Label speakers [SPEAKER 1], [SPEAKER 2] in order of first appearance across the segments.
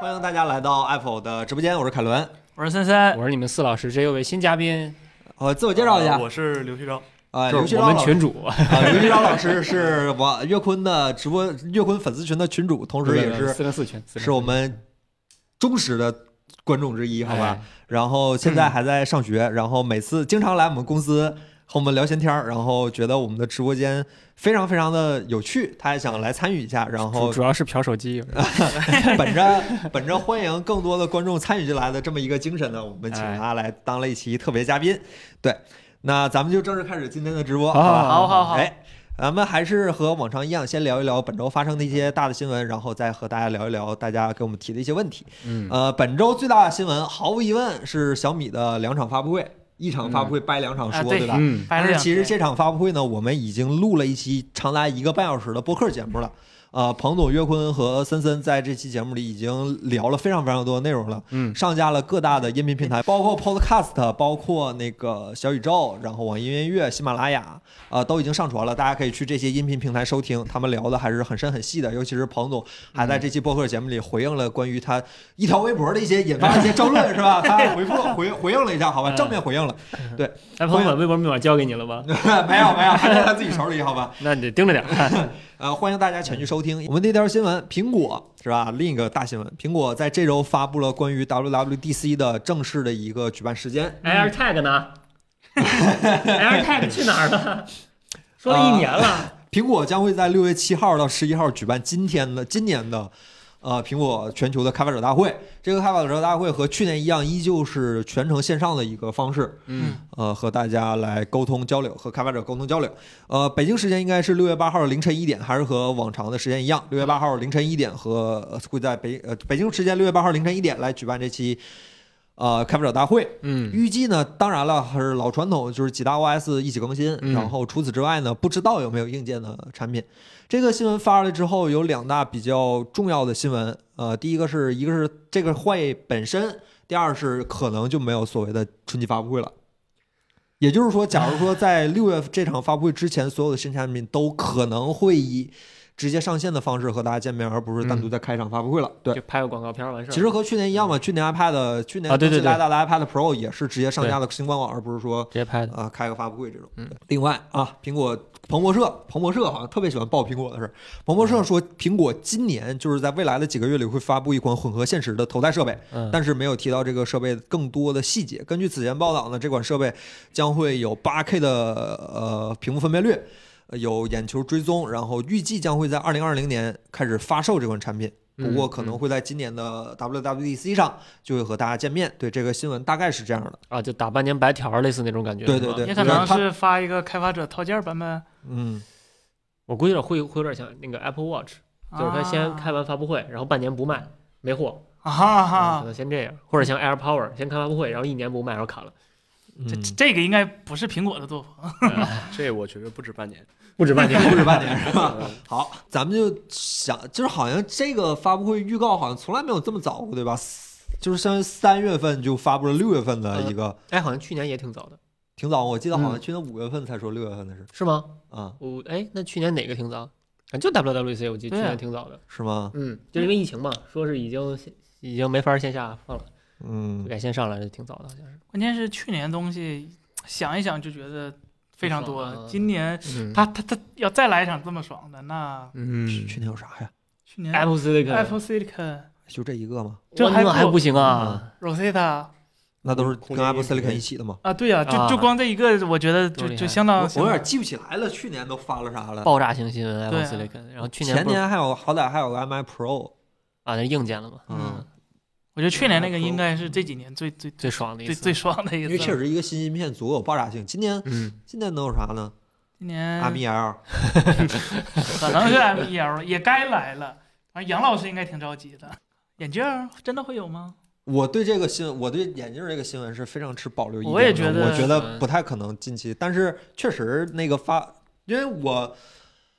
[SPEAKER 1] 欢迎大家来到 Apple 的直播间，我是凯伦。
[SPEAKER 2] 我是森森，
[SPEAKER 3] 我是你们四老师，这又位新嘉宾，
[SPEAKER 1] 呃，自我介绍一下
[SPEAKER 4] 呃，我是刘旭钊。
[SPEAKER 1] 呃，
[SPEAKER 3] 就
[SPEAKER 1] 刘
[SPEAKER 3] 是
[SPEAKER 1] 旭
[SPEAKER 3] 我
[SPEAKER 1] 钊
[SPEAKER 3] 们
[SPEAKER 1] 老师，
[SPEAKER 3] 群主，
[SPEAKER 1] 呃刘旭钊老师是我乐坤的直播乐坤粉丝群的群主，同时也是
[SPEAKER 3] 四零四群，404
[SPEAKER 1] 是我们忠实的观众之一，好吧？
[SPEAKER 3] 哎嗯
[SPEAKER 1] 然后现在还在上学，然后每次经常来我们公司和我们聊闲天儿，然后觉得我们的直播间非常非常的有趣，他也想来参与一下，然
[SPEAKER 3] 主
[SPEAKER 1] 后哦
[SPEAKER 3] 主要是嫖手机，
[SPEAKER 1] 本着本着欢迎更多的观众参与进来的这么一个精神呢，我们请
[SPEAKER 2] 哎
[SPEAKER 1] 他来当了一期特别嘉宾。对，那咱们就正式开始今天的直播，
[SPEAKER 3] 好
[SPEAKER 1] 吧？
[SPEAKER 2] 好好好
[SPEAKER 1] 哎，咱们还是和往常一样，先聊一聊本周发生的一些大的新闻，然后再和大家聊一聊大家给我们提的一些问题。
[SPEAKER 3] 嗯，
[SPEAKER 1] 呃，本周最大的新闻，毫无疑问是小米的两场发布会，一场发布会掰两场说，
[SPEAKER 2] 啊对
[SPEAKER 1] 对吧？
[SPEAKER 3] 嗯，
[SPEAKER 1] 但
[SPEAKER 2] 白了
[SPEAKER 1] 是
[SPEAKER 2] 两
[SPEAKER 1] 其实
[SPEAKER 2] 天
[SPEAKER 1] 这场发布会呢，我们已经录了一期长达一个半小时的播客节目了。呃，彭总、岳坤和森森在这期节目里已经聊了非常非常多的内容了，
[SPEAKER 3] 嗯
[SPEAKER 1] 上架了各大的音频平台，包括 Podcast，包括那个小宇宙，然后网易云音乐、喜马拉雅，呃，都已经上传了，大家可以去这些音频平台收听。他们聊的还是很深很细的，尤其是彭总还
[SPEAKER 3] 嗯
[SPEAKER 1] 在这期播客节目里回应了关于他一条微博的一些引发一些争论，是吧？他还回复回回应了一下，好吧，
[SPEAKER 3] 嗯
[SPEAKER 1] 正面回应了，
[SPEAKER 3] 哎，朋友把微博密码交给你了 吗？
[SPEAKER 1] 没有没有，还在他自己手里，好吧。
[SPEAKER 3] 那你得盯着点儿，
[SPEAKER 1] 呃，欢迎大家前去收听我们这条新闻。苹果是吧？另一个大新闻，苹果在这周发布了关于 WWDC 的正式的一个举办时间。
[SPEAKER 3] 哎 AirTag 呢？AirTag 去哪儿了？说了一年了，
[SPEAKER 1] 苹果将会在六月七号到十一号举办今天的今年的呃苹果全球的开发者大会。这个开发者大会和去年一样，依旧是全程线上的一个方式。
[SPEAKER 3] 嗯，
[SPEAKER 1] 呃，和大家来沟通交流，和开发者沟通交流。呃，北京时间应该是六月八号凌晨一点，还是和往常的时间一样，六月八号凌晨一点和呃会在北呃北京时间六月八号凌晨一点来举办这期呃开发者大会。
[SPEAKER 3] 嗯，
[SPEAKER 1] 预计呢，当然了，还是老传统，就是几大 OS 一起更新。
[SPEAKER 3] 嗯
[SPEAKER 1] 然后除此之外呢，不知道有没有硬件的产品。这个新闻发出来之后，有两大比较重要的新闻。呃，第一个是一个是这个会本身，第二是可能就没有所谓的春季发布会了。也就是说，假如说在六月这场发布会之前，所有的新产品都可能会以直接上线的方式和大家见面，而不是
[SPEAKER 3] 嗯
[SPEAKER 1] 单独再开一场发布会了。对，
[SPEAKER 3] 就拍个广告片儿完事儿。
[SPEAKER 1] 其实和去年一样嘛，去年 iPad，去年
[SPEAKER 3] 啊对对对
[SPEAKER 1] 最大的 iPad Pro 也是直接上架的新官网，而不是说
[SPEAKER 3] 直接拍的，
[SPEAKER 1] 啊、开个发布会这种。
[SPEAKER 3] 嗯
[SPEAKER 1] 另外啊，苹果彭博社，彭博社好像特别喜欢报苹果的事儿。彭博社说，苹果今年就是在未来的几个月里会发布一款混合现实的头戴设备，
[SPEAKER 3] 嗯，
[SPEAKER 1] 但是没有提到这个设备更多的细节。根据此前报道呢，这款设备将会有 8K 的呃屏幕分辨率，呃有眼球追踪，然后预计将会在2020年开始发售这款产品。
[SPEAKER 3] 嗯
[SPEAKER 1] 不过可能会在今年的 WWDC 上就会和大家见面。对这个新闻大概是这样的。
[SPEAKER 3] 啊，就打半年白条儿，类似那种感觉。
[SPEAKER 1] 对
[SPEAKER 3] 是吧
[SPEAKER 1] 对对
[SPEAKER 2] 也可能是发一个开发者套件版本，
[SPEAKER 1] 嗯，
[SPEAKER 3] 我估计有点会会有点像那个 Apple Watch，就是
[SPEAKER 1] 啊
[SPEAKER 3] 他先开完发布会，然后半年不卖，没货，
[SPEAKER 2] 啊哈
[SPEAKER 3] 啊，可
[SPEAKER 2] 哈，
[SPEAKER 3] 能先这样，或者像 Air Power 先开发布会，然后一年不卖，然后砍了，
[SPEAKER 2] 这
[SPEAKER 1] 嗯
[SPEAKER 2] 这个应该不是苹果的作风，
[SPEAKER 4] 这我觉得不止半年。
[SPEAKER 3] 不止半年。
[SPEAKER 1] 不止半年是 吧？
[SPEAKER 4] 呃
[SPEAKER 1] 好，咱们就想，就是好像这个发布会预告好像从来没有这么早过，对吧？就是相当于三月份就发布了六月份的一个，
[SPEAKER 3] 哎，好像去年也挺早的，
[SPEAKER 1] 挺早。我记得好像
[SPEAKER 3] 嗯
[SPEAKER 1] 去年五月份才说六月份的事
[SPEAKER 3] 是
[SPEAKER 2] 嗯
[SPEAKER 3] 吗？
[SPEAKER 1] 啊、
[SPEAKER 3] 我哎，那去年哪个挺早？啊，就 WWC，我记得
[SPEAKER 2] 对
[SPEAKER 3] 去
[SPEAKER 2] 啊
[SPEAKER 3] 年挺早的。
[SPEAKER 1] 是吗？
[SPEAKER 3] 嗯，就是因为疫情嘛，说是已经已经没法线下放了，
[SPEAKER 1] 嗯，
[SPEAKER 3] 改线上了，就挺早的，好像是。
[SPEAKER 2] 关键是去年东西想一想就觉得非常
[SPEAKER 3] 不爽
[SPEAKER 2] 多
[SPEAKER 3] 啊，
[SPEAKER 2] 今年
[SPEAKER 3] 嗯，
[SPEAKER 2] 他他他要再来一场这么爽的，那
[SPEAKER 3] 嗯
[SPEAKER 1] 去年有啥呀？
[SPEAKER 2] 去年
[SPEAKER 3] ，Apple Silicon，
[SPEAKER 2] Apple Silicon、
[SPEAKER 1] 就这一个吗？
[SPEAKER 2] 这还
[SPEAKER 3] 哇那还
[SPEAKER 2] 不
[SPEAKER 3] 不行啊？
[SPEAKER 2] Rosetta
[SPEAKER 1] 那都是
[SPEAKER 4] 空
[SPEAKER 1] 跟
[SPEAKER 4] 间
[SPEAKER 1] Apple
[SPEAKER 4] 音频
[SPEAKER 1] Silicon 一起的吗？
[SPEAKER 2] 啊，对呀，
[SPEAKER 3] 啊
[SPEAKER 2] 就就光这一个，我觉得
[SPEAKER 3] 多
[SPEAKER 2] 就
[SPEAKER 3] 厉害
[SPEAKER 2] 就相
[SPEAKER 1] 我
[SPEAKER 2] 当，
[SPEAKER 1] 我有点记不起来了，去年都发了啥了？
[SPEAKER 3] 爆炸性新闻
[SPEAKER 2] 嗯
[SPEAKER 3] ，Apple
[SPEAKER 2] 对啊
[SPEAKER 3] Silicon，然后去
[SPEAKER 1] 前
[SPEAKER 3] 不是
[SPEAKER 1] 年还有好歹还有个 iMac Pro，
[SPEAKER 3] 啊，那硬件了嘛，
[SPEAKER 1] 嗯，
[SPEAKER 2] 我觉得去年那个应该是这几年最最
[SPEAKER 3] 最爽的一
[SPEAKER 2] 最
[SPEAKER 3] 次，
[SPEAKER 2] 最爽的一
[SPEAKER 1] 因
[SPEAKER 2] 次，
[SPEAKER 1] 为确实一个新芯片足有爆炸性。今年
[SPEAKER 3] 嗯，
[SPEAKER 1] 今年能有啥呢？
[SPEAKER 2] 今年
[SPEAKER 1] m 米 L
[SPEAKER 2] 可能是 M E L 也该来了。啊，杨老师应该挺着急的。眼镜儿真的会 有吗？
[SPEAKER 1] 我对这个新，我对眼镜这个新闻是非常持保留意见的。
[SPEAKER 2] 我也觉得
[SPEAKER 1] 我觉得不太可能近期，但是确实那个发，因为我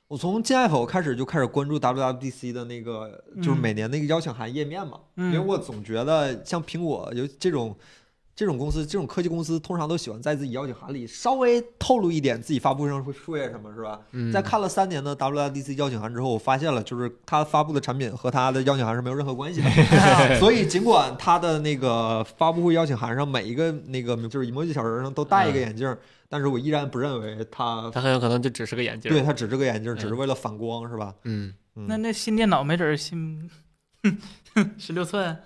[SPEAKER 1] 我从进 F 开始就开始关注 WWDC 的那个，就是每年那个邀请函页面嘛，因为
[SPEAKER 2] 嗯，
[SPEAKER 1] 我总觉得像苹果有这种。这种公司，这种科技公司通常都喜欢在自己邀请函里稍微透露一点自己发布上会数业什么，是吧？
[SPEAKER 4] 嗯
[SPEAKER 1] 在看了三年的 WWDC 邀请函之后，我发现了，就是他发布的产品和他的邀请函是没有任何关系
[SPEAKER 3] 哎
[SPEAKER 1] 的。所以，尽管他的那个发布会邀请函上每一个那个就是 emoji 小人上都戴一个眼镜，
[SPEAKER 3] 嗯
[SPEAKER 1] 但是我依然不认为他
[SPEAKER 3] 它很有可能就只是个眼镜儿。
[SPEAKER 1] 对他只是个眼镜，只是
[SPEAKER 3] 嗯
[SPEAKER 1] 为了反光，是吧？
[SPEAKER 4] 嗯，
[SPEAKER 1] 嗯
[SPEAKER 2] 那那新电脑没准 儿新十六寸，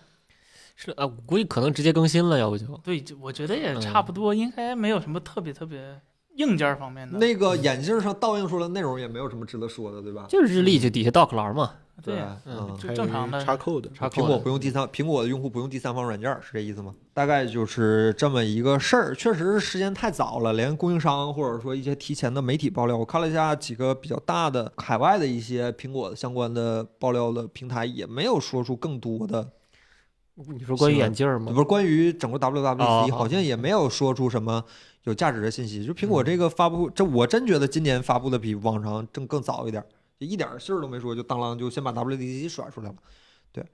[SPEAKER 3] 是啊，我估计可能直接更新了，要不就
[SPEAKER 2] 对，就我觉得
[SPEAKER 1] 嗯
[SPEAKER 2] 也差不多，应该没有什么特别特别硬件方面的。
[SPEAKER 1] 那个眼镜上倒映出来的内容也没有什么值得说的，对吧？
[SPEAKER 3] 就是日历就底下 dock 栏嘛，
[SPEAKER 2] 对呀，
[SPEAKER 1] 嗯，
[SPEAKER 2] 就正常的
[SPEAKER 4] 插扣的，
[SPEAKER 3] 插
[SPEAKER 1] 苹
[SPEAKER 3] 口
[SPEAKER 1] 果不用第三，苹果的用户不用第三方软件儿，是这意思吗？大概就是这么一个事儿。确实是时间太早了，连供应商或者说一些提前的媒体爆料，我看了一下几个比较大的海外的一些苹果的相关的爆料的平台，也没有说出更多的，
[SPEAKER 3] 你说关于眼镜儿
[SPEAKER 1] 不
[SPEAKER 3] 吗？
[SPEAKER 1] 是关于整个
[SPEAKER 3] 哦
[SPEAKER 1] WWDC，好像也没有说出什么有价值的信息。就苹
[SPEAKER 3] 嗯
[SPEAKER 1] 果这个发布，这我真觉得今年发布的比往常正更早一点儿，就一点儿信儿都没说，就当啷就先把 WDC 甩出来了。对，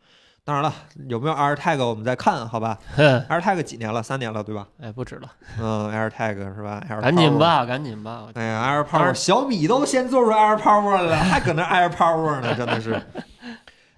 [SPEAKER 1] 当然了，有没有 AirTag 我们再看好吧。AirTag 几年了？三年了，对吧？
[SPEAKER 3] 哎，不止了，
[SPEAKER 1] 嗯，AirTag 是吧？
[SPEAKER 3] 赶紧。吧，赶紧
[SPEAKER 4] 啊
[SPEAKER 3] 吧，我
[SPEAKER 1] 哎呀，AirPower，小米都先做出 AirPower 了，还搁那 AirPower 呢，真的是。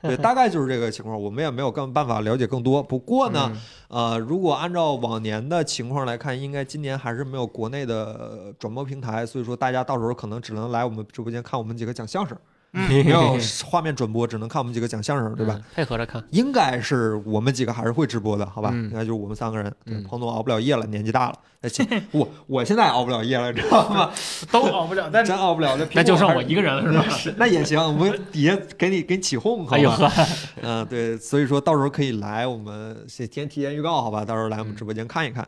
[SPEAKER 1] 对，大概就是这个情况，我们也没有更办法了解更多。不过呢，
[SPEAKER 4] 嗯
[SPEAKER 1] 呃，如果按照往年的情况来看，应该今年还是没有国内的呃转播平台，所以说大家到时候可能只能来我们直播间看我们几个讲相 声， 没 有画面转播，只能看我们几个讲相声，对吧？？
[SPEAKER 3] 嗯配合着看，
[SPEAKER 1] 应该是我们几个还是会直播的，好吧？应
[SPEAKER 4] 嗯
[SPEAKER 1] 该就是我们三个人。对
[SPEAKER 4] 嗯
[SPEAKER 1] 彭总熬不了夜了，年纪大了。哎现我我现在熬不了夜了，知道吗？
[SPEAKER 2] 都熬不了，但
[SPEAKER 1] 真熬不了，这
[SPEAKER 3] 那就剩我一
[SPEAKER 1] 个。
[SPEAKER 3] 个人了， 是吧？
[SPEAKER 1] 那也行，我底下给你给你起哄，好
[SPEAKER 3] 哎呦
[SPEAKER 1] 吧？
[SPEAKER 3] 呵，
[SPEAKER 1] 嗯、对，所以说到时候可以来我们先先提前预告，好吧？到时候来我
[SPEAKER 3] 嗯
[SPEAKER 1] 们直播间看一看。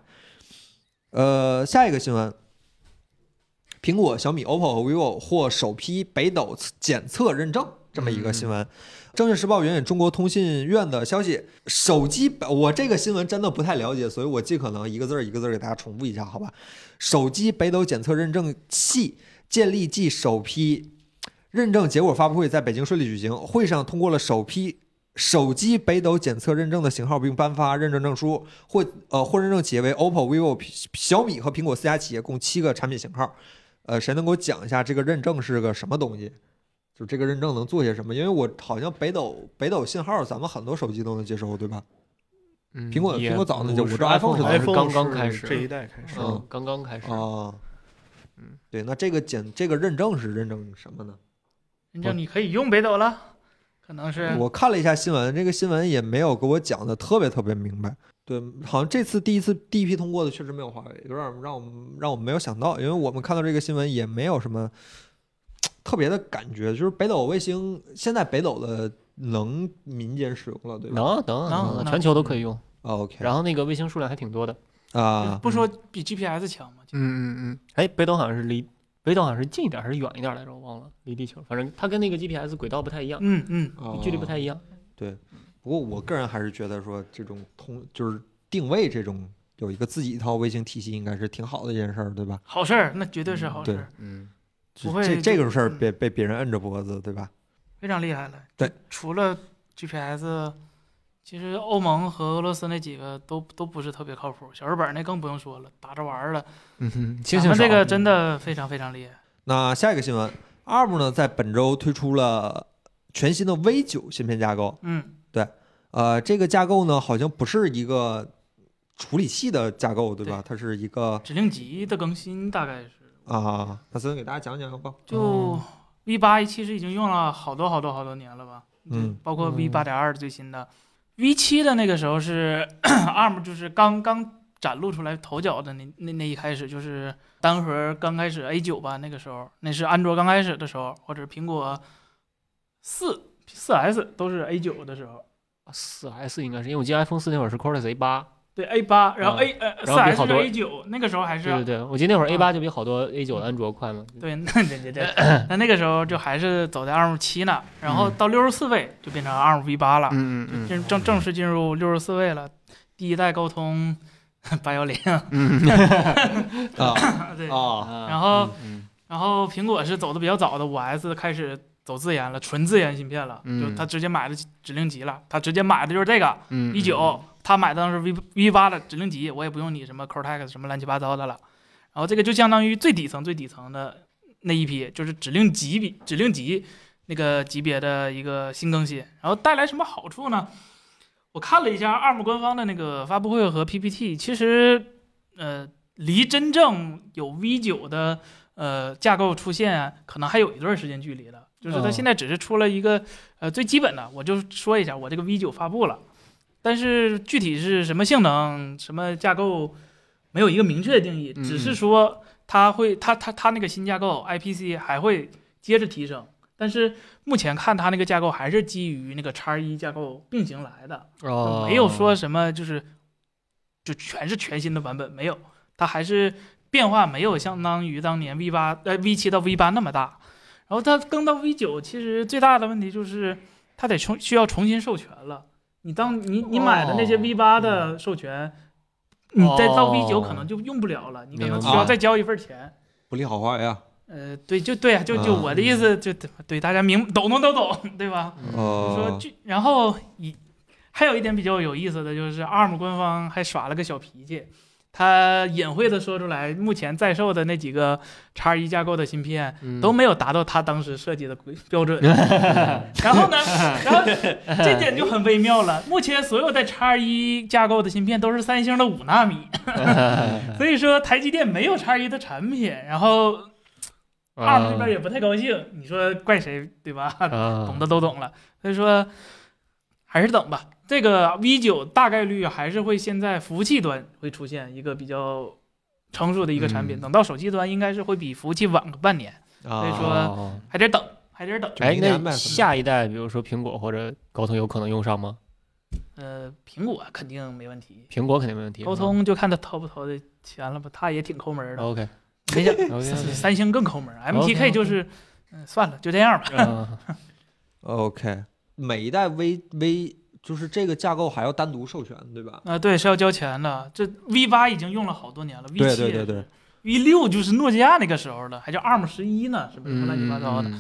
[SPEAKER 1] 呃，下一个新闻，苹果、小米、OPPO 和 vivo 获首批北斗检测认证这么一
[SPEAKER 3] 嗯
[SPEAKER 1] 个新闻。证券时报援引中国通信院的消息，手机北我这个新闻真的不太了解，所以我尽可能一个字儿一个字儿给大家重复一下，好吧？手机北斗检测认证系建立暨首批认证结果发布会在北京顺利举行，会上通过了首批。手机北斗检测认证的型号，并颁发认证证书，获呃获认证企业为 OPPO、vivo、小米和苹果四家企业共七个产品型号。呃，谁能给我讲一下这个认证是个什么东西？就这个认证能做些什么？因为我好像北斗北斗信号，咱们很多手机都能接收，对吧？苹果
[SPEAKER 3] 嗯也
[SPEAKER 1] 苹果早那就
[SPEAKER 3] 不
[SPEAKER 1] 我
[SPEAKER 3] 是
[SPEAKER 1] 知道 iPhone
[SPEAKER 3] 好像是
[SPEAKER 4] iPhone
[SPEAKER 3] 刚刚
[SPEAKER 4] 是
[SPEAKER 3] 开始，
[SPEAKER 4] 这一代开始，
[SPEAKER 1] 嗯
[SPEAKER 3] 嗯，刚刚开始。
[SPEAKER 1] 哦，嗯，对，那这个检这个认证是认证什么呢？
[SPEAKER 2] 人家你可以用北斗了，可能是
[SPEAKER 1] 我看了一下新闻，这个新闻也没有给我讲的特别特别明白。对，好像这次第一次第一批通过的确实没有华为，有点让我们让我们没有想到，因为我们看到这个新闻也没有什么特别的感觉，就是北斗卫星现在北斗的能民间使用了，对吧
[SPEAKER 3] 能能
[SPEAKER 4] 哦
[SPEAKER 2] 能
[SPEAKER 3] 能，
[SPEAKER 2] 能
[SPEAKER 3] 全球都可以用。
[SPEAKER 1] 啊？OK
[SPEAKER 3] 然后那个卫星数量还挺多的。
[SPEAKER 1] 啊，
[SPEAKER 2] 不说比 GPS 强嘛，就
[SPEAKER 4] 嗯嗯
[SPEAKER 3] 哎，北斗好像是离北斗好像是近一点还是远一点来着？我忘了，离地球，反正它跟那个 GPS 轨道不太一样，
[SPEAKER 2] 嗯嗯，
[SPEAKER 1] 哦
[SPEAKER 3] 距离不太一样。
[SPEAKER 1] 不过我个人还是觉得说这种通就是定位这种有一个自己一套卫星体系应该是挺好的一件事儿，对吧？
[SPEAKER 2] 好事儿，那绝对是好事
[SPEAKER 1] 对
[SPEAKER 2] 儿，
[SPEAKER 4] 嗯
[SPEAKER 1] 就
[SPEAKER 2] 不会嗯
[SPEAKER 1] 这
[SPEAKER 2] 就
[SPEAKER 1] 这种事儿
[SPEAKER 3] 嗯
[SPEAKER 1] 别被别人摁着脖子，对吧？
[SPEAKER 2] 非常厉害了。
[SPEAKER 1] 对，
[SPEAKER 2] 除了 GPS，其实欧盟和俄罗斯那几个都都不是特别靠谱，小日本那更不用说了，打着玩儿了。
[SPEAKER 4] 嗯哼，
[SPEAKER 3] 星
[SPEAKER 2] 咱
[SPEAKER 3] 星
[SPEAKER 2] 们这
[SPEAKER 3] 少
[SPEAKER 2] 个真的非常非常厉害。
[SPEAKER 1] 那下一个新闻，ARM 呢在本周推出了全新的 V 九芯片架构，
[SPEAKER 2] 嗯，
[SPEAKER 1] 呃，这个架构呢好像不是一个处理器的架构，对吧？它是一个
[SPEAKER 2] 指令集的更新大概是
[SPEAKER 1] 啊，那森给大家讲讲吧。
[SPEAKER 2] 就
[SPEAKER 3] 哦
[SPEAKER 2] V 八其实已经用了好多好多好多年了吧？
[SPEAKER 1] 嗯，
[SPEAKER 2] 包括
[SPEAKER 3] 嗯
[SPEAKER 2] V 八点二最新的，V 七的那个时候是 ARM 就是刚刚展露出来头角的那那那一开始就是单核刚开始 A 九吧，那个时候那是安卓刚开始的时候，或者苹果四四 S 都是 A 九的时候。
[SPEAKER 3] 四 S 应该是，因为我记得 iPhone 四那会儿是 Cortex A 八，
[SPEAKER 2] 对 A 八，然后
[SPEAKER 3] 啊
[SPEAKER 2] A 呃四
[SPEAKER 3] 然后比
[SPEAKER 2] S
[SPEAKER 3] 好
[SPEAKER 2] 是
[SPEAKER 3] 多
[SPEAKER 2] A 九，那个时候还是
[SPEAKER 3] 对对对，我记得那会儿 A
[SPEAKER 2] 啊
[SPEAKER 3] 八就比好多 A 九的安卓快嘛。
[SPEAKER 2] 对，那对对对，那那个时候就还是走在 ARM 七呢，然
[SPEAKER 3] 嗯
[SPEAKER 2] 后到六十四位就变成 ARM V 八了，就
[SPEAKER 4] 嗯
[SPEAKER 2] 正正正式进入六十四位了。第一代高通八幺零，
[SPEAKER 1] 啊
[SPEAKER 2] 对，
[SPEAKER 1] 啊，
[SPEAKER 3] 然
[SPEAKER 2] 然后
[SPEAKER 4] 嗯
[SPEAKER 2] 然后苹果是走的比较早的，五 S 开始走自研了，纯自研芯片了，
[SPEAKER 4] 嗯
[SPEAKER 2] 就他直接买的指令集了，他直接买的就是这个
[SPEAKER 4] 嗯
[SPEAKER 2] 一九他买当时 V V 八的指令集，我也不用你什么 Cortex 什么乱七八糟的了。然后这个就相当于最底层最底层的那一批，就是指令集比指令集那个级别的一个新更新。然后带来什么好处呢？我看了一下 ARM 官方的那个发布会和 PPT，其实呃，离真正有 V 九的呃架构出现啊，可能还有一段时间距离的。就是它
[SPEAKER 1] 哦
[SPEAKER 2] 现在只是出了一个呃最基本的，我就说一下，我这个 V 九发布了，但是具体是什么性能、什么架构，没有一个明确的定义，
[SPEAKER 4] 嗯
[SPEAKER 2] 只是说它会它它它那个新架构 IPC 还会接着提升，但是目前看它那个架构还是基于那个叉一架构并行来的，
[SPEAKER 3] 哦，
[SPEAKER 2] 没有说什么就是就全是全新的版本，没有，它还是变化没有相当于当年 V 八呃 V 七到 V 八那么大。然后它更到 V 九，其实最大的问题就是它得重需要重新授权了。你当你你买的那些
[SPEAKER 3] 哦
[SPEAKER 2] V 八的授权，你再到
[SPEAKER 3] 哦
[SPEAKER 2] V 九可能就用不了了，你可
[SPEAKER 3] 明
[SPEAKER 2] 能
[SPEAKER 3] 啊
[SPEAKER 2] 需
[SPEAKER 1] 白
[SPEAKER 2] 要再交一份钱。
[SPEAKER 1] 不利好坏呀。
[SPEAKER 2] 呃，对，就对啊，就就
[SPEAKER 1] 嗯
[SPEAKER 2] 我的意思，就对大家明懂懂都懂，对吧？
[SPEAKER 3] 嗯
[SPEAKER 2] 就嗯说
[SPEAKER 1] 呃，
[SPEAKER 2] 就然后以还有一点比较有意思的就是 ARM 官方还耍了个小脾气，他隐晦的说出来，目前在售的那几个叉一架构的芯片都没有达到他当时设计的规标准。然后呢，然后这点就很微妙了。目前所有带叉一架构的芯片都是三星的五纳米，所以说台积电没有叉一的产品，然后
[SPEAKER 5] 啊
[SPEAKER 2] ARM 这边也不太高兴，你说怪谁对吧？懂
[SPEAKER 1] 啊
[SPEAKER 3] 懂
[SPEAKER 2] 的都懂了。所以说，还是等吧。这个 V 九大概率还是会现在服务器端会出现一个比较成熟的一个产品，
[SPEAKER 1] 嗯
[SPEAKER 2] 等到手机端应该是会比服务器晚个半年，
[SPEAKER 1] 所
[SPEAKER 2] 以说还得等，还得等。
[SPEAKER 1] 就
[SPEAKER 3] 哦哎，
[SPEAKER 1] 明年呗
[SPEAKER 3] 那
[SPEAKER 1] 可能
[SPEAKER 3] 下一代，比如说苹果或者高通有可能用上吗？
[SPEAKER 2] 呃，苹果肯定没问题，
[SPEAKER 3] 苹果肯定没问题。
[SPEAKER 2] 高通就看他掏不掏的钱了吧，他也挺抠门
[SPEAKER 1] 哦
[SPEAKER 2] 的。
[SPEAKER 3] OK
[SPEAKER 2] 没想
[SPEAKER 3] OK，
[SPEAKER 2] 三星更抠门，MTK
[SPEAKER 3] OK，OK
[SPEAKER 2] 就是，嗯，算了，就这样吧。
[SPEAKER 1] OK，每一代 V V 就是这个架构还要单独授权，对吧？
[SPEAKER 2] 啊，对，是要交钱的。这 V 八已经用了好多年了，V
[SPEAKER 1] 对
[SPEAKER 2] 七
[SPEAKER 1] 对对对，
[SPEAKER 2] V 六就是诺基亚那个时候的，还叫 ARM 十一呢，是不
[SPEAKER 3] 嗯
[SPEAKER 5] 嗯
[SPEAKER 2] 是乱七八糟的？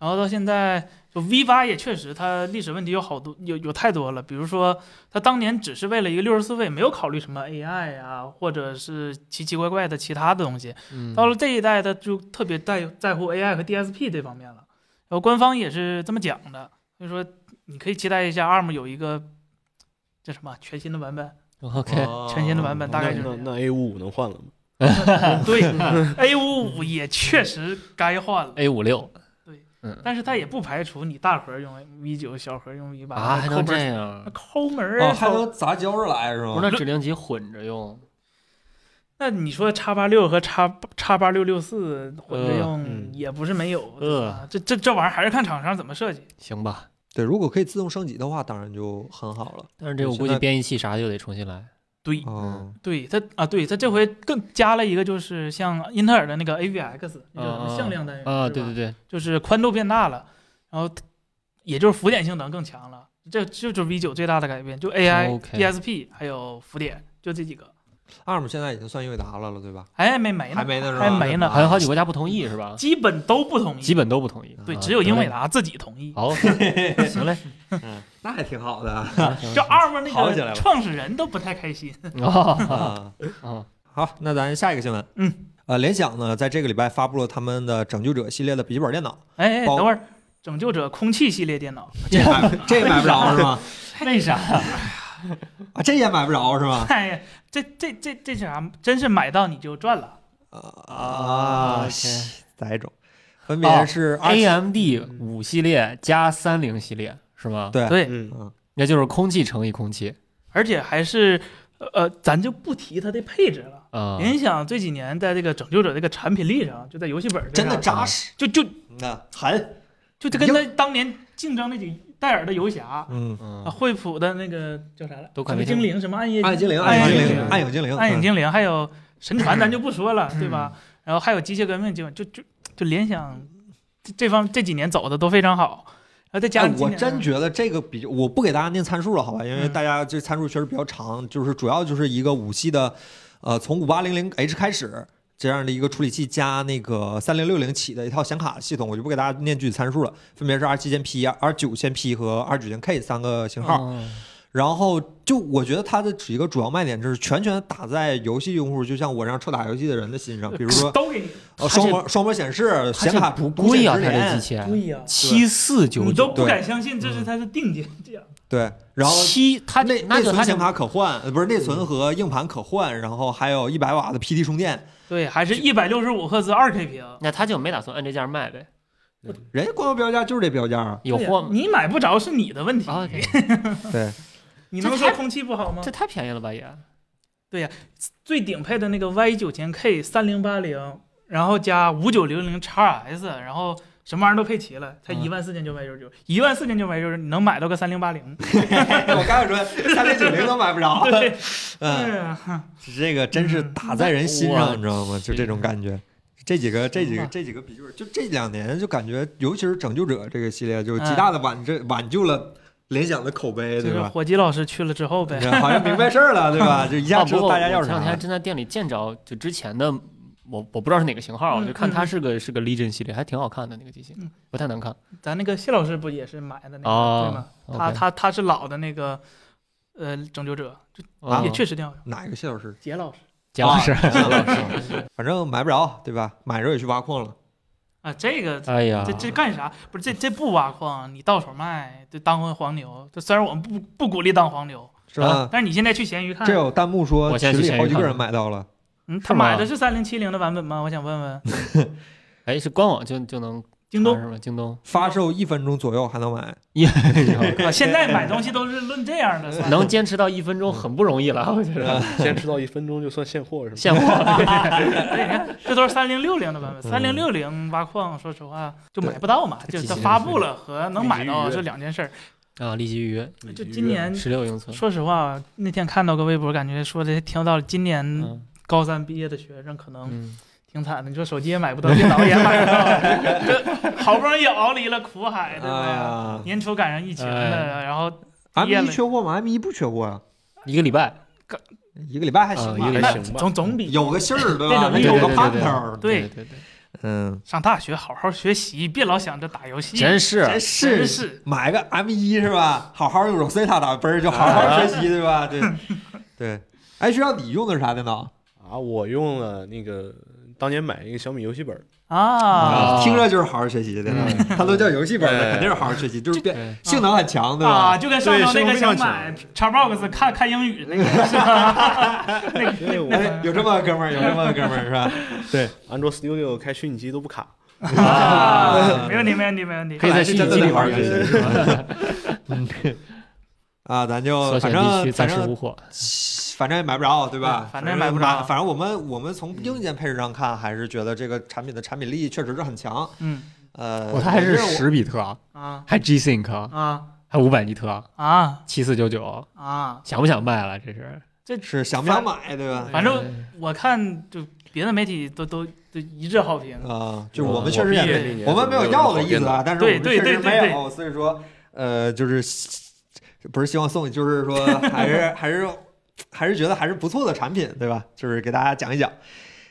[SPEAKER 2] 然后到现在，就 V 八也确实它历史问题有好多，有有太多了。比如说，它当年只是为了一个六十四位，没有考虑什么 AI 啊，或者是奇奇怪怪的其他的东西。
[SPEAKER 3] 嗯
[SPEAKER 2] 到了这一代，它就特别在在乎 AI 和 DSP 这方面了。然后官方也是这么讲的，所以说你可以期待一下 ARM 有一个叫什么全新的版本。
[SPEAKER 3] OK，
[SPEAKER 1] 哦
[SPEAKER 2] 全新的版本大概
[SPEAKER 4] 那
[SPEAKER 2] 就是这
[SPEAKER 4] 那
[SPEAKER 2] 样
[SPEAKER 4] 那 A 五五能换了吗？
[SPEAKER 2] 对，A 五五也确实该换了。
[SPEAKER 3] A 五六嗯
[SPEAKER 2] 但是它也不排除你大盒用 V 九，小盒用 V 八
[SPEAKER 3] 啊，还
[SPEAKER 2] 抠
[SPEAKER 3] 能这
[SPEAKER 2] 门儿，哦
[SPEAKER 3] 样？
[SPEAKER 2] 抠门儿
[SPEAKER 1] 哦，还
[SPEAKER 2] 啊操
[SPEAKER 1] 能砸胶着来是
[SPEAKER 3] 不
[SPEAKER 1] 吗
[SPEAKER 3] 是，？那指令集混着用，
[SPEAKER 2] 那你说叉八六和叉叉八六六四混着
[SPEAKER 3] 呃
[SPEAKER 2] 用
[SPEAKER 4] 嗯
[SPEAKER 2] 也不是没有，对
[SPEAKER 3] 呃
[SPEAKER 2] 吧这这这玩意儿还是看厂商怎么设计。
[SPEAKER 3] 行吧？
[SPEAKER 1] 对，如果可以自动升级的话，当然就很好了。
[SPEAKER 3] 但是这我估
[SPEAKER 1] 现
[SPEAKER 3] 计
[SPEAKER 1] 在
[SPEAKER 3] 编译器啥又得重新来。
[SPEAKER 2] 对
[SPEAKER 1] 嗯，
[SPEAKER 2] 对，它啊，对它这回更加了一个，就是像英特尔的那个 AVX，那叫什么
[SPEAKER 3] 啊
[SPEAKER 2] 向量单元
[SPEAKER 3] 啊，
[SPEAKER 2] 是
[SPEAKER 3] 对
[SPEAKER 2] 吧
[SPEAKER 3] 对对，
[SPEAKER 2] 就是宽度变大了，然后也就是浮点性能更强了。这这就是 V 九最大的改变，就 AI、
[SPEAKER 3] OK
[SPEAKER 2] DSP 还有浮点，就这几个。
[SPEAKER 1] ARM 现在已经算英伟达了了，对吧？
[SPEAKER 2] 哎，没没呢
[SPEAKER 1] 还，没呢是吧？
[SPEAKER 2] 还没呢
[SPEAKER 3] 好像好几个国家不同意是吧？
[SPEAKER 2] 基本都不同意，
[SPEAKER 3] 基本都不同意。
[SPEAKER 2] 嗯对，
[SPEAKER 3] 啊
[SPEAKER 2] 只有英伟。达自己同意
[SPEAKER 3] 得嘞。好，行嘞，
[SPEAKER 1] 那还挺好的
[SPEAKER 2] 这 ARM
[SPEAKER 1] 哦好
[SPEAKER 2] 那
[SPEAKER 1] 起来了
[SPEAKER 2] 个创始人都不太开 心。
[SPEAKER 3] 啊
[SPEAKER 1] 啊。
[SPEAKER 3] 啊，
[SPEAKER 1] 好，那咱下一个新闻，
[SPEAKER 2] 嗯，
[SPEAKER 1] 呃，联想呢，在这个礼拜发布了他们的拯救者系列的笔记本电脑，
[SPEAKER 2] 哎，哎
[SPEAKER 1] 包
[SPEAKER 2] 等会儿，拯救者空气系列电脑，
[SPEAKER 1] 这买 这买不着是吗？
[SPEAKER 2] 为啥？
[SPEAKER 1] 啊，这也买不着是吗？
[SPEAKER 2] 哎呀，这这这这啥？真是买到你就赚了。
[SPEAKER 1] 啊哦哎
[SPEAKER 3] OK
[SPEAKER 1] 西哪一种？分别是二七、
[SPEAKER 3] AMD 五系列加三零系列是吗？，
[SPEAKER 1] 对
[SPEAKER 2] 对，
[SPEAKER 4] 嗯
[SPEAKER 3] 那就是空气乘以空气
[SPEAKER 2] 而且还是，呃，咱就不提它的配置了。
[SPEAKER 3] 啊。
[SPEAKER 2] 联想这几年在这个拯救者这个产品力上，就在游戏本儿这
[SPEAKER 1] 真
[SPEAKER 2] 上
[SPEAKER 1] 的扎实，
[SPEAKER 2] 就就
[SPEAKER 1] 那狠，
[SPEAKER 2] 就就跟他当年竞争那几戴尔的游侠、
[SPEAKER 1] 嗯，
[SPEAKER 2] 啊，
[SPEAKER 3] 嗯，
[SPEAKER 2] 惠普的那个叫啥来，
[SPEAKER 3] 都快
[SPEAKER 2] 什
[SPEAKER 3] 没
[SPEAKER 2] 么
[SPEAKER 3] 听
[SPEAKER 2] 精灵，什么暗夜
[SPEAKER 1] 暗影精灵，
[SPEAKER 2] 暗
[SPEAKER 1] 暗
[SPEAKER 2] 夜
[SPEAKER 1] 影
[SPEAKER 2] 精
[SPEAKER 1] 精
[SPEAKER 2] 灵
[SPEAKER 1] 灵，
[SPEAKER 2] 啊
[SPEAKER 1] 暗影精灵，
[SPEAKER 2] 暗影
[SPEAKER 1] 嗯
[SPEAKER 2] 精灵，还有神传，咱就不说了，对吧？然后还有机械革命精，就就就联想这这方这几年走的都非常好，然后再加
[SPEAKER 1] 哎
[SPEAKER 2] 上，今
[SPEAKER 1] 我
[SPEAKER 2] 年
[SPEAKER 3] 啊
[SPEAKER 1] 真觉得这个比我不给大家念参数了，好吧？因为
[SPEAKER 2] 嗯
[SPEAKER 1] 大家这参数确实比较长，就是主要就是一个五系的，呃，从五八零零 H 开始这样的一个处理器加那个三零六零起的一套显卡系统，我就不给大家念具体参数了，分别是二七千 P、二九千 P 和二九千 K 三个型号。
[SPEAKER 3] 嗯
[SPEAKER 1] 然后就我觉得它的几个主要卖点就是全权打在游戏用户，就像我这样彻打游戏的人的心上，比如说
[SPEAKER 2] 都给你，
[SPEAKER 3] 它这
[SPEAKER 1] 呃双模双模显示、
[SPEAKER 3] 它
[SPEAKER 1] 显
[SPEAKER 3] 这
[SPEAKER 1] 卡
[SPEAKER 3] 不
[SPEAKER 1] 独
[SPEAKER 3] 贵
[SPEAKER 1] 显
[SPEAKER 3] 啊，
[SPEAKER 1] 示
[SPEAKER 3] 它这
[SPEAKER 1] 联
[SPEAKER 3] 机器
[SPEAKER 5] 哎
[SPEAKER 2] 对呀、
[SPEAKER 3] 七四九
[SPEAKER 2] 啊你
[SPEAKER 3] 九，
[SPEAKER 2] 都不
[SPEAKER 1] 对
[SPEAKER 2] 敢相信这是它的定价价。
[SPEAKER 1] 对，然后
[SPEAKER 3] 七它
[SPEAKER 1] 内
[SPEAKER 3] 这那
[SPEAKER 1] 内
[SPEAKER 3] 就它
[SPEAKER 1] 存
[SPEAKER 3] 这
[SPEAKER 1] 显卡可换，呃不是内存和硬盘可换，然后还有一百瓦的 PD 充电，
[SPEAKER 2] 对，还是一百六十五赫兹二 K 屏。
[SPEAKER 3] 那他就没打算按这价卖呗，
[SPEAKER 1] 人家官方标价就是这标价啊。
[SPEAKER 3] 有
[SPEAKER 2] 对呀
[SPEAKER 3] 货吗？
[SPEAKER 2] 你买不着是你的问题。
[SPEAKER 3] 啊，OK，
[SPEAKER 1] 对，
[SPEAKER 2] 你
[SPEAKER 3] 这
[SPEAKER 2] 能
[SPEAKER 3] 太
[SPEAKER 2] 说空气不好吗
[SPEAKER 3] 这？太便宜了吧也？
[SPEAKER 2] 最顶配的那个 Y 九千 K 三零八零，然后加五九零零 x S，然后什么玩意儿都配齐了，才
[SPEAKER 3] 嗯
[SPEAKER 2] 一万四千九百九十九，一万四千九百九十九，你能买到个三零八零？
[SPEAKER 1] 哎我刚想说三零九零都买不着，啊
[SPEAKER 2] 对，
[SPEAKER 1] 嗯，
[SPEAKER 2] 对啊
[SPEAKER 1] 这个真是打在人心
[SPEAKER 3] 哇
[SPEAKER 1] 上，你知道吗？就这种感觉。这几个、这几
[SPEAKER 3] 嗯
[SPEAKER 1] 个、这几个笔记本，就这两年就感觉，尤其是《拯救者》这个系列，
[SPEAKER 3] 嗯
[SPEAKER 1] 就是极大的挽这挽救了联想的口碑，
[SPEAKER 2] 就
[SPEAKER 1] 对
[SPEAKER 2] 是
[SPEAKER 1] 吧？
[SPEAKER 2] 火鸡老师去了之后呗。
[SPEAKER 1] 好像明白事儿了，对 吧？就一下
[SPEAKER 3] 啊，
[SPEAKER 1] 知
[SPEAKER 3] 不
[SPEAKER 1] 道
[SPEAKER 3] 过
[SPEAKER 1] 大家要
[SPEAKER 3] 我前两
[SPEAKER 1] 啥
[SPEAKER 3] 天。真在店里见着，就之前的我我不知道是哪个型号，啊
[SPEAKER 2] 嗯
[SPEAKER 3] 我就看它
[SPEAKER 2] 嗯
[SPEAKER 3] 是个是个 Legion 系列，还挺好看的那个机型
[SPEAKER 2] 嗯，
[SPEAKER 3] 不太难看。
[SPEAKER 2] 咱那个谢老师不也是买的那个、
[SPEAKER 3] 哦
[SPEAKER 2] 对吗？他
[SPEAKER 3] OK
[SPEAKER 2] 他他是老的那个呃拯救者，
[SPEAKER 3] 哦
[SPEAKER 5] 哦
[SPEAKER 1] 啊
[SPEAKER 2] 也确实挺好用。
[SPEAKER 1] 哪一个谢老 师？
[SPEAKER 2] 杰老师
[SPEAKER 3] 贾 老师，
[SPEAKER 1] 谢老师，反正买不着，对吧？买着也去挖矿了。
[SPEAKER 2] 啊，这个
[SPEAKER 3] 哎呀，
[SPEAKER 2] 这这干啥？不是这这不挖矿，你到手卖，就当回黄牛。这虽然我们不不鼓励当黄牛，
[SPEAKER 1] 是吧？
[SPEAKER 2] 但是你现在去闲鱼看
[SPEAKER 1] 啊这，有弹幕说
[SPEAKER 3] 啊我现在去
[SPEAKER 1] 群里
[SPEAKER 3] 闲鱼
[SPEAKER 1] 好几个
[SPEAKER 3] 看
[SPEAKER 1] 人买到了，
[SPEAKER 2] 嗯，
[SPEAKER 3] 是
[SPEAKER 2] 他
[SPEAKER 3] 吗
[SPEAKER 2] 买的是三零七零的版本吗？我想问问
[SPEAKER 3] 哎是官网就就能
[SPEAKER 2] 京
[SPEAKER 3] 查
[SPEAKER 2] 东，
[SPEAKER 3] 是吧？京东
[SPEAKER 1] 发售一分钟左右还能买。
[SPEAKER 2] 我现在买东西都是论这样的算。
[SPEAKER 3] 能坚持到一分
[SPEAKER 2] 嗯
[SPEAKER 3] 钟很不容易了，我觉 得
[SPEAKER 4] 坚持到一分钟就算现货是吗？
[SPEAKER 3] 现货。
[SPEAKER 2] 对，你看这都是三零六零的版本，三零六零挖矿，说实话就买不到嘛，就
[SPEAKER 3] 这
[SPEAKER 2] 它
[SPEAKER 3] 几
[SPEAKER 2] 发
[SPEAKER 3] 年
[SPEAKER 2] 布了和能买
[SPEAKER 4] 已经
[SPEAKER 2] 到
[SPEAKER 4] 预约
[SPEAKER 2] 是两件事儿。
[SPEAKER 3] 啊，立即预约，
[SPEAKER 2] 就
[SPEAKER 1] 嗯
[SPEAKER 2] 今年
[SPEAKER 3] 十六英寸。
[SPEAKER 2] 说实话，那天看到个微博，感觉说的挺有道理。今年
[SPEAKER 3] 嗯
[SPEAKER 2] 高三毕业的学生可能
[SPEAKER 3] 嗯，
[SPEAKER 2] 挺惨的，你说手机也买不到， 电脑也买不到，这好不容易熬离了苦海，对
[SPEAKER 1] 哎
[SPEAKER 2] 吧？
[SPEAKER 1] 呀
[SPEAKER 2] 年初赶上疫情了，
[SPEAKER 3] 哎
[SPEAKER 2] 然后
[SPEAKER 1] ，M
[SPEAKER 2] 业
[SPEAKER 1] 一
[SPEAKER 2] 了
[SPEAKER 1] 缺货吗？M 一不缺货啊，
[SPEAKER 3] 一个礼拜，
[SPEAKER 1] 一个礼拜还
[SPEAKER 3] 啊
[SPEAKER 1] 行
[SPEAKER 3] 一个
[SPEAKER 1] 吧嗯
[SPEAKER 3] 礼，拜
[SPEAKER 4] 还行吧
[SPEAKER 2] 总总比
[SPEAKER 1] 有个信儿对吧？
[SPEAKER 2] 那种
[SPEAKER 1] 能
[SPEAKER 2] 对
[SPEAKER 1] 有
[SPEAKER 2] 对
[SPEAKER 1] 个
[SPEAKER 3] 对
[SPEAKER 1] 盼
[SPEAKER 3] 对
[SPEAKER 1] 头儿。
[SPEAKER 2] 对
[SPEAKER 3] 对对，
[SPEAKER 1] 嗯，
[SPEAKER 2] 上大学好好学习，别老想着打游戏，
[SPEAKER 3] 真是
[SPEAKER 1] 真
[SPEAKER 2] 真
[SPEAKER 1] 是
[SPEAKER 2] 是
[SPEAKER 1] 买个 M 一是吧？好好用 Rosetta 打分儿，就好好学习对 吧？对对。哎，学校你用的是啥电脑？
[SPEAKER 4] 啊，我用了那个当年买一个小米游戏本儿，
[SPEAKER 2] 啊
[SPEAKER 3] 啊
[SPEAKER 1] 听着就是好好学习的电脑，它都叫游戏本了，
[SPEAKER 4] 哎
[SPEAKER 1] 肯定是好好学习，就是变
[SPEAKER 3] 对
[SPEAKER 1] 性能很强对
[SPEAKER 2] 啊！
[SPEAKER 1] 吧？
[SPEAKER 2] 就跟上周那个想买 Xbox 看看英语那 个是吧？那
[SPEAKER 4] 因 为
[SPEAKER 2] 个
[SPEAKER 4] 我
[SPEAKER 1] 哎，有这么个哥们儿，有这么个哥们儿是吧？
[SPEAKER 4] 安卓 Studio 开虚拟机都不卡。
[SPEAKER 2] 啊，没问题，没问题，没问题。
[SPEAKER 3] 可以在虚拟机里玩游戏，是吧？
[SPEAKER 1] 啊，咱就
[SPEAKER 3] 所
[SPEAKER 1] 反
[SPEAKER 3] 选地
[SPEAKER 1] 正
[SPEAKER 3] 区
[SPEAKER 1] 反
[SPEAKER 3] 暂时
[SPEAKER 1] 正
[SPEAKER 3] 无火。
[SPEAKER 1] 反正也买不着，对吧
[SPEAKER 2] 嗯？反正也买不着
[SPEAKER 1] 反正我们我们从硬件配置上看，还是觉得这个产品的产品力确实是很强。
[SPEAKER 2] 嗯
[SPEAKER 1] 呃，
[SPEAKER 5] 哦，它还是
[SPEAKER 1] 但我
[SPEAKER 5] 十比特，
[SPEAKER 2] 啊
[SPEAKER 5] 还 G Sync，
[SPEAKER 2] 啊
[SPEAKER 5] 还五百尼特，
[SPEAKER 2] 啊
[SPEAKER 5] 七四九九，
[SPEAKER 2] 啊！
[SPEAKER 5] 想不想卖了？这是
[SPEAKER 1] 是想不想买，对吧？
[SPEAKER 2] 反正我看就别的媒体都都都一致好评。
[SPEAKER 1] 啊，就是我们确实
[SPEAKER 2] 我
[SPEAKER 1] 也
[SPEAKER 2] 毕
[SPEAKER 1] 没，
[SPEAKER 2] 业
[SPEAKER 1] 我们没有要的意思啊，但是我
[SPEAKER 2] 对
[SPEAKER 1] 们
[SPEAKER 2] 对
[SPEAKER 1] 确
[SPEAKER 2] 对
[SPEAKER 1] 实
[SPEAKER 2] 对
[SPEAKER 1] 没
[SPEAKER 2] 对
[SPEAKER 1] 有，所以说呃，就是不是希望送你，就是说还是还是还是觉得还是不错的产品，对吧？就是给大家讲一讲。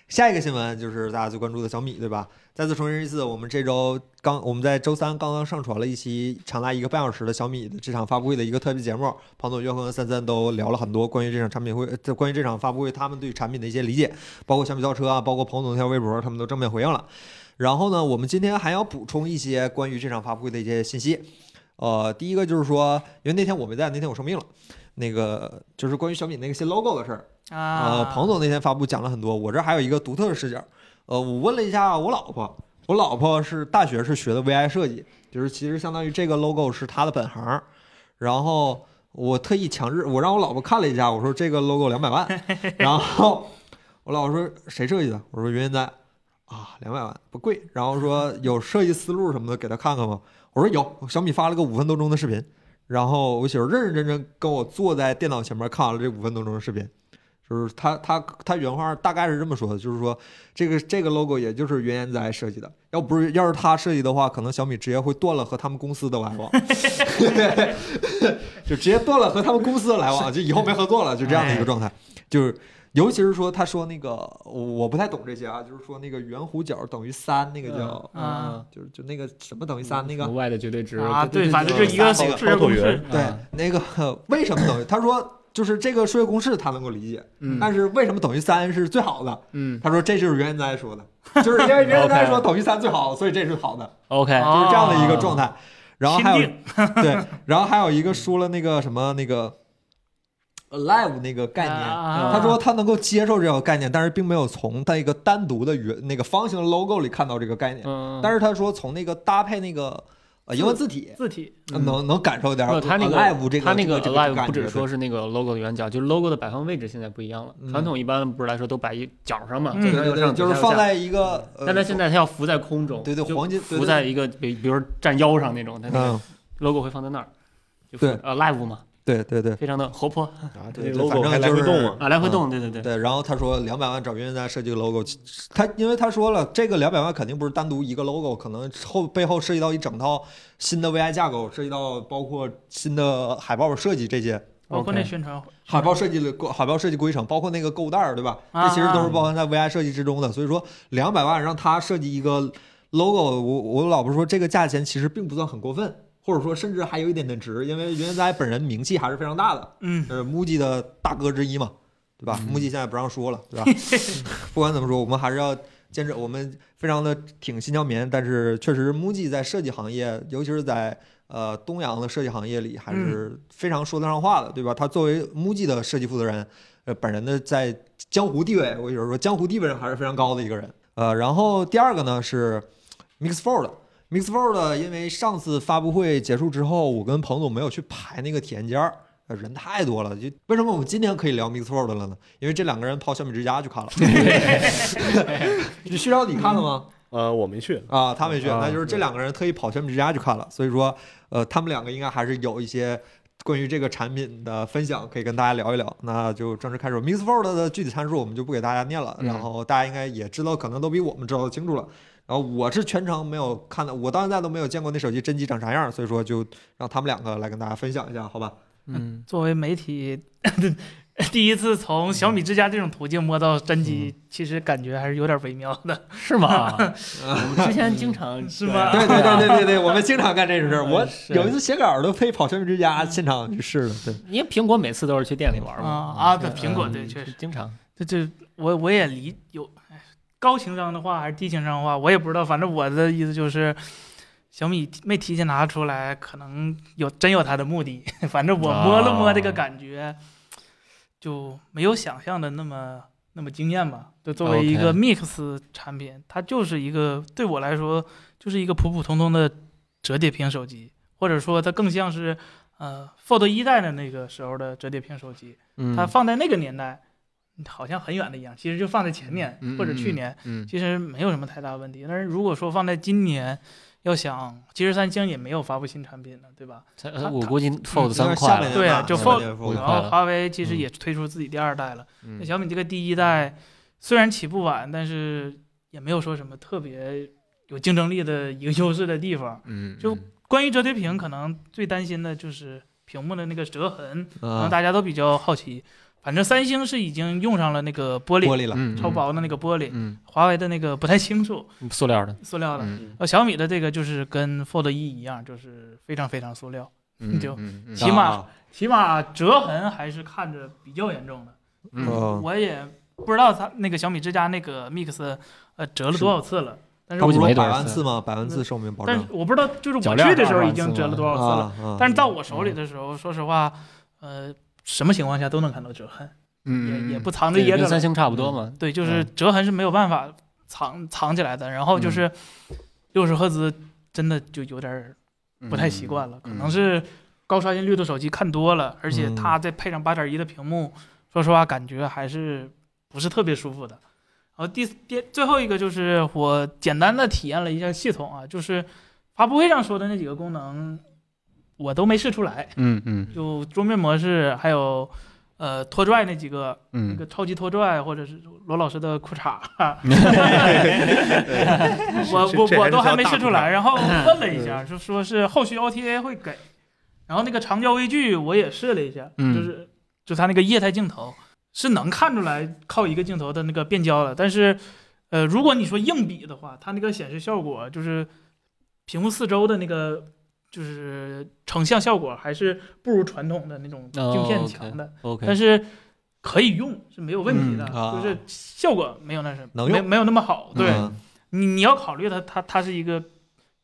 [SPEAKER 1] 下一个新闻就是大家最关注的小米，对吧？再次重申一次，我们这周刚我们在周三刚刚上传了一期长达一个半小时的小米的这场发布会的一个特别节目，庞总、岳峰和三三都聊了很多关于这场产品会、呃关于这场发布会他们对产品的一些理解，包括小米造车啊，包括彭总那条微博，他们都正面回应了。然后呢，我们今天还要补充一些关于这场发布会的一些信息。呃，第一个就是说，因为那天我没在，那天我生病了。那个就是关于小米那个新 logo 的事儿，呃，
[SPEAKER 2] 啊，
[SPEAKER 1] 彭总那天发布讲了很多，我这还有一个独特的视角。呃，我问了一下我老婆，我老婆是大学是学的 VI 设计，就是其实相当于这个 logo 是她的本行。然后我特意强制，我让我老婆看了一下，我说这个 logo 两百万，然后我老婆说谁设计的？我说袁现在啊，两百万不贵。然后说有设计思路什么的给她看看吗？我说有，小米发了个五分多钟的视频。然后我媳妇认认真真跟我坐在电脑前面看完了这五分多钟的视频，就是他他他原话大概是这么说的，就是说这个这个 logo 也就是原研哉设计的，要不是要是他设计的话，可能小米直接会断了和他们公司的来往， 对，就直接断了和他们公司的来往，就以后没合作了，就这样的一个状态，就是。尤其是说，他说那个我我不太懂这些啊，就是说那个圆弧角等于三，那个叫，
[SPEAKER 2] 嗯
[SPEAKER 1] 嗯，就是就那个什么等于三，那个
[SPEAKER 5] y 的绝对值
[SPEAKER 2] 啊，
[SPEAKER 5] 对
[SPEAKER 2] 对，反正就一个嗯数学
[SPEAKER 4] 包
[SPEAKER 2] 公
[SPEAKER 4] 椭
[SPEAKER 2] 式
[SPEAKER 4] 圆，
[SPEAKER 1] 对，那个为什么等于？他说就是这个数学公式他能够理解，
[SPEAKER 5] 嗯
[SPEAKER 1] 但是为什么等于三是最好的？
[SPEAKER 5] 嗯
[SPEAKER 1] 他说这就是袁哉 说的，就是因为袁哉说等于三最好，所以这是好的，
[SPEAKER 3] OK，
[SPEAKER 1] 就
[SPEAKER 2] 哦
[SPEAKER 1] 是这样的一个状态。然后还有
[SPEAKER 2] 钦定
[SPEAKER 1] 对，然后还有一个说了那个什么那个 alive 那个概念。
[SPEAKER 2] 啊
[SPEAKER 1] 他说他能够接受这个概念，但是并没有从他一个单独的圆那个方形 logo 里看到这个概念。
[SPEAKER 3] 嗯，
[SPEAKER 1] 但是他说从那个搭配那个呃英文字体，
[SPEAKER 2] 字体
[SPEAKER 1] 能能感受点
[SPEAKER 3] 没有
[SPEAKER 1] 儿
[SPEAKER 3] 嗯他那个
[SPEAKER 1] alive 这个
[SPEAKER 3] 它那
[SPEAKER 1] 这
[SPEAKER 3] 个
[SPEAKER 1] 个这个
[SPEAKER 3] alive
[SPEAKER 1] 感
[SPEAKER 3] 不只
[SPEAKER 1] 觉
[SPEAKER 3] 说是那个 logo 的圆角，就是 logo 的摆放位置现在不一样了
[SPEAKER 1] 嗯。
[SPEAKER 3] 传统一般不是来说都摆一角上嘛，
[SPEAKER 2] 嗯
[SPEAKER 1] 对
[SPEAKER 3] 左上
[SPEAKER 1] 对
[SPEAKER 3] 右上
[SPEAKER 1] 对，
[SPEAKER 3] 左
[SPEAKER 1] 就是
[SPEAKER 3] 上右
[SPEAKER 1] 放
[SPEAKER 3] 下
[SPEAKER 1] 在一个，呃
[SPEAKER 3] 但它现在它要浮在空中，
[SPEAKER 1] 对对
[SPEAKER 3] 就
[SPEAKER 1] 黄金
[SPEAKER 3] 浮
[SPEAKER 1] 对对
[SPEAKER 3] 在一个比比如说站腰上那种，它那个
[SPEAKER 1] 嗯，
[SPEAKER 3] logo 会放在那儿，就浮
[SPEAKER 1] 对
[SPEAKER 3] 呃 live 嘛，
[SPEAKER 1] 对对对
[SPEAKER 3] 非常的活泼
[SPEAKER 4] 啊，这
[SPEAKER 1] 对，
[SPEAKER 4] 个
[SPEAKER 1] 对
[SPEAKER 4] logo 还
[SPEAKER 1] 反
[SPEAKER 4] 来
[SPEAKER 1] 正就
[SPEAKER 4] 回
[SPEAKER 1] 是
[SPEAKER 4] 动嘛，
[SPEAKER 3] 啊，来回
[SPEAKER 1] 嗯
[SPEAKER 3] 动，对对对，
[SPEAKER 1] 对。然后他说两百万找云在设计个 logo，他因为他说了这个两百万肯定不是单独一个 logo，可能后背后涉及到一整套新的 VI 架构，涉及到包括新的海报设计这些。
[SPEAKER 2] 包括那宣传会
[SPEAKER 1] 海报设计的规海报设计规程，包括那个购物袋儿，对吧？这
[SPEAKER 2] 啊
[SPEAKER 1] 其实都是包含在 VI 设计之中的。所以说，两百万让他设计一个 logo，我我老婆说这个价钱其实并不算很过分，或者说甚至还有一点点值，因为袁哉本人名气还是非常大的。
[SPEAKER 2] 嗯，
[SPEAKER 1] 呃，MUJI 的大哥之一嘛，对吧？MUJI 现在不让说了， 对吧？不管怎么说，我们还是要坚持，我们非常的挺新疆棉，但是确实 MUJI 在设计行业，尤其是在呃东洋的设计行业里，还是非常说得上话的，对吧？他作为 MUJI 的设计负责人，呃，本人的在江湖地位，我有时候说江湖地位上还是非常高的一个人。呃，然后第二个呢是 Mixfold。Mixfold 因为上次发布会结束之后，我跟彭总没有去排那个体验间儿，呃人太多了。就为什么我们今天可以聊 Mixfold 了呢？因为这两个人跑小米之家去看了。你旭钊你看了吗？
[SPEAKER 4] 呃，我没去，
[SPEAKER 1] 啊，他没去，
[SPEAKER 5] 啊
[SPEAKER 1] 那就是这两个人特意跑小米之家去看了。所以说，呃，他们两个应该还是有一些关于这个产品的分享可以跟大家聊一聊。那就正式开始，Mixfold 的具体参数我们就不给大家念了，
[SPEAKER 5] 嗯
[SPEAKER 1] 然后大家应该也知道，可能都比我们知道的清楚了。然后我是全程没有看到，我到现在都没有见过那手机真机长啥样，所以说就让他们两个来跟大家分享一下，好吧？
[SPEAKER 5] 嗯，
[SPEAKER 2] 作为媒体。 第一次从小米之家这种途径摸到真机，
[SPEAKER 1] 嗯
[SPEAKER 2] 其实感觉还是有点微妙的。
[SPEAKER 3] 是吗？我们之前经常
[SPEAKER 2] 是吗
[SPEAKER 1] 对对对对对对，我们经常干这种事 儿。我
[SPEAKER 3] 是
[SPEAKER 1] 有一次写稿都非跑全民之家现场去试了。对，
[SPEAKER 3] 因为苹果每次都是去店里玩
[SPEAKER 2] 啊
[SPEAKER 3] 嘛，
[SPEAKER 2] 啊，对，苹果
[SPEAKER 3] 嗯
[SPEAKER 2] 对，确实，
[SPEAKER 3] 经常
[SPEAKER 2] 这这我我也理有哎高情商的话还是低情商的话，我也不知道。反正我的意思就是，小米没提前拿出来，可能有真有它的目的。 反正
[SPEAKER 3] 啊
[SPEAKER 2] 我摸了摸这个感觉，就没有想象的那么那么惊艳吧。就作为一个
[SPEAKER 3] OK
[SPEAKER 2] Mix 产品，它就是一个对我来说就是一个普普通通的折叠屏手机，或者说它更像是呃 Fold 一代的那个时候的折叠屏手机。
[SPEAKER 5] 嗯
[SPEAKER 2] 它放在那个年代，好像很远的一样，其实就放在前年
[SPEAKER 5] 嗯
[SPEAKER 2] 或者去年，
[SPEAKER 5] 嗯
[SPEAKER 2] 其实没有什么太大问题。但是如果说放在今年，要想，其实三星也没有发布新产品了，对吧？
[SPEAKER 3] 才
[SPEAKER 2] 它
[SPEAKER 3] 呃我估计 Fold
[SPEAKER 1] 下
[SPEAKER 3] 三快
[SPEAKER 1] 半
[SPEAKER 3] 了
[SPEAKER 1] 年
[SPEAKER 2] 对啊
[SPEAKER 1] 吧
[SPEAKER 2] 就
[SPEAKER 1] 下半
[SPEAKER 2] Fold-
[SPEAKER 1] 年
[SPEAKER 5] 我
[SPEAKER 1] Fold
[SPEAKER 5] 明
[SPEAKER 2] 然
[SPEAKER 5] 白
[SPEAKER 2] 后
[SPEAKER 5] 了
[SPEAKER 2] 华为其实
[SPEAKER 5] 嗯
[SPEAKER 2] 也推出自己第二代了。那
[SPEAKER 5] 嗯
[SPEAKER 2] 小米这个第一代虽然起步晚，但是也没有说什么特别有竞争力的一个优势的地方。
[SPEAKER 5] 嗯
[SPEAKER 2] 就关于折叠屏，可能最担心的就是屏幕的那个折痕，可能
[SPEAKER 1] 啊，
[SPEAKER 2] 大家都比较好奇。反正三星是已经用上了那个玻璃，
[SPEAKER 1] 玻璃了，
[SPEAKER 5] 嗯
[SPEAKER 2] 超薄的那个玻璃，
[SPEAKER 5] 嗯
[SPEAKER 2] 华为的那个不太清楚，
[SPEAKER 3] 塑料的，
[SPEAKER 2] 塑料的。
[SPEAKER 5] 嗯
[SPEAKER 2] 呃，小米的这个就是跟 Fold 一一样，就是非常非常塑料，
[SPEAKER 5] 嗯
[SPEAKER 2] 就
[SPEAKER 5] 嗯嗯
[SPEAKER 2] 起码
[SPEAKER 1] 啊
[SPEAKER 2] 起码折痕还是看着比较严重的。
[SPEAKER 5] 嗯
[SPEAKER 1] 嗯
[SPEAKER 2] 我也不知道它那个小米之家那个 Mix，呃，折了多少次了，但是
[SPEAKER 1] 他
[SPEAKER 2] 我
[SPEAKER 1] 不
[SPEAKER 3] 估计没
[SPEAKER 1] 是说
[SPEAKER 3] 多
[SPEAKER 1] 百
[SPEAKER 3] 少
[SPEAKER 1] 万
[SPEAKER 3] 次
[SPEAKER 1] 次吗？百万次寿命保
[SPEAKER 2] 但是
[SPEAKER 1] 证
[SPEAKER 2] 我不知道就是
[SPEAKER 5] 脚
[SPEAKER 2] 我
[SPEAKER 5] 链
[SPEAKER 2] 去的时候
[SPEAKER 5] 二十
[SPEAKER 2] 已经
[SPEAKER 5] 万次
[SPEAKER 2] 折了
[SPEAKER 5] 吗
[SPEAKER 2] 多少
[SPEAKER 1] 啊
[SPEAKER 2] 次了，
[SPEAKER 1] 啊！
[SPEAKER 2] 嗯但是到我手里的时候，说实话，呃，什么情况下都能看到折痕，
[SPEAKER 5] 嗯
[SPEAKER 2] 也也不藏着
[SPEAKER 3] 这
[SPEAKER 2] 掖
[SPEAKER 3] 个跟
[SPEAKER 2] 着了
[SPEAKER 3] 三。星差不多嘛。
[SPEAKER 2] 对，就是折痕是没有办法藏藏起来的。然后就是六十赫兹真的就有点儿
[SPEAKER 5] 嗯
[SPEAKER 2] 不太习惯了，可能是高刷新率的手机看多了，而且它再配上八点一的屏幕，说实话感觉还是不是特别舒服的。然后第第最后一个就是我简单的体验了一下系统啊，就是发布会上说的那几个功能我都没试出来，
[SPEAKER 5] 嗯嗯
[SPEAKER 2] 就桌面模式还有呃拖拽那几个那
[SPEAKER 5] 嗯
[SPEAKER 2] 个超级拖拽，或者是罗老师的裤衩，啊 我
[SPEAKER 4] 这
[SPEAKER 2] 我
[SPEAKER 4] 这还
[SPEAKER 2] 我
[SPEAKER 4] 是
[SPEAKER 2] 都还没
[SPEAKER 4] 条
[SPEAKER 2] 试
[SPEAKER 4] 大
[SPEAKER 2] 出来，
[SPEAKER 4] 裤 嗯
[SPEAKER 2] 然后问了一下，就说是后续 OTA 会给，然后那个长焦微距我也试了一下，
[SPEAKER 5] 嗯
[SPEAKER 2] 就是就它那个液态镜头是能看出来靠一个镜头的那个变焦的，但是呃，如果你说硬比的话，它那个显示效果就是屏幕四周的那个就是成像效果还是不如传统的那种
[SPEAKER 5] 哦
[SPEAKER 2] 镜片
[SPEAKER 5] ，OK
[SPEAKER 2] 强的，
[SPEAKER 5] ，OK，
[SPEAKER 2] 但是可以用是没有问题的，
[SPEAKER 1] 嗯啊
[SPEAKER 2] 就是效果没有那什么，
[SPEAKER 1] 能
[SPEAKER 2] 没
[SPEAKER 1] 用
[SPEAKER 2] 没有那么好。对、
[SPEAKER 1] 嗯
[SPEAKER 2] 你，你要考虑它，它它是一个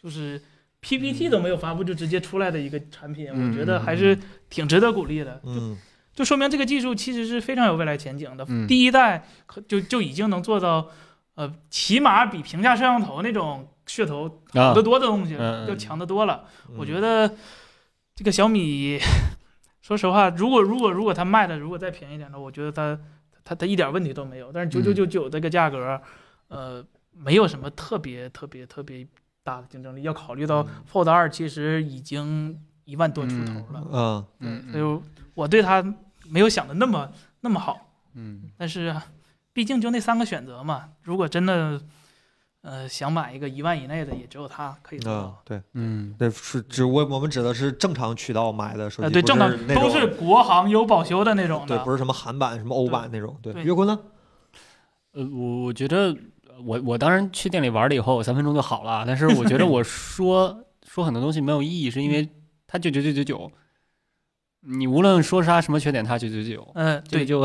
[SPEAKER 2] 就是 PPT 都没有发布就直接出来的一个产品，
[SPEAKER 5] 嗯
[SPEAKER 2] 我觉得还是挺值得鼓励的。就
[SPEAKER 1] 嗯
[SPEAKER 2] 就说明这个技术其实是非常有未来前景的。
[SPEAKER 5] 嗯
[SPEAKER 2] 第一代可就就已经能做到，呃，起码比屏下摄像头那种噱头好
[SPEAKER 5] 啊
[SPEAKER 2] 得，多的东西
[SPEAKER 5] 嗯嗯
[SPEAKER 2] 要
[SPEAKER 5] 嗯
[SPEAKER 2] 强得多了。
[SPEAKER 1] 嗯
[SPEAKER 2] 我觉得这个小米， 说实话，如果如果如果它卖的如果再便宜点的，我觉得它它它一点问题都没有。但是九九九九这个价格，呃，没有什么特别特别特别大的竞争力。要考虑到 Fold 二其实已经一万多出头了，
[SPEAKER 1] 嗯
[SPEAKER 5] 嗯
[SPEAKER 2] 所以我对它没有想的那么那么好。
[SPEAKER 5] 嗯
[SPEAKER 2] 但是毕竟就那三个选择嘛，如果真的呃想买一个一万以内的，也只有它可以
[SPEAKER 1] 嗯
[SPEAKER 2] 做到。，
[SPEAKER 1] 对，
[SPEAKER 5] 嗯
[SPEAKER 1] 对，是指我我们指的是正常渠道买的手机，
[SPEAKER 2] 呃，对，
[SPEAKER 1] 不是
[SPEAKER 2] 正常
[SPEAKER 1] 那
[SPEAKER 2] 都
[SPEAKER 1] 种
[SPEAKER 2] 是国行有保修的那种
[SPEAKER 1] 对，
[SPEAKER 2] 的。
[SPEAKER 1] 不是什么韩版、什么欧版那种。对，
[SPEAKER 2] 对
[SPEAKER 1] 岳坤呢？
[SPEAKER 5] 呃，我我觉得我我当然去店里玩了以后，三分钟就好了。但是我觉得我 说说很多东西没有意义，是因为它就九九九九，你无论说啥什么缺点，它九九九九，
[SPEAKER 2] 嗯，
[SPEAKER 5] 这个
[SPEAKER 2] 对，
[SPEAKER 5] 就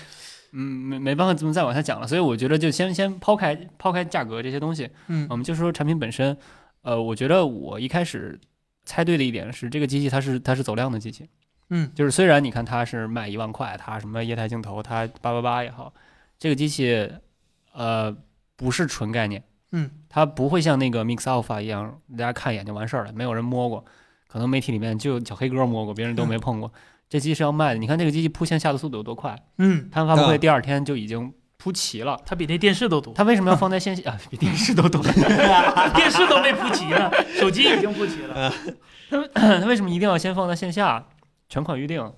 [SPEAKER 5] 嗯没没办法怎么再往下讲了。所以我觉得就先先抛开抛开价格这些东西，
[SPEAKER 2] 嗯
[SPEAKER 5] 我们就说产品本身。呃，我觉得我一开始猜对的一点是，这个机器它是它是走量的机器，
[SPEAKER 2] 嗯
[SPEAKER 5] 就是虽然你看它是卖一万块，它什么液态镜头，它八八八也好，这个机器，呃，不是纯概念，
[SPEAKER 2] 嗯，
[SPEAKER 5] 它不会像那个 Mix Alpha 一样，大家看一眼就完事儿了，没有人摸过，可能媒体里面就小黑哥摸过，别人都没碰过。这机器是要卖的，你看这个机器铺线下的速度有多快，
[SPEAKER 2] 嗯，
[SPEAKER 5] 它发布会
[SPEAKER 1] 嗯
[SPEAKER 5] 第二天就已经铺齐了。
[SPEAKER 2] 它比那电视 都多，
[SPEAKER 5] 它为什么要放在线下？啊， 比电视都多。
[SPEAKER 2] 电视都没铺齐 呢，手机已经铺齐
[SPEAKER 1] 嗯
[SPEAKER 2] 了。
[SPEAKER 5] 它 为什么一定要先放在线下全款预定？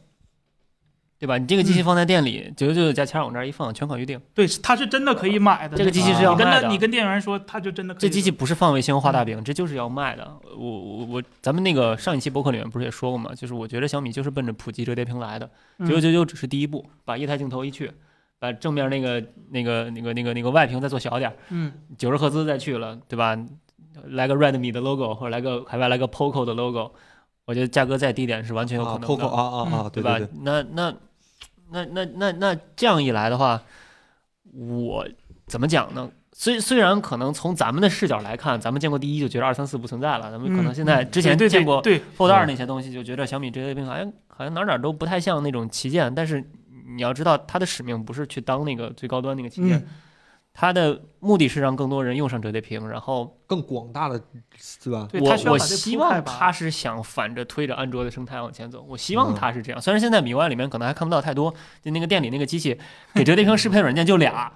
[SPEAKER 5] 对吧？你这个机器
[SPEAKER 2] 嗯
[SPEAKER 5] 放在店里，九九九九加钱往这儿一放，全款预定。
[SPEAKER 2] 对，它是真的可以买的。
[SPEAKER 5] 这个机器是要
[SPEAKER 2] 你跟
[SPEAKER 5] 卖
[SPEAKER 2] 他，
[SPEAKER 5] 的嗯
[SPEAKER 2] 你跟店员说，它就真的可以。
[SPEAKER 5] 这机器，不是放卫星画大饼，这就是要卖的。我我我，咱们那个上一期博客里面不是也说过吗？就是我觉得小米就是奔着普及折叠屏来的，九
[SPEAKER 2] 嗯
[SPEAKER 5] 九九九只是第一步，把液态镜头一去，把正面那个那个那个那个那个外屏再做小点儿，
[SPEAKER 2] 嗯
[SPEAKER 5] 九十赫兹再去了，对吧？来个 Redmi 的 logo 或者来个海外来个 POCO 的 logo，我觉得价格再低点是完全有可
[SPEAKER 1] 啊
[SPEAKER 5] 能的。
[SPEAKER 1] ，POCO 啊啊啊，对
[SPEAKER 5] 吧
[SPEAKER 1] 对？
[SPEAKER 5] 那那那那那那这样一来的话，我怎么讲呢？虽虽然可能从咱们的视角来看，咱们见过第一就觉得二三四不存在了，咱们可能
[SPEAKER 2] 嗯
[SPEAKER 5] 现在之前
[SPEAKER 2] 对对
[SPEAKER 5] 见过
[SPEAKER 2] 对，
[SPEAKER 5] Fold 二那些东西，就觉得小米折叠屏好像好像哪哪都不太像那种旗舰，但是你要知道它的使命不是去当那个最高端那个旗舰，
[SPEAKER 2] 嗯
[SPEAKER 5] 它的目的是让更多人用上折叠屏，然后
[SPEAKER 1] 更广大的是吧？
[SPEAKER 2] 对，
[SPEAKER 5] 我
[SPEAKER 2] 它需要
[SPEAKER 5] 我
[SPEAKER 2] 把这
[SPEAKER 5] 希
[SPEAKER 2] 铺开
[SPEAKER 5] 望
[SPEAKER 2] 吧
[SPEAKER 5] 他是想反着推着安卓的生态往前走，我希
[SPEAKER 1] 嗯
[SPEAKER 5] 望他是这样。虽然现在米 UI 里面可能还看不到太多，就那个店里那个机器给折叠屏适配软件就俩，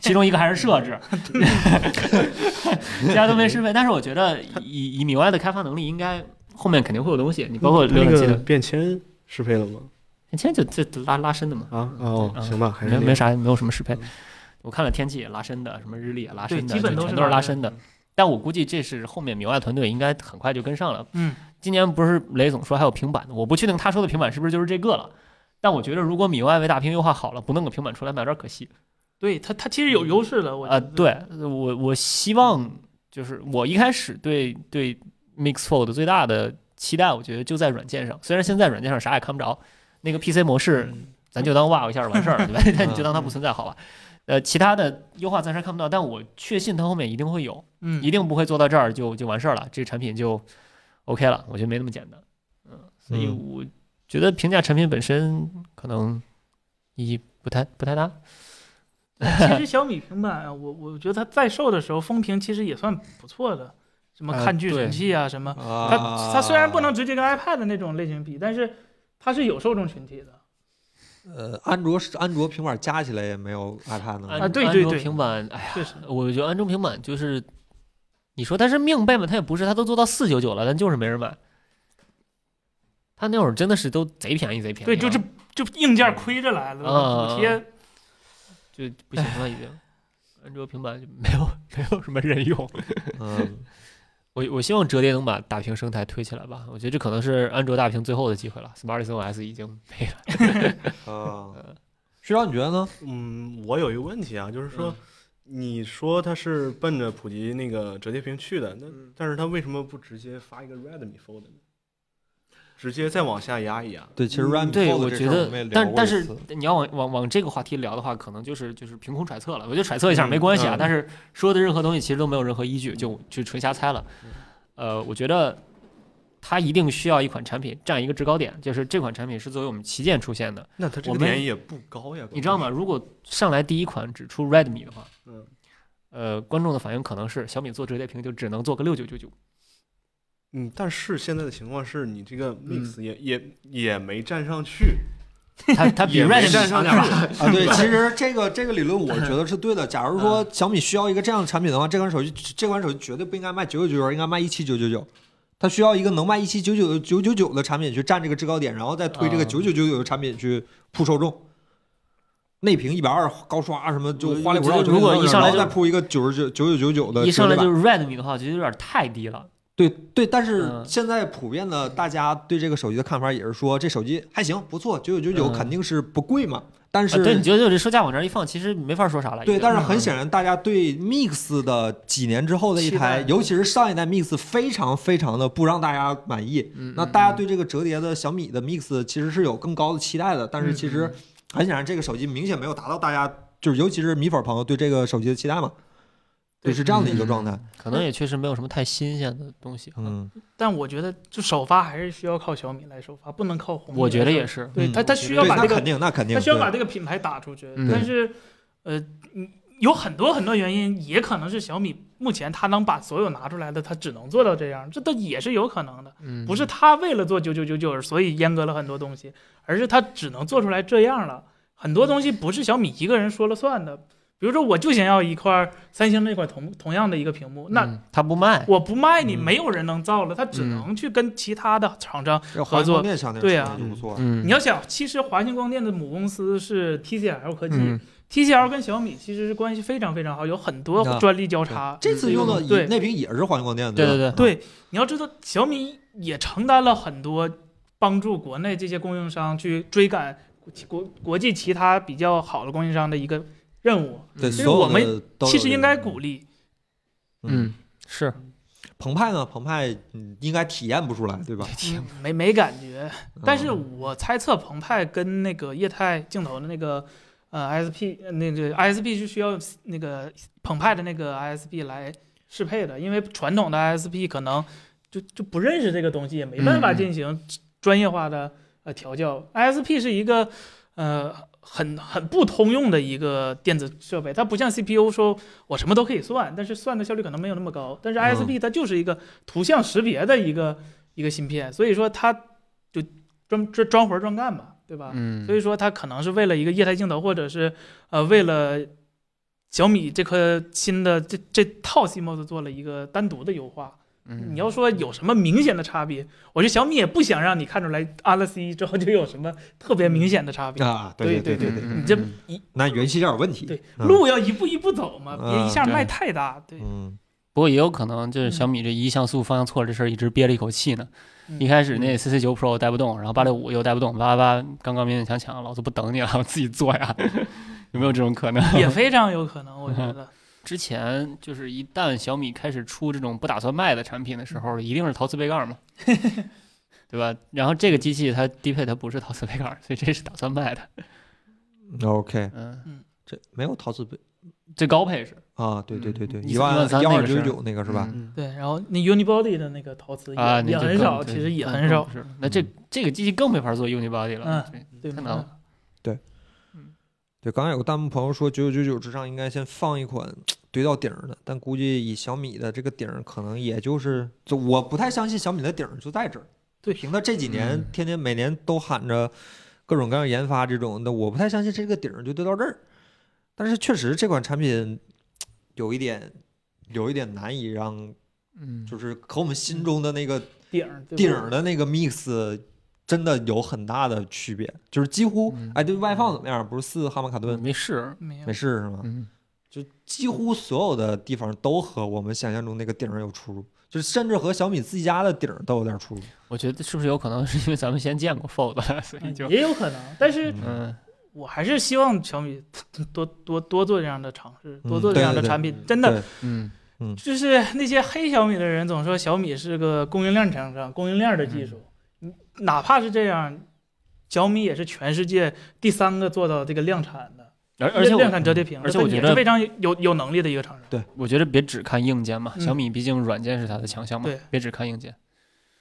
[SPEAKER 5] 其中一个还是设置，其他都没适配。但是我觉得以以米 UI 的开发能力，应该后面肯定会有东西。你包括浏
[SPEAKER 4] 那
[SPEAKER 5] 览器
[SPEAKER 4] 个
[SPEAKER 5] 的，
[SPEAKER 4] 便签适配了吗？
[SPEAKER 5] 现在就这这拉拉伸的嘛，
[SPEAKER 4] 啊哦，
[SPEAKER 5] 嗯
[SPEAKER 4] 行吧，还
[SPEAKER 5] 没
[SPEAKER 4] 是
[SPEAKER 5] 没啥没有什么适配
[SPEAKER 4] 嗯。
[SPEAKER 5] 我看了天气也拉伸的，什么日历也拉
[SPEAKER 2] 对，
[SPEAKER 5] 伸的，
[SPEAKER 2] 基
[SPEAKER 5] 就
[SPEAKER 2] 本
[SPEAKER 5] 全
[SPEAKER 2] 都是
[SPEAKER 5] 是拉伸的。。但我估计这是后面米 UI 团队应该很快就跟上了。
[SPEAKER 2] 嗯，
[SPEAKER 5] 今年不是雷总说还有平板的，我不确定他说的平板是不是就是这个了。但我觉得如果米 UI 为大屏优化好了，不弄个平板出来，有点可惜。
[SPEAKER 2] 对它它其实有优势的，我
[SPEAKER 5] 啊、
[SPEAKER 2] 觉得
[SPEAKER 5] 对我我希望就是我一开始对对 Mix Fold 最大的期待，我觉得就在软件上。虽然现在软件上啥也看不着，那个 PC 模
[SPEAKER 2] 嗯
[SPEAKER 5] 式
[SPEAKER 1] 嗯
[SPEAKER 5] 咱就当哇一下完事 儿了，对吧？那你就当它不存在好吧。呃，其他的优化暂时还看不到，但我确信它后面一定会有。
[SPEAKER 2] 嗯
[SPEAKER 5] 一定不会做到这儿就就完事儿了，这个产品就 OK 了，我觉得没那么简单。嗯，所以
[SPEAKER 1] 嗯
[SPEAKER 5] 我觉得评价产品本身可能意义不太不太大。
[SPEAKER 2] 其实小米平板啊，我我觉得它在售的时候风评其实也算不错的，什么
[SPEAKER 5] 呃
[SPEAKER 2] 看剧
[SPEAKER 5] 对
[SPEAKER 2] 神器啊，什么，
[SPEAKER 1] 啊，
[SPEAKER 2] 它它虽然不能直接跟 iPad 的那种类型比，但是它是有受众群体的。
[SPEAKER 1] 呃，安卓安卓平板加起来也没有 iPad 能
[SPEAKER 5] 安
[SPEAKER 2] 啊对
[SPEAKER 5] 安
[SPEAKER 2] 对
[SPEAKER 5] 卓
[SPEAKER 2] 对
[SPEAKER 5] 平板，哎呀，
[SPEAKER 2] 确实，
[SPEAKER 5] 我觉得安卓平板就是你说它是命背吗？它也不是，它都做到四九九了，但就是没人买。它那会儿真的是都贼便宜，贼便宜啊。
[SPEAKER 2] 对，就这就硬件亏着来了，
[SPEAKER 5] 啊
[SPEAKER 2] 补贴
[SPEAKER 5] 就不行了，已经。安卓平板就没有 没有什么人用。
[SPEAKER 1] 嗯，
[SPEAKER 5] 我我希望折叠能把大屏生态推起来吧，我觉得这可能是安卓大屏最后的机会了。Smartisan OS 已经没了。
[SPEAKER 1] 啊，市长你觉得呢？
[SPEAKER 4] 嗯，我有一个问题啊，就是说，
[SPEAKER 5] 嗯
[SPEAKER 4] 你说它是奔着普及那个折叠屏去的，那、
[SPEAKER 5] 嗯
[SPEAKER 4] 但是它为什么不直接发一个 Redmi Fold 呢？直接再往下压一压，
[SPEAKER 1] 对，
[SPEAKER 2] 嗯
[SPEAKER 1] 其实 RAM
[SPEAKER 5] 嗯对，
[SPEAKER 1] 我
[SPEAKER 5] 我觉
[SPEAKER 1] 我
[SPEAKER 5] 得
[SPEAKER 1] 们也，聊
[SPEAKER 5] 但
[SPEAKER 1] 过
[SPEAKER 5] 但
[SPEAKER 1] 一
[SPEAKER 5] 是
[SPEAKER 1] 次
[SPEAKER 5] 你要往往往这个话题聊的话，可能就是就是凭空揣测了。我就揣测一下没关系啊，
[SPEAKER 4] 嗯
[SPEAKER 5] 但是说的任何东西其实都没有任何依据，就就纯瞎猜了。
[SPEAKER 1] 嗯
[SPEAKER 5] 呃，我觉得它一定需要一款产品占一个制高点，就是这款产品是作为我们旗舰出现的。
[SPEAKER 4] 那它这
[SPEAKER 5] 我
[SPEAKER 4] 个
[SPEAKER 5] 们
[SPEAKER 4] 点也不高呀，
[SPEAKER 5] 你知道吗？如果上来第一款只出 Redmi 的话，
[SPEAKER 4] 嗯，
[SPEAKER 5] 呃，观众的反应可能是小米做折叠屏就只能做个六九九九。
[SPEAKER 4] 嗯，但是现在的情况是你这个
[SPEAKER 5] 嗯
[SPEAKER 4] Mix 也、也也没站上去，
[SPEAKER 5] 它它比
[SPEAKER 4] 也没
[SPEAKER 5] Redmi
[SPEAKER 4] 站
[SPEAKER 5] 强
[SPEAKER 4] 上去
[SPEAKER 5] 点儿吧？嗯
[SPEAKER 1] 啊， 对，其实这个这个理论我觉得是对的。假如
[SPEAKER 5] 嗯
[SPEAKER 1] 说小米需要一个这样的产品的话，这款手机这款手机绝对不应该卖九九九，应该卖一七九九九。它需要一个能卖一七九九九九九的产品去占这个制高点，然后再推这个
[SPEAKER 5] 嗯
[SPEAKER 1] 九九九九的产品去铺受众。内屏一百二高刷啊什么就花里胡哨
[SPEAKER 5] 我
[SPEAKER 1] 就
[SPEAKER 5] 觉
[SPEAKER 1] 能弄上，
[SPEAKER 5] 得如果一上来
[SPEAKER 1] 然后
[SPEAKER 5] 就
[SPEAKER 1] 再铺一个九十九九九九九 的，
[SPEAKER 5] 一上来就是 Redmi 的话，我觉得有点太低了。
[SPEAKER 1] 对对，但是
[SPEAKER 5] 嗯
[SPEAKER 1] 现在普遍的大家对这个手机的看法也是说，这手机还行，不错，九九九九
[SPEAKER 5] 嗯
[SPEAKER 1] 肯定是不贵嘛。但
[SPEAKER 5] 啊、对，你
[SPEAKER 1] 是
[SPEAKER 5] 觉得这售价往这儿一放，其实没法说啥了。已
[SPEAKER 1] 对，
[SPEAKER 5] 经嗯
[SPEAKER 1] 但是很显然，大家对 Mix 的几年之后的一
[SPEAKER 2] 期待
[SPEAKER 1] 台，尤其是上一代 Mix 非常非常的不让大家满意。
[SPEAKER 5] 嗯嗯
[SPEAKER 1] 那大家对这个折叠的小米的 Mix 其实是有更高的期待的，但是其
[SPEAKER 2] 嗯
[SPEAKER 1] 实很显然，这个手机明显没有达到大家，就是尤其是米粉朋友对这个手机的期待嘛。对，是这样的一个状态。
[SPEAKER 5] 嗯可能也确实没有什么太新鲜的东西。
[SPEAKER 1] 嗯，
[SPEAKER 2] 但我觉得，就首发还是需要靠小米来首发，不能靠红米来首发。
[SPEAKER 5] 我觉得也是，
[SPEAKER 2] 对
[SPEAKER 1] 嗯
[SPEAKER 2] 他，他
[SPEAKER 5] 觉
[SPEAKER 2] 需
[SPEAKER 1] 对，
[SPEAKER 2] 要把
[SPEAKER 1] 那
[SPEAKER 2] 这
[SPEAKER 1] 肯
[SPEAKER 2] 个，
[SPEAKER 1] 定，那肯定，
[SPEAKER 2] 他需要
[SPEAKER 1] 对
[SPEAKER 2] 把这个品牌打出去。
[SPEAKER 5] 嗯
[SPEAKER 2] 但是，呃，嗯有很多很多原因，也可能是小米目前他能把所有拿出来的，他只能做到这样，这都也是有可能的。
[SPEAKER 5] 嗯
[SPEAKER 2] 不是他为了做九九九九，所以阉割了很多东西，而是他只能做出来这样了。很多东西不是小米一个人说了算的。比如说，我就想要一块三星那块同同样的一个屏幕，那
[SPEAKER 5] 嗯他不卖，
[SPEAKER 2] 我不卖你，
[SPEAKER 1] 嗯
[SPEAKER 2] 没有人能造了，他只
[SPEAKER 5] 嗯
[SPEAKER 2] 能去跟其他的厂商。
[SPEAKER 1] 要
[SPEAKER 2] 合作
[SPEAKER 1] 华光电相对
[SPEAKER 2] 对
[SPEAKER 1] 来说
[SPEAKER 2] 啊
[SPEAKER 1] 就不错。
[SPEAKER 5] 嗯
[SPEAKER 2] 你要想，其实华星光电的母公司是 TCL 科技、
[SPEAKER 5] 嗯
[SPEAKER 2] t c l 跟小米其实是关系非常非常好，有很多
[SPEAKER 1] 啊
[SPEAKER 2] 专利交叉。
[SPEAKER 1] 这次用的
[SPEAKER 2] 嗯对
[SPEAKER 1] 也那屏也是华星光电的，
[SPEAKER 5] 对
[SPEAKER 1] 吧
[SPEAKER 2] 对，你要知道，小米也承担了很多帮助国内这些供应商去追赶国国际其他比较好的供应商的一个任务。
[SPEAKER 1] 对，所
[SPEAKER 2] 所以
[SPEAKER 1] 有
[SPEAKER 2] 我们
[SPEAKER 1] 的都有
[SPEAKER 2] 其实
[SPEAKER 1] 这
[SPEAKER 2] 应
[SPEAKER 1] 个
[SPEAKER 2] 该 鼓励，
[SPEAKER 1] 嗯，
[SPEAKER 5] 嗯是
[SPEAKER 1] 澎湃呢？澎湃嗯应该体验不出来，对吧？
[SPEAKER 2] 嗯没没感觉。但是
[SPEAKER 1] 嗯
[SPEAKER 2] 我猜测澎湃跟那个液态镜头的那个呃 ISP 呃那个 ISP 是需要那个澎湃的那个 ISP 来适配的，因为传统的 ISP 可能就就不认识这个东西，也没办法
[SPEAKER 5] 嗯嗯
[SPEAKER 2] 进行专业化的呃调教。ISP 是一个呃。很很不通用的一个电子设备，它不像 CPU 说我什么都可以算，但是算的效率可能没有那么高。但是
[SPEAKER 1] 嗯
[SPEAKER 2] ISP 它就是一个图像识别的一个、一个芯片，所以说它专专专活儿专干吧，对吧？
[SPEAKER 5] 嗯
[SPEAKER 2] 啊所以说它可能是为了一个液态镜头，或者是呃为了小米这颗新的这这套 CMOS 做了一个单独的优化。
[SPEAKER 5] 嗯
[SPEAKER 2] 你要说有什么明显的差别，我觉得小米也不想让你看出来安了 C 之后就有什么特别明显的差别。
[SPEAKER 1] 啊，
[SPEAKER 2] 对
[SPEAKER 1] 对
[SPEAKER 2] 对
[SPEAKER 1] 对对，
[SPEAKER 2] 你这
[SPEAKER 5] 嗯
[SPEAKER 2] 一
[SPEAKER 1] 那元器件有问题。
[SPEAKER 2] 对
[SPEAKER 1] 嗯
[SPEAKER 2] 路要一步一步走嘛，别一下
[SPEAKER 5] 嗯
[SPEAKER 2] 迈
[SPEAKER 5] 对
[SPEAKER 2] 太大。对，
[SPEAKER 1] 嗯，
[SPEAKER 5] 不过也有可能就是小米这一像素方向错了这事儿一直憋了一口气呢。
[SPEAKER 2] 嗯
[SPEAKER 5] 一开始那 CC 九 Pro 带不动，然后八六五又带不动，八八八刚刚勉勉强强，老子不等你了，我 自己做呀，有没有这种可能？
[SPEAKER 2] 嗯也非常有可能，我觉得。
[SPEAKER 5] 之前就是一旦小米开始出这种不打算卖的产品的时
[SPEAKER 2] 嗯
[SPEAKER 5] 候，一定是陶瓷杯 盖儿嘛，对吧？然后这个机器它低配它不是陶瓷杯盖儿，所以这是打算卖的。
[SPEAKER 1] OK，
[SPEAKER 5] 嗯，
[SPEAKER 1] 这没有陶瓷杯
[SPEAKER 5] 最高配是
[SPEAKER 1] 啊，对对对对，
[SPEAKER 5] 嗯
[SPEAKER 1] 一万
[SPEAKER 5] 13,300
[SPEAKER 1] 幺
[SPEAKER 5] 那
[SPEAKER 1] 二
[SPEAKER 5] 个是
[SPEAKER 1] 九九那个是吧？
[SPEAKER 5] 嗯
[SPEAKER 2] 对，然后那 Unibody 的那个陶瓷也、
[SPEAKER 5] 啊，那
[SPEAKER 2] 也
[SPEAKER 5] 就
[SPEAKER 2] 很
[SPEAKER 5] 更
[SPEAKER 2] 少，
[SPEAKER 5] 对
[SPEAKER 2] 其实也
[SPEAKER 5] 更
[SPEAKER 2] 很少嗯
[SPEAKER 5] 更。不是那这
[SPEAKER 1] 嗯
[SPEAKER 5] 这个机器更没法做 unibody 了，
[SPEAKER 2] 对，
[SPEAKER 5] 太
[SPEAKER 2] 没
[SPEAKER 5] 难
[SPEAKER 2] 办
[SPEAKER 5] 了
[SPEAKER 2] 法。
[SPEAKER 1] 对，刚才有个弹幕朋友说，九九九九之上应该先放一款堆到顶儿的，但估计以小米的这个顶儿，可能也就是，就我不太相信小米的顶儿就在这儿。
[SPEAKER 2] 对
[SPEAKER 1] 凭他这几年
[SPEAKER 5] 嗯
[SPEAKER 1] 天天每年都喊着各种各样研发这种的，我不太相信这个顶儿就堆到这儿。但是确实这款产品有一点，有一点难以让，
[SPEAKER 5] 嗯，
[SPEAKER 1] 就是和我们心中的那个
[SPEAKER 2] 顶儿对吧
[SPEAKER 1] 顶儿的那个 mix 真的有很大的区别，就是几乎
[SPEAKER 5] 嗯
[SPEAKER 1] 哎，对外放怎么样？不是四哈曼卡顿
[SPEAKER 5] 没事，
[SPEAKER 2] 没有
[SPEAKER 1] 没事是吗？
[SPEAKER 5] 嗯，
[SPEAKER 1] 就几乎所有的地方都和我们想象中那个顶儿有出入，就是甚至和小米自己家的顶儿都有点出入。
[SPEAKER 5] 我觉得是不是有可能是因为咱们先见过 Fold，所以就
[SPEAKER 2] 嗯也有可能，但是
[SPEAKER 1] 嗯
[SPEAKER 5] 嗯
[SPEAKER 2] 我还是希望小米多多多做这样的尝试，
[SPEAKER 1] 嗯
[SPEAKER 2] 多做这样
[SPEAKER 1] 对
[SPEAKER 2] 的
[SPEAKER 1] 对对
[SPEAKER 2] 产品。真的
[SPEAKER 1] 对
[SPEAKER 5] 嗯
[SPEAKER 2] 就是那些黑小米的人总说小米是个供应链厂商，供应链的技术，嗯哪怕是这样，小米也是全世界第三个做到这个量产的，
[SPEAKER 5] 而而且
[SPEAKER 2] 量产折
[SPEAKER 5] 我嗯
[SPEAKER 2] 叠屏的，
[SPEAKER 5] 而且我
[SPEAKER 2] 这
[SPEAKER 5] 觉
[SPEAKER 2] 也是
[SPEAKER 5] 得
[SPEAKER 2] 非常有有能力的一个厂商。
[SPEAKER 5] 我觉得别只看硬件嘛，
[SPEAKER 2] 嗯
[SPEAKER 5] 小米毕竟软件是它的强项嘛
[SPEAKER 2] 对，
[SPEAKER 5] 别只看硬件。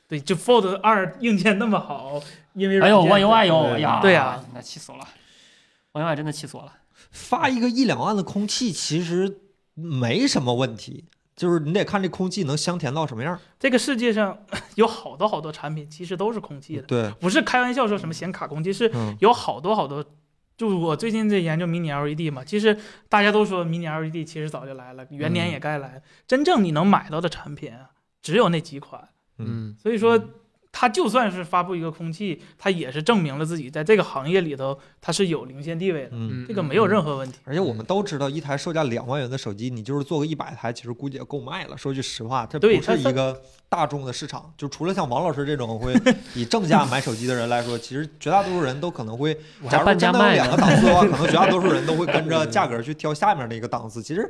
[SPEAKER 2] 对，就 Fold 二硬件那么好，因为
[SPEAKER 5] 哎呦
[SPEAKER 2] 软件
[SPEAKER 5] ，One UI
[SPEAKER 4] 有
[SPEAKER 5] 哟，
[SPEAKER 4] 对
[SPEAKER 5] 哎呀，
[SPEAKER 2] 对啊呀，
[SPEAKER 5] 那气死我了，One UI 真的气死我了。
[SPEAKER 1] 发一个一两万的空气其实没什么问题，就是你得看这空气能香甜到什么样。
[SPEAKER 2] 这个世界上 有好多好多产品其实都是空气的，
[SPEAKER 1] 对，
[SPEAKER 2] 不是开玩笑说什么显卡空气，是
[SPEAKER 1] 嗯
[SPEAKER 2] 有好多好多，就是我最近在研究 mini LED E 嘛，其实大家都说 mini LED E 其实早就来了，元年也该来。真正你能买到的产品啊，只有那几款，
[SPEAKER 1] 嗯
[SPEAKER 5] 嗯，
[SPEAKER 2] 所以说它就算是发布一个空气，它也是证明了自己在这个行业里头它是有领先地位的，
[SPEAKER 1] 嗯。
[SPEAKER 5] 嗯
[SPEAKER 2] 这个没有任何问题。
[SPEAKER 1] 而且我们都知道，一台售价两万元的手机，你就是做个一百台，其实估计也够卖了。说句实话，它不
[SPEAKER 2] 对它
[SPEAKER 1] 是一个大众的市场，就除了像王老师这种会以正价买手机的人来说，其实绝大多数人都可能会，
[SPEAKER 5] 我
[SPEAKER 1] 假
[SPEAKER 5] 还
[SPEAKER 1] 如真
[SPEAKER 5] 半
[SPEAKER 1] 的
[SPEAKER 5] 价
[SPEAKER 1] 有
[SPEAKER 5] 卖
[SPEAKER 1] 两个
[SPEAKER 5] 呢。
[SPEAKER 1] 档次的话，可能绝大多数人都会跟
[SPEAKER 5] 嗯
[SPEAKER 1] 着价格去挑下面的一个档次。其实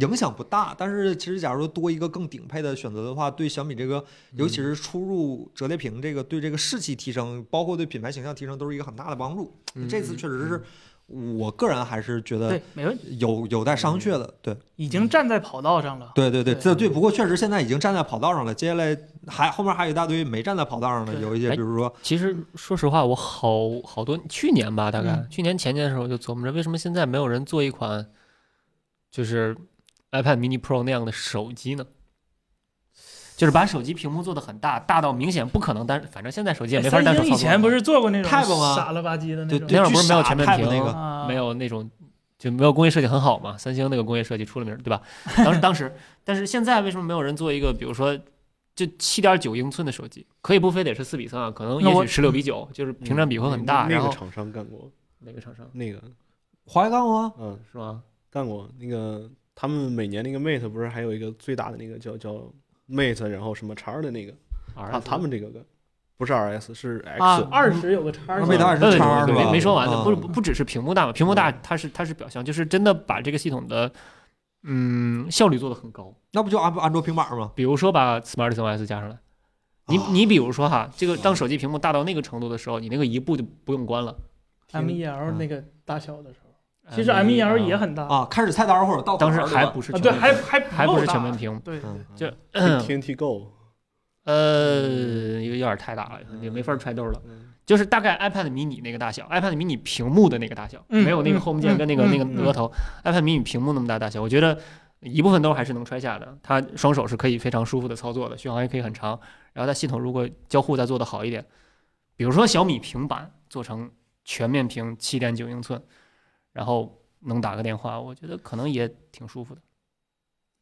[SPEAKER 1] 影响不大，但是其实假如多一个更顶配的选择的话，对小米这个，尤其
[SPEAKER 5] 嗯
[SPEAKER 1] 是出入折叠屏这个，对这个士气提升，包括对品牌形象提升，都是一个很大的帮助。
[SPEAKER 5] 嗯
[SPEAKER 1] 这次确实是我个人还是觉得
[SPEAKER 2] 对，没问题，
[SPEAKER 1] 有有待商榷的，对
[SPEAKER 2] 已
[SPEAKER 5] 嗯
[SPEAKER 2] 经站在跑道上了。
[SPEAKER 1] 对对对，
[SPEAKER 2] 对
[SPEAKER 1] 这对。不过确实现在已经站在跑道上了，接下来还后面还有一大堆没站在跑道上的，
[SPEAKER 2] 对
[SPEAKER 1] 有一些
[SPEAKER 5] 哎
[SPEAKER 1] 比如说，
[SPEAKER 5] 其实说实话，我好好多去年吧，大概、
[SPEAKER 2] 嗯
[SPEAKER 5] 去年前年的时候，我就琢磨着为什么现在没有人做一款就是 iPad Mini Pro 那样的手机呢？就是把手机屏幕做的很大，大到明显不可能单，反正现在手机也没法
[SPEAKER 2] 三
[SPEAKER 5] 单手
[SPEAKER 2] 星
[SPEAKER 5] 操作
[SPEAKER 2] 以
[SPEAKER 5] 了。
[SPEAKER 2] 前不是做过那种
[SPEAKER 1] Tab 吗
[SPEAKER 2] 傻了吧唧的那
[SPEAKER 1] 对
[SPEAKER 2] 种，
[SPEAKER 1] 对，
[SPEAKER 5] 那会儿
[SPEAKER 1] 巨
[SPEAKER 5] 不是没有
[SPEAKER 1] 傻
[SPEAKER 5] 前面
[SPEAKER 1] Type
[SPEAKER 5] 屏
[SPEAKER 1] 那个，
[SPEAKER 2] 啊
[SPEAKER 5] 没有那种就没有工业设计很好嘛，三星那个工业设计出了名儿，对吧？当时当时，但是现在为什么没有人做一个，比如说就七点九英寸的手机，可以不非得是四比三啊，可能
[SPEAKER 2] 那
[SPEAKER 5] 也
[SPEAKER 2] 我
[SPEAKER 5] 许十六比九，就是屏占比会很大。
[SPEAKER 4] 嗯那
[SPEAKER 5] 然
[SPEAKER 4] 个
[SPEAKER 5] 后
[SPEAKER 4] 厂商干过，
[SPEAKER 5] 哪个厂商
[SPEAKER 4] 那个
[SPEAKER 1] 华为干过吗？
[SPEAKER 4] 嗯
[SPEAKER 5] 是吗？
[SPEAKER 4] 干过那个，他们每年那个 Mate 不是还有一个最大的那个叫叫 Mate，然后什么叉儿的那个，他
[SPEAKER 5] RS
[SPEAKER 4] 他们这个个不是 RS 是 X，、
[SPEAKER 2] 啊，二十有个叉
[SPEAKER 1] 没
[SPEAKER 2] 儿，
[SPEAKER 1] 打
[SPEAKER 5] 对
[SPEAKER 1] 是
[SPEAKER 5] 对
[SPEAKER 1] 叉
[SPEAKER 5] 对
[SPEAKER 1] 是
[SPEAKER 5] 对
[SPEAKER 1] 吧？
[SPEAKER 5] 没没说完呢，
[SPEAKER 1] 嗯
[SPEAKER 5] 不是不只是屏幕大嘛，屏幕大
[SPEAKER 4] 嗯
[SPEAKER 5] 它是它是表象，就是真的把这个系统的嗯效率做得很高。
[SPEAKER 1] 那不就安安卓平板吗？
[SPEAKER 5] 比如说把 Smart OS 加上来，你
[SPEAKER 4] 哦
[SPEAKER 1] 啊
[SPEAKER 5] 你比如说哈，这个当手机屏幕大到那个程度的时候，你那个一步就不用关了。
[SPEAKER 2] MEL
[SPEAKER 1] 嗯
[SPEAKER 2] E 那个大小的时候，
[SPEAKER 5] E
[SPEAKER 2] 其实 MEL 也很大啊，
[SPEAKER 1] 啊，开始菜单或者到
[SPEAKER 5] 当时
[SPEAKER 1] 口儿
[SPEAKER 5] 还
[SPEAKER 1] 对吧
[SPEAKER 5] 不是
[SPEAKER 2] 啊对，
[SPEAKER 5] 全面
[SPEAKER 2] 还
[SPEAKER 5] 屏
[SPEAKER 2] 还
[SPEAKER 5] 还不
[SPEAKER 2] 够
[SPEAKER 5] 是
[SPEAKER 2] 大
[SPEAKER 5] 全面屏，
[SPEAKER 2] 对，
[SPEAKER 1] 嗯
[SPEAKER 5] 就
[SPEAKER 4] 嗯 TNT Go，
[SPEAKER 5] 呃有点太大了，也没法揣兜了。
[SPEAKER 4] 嗯
[SPEAKER 5] 就是大概 iPad mini 那个大小，iPad mini 屏幕的那个大小，
[SPEAKER 2] 嗯
[SPEAKER 5] 没有那个
[SPEAKER 2] 嗯
[SPEAKER 5] Home 键跟那个
[SPEAKER 2] 嗯
[SPEAKER 5] 那个
[SPEAKER 2] 嗯
[SPEAKER 5] 额头，iPad mini 屏幕那么大大小，我觉得一部分兜还是能揣下的，它双手是可以非常舒服的操作的，续航也可以很长。然后它系统如果交互再做得好一点，比如说小米平板做成全面屏七点九英寸，然后能打个电话，我觉得可能也挺舒服的。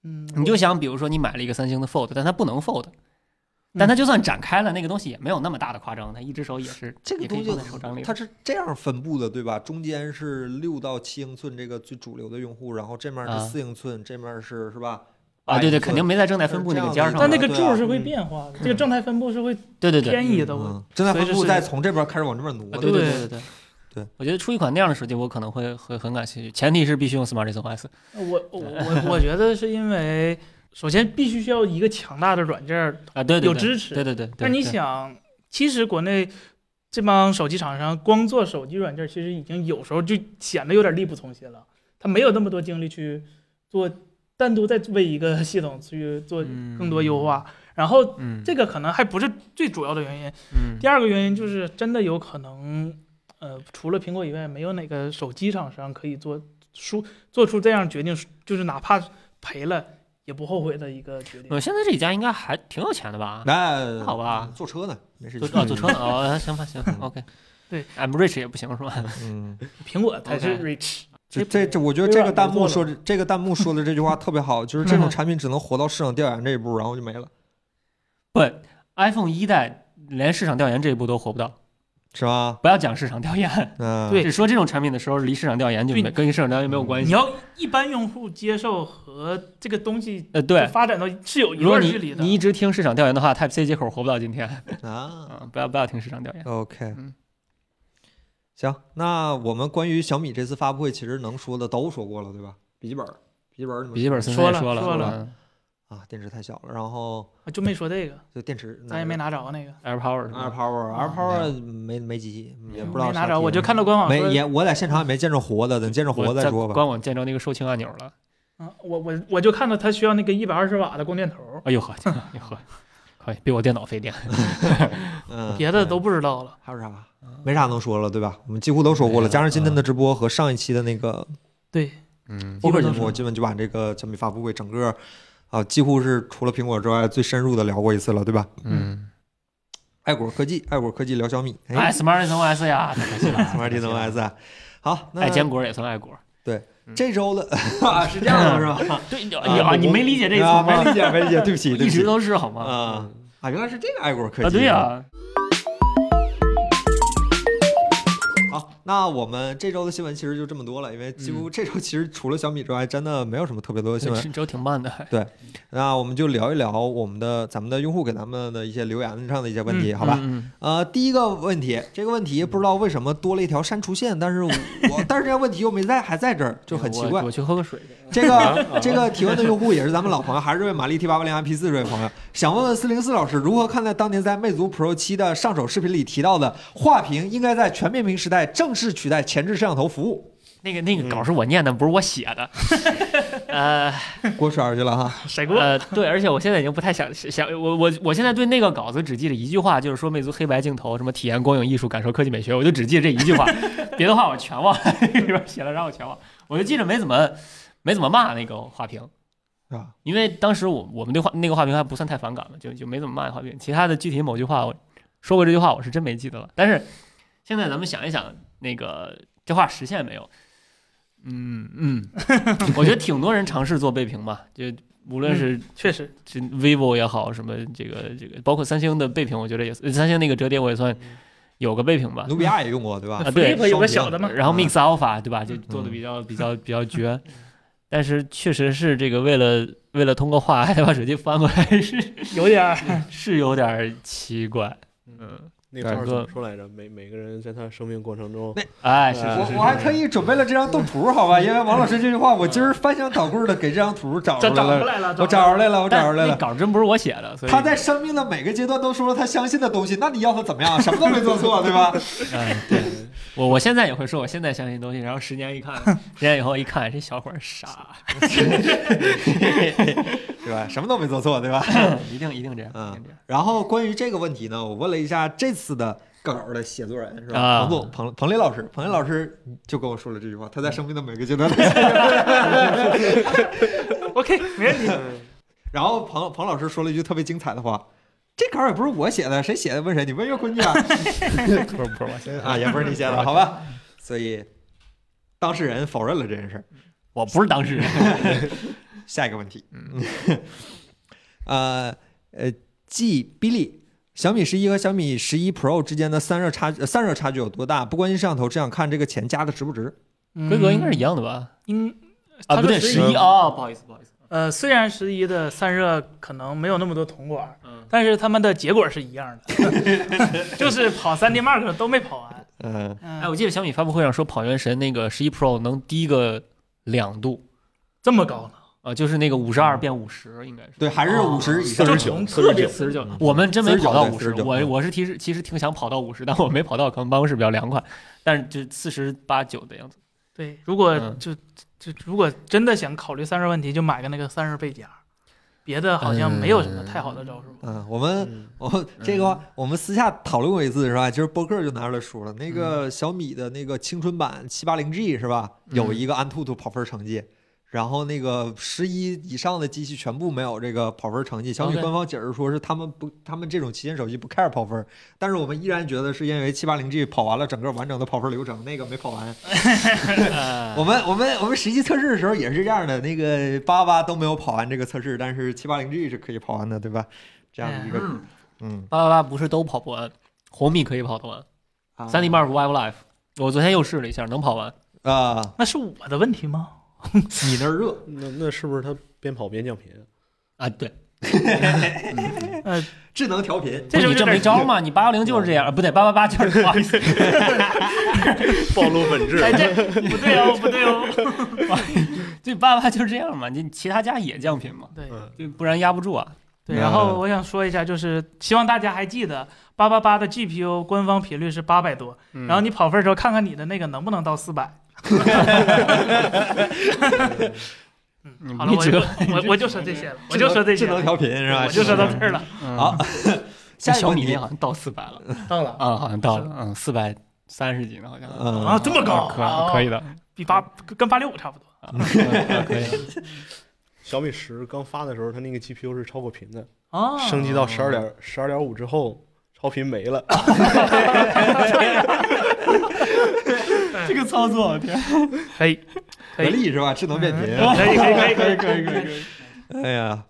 [SPEAKER 2] 嗯，
[SPEAKER 5] 你就想，比如说你买了一个三星的 Fold，但它不能 Fold，但
[SPEAKER 2] 嗯
[SPEAKER 5] 它就算展开了，那个东西也没有那么大的夸张，它一只手也是
[SPEAKER 1] 这个
[SPEAKER 5] 也可
[SPEAKER 1] 东
[SPEAKER 5] 以
[SPEAKER 1] 西
[SPEAKER 5] 放在手掌里
[SPEAKER 1] 它是这样分布的，对吧？中间是六到七英寸这个最主流的用户，然后这面
[SPEAKER 5] 啊
[SPEAKER 1] 是四英寸，这面是是吧？
[SPEAKER 5] 啊，对
[SPEAKER 1] 8英
[SPEAKER 5] 对，
[SPEAKER 1] 寸
[SPEAKER 5] 肯定没在正态分布那个尖儿上吧。
[SPEAKER 2] 但那个
[SPEAKER 1] 对啊
[SPEAKER 2] 柱是会变化的，这个正态分布是会
[SPEAKER 5] 嗯对对对，
[SPEAKER 2] 偏移的。我
[SPEAKER 1] 嗯，正在
[SPEAKER 2] 所以
[SPEAKER 1] 分
[SPEAKER 2] 这
[SPEAKER 1] 布
[SPEAKER 2] 是
[SPEAKER 1] 再从这边开始往这边挪
[SPEAKER 5] 啊
[SPEAKER 1] 的。
[SPEAKER 5] 对对
[SPEAKER 2] 对
[SPEAKER 5] 对对
[SPEAKER 1] 对。
[SPEAKER 5] 我觉得出一款那样的手机，我可能会会很感兴趣，前提是必须用 Smart OS。
[SPEAKER 2] 我我我我觉得是因为，首先必须需要一个强大的软件儿
[SPEAKER 5] 啊，对对对，
[SPEAKER 2] 有支持
[SPEAKER 5] 对对对。对
[SPEAKER 2] 但你
[SPEAKER 5] 对
[SPEAKER 2] 想，其实国内这帮手机厂商光做手机软件，其实已经有时候就显得有点力不从心了。他没有那么多精力去做单独再为一个系统去做
[SPEAKER 5] 嗯
[SPEAKER 2] 更多优化。然后
[SPEAKER 5] 嗯，
[SPEAKER 2] 这个可能还不是最主要的原因，
[SPEAKER 5] 嗯
[SPEAKER 2] 第二个原因就是真的有可能，呃，除了苹果以外，没有哪个手机厂商可以做出做出这样决定，就是哪怕赔了也不后悔的一个决定。
[SPEAKER 5] 我嗯现在这几家应该还挺有钱的吧？
[SPEAKER 1] 那
[SPEAKER 5] 好吧，
[SPEAKER 1] 坐车呢，没事。
[SPEAKER 5] 坐啊坐车 呢哦，行吧行吧，OK。
[SPEAKER 2] 对
[SPEAKER 5] ，I'm rich 也不行是吧？
[SPEAKER 1] 嗯，
[SPEAKER 2] 苹果才是
[SPEAKER 5] OK
[SPEAKER 2] rich，
[SPEAKER 1] 这
[SPEAKER 2] 这
[SPEAKER 1] 这这，我觉得这个弹幕说
[SPEAKER 2] 微
[SPEAKER 1] 的这个弹幕说的这句话特别好，就是
[SPEAKER 2] 嗯
[SPEAKER 1] 这种产品只能活到市场调研这一步，然后就没了。
[SPEAKER 5] 不，iPhone 一代连市场调研这一步都活不到。
[SPEAKER 1] 是吧？
[SPEAKER 5] 不要讲市场调研，
[SPEAKER 1] 嗯，
[SPEAKER 2] 对
[SPEAKER 5] 只说这种产品的时候，离市场调研就
[SPEAKER 2] 对
[SPEAKER 5] 没跟市场调研没有关
[SPEAKER 2] 你
[SPEAKER 5] 系。
[SPEAKER 2] 要一般用户接受和这个东西
[SPEAKER 5] 呃，对，
[SPEAKER 2] 发展到是有一
[SPEAKER 5] 如果
[SPEAKER 2] 段
[SPEAKER 5] 你
[SPEAKER 2] 距离的。
[SPEAKER 5] 你一直听市场调研的话，Type C 接口活不到今天啊、
[SPEAKER 1] 啊
[SPEAKER 5] 不要不要听市场调研。
[SPEAKER 1] ，OK，
[SPEAKER 5] 嗯
[SPEAKER 1] 行，那我们关于小米这次发布会，其实能说的都说过了，对吧？笔记本儿，笔记本儿你们
[SPEAKER 5] 笔记本森森
[SPEAKER 2] 说
[SPEAKER 5] 也
[SPEAKER 2] 了
[SPEAKER 5] 了，
[SPEAKER 2] 说
[SPEAKER 5] 了
[SPEAKER 1] 啊，电池太小了，然后
[SPEAKER 2] 啊就没说这个，
[SPEAKER 1] 就电池，
[SPEAKER 2] 咱也没拿着那个，
[SPEAKER 5] AirPower
[SPEAKER 1] Air
[SPEAKER 5] 是吧？
[SPEAKER 1] Power，Air
[SPEAKER 5] 嗯
[SPEAKER 1] Power 没没机器，也不知道
[SPEAKER 2] 没
[SPEAKER 1] 啥
[SPEAKER 2] 拿着，
[SPEAKER 1] 机
[SPEAKER 2] 我就
[SPEAKER 1] 器
[SPEAKER 2] 看到官网
[SPEAKER 1] 没
[SPEAKER 2] 说
[SPEAKER 1] 也，我在现场也没见着活的，等见着活
[SPEAKER 5] 我
[SPEAKER 1] 再
[SPEAKER 5] 在
[SPEAKER 1] 说吧。
[SPEAKER 5] 官网见着那个售罄按钮了。
[SPEAKER 2] 啊，我我我就看到它需要那个一百二十瓦的供电头，
[SPEAKER 5] 哎呦呵， 哎呦呵，可以比我电脑费电。
[SPEAKER 1] 哎嗯，
[SPEAKER 2] 别的都不知道了。
[SPEAKER 1] 还有
[SPEAKER 5] 啊
[SPEAKER 1] 啥？没啥能说了，对吧？我们几乎都说过了，加上今天的直播和上一期的那个
[SPEAKER 2] 对，
[SPEAKER 5] 嗯，
[SPEAKER 1] 播客节目，基本就把这个小米发布会整个啊，几乎是除了苹果之外最深入的聊过一次了，对吧？
[SPEAKER 5] 嗯，
[SPEAKER 1] 爱果科技，爱果科技聊小米，
[SPEAKER 5] 哎，Smart OS 呀，太 可惜了
[SPEAKER 1] ，Smart d o S 啊。好，那
[SPEAKER 5] 爱坚果也算爱果。
[SPEAKER 1] 这周 的 啊是这样的是吧？
[SPEAKER 2] 哎
[SPEAKER 5] 对，
[SPEAKER 1] 啊
[SPEAKER 5] 呀，
[SPEAKER 1] 我
[SPEAKER 5] 你嗯没理解这一
[SPEAKER 1] 啊
[SPEAKER 5] 层
[SPEAKER 1] 没
[SPEAKER 5] 吗？
[SPEAKER 1] 理解，没理解，对不 起，对
[SPEAKER 5] 一
[SPEAKER 1] 不
[SPEAKER 5] 直
[SPEAKER 1] 起
[SPEAKER 5] 都是好吗？
[SPEAKER 1] 啊啊，原来是这个爱果科技
[SPEAKER 5] 啊，对呀，
[SPEAKER 1] 好，那我们这周的新闻其实就这么多了，因为几
[SPEAKER 5] 嗯
[SPEAKER 1] 乎这周其实除了小米之外，真的没有什么特别多的新闻。
[SPEAKER 5] 这周挺慢的。
[SPEAKER 1] 那我们就聊一聊我们的咱们的用户给咱们的一些留言上的一些问题，好吧？
[SPEAKER 5] 嗯，
[SPEAKER 1] 呃，第一个问题，这个问题不知道为什么多了一条删除线，但是 我但是这个问题又没在，还在这儿，就很奇怪
[SPEAKER 5] 哎我。我去喝个水去。
[SPEAKER 1] 这个这个提问的用户也是咱们老朋友，还是这位玛丽 T 八八零 MP 四这位朋友，想问问四零四老师，如何看待当年在魅族 Pro 七的上手视频里提到的画屏应该在全面屏时代正式取代前置摄像头服务？
[SPEAKER 5] 那个那
[SPEAKER 2] 嗯
[SPEAKER 5] 个稿是我念的，不是我写 的。呃
[SPEAKER 1] 过水儿去了哈。
[SPEAKER 2] 甩锅。
[SPEAKER 5] 呃，对，而且我现在已经不太想想我我我现在对那个稿子只记了一句话，就是说魅族黑白镜头，什么体验光影艺术，感受科技美学，我就只记这一 句话，别的话我全忘了。 里边写了让我全忘，我就记着没怎么没怎么骂那个画屏。
[SPEAKER 1] 是吧？
[SPEAKER 5] 因为当时我我们对画那个画评还不算太反感嘛，就就没怎么骂画评。其他的具体某句话我说过这句话，我是真没记得了。但是现在咱们想一想，那个这话实现没有？嗯嗯，我觉得挺多人尝试做背屏嘛，就无论是
[SPEAKER 2] 确实，
[SPEAKER 5] 这 vivo 也好，什么这个这个，包括三星的背屏，我觉得也呃三星那个折叠我也算有个背屏吧。
[SPEAKER 1] 努比亚也用过对吧
[SPEAKER 5] 啊？对
[SPEAKER 2] Flip 有个小的嘛，
[SPEAKER 1] 嗯
[SPEAKER 5] 然后 Mix Alpha 对吧，就做的比较比较比较绝，但是确实是这个为了为了通过画还得把手机翻过来，是
[SPEAKER 2] 有点儿
[SPEAKER 5] 是有点儿奇怪。嗯，
[SPEAKER 4] 那个
[SPEAKER 5] 改革
[SPEAKER 4] 字怎么说来着？每每个人在他生命过程中，
[SPEAKER 5] 哎，是
[SPEAKER 4] 啊
[SPEAKER 5] 是
[SPEAKER 1] 呃我
[SPEAKER 5] 是
[SPEAKER 1] 我还特意准备了这张动图，好吧？因为王老师这句话，我今儿翻箱倒柜的给这张图找出
[SPEAKER 2] 找
[SPEAKER 1] 来
[SPEAKER 2] 找出
[SPEAKER 1] 了，
[SPEAKER 2] 来了，
[SPEAKER 1] 我找出来了，我找
[SPEAKER 5] 但
[SPEAKER 1] 出来
[SPEAKER 5] 那
[SPEAKER 1] 了。
[SPEAKER 5] 稿真不是我写的，所以
[SPEAKER 1] 他在生命的每个阶段都说了他相信的东西，那你要他怎么样？啊什么都没做错，对吧？
[SPEAKER 5] 哎对我我现在也会说我现在相信东西，然后十年 一看，十年以后一看，这小伙儿傻，
[SPEAKER 1] 对吧？什么都没做错，对吧？嗯
[SPEAKER 5] 一定一定这样，一定这样。
[SPEAKER 1] 然后关于这个问题呢，我问了一下这次的稿的写作人是吧？
[SPEAKER 5] 啊
[SPEAKER 1] 彭总，彭彭磊老师，彭磊老师就跟我说了这句话，他在生命的每个阶段都
[SPEAKER 2] OK，没问题。
[SPEAKER 1] 然后彭彭老师说了一句特别精彩的话：“这稿也不是我写的，谁写的问谁，你问岳坤去 啊。
[SPEAKER 5] 不是不是我写”的，
[SPEAKER 1] 啊，也 不是你写的，好吧？所以当事人否认了这件事儿。
[SPEAKER 5] 我不是当事人。
[SPEAKER 1] 下一个问题，
[SPEAKER 5] 嗯
[SPEAKER 1] 呃呃，G 比利。小米十一和小米十一 Pro 之间的散热差呃散热差距有多大？不关心摄像头，只想看这个钱加的值不值。
[SPEAKER 5] 规格应该是一样的吧？
[SPEAKER 2] 嗯，
[SPEAKER 5] 嗯啊，
[SPEAKER 2] 他
[SPEAKER 5] 不对，
[SPEAKER 2] 说
[SPEAKER 5] 十
[SPEAKER 2] 十
[SPEAKER 5] 一
[SPEAKER 2] 一
[SPEAKER 5] 啊，不好意思，不好意思。
[SPEAKER 2] 呃，虽然十一的散热可能没有那么多铜管，
[SPEAKER 5] 嗯，
[SPEAKER 2] 但是他们的结果是一样的， 就是跑三 D Mark 都没跑完。
[SPEAKER 1] 嗯，
[SPEAKER 5] 哎，
[SPEAKER 2] 嗯，
[SPEAKER 5] 我记得小米发布会上说，跑原神那个十一 Pro 能低个两度
[SPEAKER 2] 这么高呢？
[SPEAKER 5] 啊、就是那个五十二变五十，应该是。
[SPEAKER 1] 对，还是
[SPEAKER 5] 哦
[SPEAKER 1] 五哦十以上。
[SPEAKER 2] 就从
[SPEAKER 4] 四十
[SPEAKER 2] 特别
[SPEAKER 4] 九四十九
[SPEAKER 5] 我们真没跑到五十，
[SPEAKER 1] 49对49
[SPEAKER 5] 我我是其实其实挺想跑到五十，但我没跑到，可能办公室比较凉快，但是就四十八九的样 子。
[SPEAKER 2] 对，如果
[SPEAKER 5] 嗯
[SPEAKER 2] 就就如果真的想考虑散热问题，就买个那个散热背夹，别的好像没有什么太好的招数。
[SPEAKER 1] 嗯，我们我这
[SPEAKER 5] 嗯
[SPEAKER 1] 个我们私下讨论过一次是吧？今儿播客就拿出来说了，那个小米的那个青春版七八零 G 是吧？
[SPEAKER 5] 嗯
[SPEAKER 1] 有一个安兔兔跑分成绩，然后那个十一以上的机器全部没有这个跑分成绩。小米
[SPEAKER 5] OK
[SPEAKER 1] 官方解释说是他们不，他们这种旗舰手机不 care 跑分，但是我们依然觉得是因为七八零 G 跑完了整个完整的跑分流程，那个没跑
[SPEAKER 5] 哎
[SPEAKER 1] 完。
[SPEAKER 5] 呃
[SPEAKER 1] 我们我们我们实际测试的时候也是这样的，那个八八都没有跑完这个测试，但是七八零 G 是可以跑完的，对吧？这样的一个
[SPEAKER 5] 嗯
[SPEAKER 1] 嗯
[SPEAKER 5] 八八八不是都跑不完，红米可以跑得完，三零八 Vive Life，我昨天又试了一下，能跑完。
[SPEAKER 1] 啊，
[SPEAKER 2] 那是我的问题吗？
[SPEAKER 1] 你那儿热，
[SPEAKER 4] 那那是不是它边跑边降频？
[SPEAKER 5] 啊，对，
[SPEAKER 1] 智能调频，
[SPEAKER 5] 不
[SPEAKER 2] 这
[SPEAKER 5] 是
[SPEAKER 2] 就有
[SPEAKER 5] 你这
[SPEAKER 2] 点
[SPEAKER 5] 没招嘛？你八幺零就是这样，啊不对，八八八就是不好 意思，
[SPEAKER 4] 暴露本质
[SPEAKER 2] 哎，这不对哦，不 对哦。
[SPEAKER 5] 对，八八八就是这样嘛。你其他家也降频嘛，
[SPEAKER 2] 对
[SPEAKER 4] 嗯
[SPEAKER 5] 对，不然压不住啊。
[SPEAKER 2] 对，
[SPEAKER 1] 嗯
[SPEAKER 2] 然后我想说一下，就是希望大家还记得八八八的 GPU 官方频率是八百多，
[SPEAKER 5] 嗯
[SPEAKER 2] 然后你跑分儿的时候看看你的那个能不能到四百。
[SPEAKER 5] 嗯
[SPEAKER 2] 好了，
[SPEAKER 5] 你
[SPEAKER 2] 我
[SPEAKER 5] 这个
[SPEAKER 2] 我我我就说这些了，我就说这
[SPEAKER 1] 智
[SPEAKER 2] 些
[SPEAKER 1] 能
[SPEAKER 2] 了，
[SPEAKER 1] 调频是吧？
[SPEAKER 2] 我就说到这儿了。
[SPEAKER 1] 好，下一个
[SPEAKER 5] 小
[SPEAKER 1] 问
[SPEAKER 5] 米
[SPEAKER 1] 题
[SPEAKER 5] 那好像到四 百了
[SPEAKER 2] 到了
[SPEAKER 5] 啊，好像到了，嗯，四百三十几呢，好像
[SPEAKER 1] 嗯
[SPEAKER 2] 啊，这么高，
[SPEAKER 5] 可可以 的，
[SPEAKER 2] 比八跟八六五差不多。
[SPEAKER 5] 嗯嗯可以的。
[SPEAKER 4] 小米十刚发的时候，它那个 GPU 是超过频的，
[SPEAKER 2] 哦
[SPEAKER 4] 升级到十二点十二点五之后，超频没了。
[SPEAKER 5] 这个操作，天，
[SPEAKER 2] 可
[SPEAKER 5] 哎
[SPEAKER 2] 以，嗯
[SPEAKER 1] 格力是吧？智能变频，
[SPEAKER 2] 可以，可以，可以，
[SPEAKER 5] 可以可以可以。
[SPEAKER 1] 哎呀，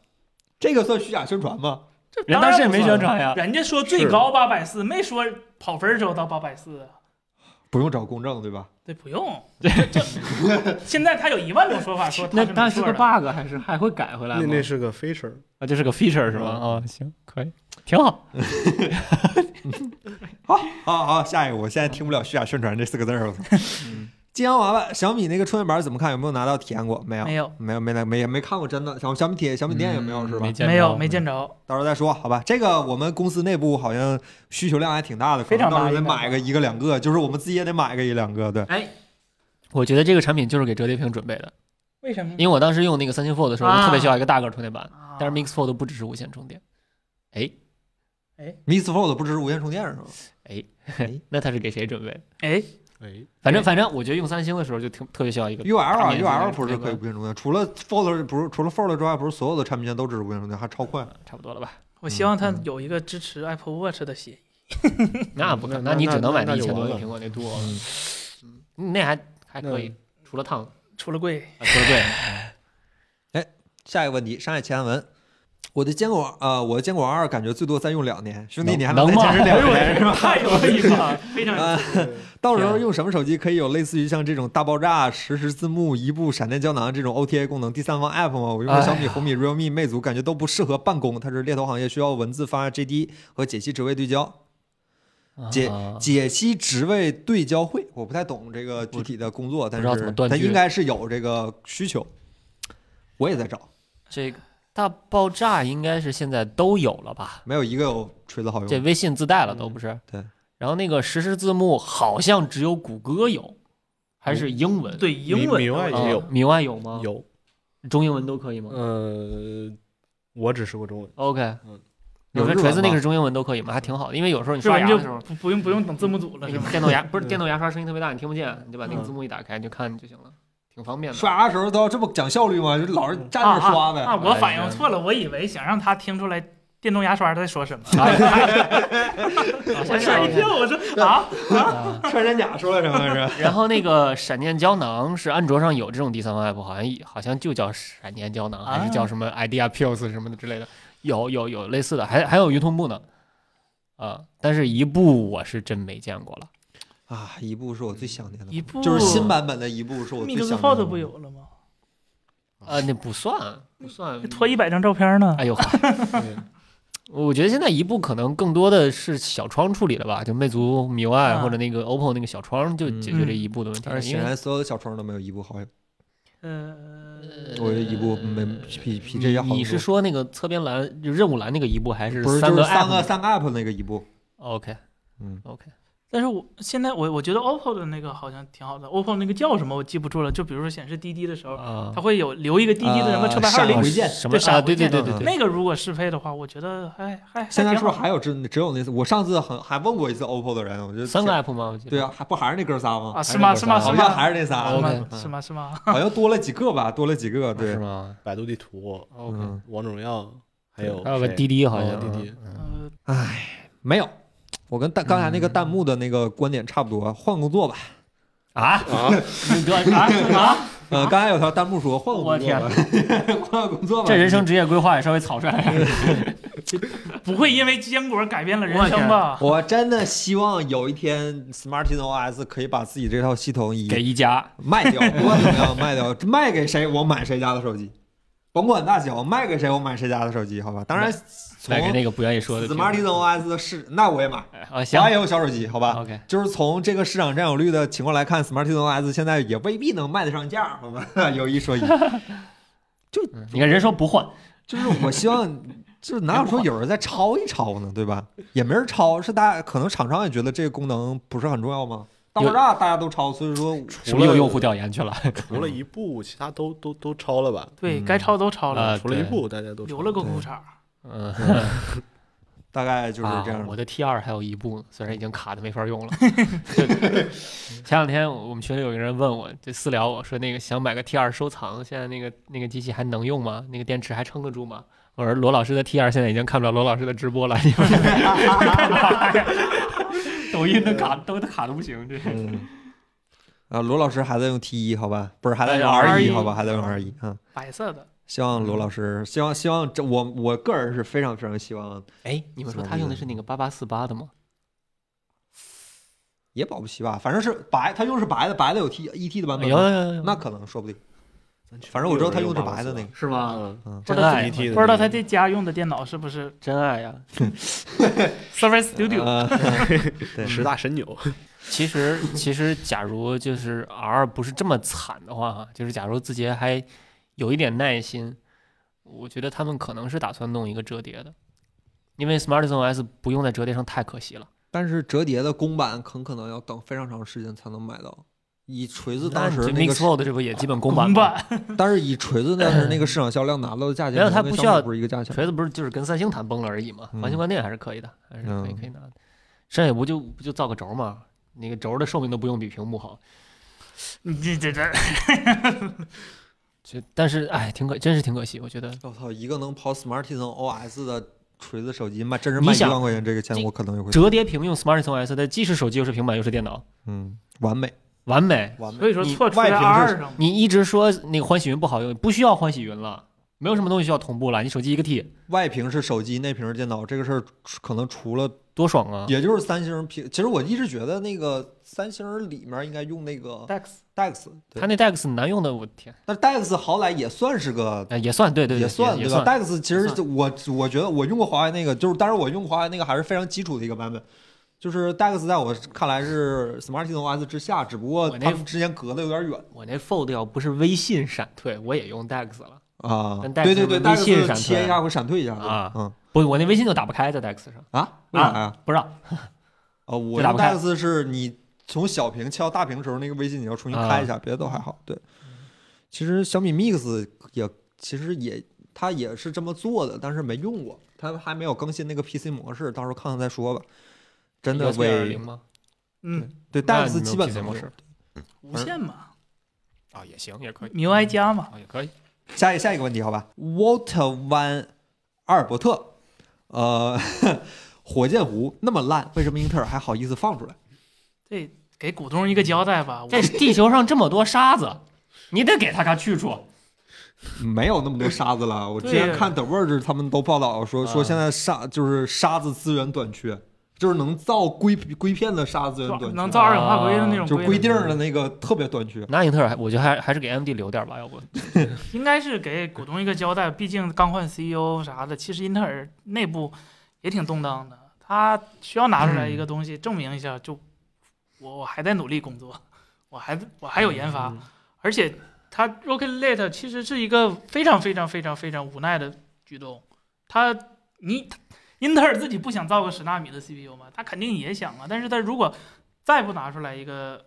[SPEAKER 1] 这个算虚假宣传吗？
[SPEAKER 5] 人当时也没宣传呀，
[SPEAKER 2] 人家说最高八百四，没说跑分儿时候到八百四。啊
[SPEAKER 1] 不用找公证对吧？
[SPEAKER 2] 对，不用。这这现在他有一万种说法，说他
[SPEAKER 5] 那
[SPEAKER 2] 是
[SPEAKER 5] 那
[SPEAKER 2] 没
[SPEAKER 5] 是
[SPEAKER 2] 错
[SPEAKER 5] 个
[SPEAKER 2] 的。
[SPEAKER 5] bug 还是还会改回来
[SPEAKER 4] 那
[SPEAKER 5] 吗？
[SPEAKER 4] 那是个 feature，
[SPEAKER 5] 啊，这是个 feature 是吧？啊，行，可以，挺好。
[SPEAKER 1] 好好，下一个，我现在听不了虚假宣传这四个字儿了。
[SPEAKER 2] 嗯
[SPEAKER 1] 金洋娃娃，小米那个充电板怎么看？有没有拿到体验过？没有，
[SPEAKER 2] 没有，
[SPEAKER 1] 没有，没来，没没看过真的。小小米体小米店有没有是吧？
[SPEAKER 5] 嗯没见
[SPEAKER 2] 嗯没
[SPEAKER 5] 着
[SPEAKER 2] 有，没见着。
[SPEAKER 1] 到时候再说，好吧？这个我们公司内部好像需求量还挺大的，
[SPEAKER 2] 非常
[SPEAKER 1] 可能
[SPEAKER 2] 大
[SPEAKER 1] 到时候得
[SPEAKER 2] 应该
[SPEAKER 1] 买个一个两个，就是我们自己也得买个一两个，对。
[SPEAKER 5] 我觉得这个产品就是给折叠屏准备的，
[SPEAKER 2] 为什么？
[SPEAKER 5] 因为我当时用那个三星 Fold 的时候，我就特别需要一个大个儿充电板，
[SPEAKER 2] 啊
[SPEAKER 5] 但是 Mix Fold 不支持无线充电。哎，
[SPEAKER 1] Mix Fold 不支持无线充电是吗？
[SPEAKER 5] 哎 那它是给谁准备的？
[SPEAKER 2] 哎，
[SPEAKER 4] 哎，
[SPEAKER 5] 反正反正，我觉得用三星的时候就挺特别需要一个
[SPEAKER 1] UL
[SPEAKER 5] 大
[SPEAKER 1] 啊
[SPEAKER 5] 面积的
[SPEAKER 1] ，UL
[SPEAKER 5] 这
[SPEAKER 1] 不
[SPEAKER 5] 个
[SPEAKER 1] 是可以无线充电，除了 Fold 不是除了 Fold 之外，不是所有的产品线都支持无线充电，还超快。
[SPEAKER 5] 差不多了吧？
[SPEAKER 2] 我希望他有一个支持 Apple Watch 的协议。
[SPEAKER 5] 那不可能，
[SPEAKER 4] 那
[SPEAKER 5] 你只能买
[SPEAKER 4] 那
[SPEAKER 5] 那一千
[SPEAKER 4] 那
[SPEAKER 5] 多
[SPEAKER 4] 就
[SPEAKER 5] 的
[SPEAKER 4] 完了
[SPEAKER 5] 苹果那 Duo，了嗯那还还可以，除了烫，啊
[SPEAKER 2] 出了柜，
[SPEAKER 5] 除了贵，
[SPEAKER 1] 下一个问题，商业奇案文。我的坚果啊、呃我的坚果二感觉最多再用两年，兄弟
[SPEAKER 5] 能
[SPEAKER 1] 你还
[SPEAKER 5] 能
[SPEAKER 1] 再
[SPEAKER 5] 吗
[SPEAKER 1] 坚持两 年是吧？
[SPEAKER 2] 哎太有意思了，非常有意
[SPEAKER 1] 啊
[SPEAKER 2] 思。
[SPEAKER 1] 到时候用什么手机可以有类似于像这种大爆炸、实时字幕、一部闪电胶囊这种 OTA 功能？第三方 App 吗？我用过小米、红米、realme、魅族，感觉都不适合办公。它是猎头行业，需要文字方案 JD 和解析职位对焦、姐
[SPEAKER 5] 啊
[SPEAKER 1] 解析职位对焦会。我不太懂这个具体的工作，但
[SPEAKER 5] 知道怎么
[SPEAKER 1] 是
[SPEAKER 5] 断
[SPEAKER 1] 它
[SPEAKER 5] 句
[SPEAKER 1] 应该是有这个需求。我也在找，
[SPEAKER 5] 这个大爆炸应该是现在都有了吧？
[SPEAKER 1] 没有一个有锤子好用
[SPEAKER 5] 这
[SPEAKER 1] 的。
[SPEAKER 5] 微信自带了都不是？
[SPEAKER 1] 对。
[SPEAKER 5] 然后那个实时字幕好像只有谷歌有，还是英文？
[SPEAKER 2] 嗯对，英文哦
[SPEAKER 4] 米米外
[SPEAKER 5] 啊，
[SPEAKER 4] 也有
[SPEAKER 5] 米外有吗？，
[SPEAKER 4] 有，
[SPEAKER 5] 中英文都可以吗
[SPEAKER 4] 呃，我只试过 中文，
[SPEAKER 5] ？OK，
[SPEAKER 4] 嗯
[SPEAKER 5] 有些
[SPEAKER 1] 有日文
[SPEAKER 5] 锤子那
[SPEAKER 1] 吗
[SPEAKER 5] 个是中英文都可以嘛，还挺好的，因为有时候你
[SPEAKER 2] 日
[SPEAKER 5] 刷
[SPEAKER 2] 文
[SPEAKER 5] 牙
[SPEAKER 2] 就
[SPEAKER 5] 的时候。
[SPEAKER 2] 不不用不用等字幕组了，
[SPEAKER 5] 那
[SPEAKER 2] 是
[SPEAKER 5] 个
[SPEAKER 2] 吗？
[SPEAKER 5] 电动牙不是
[SPEAKER 4] 嗯
[SPEAKER 5] 电动牙刷声音特别大，你听不见，你就把那个
[SPEAKER 4] 嗯
[SPEAKER 5] 字幕一打开你就看就行了，挺方便的。
[SPEAKER 1] 刷牙的时候都要这么讲效率吗？就老是站
[SPEAKER 2] 啊
[SPEAKER 1] 那刷呗。
[SPEAKER 2] 啊啊！我反应错了，我以为想让他听出来电动牙刷在说什 么，我吓一跳，我说啊，
[SPEAKER 5] 啊
[SPEAKER 1] 穿山甲说了什么是吧？
[SPEAKER 5] 然后那个闪电胶囊是安卓上有这种第三方 app，好像好像就叫闪电胶囊，
[SPEAKER 2] 啊
[SPEAKER 5] 还是叫什么 Idea Pills 什么的之类的，有有有类似的，还还有云同步呢。啊，但是一部我是真没见过了。
[SPEAKER 1] 啊，一部是我最想念的，
[SPEAKER 2] 一部
[SPEAKER 1] 就是新版本的一部是我最
[SPEAKER 2] Mix
[SPEAKER 1] 想
[SPEAKER 2] Fold
[SPEAKER 1] 念
[SPEAKER 2] 不
[SPEAKER 1] 的。
[SPEAKER 2] 有了吗？
[SPEAKER 5] 啊，那不算不算
[SPEAKER 2] 拖一百张照片呢？
[SPEAKER 5] 哎呦， 我觉得现在一部可能更多的是小窗处理了吧，就魅族、米外
[SPEAKER 2] 啊
[SPEAKER 5] 或者那个 OPPO 那个小窗就解决这一步的问题
[SPEAKER 1] 但
[SPEAKER 5] 了。
[SPEAKER 1] 是
[SPEAKER 5] 因
[SPEAKER 1] 显
[SPEAKER 5] 为
[SPEAKER 1] 然所有的小窗都没有一部好用，
[SPEAKER 2] 呃，
[SPEAKER 1] 我觉得一部没比比这些好
[SPEAKER 5] 呃你你是说那个侧边栏就任务栏那个一步，还
[SPEAKER 1] 不是就
[SPEAKER 5] 三
[SPEAKER 1] 是
[SPEAKER 5] 个
[SPEAKER 1] 三
[SPEAKER 5] app？
[SPEAKER 1] 个三个 app 那个一部？
[SPEAKER 5] OK，
[SPEAKER 1] 嗯
[SPEAKER 5] ，OK，
[SPEAKER 2] 但是我现在我我觉得 OPPO 的那个好像挺好的，OPPO 那个叫什么我记不住了，就比如说显示滴滴的时候，
[SPEAKER 5] 啊
[SPEAKER 2] 它，会有留一个滴滴的什么车牌号
[SPEAKER 1] 闪
[SPEAKER 2] 领
[SPEAKER 1] 回
[SPEAKER 2] 取，
[SPEAKER 1] 键。
[SPEAKER 5] 什么
[SPEAKER 2] 对
[SPEAKER 5] 啊？
[SPEAKER 2] 闪回
[SPEAKER 5] 对对
[SPEAKER 2] 键
[SPEAKER 5] 对对对，
[SPEAKER 2] 那个如果适配的话，我觉得还还还
[SPEAKER 1] 现在
[SPEAKER 2] 挺
[SPEAKER 1] 是不是
[SPEAKER 2] 好
[SPEAKER 1] 还有只只有那次？我上次很还问过一次 OPPO 的人，我觉得
[SPEAKER 5] 三个 app 吗？我记得
[SPEAKER 1] 对啊，还不还是那哥仨吗？
[SPEAKER 2] 啊？是吗？是吗？
[SPEAKER 1] 好
[SPEAKER 2] 是
[SPEAKER 1] 像
[SPEAKER 2] 吗？
[SPEAKER 1] 还是啊那仨，
[SPEAKER 2] 是
[SPEAKER 5] 哦 OK 啊
[SPEAKER 2] 吗？是吗？是吗？
[SPEAKER 1] 好像多了几个吧，多了几个，
[SPEAKER 5] 是
[SPEAKER 1] 对，
[SPEAKER 5] 吗
[SPEAKER 4] 百度地图、
[SPEAKER 5] 哦？OK，
[SPEAKER 1] 嗯
[SPEAKER 4] 王者荣耀，还有
[SPEAKER 5] 还有个
[SPEAKER 4] 谁
[SPEAKER 5] 滴滴好像啊
[SPEAKER 4] 哦滴滴，
[SPEAKER 1] 嗯
[SPEAKER 2] 呃，
[SPEAKER 1] 没有。我跟弹刚才那个弹幕的那个观点差不多，换工作吧。
[SPEAKER 5] 啊 啊，你多啊 啊！
[SPEAKER 1] 呃，刚才有条弹幕说换个
[SPEAKER 5] 我
[SPEAKER 1] 工作吧，换个工作吧。
[SPEAKER 5] 这人生职业规划也稍微草率。
[SPEAKER 2] 呃不会因为坚果改变了人
[SPEAKER 5] 我天
[SPEAKER 2] 生吧？
[SPEAKER 1] 我真的希望有一天 Smartin OS 可以把自己这套系统以
[SPEAKER 5] 给一家，
[SPEAKER 1] 卖掉，不管怎么样卖掉，卖给谁我买谁家的手机，甭管大小，卖给谁我买谁家的手机，好吧？当然，从
[SPEAKER 5] 卖给那个不愿意说的。
[SPEAKER 1] Smartin OS 的市，那我也买，
[SPEAKER 5] 啊，行
[SPEAKER 1] 我也有小手机，好吧？
[SPEAKER 5] ，OK，
[SPEAKER 1] 就是从这个市场占有率的情况来看，Smartin OS 现在也未必能卖得上价，好吧？ 有一说一，
[SPEAKER 5] 嗯你看人说不换，
[SPEAKER 1] 就是我希望，就是哪有说有人在抄一抄呢，对吧？也没人抄，是大家可能厂商也觉得这个功能不是很重要吗？大爆炸大家都抄，所以说
[SPEAKER 5] 是
[SPEAKER 4] 除
[SPEAKER 5] 不是
[SPEAKER 4] 了
[SPEAKER 5] 又用户调研去了？
[SPEAKER 4] 除了一部，其他都都都超了吧？
[SPEAKER 2] 对
[SPEAKER 1] 嗯
[SPEAKER 2] 该抄都抄了，
[SPEAKER 5] 啊
[SPEAKER 4] 除了一
[SPEAKER 5] 对
[SPEAKER 4] 部，大家都超
[SPEAKER 2] 留了个裤衩儿。
[SPEAKER 5] 嗯，
[SPEAKER 1] 大概就是这样的。
[SPEAKER 5] 啊。我的 T 二还有一部呢，虽然已经卡的没法 用了。前两天我们群里有一个人问我，就私聊我说那个想买个 T 二收藏，现在那个那个机器还能用吗？那个电池还撑得住吗？我说罗老师的 T 二现在已经看不了罗老师的直播了， 你们抖音的卡都卡的不行，这是。
[SPEAKER 1] 嗯，啊，罗老师还在用 T 一，好吧？不是还在用
[SPEAKER 5] 哎
[SPEAKER 1] R 一，
[SPEAKER 2] R1
[SPEAKER 1] 好吧？还在用 R 一啊。嗯
[SPEAKER 2] 白色的，
[SPEAKER 1] 希望罗老师，希望希望这我我个人是非常非常希望，
[SPEAKER 5] 哎，你们说他用的是那个八八四八的吗？
[SPEAKER 1] 也保不齐吧，反正是白，他用的是白的，白的有 T 一 T 的版
[SPEAKER 5] 有
[SPEAKER 1] 本
[SPEAKER 5] 有
[SPEAKER 1] 吗，
[SPEAKER 5] 有有，
[SPEAKER 1] 那可能说不定。
[SPEAKER 4] 咱群里
[SPEAKER 1] 反正我知道他用的是
[SPEAKER 4] 有人
[SPEAKER 1] 白的那
[SPEAKER 4] 八
[SPEAKER 1] 个
[SPEAKER 4] 八。
[SPEAKER 5] 是
[SPEAKER 4] 四八
[SPEAKER 5] 吗？
[SPEAKER 4] 嗯，
[SPEAKER 2] 不
[SPEAKER 5] 真
[SPEAKER 2] 知道
[SPEAKER 5] 爱
[SPEAKER 4] 一
[SPEAKER 5] 呀，
[SPEAKER 4] T 的，
[SPEAKER 2] 不知道他在家用的电脑是不是
[SPEAKER 5] 真爱啊呀！
[SPEAKER 2] Surface Studio？
[SPEAKER 1] 呃对
[SPEAKER 4] 十大神钮，
[SPEAKER 5] 其实， 其实，假如就是 R 不是这么惨的话，哈，就是假如字节还有一点耐心，我觉得他们可能是打算弄一个折叠的，因为 Smartisan OS 不用在折叠上太可惜了。
[SPEAKER 1] 但是折叠的公版很可能要等非常长时间才能买到。以锤子当时
[SPEAKER 5] 那
[SPEAKER 1] 那
[SPEAKER 5] Mix
[SPEAKER 1] 个
[SPEAKER 5] Fold 这不也基 本公版
[SPEAKER 2] 公
[SPEAKER 5] 吗？
[SPEAKER 2] 版
[SPEAKER 1] 但是以锤子当时那个市场销量拿到的价钱，
[SPEAKER 5] 没有它
[SPEAKER 1] 可能
[SPEAKER 5] 不
[SPEAKER 1] 跟
[SPEAKER 5] 需要
[SPEAKER 1] 小米不是一个价钱。
[SPEAKER 5] 锤子不是就是跟三星谈崩了而已嘛，
[SPEAKER 1] 嗯
[SPEAKER 5] 环形观念还是可以的，还是可以
[SPEAKER 1] 嗯
[SPEAKER 5] 可以拿的。剩下不就不就造个轴嘛，那个轴的寿命都不用比屏幕好。
[SPEAKER 2] 你这这这
[SPEAKER 1] 嗯
[SPEAKER 5] 就但是哎，挺可真是挺可惜，我觉得
[SPEAKER 1] 我操，一个能跑 Smartisan OS 的锤子手机卖，真是
[SPEAKER 5] 你
[SPEAKER 1] 卖一
[SPEAKER 5] 想
[SPEAKER 1] 万块钱这个钱，
[SPEAKER 5] 这
[SPEAKER 1] 我可能也会。
[SPEAKER 5] 折叠屏用 Smartisan OS 它既是手机又是平板又是电脑，
[SPEAKER 1] 嗯，完美，
[SPEAKER 5] 完美。
[SPEAKER 1] 完美
[SPEAKER 2] 所。以说
[SPEAKER 5] 你
[SPEAKER 2] 错出
[SPEAKER 1] 外
[SPEAKER 2] 在
[SPEAKER 1] 屏
[SPEAKER 2] R 二上，
[SPEAKER 5] 你一直说那个欢喜云不好用，不需要欢喜云了，没有什么东西需要同步了。你手机一个 T，
[SPEAKER 1] 外屏是手机，内屏是电脑，这个事儿可能除了，
[SPEAKER 5] 多爽啊！
[SPEAKER 1] 也就是三星屏。其实我一直觉得那个三星里面应该用那个
[SPEAKER 2] Dex
[SPEAKER 1] Dex，对
[SPEAKER 5] 它那 Dex 难用的，我天，
[SPEAKER 1] 但是 Dex 好歹也算是个
[SPEAKER 5] 啊也算对对对，
[SPEAKER 1] 也算
[SPEAKER 5] 也
[SPEAKER 1] 对吧
[SPEAKER 5] 算。
[SPEAKER 1] ？Dex 其实就我我觉得我用过华为那个，就是当然我用华为那个还是非常基础的一个版本，就是 Dex 在我看来是 Smart t OS 之下，只不过
[SPEAKER 5] 我那
[SPEAKER 1] 他们之间隔得有点远
[SPEAKER 5] 我那 Fold 要不是微信闪退，我也用 Dex 了。
[SPEAKER 1] 啊
[SPEAKER 5] 但
[SPEAKER 1] 对
[SPEAKER 5] Dex
[SPEAKER 1] 对对
[SPEAKER 5] 是微信闪
[SPEAKER 1] ，Dex
[SPEAKER 5] 退
[SPEAKER 1] 切一下会闪退一下的
[SPEAKER 5] 啊
[SPEAKER 1] 嗯
[SPEAKER 5] 不，我那微信就打不开在 Dex 上，
[SPEAKER 1] 啊，为啥呀？
[SPEAKER 5] 不知道
[SPEAKER 1] 啊，我
[SPEAKER 5] 就打
[SPEAKER 1] 用
[SPEAKER 5] 不开
[SPEAKER 1] Dex 是你从小屏切到大屏的时候，那个微信你要重新开一
[SPEAKER 5] 啊
[SPEAKER 1] 下，别的都还好。对，其实小米 Mix 也其实也它也是这么做的，但是没用过，它还没有更新那个 PC 模式，到时候看看再说吧。真的
[SPEAKER 5] USB 二
[SPEAKER 1] 为
[SPEAKER 5] 零吗？
[SPEAKER 2] 嗯，
[SPEAKER 1] 对
[SPEAKER 5] 那
[SPEAKER 1] Dex
[SPEAKER 5] 你没有
[SPEAKER 1] 基本
[SPEAKER 5] PC
[SPEAKER 1] 能
[SPEAKER 5] 模
[SPEAKER 1] 用
[SPEAKER 5] 式
[SPEAKER 2] 无线嘛
[SPEAKER 5] 啊，也行，也可以。
[SPEAKER 2] ，MIUI 加嘛，
[SPEAKER 5] 啊，也 可以。
[SPEAKER 1] 下一下一个问题，好吧？Water One 阿尔伯特，呃， 火箭壶那么烂，为什么英特尔还好意思放出来？
[SPEAKER 2] 这给股东一个交代吧。我
[SPEAKER 5] 这地球上这么多沙子，你得给它个去处。
[SPEAKER 1] 没有那么多沙子 了。我之
[SPEAKER 2] 对嗯
[SPEAKER 1] 前看 The Verge 他们都报道说，说
[SPEAKER 5] 啊
[SPEAKER 1] 现在沙就是沙子资源短缺，就是能造硅硅片的沙子资源短缺，啊
[SPEAKER 2] 能造二氧化硅的那种
[SPEAKER 1] 就
[SPEAKER 2] 硅
[SPEAKER 1] 规定的那个特别短 缺。
[SPEAKER 5] 那英特尔还，我觉得还还是给 AMD 留点吧，要不
[SPEAKER 2] 应该是给股东一个交代，毕竟刚换 CEO 啥的，其实英特尔内部也挺动荡的，他需要拿出来一个东西证明一下，就我我还在努力工作，我还我还有研发，而且他 Rocket Lite 其实是一个非常非常非常非常无奈的举动，他你英特尔自己不想造个十纳米的 CPU 吗？他肯定也想啊，但是他如果再不拿出来一个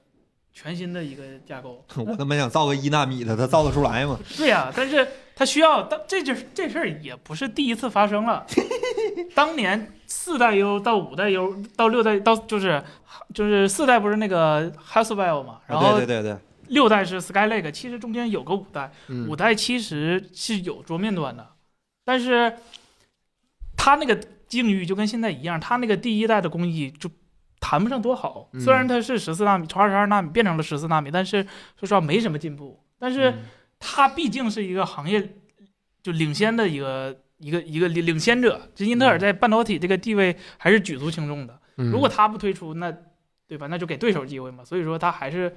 [SPEAKER 2] 全新的一个架构，
[SPEAKER 1] 我他妈想造个一纳米的，它造得出来吗？
[SPEAKER 2] 对呀、但是他需要，当这就是这事儿也不是第一次发 生了。当年四代 U 到五代 U 到六代到就是就是四代不是那个 Haswell 嘛， 然后
[SPEAKER 1] 对对对对，
[SPEAKER 2] 六代是 Skylake，其实中间有个五代，
[SPEAKER 5] 嗯
[SPEAKER 2] 五代其实是有桌面端的，但是它那个境遇就跟现在一样，它那个第一代的工艺就谈不上多好。
[SPEAKER 5] 嗯
[SPEAKER 2] 虽然它是十四纳米从二十二纳米变成了十四纳米，但是说实话
[SPEAKER 4] 嗯
[SPEAKER 1] 嗯
[SPEAKER 2] 没什么进步。但是它毕竟是一个行业就领先的一个一个一个领领先者，这英特
[SPEAKER 5] 嗯
[SPEAKER 2] 尔在半导体这个地位还是举足轻重的。
[SPEAKER 1] 嗯
[SPEAKER 2] 如果它不推出，那对吧？那就给对手机会嘛。所以说它还是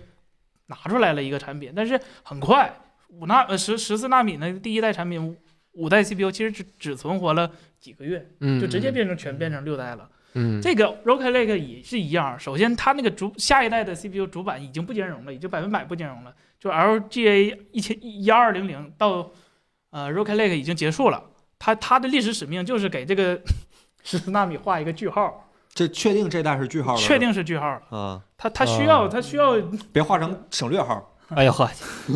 [SPEAKER 2] 拿出来了一个产品，但是很快五纳呃十十四纳米那第一代产品五五代 CPU 其实只只存活了几个月，
[SPEAKER 5] 嗯
[SPEAKER 2] 就直接变成全变成六代了。
[SPEAKER 5] 嗯
[SPEAKER 2] 这个 Rocket Lake 也是一样，首先它那个主下一代的 CPU 主板已经不兼容了，已经百分百不兼容了，就 LGA 一千一二零零到呃 Rocket Lake 已经结束了，它它的历史使命就是给这个 十四纳米画一个句号，
[SPEAKER 1] 这确定这代是句号了，
[SPEAKER 2] 确定是句号了，
[SPEAKER 1] 啊，
[SPEAKER 2] 它它需要
[SPEAKER 5] 哦
[SPEAKER 2] 它需要
[SPEAKER 1] 别画成省略号。
[SPEAKER 5] 哎呦呵，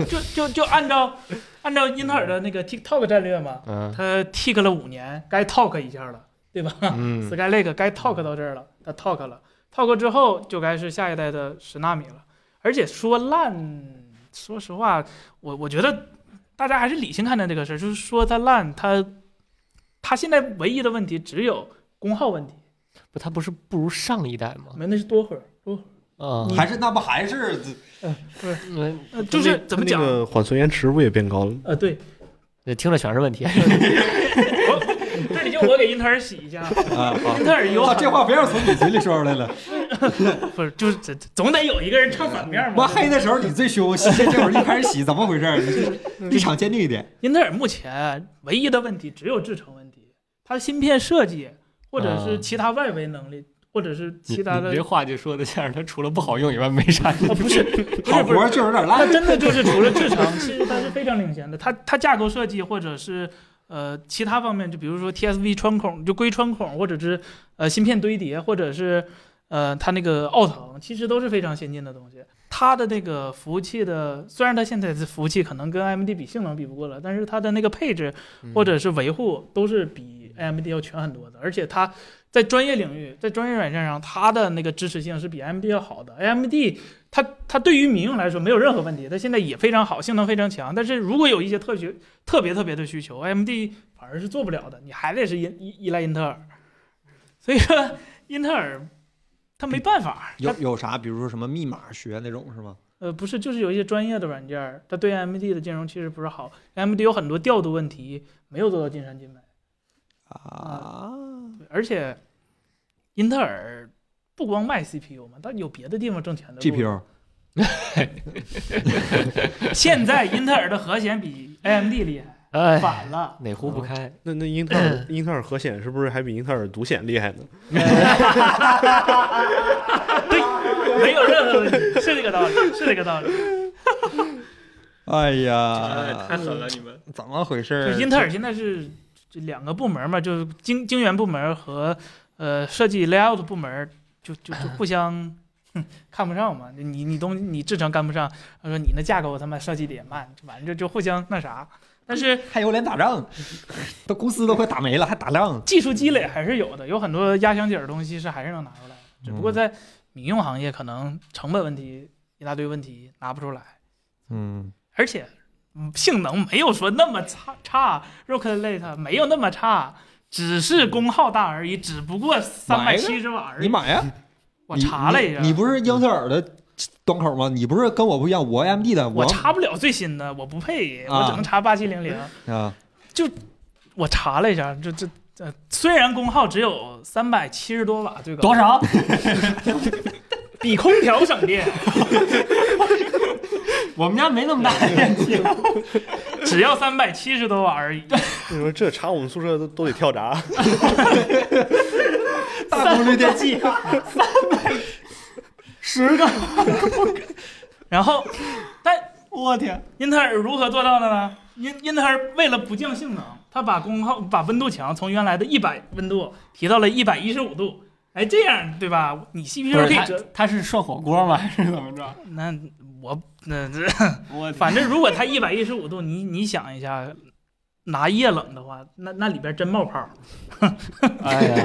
[SPEAKER 2] 就就就按照按照英特尔的那个 TikTok 战略嘛，
[SPEAKER 5] 嗯
[SPEAKER 2] 它 tick 了五年，该 talk 一下了，对吧？
[SPEAKER 5] 嗯
[SPEAKER 2] Skylake 该 talk 到这儿了，它 talk 了，talk 之后就该是下一代的十纳米了。而且说烂，说实话，我我觉得大家还是理性看待这个事儿，就是说它烂，它它现在唯一的问题只有功耗问题，
[SPEAKER 5] 不，它不是不如上一代吗？
[SPEAKER 2] 没那是多会儿多会儿，
[SPEAKER 5] 啊，
[SPEAKER 1] 还是那不还是
[SPEAKER 5] 嗯
[SPEAKER 2] 呃，就是怎么讲
[SPEAKER 4] 那？个缓存延迟不也变高了吗？
[SPEAKER 2] 呃，对，
[SPEAKER 5] 这听着全是问题。
[SPEAKER 2] 这里就我给英特尔洗一下，
[SPEAKER 1] 啊？好
[SPEAKER 2] 英特尔有
[SPEAKER 1] 我操
[SPEAKER 2] 很
[SPEAKER 1] 这话别让从你嘴里说出来 了。
[SPEAKER 2] 不是，就是这总得有一个人唱反面嘛。
[SPEAKER 1] 我黑的时候你最凶，洗这会儿就开始洗，怎么回事？
[SPEAKER 2] 嗯
[SPEAKER 1] 你立场坚定一点。
[SPEAKER 2] 英特尔目前唯一的问题只有制程问题，它的芯片设计或者
[SPEAKER 1] 啊
[SPEAKER 2] 是其他外围能力，或者是其他的
[SPEAKER 5] 你这话就说的像是它除了不好用以外没啥。
[SPEAKER 2] 啊， 不是，不
[SPEAKER 1] 好
[SPEAKER 2] 是，
[SPEAKER 1] 活
[SPEAKER 2] 不是，
[SPEAKER 1] 儿就是有点
[SPEAKER 2] 它
[SPEAKER 1] 烂。
[SPEAKER 2] 真的就是除了制程，其实它是非常领先的。它它架构设计或者是呃其他方面，就比如说 TSV 穿孔，就硅穿孔，或者是呃芯片堆叠，或者是呃它那个奥腾，其实都是非常先进的东西。它的那个服务器的，虽然它现在的服务器可能跟 AMD 比性能比不过了，但是它的那个配置或者是维护都是比 AMD 要全很多的，而且它在专业领域，在专业软件上，它的那个支持性是比 AMD 要好的。AMD 它它对于民用来说没有任何问题，它现在也非常好，性能非常强。但是如果有一些特学特别特别的需求，AMD 反而是做不了的，你还得是依依依赖英特尔。所以说，英特尔它没办法，
[SPEAKER 1] 嗯有
[SPEAKER 2] 它
[SPEAKER 1] 有啥？比如说什么密码学那种是吗？
[SPEAKER 2] 呃不是就是有一些专业的软件儿，它对 AMD 的兼容其实不是好，AMD 有很多调度问题没有做到尽善尽美。
[SPEAKER 1] 啊，
[SPEAKER 2] 对而且，英特尔不光卖 CPU 嘛，它有别的地方挣钱的路。
[SPEAKER 1] GPU
[SPEAKER 2] 现在英特尔的核显比 AMD 厉害，
[SPEAKER 5] 哎，
[SPEAKER 2] 反了。
[SPEAKER 5] 哪壶不开？
[SPEAKER 4] 那那英特
[SPEAKER 2] 嗯
[SPEAKER 4] 尔 英特尔核显是不是还比英特尔独显厉害呢？
[SPEAKER 2] 对，没有任何问题，是这个道理，是这个道理。
[SPEAKER 1] 哎
[SPEAKER 5] 哎
[SPEAKER 1] 呀，
[SPEAKER 5] 狠了你们！
[SPEAKER 1] 怎么回事
[SPEAKER 2] 就
[SPEAKER 1] 儿？
[SPEAKER 2] 英特尔现在是这两个部门嘛，就是晶晶圆部门和呃设计 layout 部门就，就就互相 哼看不上嘛。你你东你制程跟不上，他说你那架构他妈设计的也慢，反正就就互相那啥。但是
[SPEAKER 1] 还有脸打仗？都公司都快打没了，还打仗？
[SPEAKER 2] 技术积累还是有的，有很多压箱底儿的东西是还是能拿出来的，只不过
[SPEAKER 1] 嗯
[SPEAKER 2] 在民用行业可能成本问题一大堆问题拿不出来。
[SPEAKER 1] 嗯，
[SPEAKER 2] 而且嗯性能没有说那么差差，Rocket Lake 没有那么差，只是功耗大而已，只不过三
[SPEAKER 1] 买
[SPEAKER 2] 百
[SPEAKER 1] 一个
[SPEAKER 2] 七十瓦而
[SPEAKER 1] 你
[SPEAKER 2] 已。
[SPEAKER 1] 买呀？
[SPEAKER 2] 我
[SPEAKER 1] 你
[SPEAKER 2] 查了一下，
[SPEAKER 1] 你你不是英特尔的端口吗？你不是跟我不一样，我 AMD 的，
[SPEAKER 2] 我查不了最新的，我不配，
[SPEAKER 1] 啊
[SPEAKER 2] 我只能查八七零零。
[SPEAKER 1] 啊，
[SPEAKER 2] 我查了一下，这这这虽然功耗只有三百七十多瓦，最高
[SPEAKER 5] 多少？
[SPEAKER 2] 比空调省电，
[SPEAKER 5] 我们家没 那么大面积。
[SPEAKER 2] 只要三百七十多瓦而已。
[SPEAKER 4] 你说这查我们宿舍都都得跳闸，
[SPEAKER 1] 大功率电器，
[SPEAKER 5] 十个，
[SPEAKER 2] 然后，但
[SPEAKER 5] 我天！
[SPEAKER 2] 英特尔如何做到的呢？英英特尔为了不降性能，它把功耗、把温度墙从原来的一百温度提到了一百一十五度。哎，这样对吧？你 CPU
[SPEAKER 5] 不是
[SPEAKER 2] 可以
[SPEAKER 5] 他
[SPEAKER 2] 折，
[SPEAKER 5] 他是涮火锅吗？还是怎么着？
[SPEAKER 2] 那我那这
[SPEAKER 5] 我
[SPEAKER 2] 反正如果它一百一十五度，你你想一下，拿液冷的话，那那里边真冒泡。
[SPEAKER 5] 哎呀，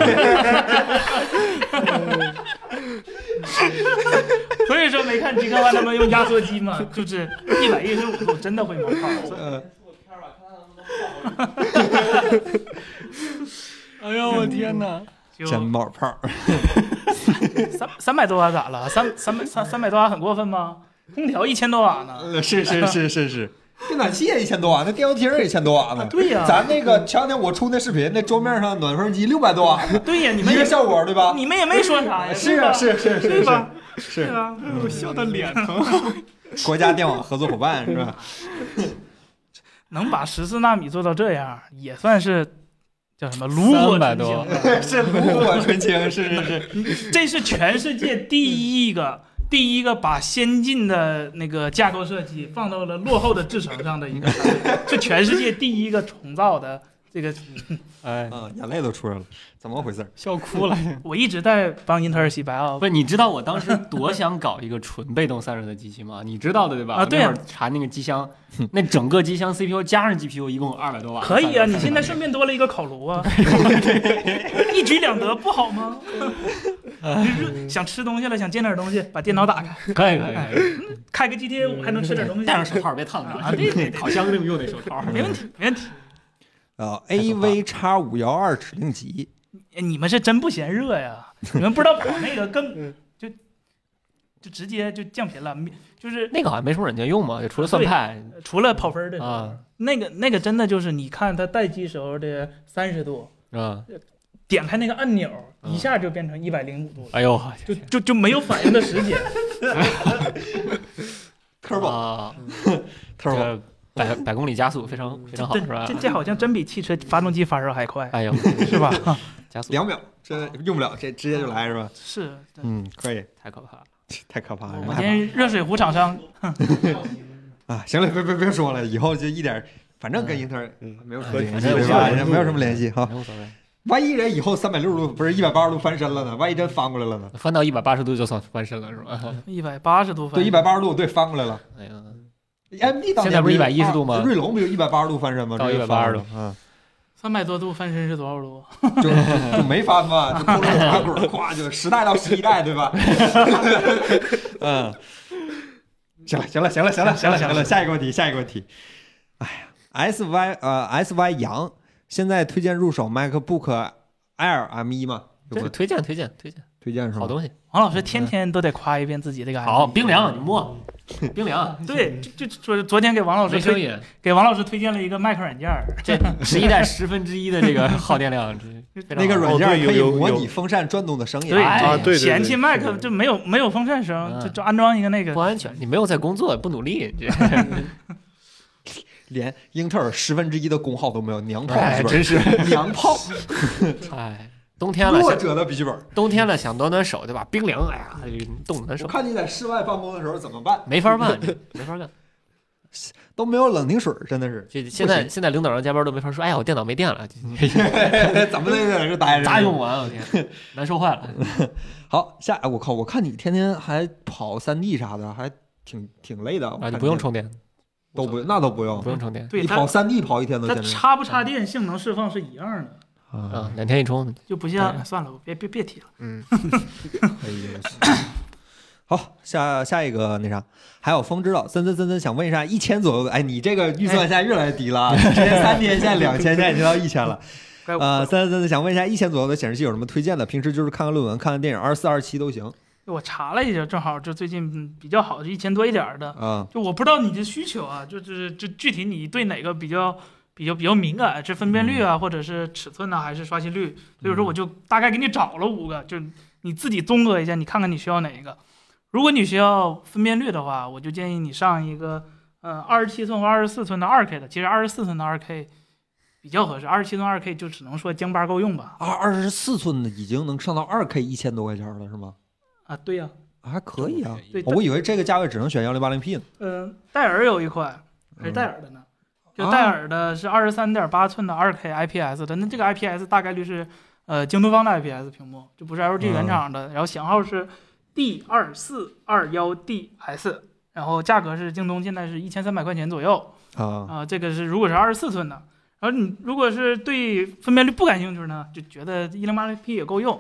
[SPEAKER 2] 所以说没看极客湾他们用压缩机嘛，就是一百一十五度真的会冒泡。
[SPEAKER 1] 呃，
[SPEAKER 5] 哎呦我天哪！
[SPEAKER 2] 就
[SPEAKER 1] 真冒泡 儿。
[SPEAKER 2] 三三百多瓦咋了？三三百三三百多瓦很过分吗？空调一千多瓦呢？
[SPEAKER 1] 呃，是是是是是， 电暖气也一千多瓦，啊那电油梯儿也一千多瓦呢。
[SPEAKER 2] 啊对呀、
[SPEAKER 1] 咱那个前两天我出那视频，那桌面上暖风机六百多瓦，
[SPEAKER 2] 对呀、你
[SPEAKER 1] 一
[SPEAKER 2] 们
[SPEAKER 1] 个
[SPEAKER 2] 也
[SPEAKER 1] 效果对吧？
[SPEAKER 2] 你们也没说啥呀，
[SPEAKER 1] 是
[SPEAKER 2] 对吧
[SPEAKER 1] 啊，是是是
[SPEAKER 2] 对
[SPEAKER 1] 是，
[SPEAKER 2] 吧？
[SPEAKER 1] 是
[SPEAKER 2] 啊，
[SPEAKER 6] 我笑的脸疼。
[SPEAKER 1] 国家电网合作伙伴是吧？
[SPEAKER 2] 能把十四纳米做到这样，也算是叫什么炉火纯
[SPEAKER 5] 300多
[SPEAKER 2] 青。
[SPEAKER 1] 是炉火纯 青，是是是，
[SPEAKER 2] 这是全世界第一个第一个把先进的那个架构设计放到了落后的制程上的一个，是全世界第一个重造的这个。
[SPEAKER 5] 哎，
[SPEAKER 1] 嗯，眼泪都出来了，怎么回事儿？
[SPEAKER 5] 笑哭了。
[SPEAKER 2] 我一直在帮英特尔洗白啊
[SPEAKER 5] 不，是，你知道我当时多想搞一个纯被动散热的机器吗？你知道的对吧？
[SPEAKER 2] 啊对啊
[SPEAKER 5] 呀，查那个机箱，那整个机箱 CPU 加上 GPU 一共二百多瓦。
[SPEAKER 2] 可以啊，你现在顺便多了一个烤炉啊，一举两得不好吗？就是想吃东西了，想煎点东西，把电脑打开，
[SPEAKER 5] 可以可以可以，
[SPEAKER 2] 开个 GTA 五还能吃点东西
[SPEAKER 5] 戴，上手套别烫着 啊！对对，烤箱用用那手套。
[SPEAKER 2] 没问题，没问题。
[SPEAKER 1] 啊
[SPEAKER 5] 可怕
[SPEAKER 1] ，AV 叉五幺二指令集，
[SPEAKER 2] 哎你们是真不嫌热呀？你们不知道跑那个更就就直接就降频了，米就是
[SPEAKER 5] 那个好像没什么软件用嘛，就除了算派
[SPEAKER 2] 呃除了跑分儿的时候
[SPEAKER 5] 啊
[SPEAKER 2] 那个那个真的就是你看它待机时候的三十度，
[SPEAKER 5] 啊。
[SPEAKER 2] 点开那个按钮
[SPEAKER 5] 啊
[SPEAKER 2] 一下就变成一百零五度了，
[SPEAKER 5] 哎呦，
[SPEAKER 2] 就就就没有反应的时间。
[SPEAKER 1] 特儿宝，
[SPEAKER 5] 啊，
[SPEAKER 1] 特
[SPEAKER 5] 这
[SPEAKER 1] 儿宝，
[SPEAKER 5] 个百百公里加速非常非常好，
[SPEAKER 2] 这
[SPEAKER 5] 是吧
[SPEAKER 2] 这？这好像真比汽车发动机发热还快，
[SPEAKER 5] 哎呦，
[SPEAKER 2] 是吧？
[SPEAKER 5] 加速
[SPEAKER 1] 两秒，这用不了，这直接就来是吧？
[SPEAKER 2] 是。
[SPEAKER 1] 啊
[SPEAKER 2] 对
[SPEAKER 1] 嗯，可以，
[SPEAKER 5] 太可怕了。
[SPEAKER 1] 太可怕
[SPEAKER 2] 我
[SPEAKER 1] 了，
[SPEAKER 2] 们
[SPEAKER 1] 害
[SPEAKER 2] 今
[SPEAKER 1] 怕
[SPEAKER 2] 天热水壶厂商
[SPEAKER 1] 啊！行了，别别别说了，以后就一点儿，反正跟英特尔
[SPEAKER 4] 嗯
[SPEAKER 1] 没有什么
[SPEAKER 4] 和
[SPEAKER 1] 联系，
[SPEAKER 4] 和和
[SPEAKER 1] 对吧？没有什么联系哈。
[SPEAKER 5] 没无所谓，
[SPEAKER 1] 万一人以后三百六十度不是一百八十度翻身了呢？万一真翻过来了呢？
[SPEAKER 5] 翻到一百八十度就算翻身了，是
[SPEAKER 1] 嗯
[SPEAKER 5] 吧？
[SPEAKER 2] 一百八十度
[SPEAKER 1] 对，
[SPEAKER 2] 分，
[SPEAKER 1] 一百八十度，对，翻过来了。
[SPEAKER 5] 哎呀，
[SPEAKER 1] AMD 当年
[SPEAKER 5] 现在不是110度吗
[SPEAKER 1] 啊瑞龙不就一百八十度翻身吗？
[SPEAKER 5] 到
[SPEAKER 1] 直接翻过来
[SPEAKER 5] 180，
[SPEAKER 1] 嗯，
[SPEAKER 2] 三百多度翻身是多少度？
[SPEAKER 1] 就就没翻嘛，就偷着打滚儿，咵就十代到十一代，对吧？ 嗯，行了，行了，行了，行了，行了，行了，下一个问题，下一个问题。哎呀，S Y 呃 S Y 杨现在推荐入手 MacBook Air M 一吗？有
[SPEAKER 5] 这
[SPEAKER 1] 个
[SPEAKER 5] 推荐推荐推荐，
[SPEAKER 1] 推荐是
[SPEAKER 5] 好
[SPEAKER 1] 吗？哎
[SPEAKER 5] 东西。
[SPEAKER 2] 王老师天天都得夸一遍自己这个 iPhone
[SPEAKER 5] 嗯好，冰凉你摸， 冰凉
[SPEAKER 2] 对，就就昨昨天给王老师
[SPEAKER 5] 没声
[SPEAKER 2] 推
[SPEAKER 5] 音。
[SPEAKER 2] 给王老师推荐了一个麦克软件儿，
[SPEAKER 5] 这十一代十分之一的这个耗电量，这非常好
[SPEAKER 1] 那个软件
[SPEAKER 4] 哦对有
[SPEAKER 1] 可以
[SPEAKER 4] 有
[SPEAKER 1] 模
[SPEAKER 4] 有
[SPEAKER 1] 拟风扇转动的声音。
[SPEAKER 2] 对
[SPEAKER 5] 哎
[SPEAKER 4] 啊，对对对，
[SPEAKER 2] 嫌弃麦
[SPEAKER 4] 是
[SPEAKER 2] 克
[SPEAKER 4] 的
[SPEAKER 2] 就没有没有风扇声，
[SPEAKER 5] 嗯
[SPEAKER 2] 就就安装一个那个
[SPEAKER 5] 不。安全，你没有在工作，不努 力，这
[SPEAKER 1] 连英特尔十分之一的功耗都没有，娘炮
[SPEAKER 5] 哎，
[SPEAKER 1] 是不是？
[SPEAKER 5] 真是
[SPEAKER 1] 娘炮，
[SPEAKER 5] 哎。冬天了，
[SPEAKER 1] 弱
[SPEAKER 5] 想
[SPEAKER 1] 者的笔记本。
[SPEAKER 5] 冬天了，想暖暖手，对吧？冰凉，哎呀，这个冻得难
[SPEAKER 1] 我
[SPEAKER 5] 受，
[SPEAKER 1] 看你在室外办公的时候怎么办？
[SPEAKER 5] 没法办，这没法干。
[SPEAKER 1] 都没有冷凝水儿，真的是。
[SPEAKER 5] 这现在现在领导让加班都没法说，哎呀，我电脑没电了，
[SPEAKER 1] 怎么的也在这待着？
[SPEAKER 5] 咋用完？我天，难受坏了。
[SPEAKER 1] 好，下哎我靠，我看你天天还跑三 D 啥的，还挺挺累的。我
[SPEAKER 5] 啊，
[SPEAKER 1] 看
[SPEAKER 5] 你
[SPEAKER 1] 你
[SPEAKER 5] 不用充电，
[SPEAKER 1] 都不那都不用
[SPEAKER 5] 不，用充电
[SPEAKER 2] 对
[SPEAKER 1] 你跑
[SPEAKER 2] 它
[SPEAKER 1] 三 D 跑一天都
[SPEAKER 2] 它
[SPEAKER 1] 简直
[SPEAKER 2] 插不插电性能释放是一样的，
[SPEAKER 1] 嗯
[SPEAKER 5] 啊，两天一充。
[SPEAKER 2] 就不像
[SPEAKER 5] 对
[SPEAKER 2] 算了，我别别别提了。
[SPEAKER 5] 嗯，
[SPEAKER 1] 哎呦我去好，下下一个那啥，还有风之岛森森森森想问一下，一千左右的，哎，你这个预算现在越来越低 了啊，之前三千，现在两千，现在已经到一千 了。
[SPEAKER 2] 该我
[SPEAKER 1] 呃，森森森森想问一下，一千左右的显示器有什么推荐的？平时就是看看论文、看看电影，二四二七都行
[SPEAKER 2] 我查了一下，正好就最近嗯比较好，就一千多一点儿的。
[SPEAKER 1] 啊。
[SPEAKER 2] 就我不知道你的需求啊，就就是就具体你对哪个比较比较比较敏感，是分辨率啊，或者是尺寸呐、还是刷新率？所以说我就大概给你找了五个，就你自己综合一下，你看看你需要哪一个。如果你需要分辨率的话，我就建议你上一个呃二十七寸或二十四寸的二 K 的，其实二十四寸的二 K 比较合适，二十七寸二 K 就只能说将巴够用吧。
[SPEAKER 1] 二二十四寸的已经能上到二 K 一千多块钱了，是吗？
[SPEAKER 2] 啊，对呀、
[SPEAKER 1] 还可以啊，
[SPEAKER 2] 对，
[SPEAKER 1] 哦我以为这个价位只能选幺零八零 P 呢。
[SPEAKER 2] 嗯、戴尔有一款还是戴尔的呢，就戴尔的是二十三点八寸的二 K IPS 的，那这个 IPS 大概率是呃京东方的 IPS 屏幕，就不是 LG
[SPEAKER 1] 嗯
[SPEAKER 2] 原厂的，然后型号是 D 二四二幺 DS，然后价格是京东现在是一千三百块钱左右
[SPEAKER 1] 啊，
[SPEAKER 2] 啊、这个是如果是二十四寸的，然后你如果是对分辨率不感兴趣呢，就觉得一零八零 P 也够用。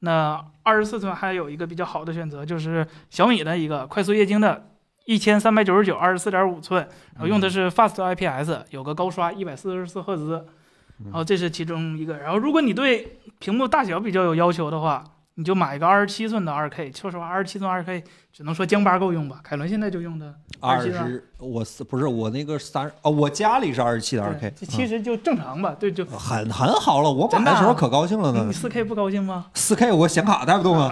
[SPEAKER 2] 那二十四寸还有一个比较好的选择，就是小米的一个快速液晶的，一千三百九十九二十四点五寸，然后
[SPEAKER 1] 嗯
[SPEAKER 2] 用的是 Fast IPS，有个高刷一百四十四赫
[SPEAKER 1] 嗯
[SPEAKER 2] 兹，然后这是其中一个。然后如果你对屏幕大小比较有要求的话，你就买一个二十七寸的二 K，说实话，二十七寸二 K 只能说江八够用吧。凯伦现在就用的
[SPEAKER 1] 二
[SPEAKER 2] 27吧
[SPEAKER 1] 十，我是不是我那个三哦，我家里是二十七的二 K，嗯
[SPEAKER 2] 对这其
[SPEAKER 1] 实
[SPEAKER 2] 实就正常吧，对，就
[SPEAKER 1] 很很好了。我买
[SPEAKER 2] 真的
[SPEAKER 1] 的
[SPEAKER 2] 啊
[SPEAKER 1] 时候可高兴了呢
[SPEAKER 2] 你，四 K 不高兴吗？
[SPEAKER 1] 四 K 我显卡带不动啊。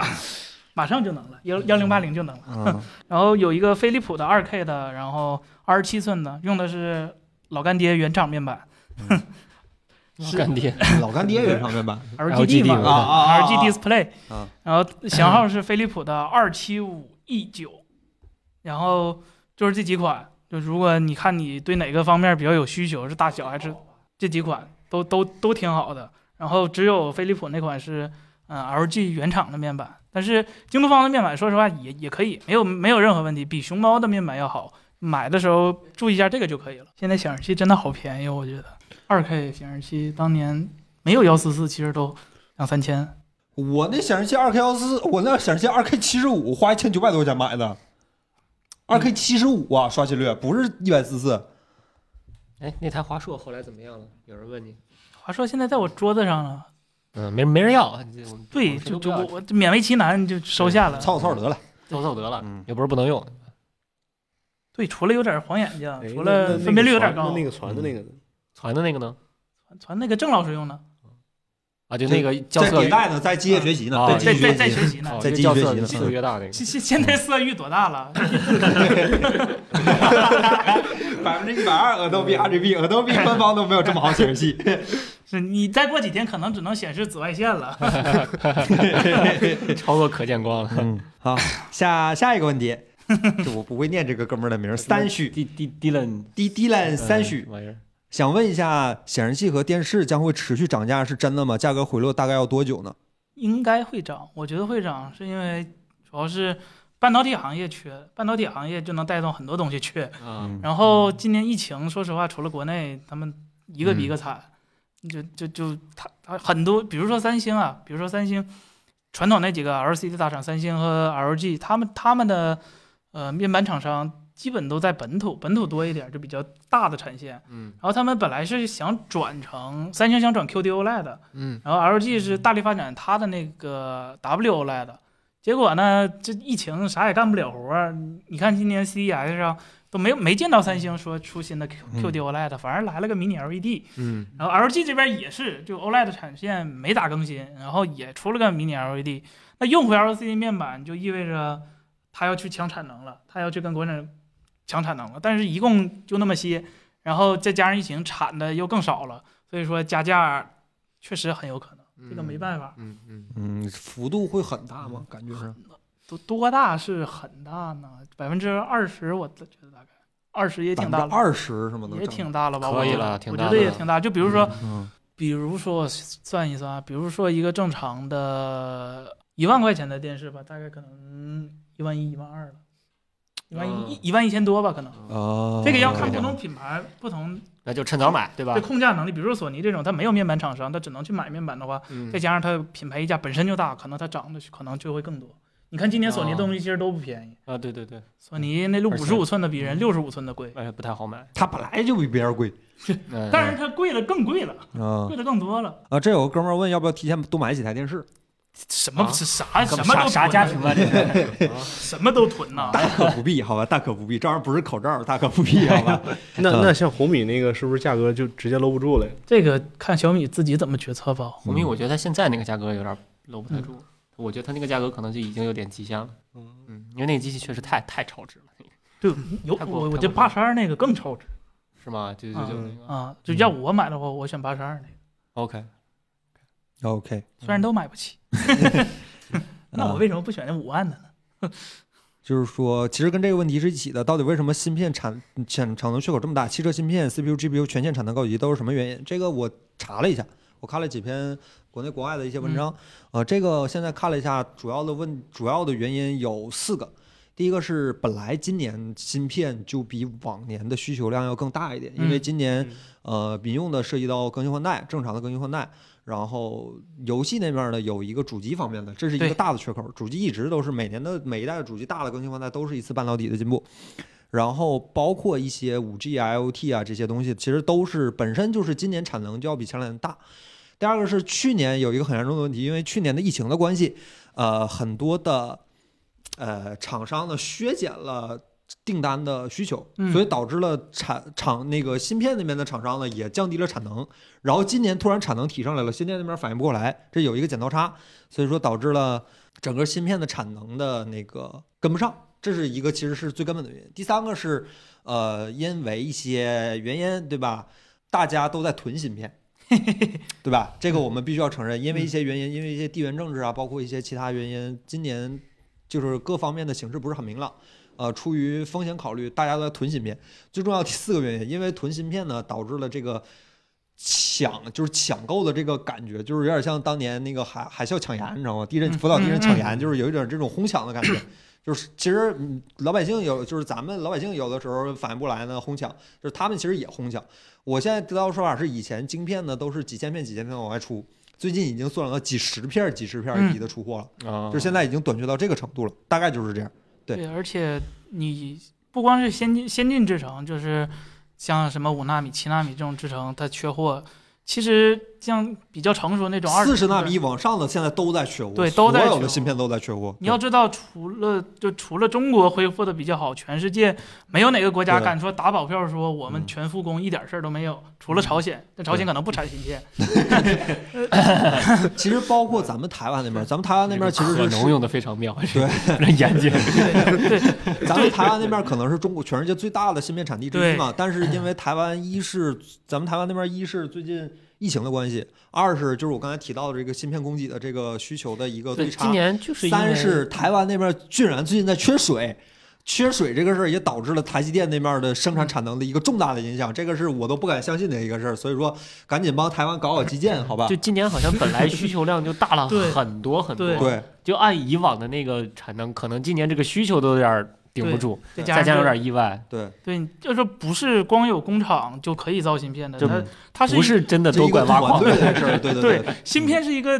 [SPEAKER 2] 马上就能了，幺幺零八零就能了。
[SPEAKER 1] 嗯，
[SPEAKER 2] 然后有一个飞利浦的二 K 的，然后二十七寸的，用的是老干爹原厂面板 是
[SPEAKER 5] 干爹，
[SPEAKER 1] 老干爹原厂面板
[SPEAKER 2] LGD
[SPEAKER 1] 啊
[SPEAKER 2] 嘛
[SPEAKER 1] 啊 啊啊
[SPEAKER 2] LG Display，
[SPEAKER 1] 啊
[SPEAKER 2] 然后型号是飞利浦的二七五 E 九，然后就是这几款，就如果你看你对哪个方面比较有需求，是大小还是这几款都都都挺好的。然后只有飞利浦那款是嗯、LG 原厂的面板，但是京东方的面板说实话也也可以，没有没有任何问题，比熊猫的面板要好。买的时候注意一下这个就可以了。现在显示器真的好便宜，我觉得二 K 显示器当年没有幺四四，其实都两三千。
[SPEAKER 1] 我那显示器二 K 幺四，我那显示器二 K 七十五，花一千九百多块钱买的，二 K 七十五啊，刷新率不是一百四四。
[SPEAKER 5] 哎，那台华硕后来怎么样了？有人问你，
[SPEAKER 2] 华硕现在在我桌子上了，
[SPEAKER 5] 嗯，没没人要，这我们
[SPEAKER 2] 对，
[SPEAKER 4] 哦
[SPEAKER 5] 我谁
[SPEAKER 2] 就
[SPEAKER 5] 都
[SPEAKER 2] 就
[SPEAKER 5] 不要
[SPEAKER 2] 我我就勉为其难就收下了。
[SPEAKER 1] 凑凑得了。
[SPEAKER 5] 凑凑得了
[SPEAKER 1] 嗯，
[SPEAKER 5] 又不是不能用。
[SPEAKER 2] 对，除了有点黄眼睛
[SPEAKER 4] 哎，
[SPEAKER 2] 除
[SPEAKER 4] 那那
[SPEAKER 2] 了分辨率有点
[SPEAKER 4] 那
[SPEAKER 2] 高
[SPEAKER 4] 那，个传的那个
[SPEAKER 5] 嗯
[SPEAKER 4] 呢，
[SPEAKER 5] 传的那个呢？
[SPEAKER 2] 传那个郑老师用的，
[SPEAKER 5] 啊，就那个校
[SPEAKER 1] 在
[SPEAKER 5] 色
[SPEAKER 1] 迭
[SPEAKER 5] 越
[SPEAKER 1] 代呢，在机械学习呢，在
[SPEAKER 5] 啊
[SPEAKER 2] 在
[SPEAKER 1] 机
[SPEAKER 2] 在
[SPEAKER 1] 械
[SPEAKER 2] 在
[SPEAKER 1] 学习。
[SPEAKER 2] 学习呢
[SPEAKER 5] 哦，
[SPEAKER 1] 在
[SPEAKER 5] 就
[SPEAKER 1] 继续
[SPEAKER 5] 校
[SPEAKER 1] 学习
[SPEAKER 5] 色
[SPEAKER 1] 呢
[SPEAKER 5] 技术越大 那个。
[SPEAKER 2] 现现现在色域多大了？
[SPEAKER 1] 百分之一百二 Adobe RGB，Adobe 官方都没有这么好显示器。
[SPEAKER 2] 是你再过几天可能只能显示紫外线了。
[SPEAKER 5] 超过可见 光了。
[SPEAKER 1] 嗯，好，下下一个 问题，这我不会念这个哥们儿 的名儿，三旭
[SPEAKER 5] 低低低了你，
[SPEAKER 1] D D Lan 三旭，
[SPEAKER 5] 嗯玩意儿，
[SPEAKER 1] 想问一下，显示器和电视将会持续涨价是真的吗？价格回落大概要多久呢？
[SPEAKER 2] 应该会涨，我觉得会涨，是因为主要是半导体行业缺，半导体行业就能带动很多东西缺。
[SPEAKER 5] 啊，
[SPEAKER 1] 嗯
[SPEAKER 2] 然后今年疫情，说实话，除了国内，他们一个比一个惨，就就就他他很多，比如说三星啊，比如说三星传统那几个 LCD 大厂，三星和 LG，他们他们的呃面板厂商基本都在本土，本土多一点，就比较大的产线。
[SPEAKER 5] 嗯
[SPEAKER 2] 然后他们本来是想转成三星想转 QD OLED E 的，
[SPEAKER 5] 嗯，
[SPEAKER 2] 然后 LG 是大力发展它的那个 WOLED 的，结果呢，这疫情啥也干不了活儿。你看今年 CES 上都没有没见到三星说出新的 Q
[SPEAKER 1] 嗯
[SPEAKER 2] QD OLED，反而来了个迷你 LED。
[SPEAKER 5] 嗯，
[SPEAKER 2] 然后 LG 这边也是，就 OLED 产线没咋更新，然后也出了个迷你 LED。那用回 LCD 面板就意味着它要去抢产能了，它要去跟国产抢产能了。但是一共就那么些，然后再加上疫情产的又更少了，所以说加价确实很有可能。这个没办法，
[SPEAKER 5] 嗯嗯，
[SPEAKER 1] 嗯，幅度会很大吗？感觉是
[SPEAKER 2] 都多大是很大呢？百分之二十，我觉得大概二十也挺大了，
[SPEAKER 1] 二十是吗？能
[SPEAKER 2] 也
[SPEAKER 1] 涨
[SPEAKER 2] 挺大了吧？
[SPEAKER 5] 可
[SPEAKER 2] 我
[SPEAKER 5] 以
[SPEAKER 2] 觉得
[SPEAKER 5] 了挺
[SPEAKER 2] 我
[SPEAKER 5] 大
[SPEAKER 2] 觉得
[SPEAKER 5] 的
[SPEAKER 2] 也
[SPEAKER 5] 了
[SPEAKER 2] 挺大。就比如说，
[SPEAKER 1] 嗯
[SPEAKER 2] 比如说我算一算啊，比如说一个正常的一万块钱的电视吧，大概可能一万一、一万二了，一万
[SPEAKER 5] 哦
[SPEAKER 2] 一、一万一千多吧，可能。
[SPEAKER 1] 哦
[SPEAKER 2] 这个要看
[SPEAKER 5] 这
[SPEAKER 2] 不
[SPEAKER 5] 样
[SPEAKER 2] 同品牌、不同
[SPEAKER 5] 那就趁早买，对吧
[SPEAKER 2] 的？控价能力。比如说索尼这种，它没有面板厂商，它只能去买面板的话，
[SPEAKER 5] 嗯
[SPEAKER 2] 再加上它品牌溢价本身就大，可能它涨的可能就会更多。你看今年索尼
[SPEAKER 5] 哦
[SPEAKER 2] 的东西其实都不便宜，
[SPEAKER 5] 啊，对对对，
[SPEAKER 2] 索尼那六
[SPEAKER 5] 而
[SPEAKER 2] 五
[SPEAKER 5] 且
[SPEAKER 2] 十五寸的比人六十五寸的贵，
[SPEAKER 5] 哎，不太好买。
[SPEAKER 1] 它本来就比别人贵
[SPEAKER 5] 嗯
[SPEAKER 2] 但是它贵了更贵了，
[SPEAKER 1] 啊
[SPEAKER 2] 贵的更多了。
[SPEAKER 1] 啊！这有个哥们儿问要不要提前多买几台电视？
[SPEAKER 2] 什么
[SPEAKER 5] 啊
[SPEAKER 2] 是啥
[SPEAKER 5] 干
[SPEAKER 2] 什
[SPEAKER 5] 嘛
[SPEAKER 2] 么都
[SPEAKER 5] 啥啥
[SPEAKER 2] 囤呐
[SPEAKER 5] 家庭 啊？这是
[SPEAKER 2] 什么都囤呐。
[SPEAKER 1] 大可不必，好吧，大可不必，这玩意儿不是口罩，大可不必，好 吧。
[SPEAKER 4] 那
[SPEAKER 1] 嗯
[SPEAKER 4] 那像红米那个是不是价格就直接搂不住了呀？
[SPEAKER 2] 这个看小米自己怎么决策吧。
[SPEAKER 5] 红米，我觉得它现在那个价格有点搂不太
[SPEAKER 2] 嗯
[SPEAKER 5] 住，我觉得它那个价格可能就已经有点极限了。
[SPEAKER 4] 嗯，
[SPEAKER 5] 嗯，因为那个机器确实太太超值了，
[SPEAKER 2] 对，有
[SPEAKER 5] 嗯太过
[SPEAKER 2] 我我
[SPEAKER 5] 太
[SPEAKER 2] 这
[SPEAKER 5] 过
[SPEAKER 2] 八
[SPEAKER 5] 分嗯
[SPEAKER 2] 十二那个更超值
[SPEAKER 5] 是吗？就就就那个
[SPEAKER 2] 啊！就要我买的话，我选八十二那个，
[SPEAKER 5] OK，
[SPEAKER 1] OK，
[SPEAKER 2] 虽
[SPEAKER 5] 嗯
[SPEAKER 2] 然都买不 起，那
[SPEAKER 1] 啊
[SPEAKER 2] 我为什么不选那五万的呢？
[SPEAKER 1] 就是说，其实跟这个问题是一起的。到底为什么芯片产产产能缺口这么大？汽车芯片、CPU、GPU 全线产能高级都是什么原因？这个我查了一下，我看了几篇国内国外的一些
[SPEAKER 2] 嗯
[SPEAKER 1] 文章。呃，这个现在看了一下，主要的问主要的原因有四个。第一个是本来今年芯片就比往年的需求量要更大一点，因为
[SPEAKER 2] 嗯
[SPEAKER 1] 今年
[SPEAKER 5] 嗯
[SPEAKER 1] 呃民用的涉及到更新换代，正常的更新换代。然后游戏那边呢有一个主机方面的，这是一个
[SPEAKER 2] 对
[SPEAKER 1] 大的缺口。主机一直都是每年的每一代的主机大的更新换代都是一次半导体的进步，然后包括一些五 G、IoT 啊这些东西，其实都是本身就是今年产能就要比前两年大。第二个是去年有一个很严重的问题，因为去年的疫情的关系，呃，很多的呃厂商呢削减了。订单的需求，
[SPEAKER 2] 嗯
[SPEAKER 1] 所以导致了产厂那个芯片那边的厂商呢也降低了产能，然后今年突然产能提上来了，芯片那边反应不过来，这有一个剪刀差，所以说导致了整个芯片的产能的那个跟不上，这是一个其实是最根本的原因。第三个是呃，因为一些原因，对吧？大家都在囤芯片，对吧？这个我们必须要承认，因为一些原因，因为一些地缘政治啊，包括一些其他原因，今年就是各方面的形势不是很明朗。呃，出于风险考虑，大家都在囤芯片。最重要第四个原因，因为囤芯片呢，导致了这个抢，就是抢购的这个感觉，就是有点像当年那个海海啸抢盐，你知道吗？地震福岛地震抢盐，就是有一点这种哄抢的感觉。就是其实嗯老百姓有，就是咱们老百姓有的时候反应不来呢，哄抢，就是他们其实也哄抢。我现在得到的说法是，以前晶片呢都是几千片、几千片往外出，最近已经缩短到几十片、几十
[SPEAKER 2] 嗯
[SPEAKER 1] 片一级的出货了，
[SPEAKER 2] 哦
[SPEAKER 5] 啊
[SPEAKER 1] 就是现在已经短缺到这个程度了，大概就是这样。对
[SPEAKER 2] 对，而且你不光是先进先进制程，就是像什么五纳米、七纳米这种制程，它缺货。其实像比较成熟那种二
[SPEAKER 1] 四十纳米，往上的现在都在缺货，
[SPEAKER 2] 对都在
[SPEAKER 1] 所有
[SPEAKER 2] 缺
[SPEAKER 1] 的
[SPEAKER 2] 货
[SPEAKER 1] 芯片都在缺货。
[SPEAKER 2] 你要知道，除了就除了中国恢复的比较好，全世界没有哪个国家
[SPEAKER 1] 对
[SPEAKER 2] 敢说打保票说我们
[SPEAKER 1] 嗯
[SPEAKER 2] 全复工一点事儿都没有，除了朝鲜，但朝鲜可能不产 芯片。
[SPEAKER 1] 对其实包括咱们台湾那边，咱们台湾那边其实
[SPEAKER 5] 可
[SPEAKER 1] 是
[SPEAKER 5] 能用的非常妙，
[SPEAKER 1] 对，
[SPEAKER 5] 严谨。
[SPEAKER 1] 咱们台湾那边可能是中国全世界最大的芯片产地之一
[SPEAKER 2] 对
[SPEAKER 1] 嘛，但是因为台湾一是咱们台湾那边一是最近疫情的关系，二是就是我刚才提到的这个芯片供给的这个需求的一个
[SPEAKER 3] 对，
[SPEAKER 1] 对
[SPEAKER 3] 今
[SPEAKER 1] 差，
[SPEAKER 3] 年就是因为
[SPEAKER 1] 三是台湾那边居然最近在缺水。缺水这个事儿也导致了台积电那面的生产产能的一个重大的影响，这个是我都不敢相信的一个事儿，所以说赶紧帮台湾搞搞基建，好吧
[SPEAKER 3] 就？今年好像本来需求量就大了
[SPEAKER 2] 对
[SPEAKER 3] 很多很多，
[SPEAKER 2] 对
[SPEAKER 1] 对，
[SPEAKER 3] 就按以往的那个产能，可能今年这个需求都有点儿顶不住，
[SPEAKER 2] 再
[SPEAKER 3] 再加
[SPEAKER 2] 加
[SPEAKER 3] 上
[SPEAKER 2] 上
[SPEAKER 3] 有点意外，
[SPEAKER 1] 对，
[SPEAKER 2] 对，就是不是光有工厂就可以造芯片的，
[SPEAKER 3] 就
[SPEAKER 2] 它它是
[SPEAKER 3] 不是真的
[SPEAKER 1] 嗯这
[SPEAKER 3] 都
[SPEAKER 1] 一个
[SPEAKER 3] 怪挖
[SPEAKER 1] 团
[SPEAKER 3] 矿
[SPEAKER 1] 队的事儿，对对
[SPEAKER 2] 对芯片是一个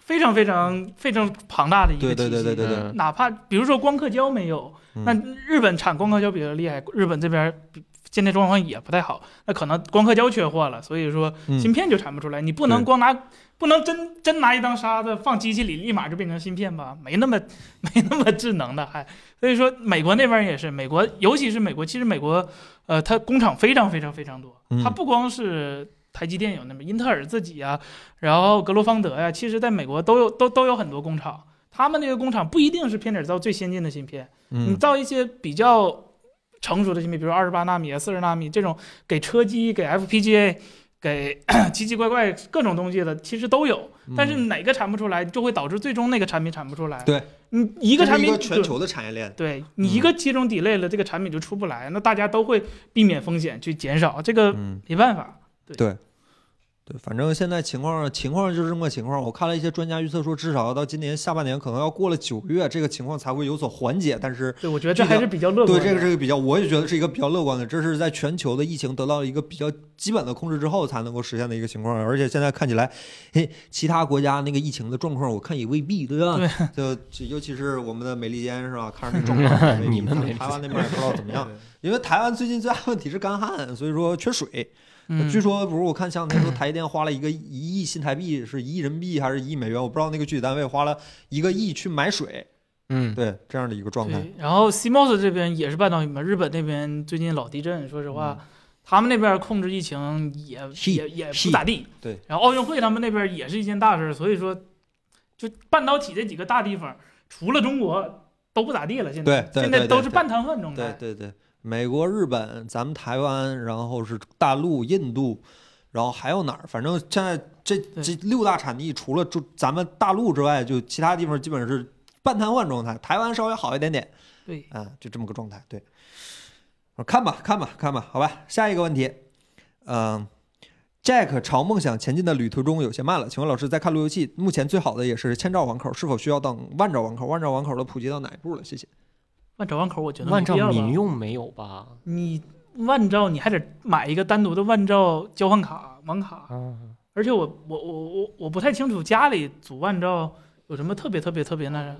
[SPEAKER 2] 非常非常非常庞大的一
[SPEAKER 1] 对
[SPEAKER 2] 个体
[SPEAKER 1] 对
[SPEAKER 2] 系。
[SPEAKER 1] 对对对对，
[SPEAKER 3] 嗯
[SPEAKER 2] 哪怕比如说光刻胶没有，
[SPEAKER 1] 嗯
[SPEAKER 2] 那日本产光刻胶比较厉害，日本这边比现在状况也不太好，那可能光刻胶缺货了，所以说
[SPEAKER 1] 嗯
[SPEAKER 2] 芯片就产不出来。你不能
[SPEAKER 1] 对
[SPEAKER 2] 光拿，不能真真拿一当沙子放机器里，立马就变成芯片吧？ 没那么没那么智能的还。所以说美国那边也是，美国尤其是美国，其实美国呃，它工厂非常非常非常多，
[SPEAKER 1] 嗯
[SPEAKER 2] 它不光是。台积电有那么英特尔自己啊，然后格罗方德呀、其实在美国都有都都有很多工厂，他们那个工厂不一定是偏点造最先进的芯片，你
[SPEAKER 1] 嗯
[SPEAKER 2] 造一些比较成熟的芯片，比如二十八纳米、啊四十纳米这种给车机、给 FPGA、给 奇奇怪怪各种东西的，其实都有。
[SPEAKER 1] 嗯
[SPEAKER 2] 嗯但是哪个产不出来，就会导致最终那个产品产不出来。
[SPEAKER 1] 对，嗯
[SPEAKER 2] 你一
[SPEAKER 1] 一
[SPEAKER 2] 个产品
[SPEAKER 1] 全球的产业链，
[SPEAKER 2] 对你一个其中 delay 了，这个产品就出不来，那大家都会避免风险去减少，这个
[SPEAKER 1] 嗯，
[SPEAKER 2] 没办法。
[SPEAKER 1] 对，反正现在情况情况就是这么个情况。我看了一些专家预测说，至少要到今年下半年，可能要过了九月，这个情况才会有所缓解。但是
[SPEAKER 2] 对，我觉得这还是比较乐观
[SPEAKER 1] 对
[SPEAKER 2] 的。
[SPEAKER 1] 这个这个比较，我也觉得是一个比较乐观的，这是在全球的疫情得到一个比较基本的控制之后才能够实现的一个情况。而且现在看起来，嘿，其他国家那个疫情的状况，我看也未必，对吧？对， 就尤其是我们的美利坚是吧？ 看着这状况也未必，
[SPEAKER 5] 你们美利坚
[SPEAKER 1] 台湾那边也不知道怎么 样，
[SPEAKER 4] 对
[SPEAKER 1] 因为台湾最近最大问题是干旱，所以说缺水。
[SPEAKER 2] 嗯
[SPEAKER 1] 据说不是我看前两天说台积电花了一个一亿新台币，是一亿人民币还是一亿美元，我不知道那个具体单位，花了一个亿去买水，
[SPEAKER 5] 嗯，
[SPEAKER 1] 对这样的一个状态。
[SPEAKER 2] 对，然后 CMOS 这边也是半导体嘛，日本那边最近老地震，说实话，他们那边控制疫情也
[SPEAKER 1] 嗯屁
[SPEAKER 2] 也也
[SPEAKER 1] 屁
[SPEAKER 2] 不咋地。
[SPEAKER 1] 对，
[SPEAKER 2] 然后奥运会他们那边也是一件大事儿，所以说，就半导体这几个大地方，除了中国都不咋地了，现在
[SPEAKER 1] 对对
[SPEAKER 2] 现
[SPEAKER 1] 对
[SPEAKER 2] 在
[SPEAKER 1] 对
[SPEAKER 2] 都是半瘫痪状
[SPEAKER 1] 对
[SPEAKER 2] 态。
[SPEAKER 1] 对对，美国、日本、咱们台湾，然后是大陆、印度，然后还有哪儿？反正现在这这六大产地，除了中咱们大陆之外，就其他地方基本上是半瘫痪状态。台湾稍微好一点点，
[SPEAKER 2] 对，
[SPEAKER 1] 啊，就这么个状态。对，我看吧，看吧，看吧，好吧。下一个问题，嗯、Jack 朝梦想前进的旅途中有些慢了，请问老师，在看路由器目前最好的也是千兆网口，是否需要等万兆网口？万兆网口的普及到哪一步了？谢谢。
[SPEAKER 2] 万兆万口我觉得
[SPEAKER 3] 万
[SPEAKER 2] 没
[SPEAKER 3] 兆
[SPEAKER 2] 必要吧
[SPEAKER 3] 民用没有吧？
[SPEAKER 2] 你万兆你还得买一个单独的万兆交换卡网卡，
[SPEAKER 3] 啊，
[SPEAKER 2] 而且我我我我我不太清楚家里组万兆有什么特别特别特别那啥。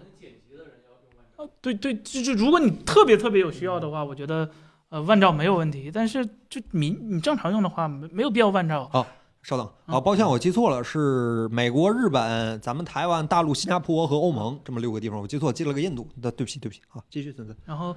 [SPEAKER 2] 啊，对对，就就如果你特别特别有需要的话，我觉得呃万兆没有问题。但是就民你正常用的话，没没有必要万兆。
[SPEAKER 1] 哦稍等啊，
[SPEAKER 2] 嗯
[SPEAKER 1] 抱歉，我记错了，是美国、日本、咱们台湾、大陆、新加坡和欧盟这么六个地方，我记错，记了个印度。那对不起，对不啊起，好，继续，森森。
[SPEAKER 2] 然后，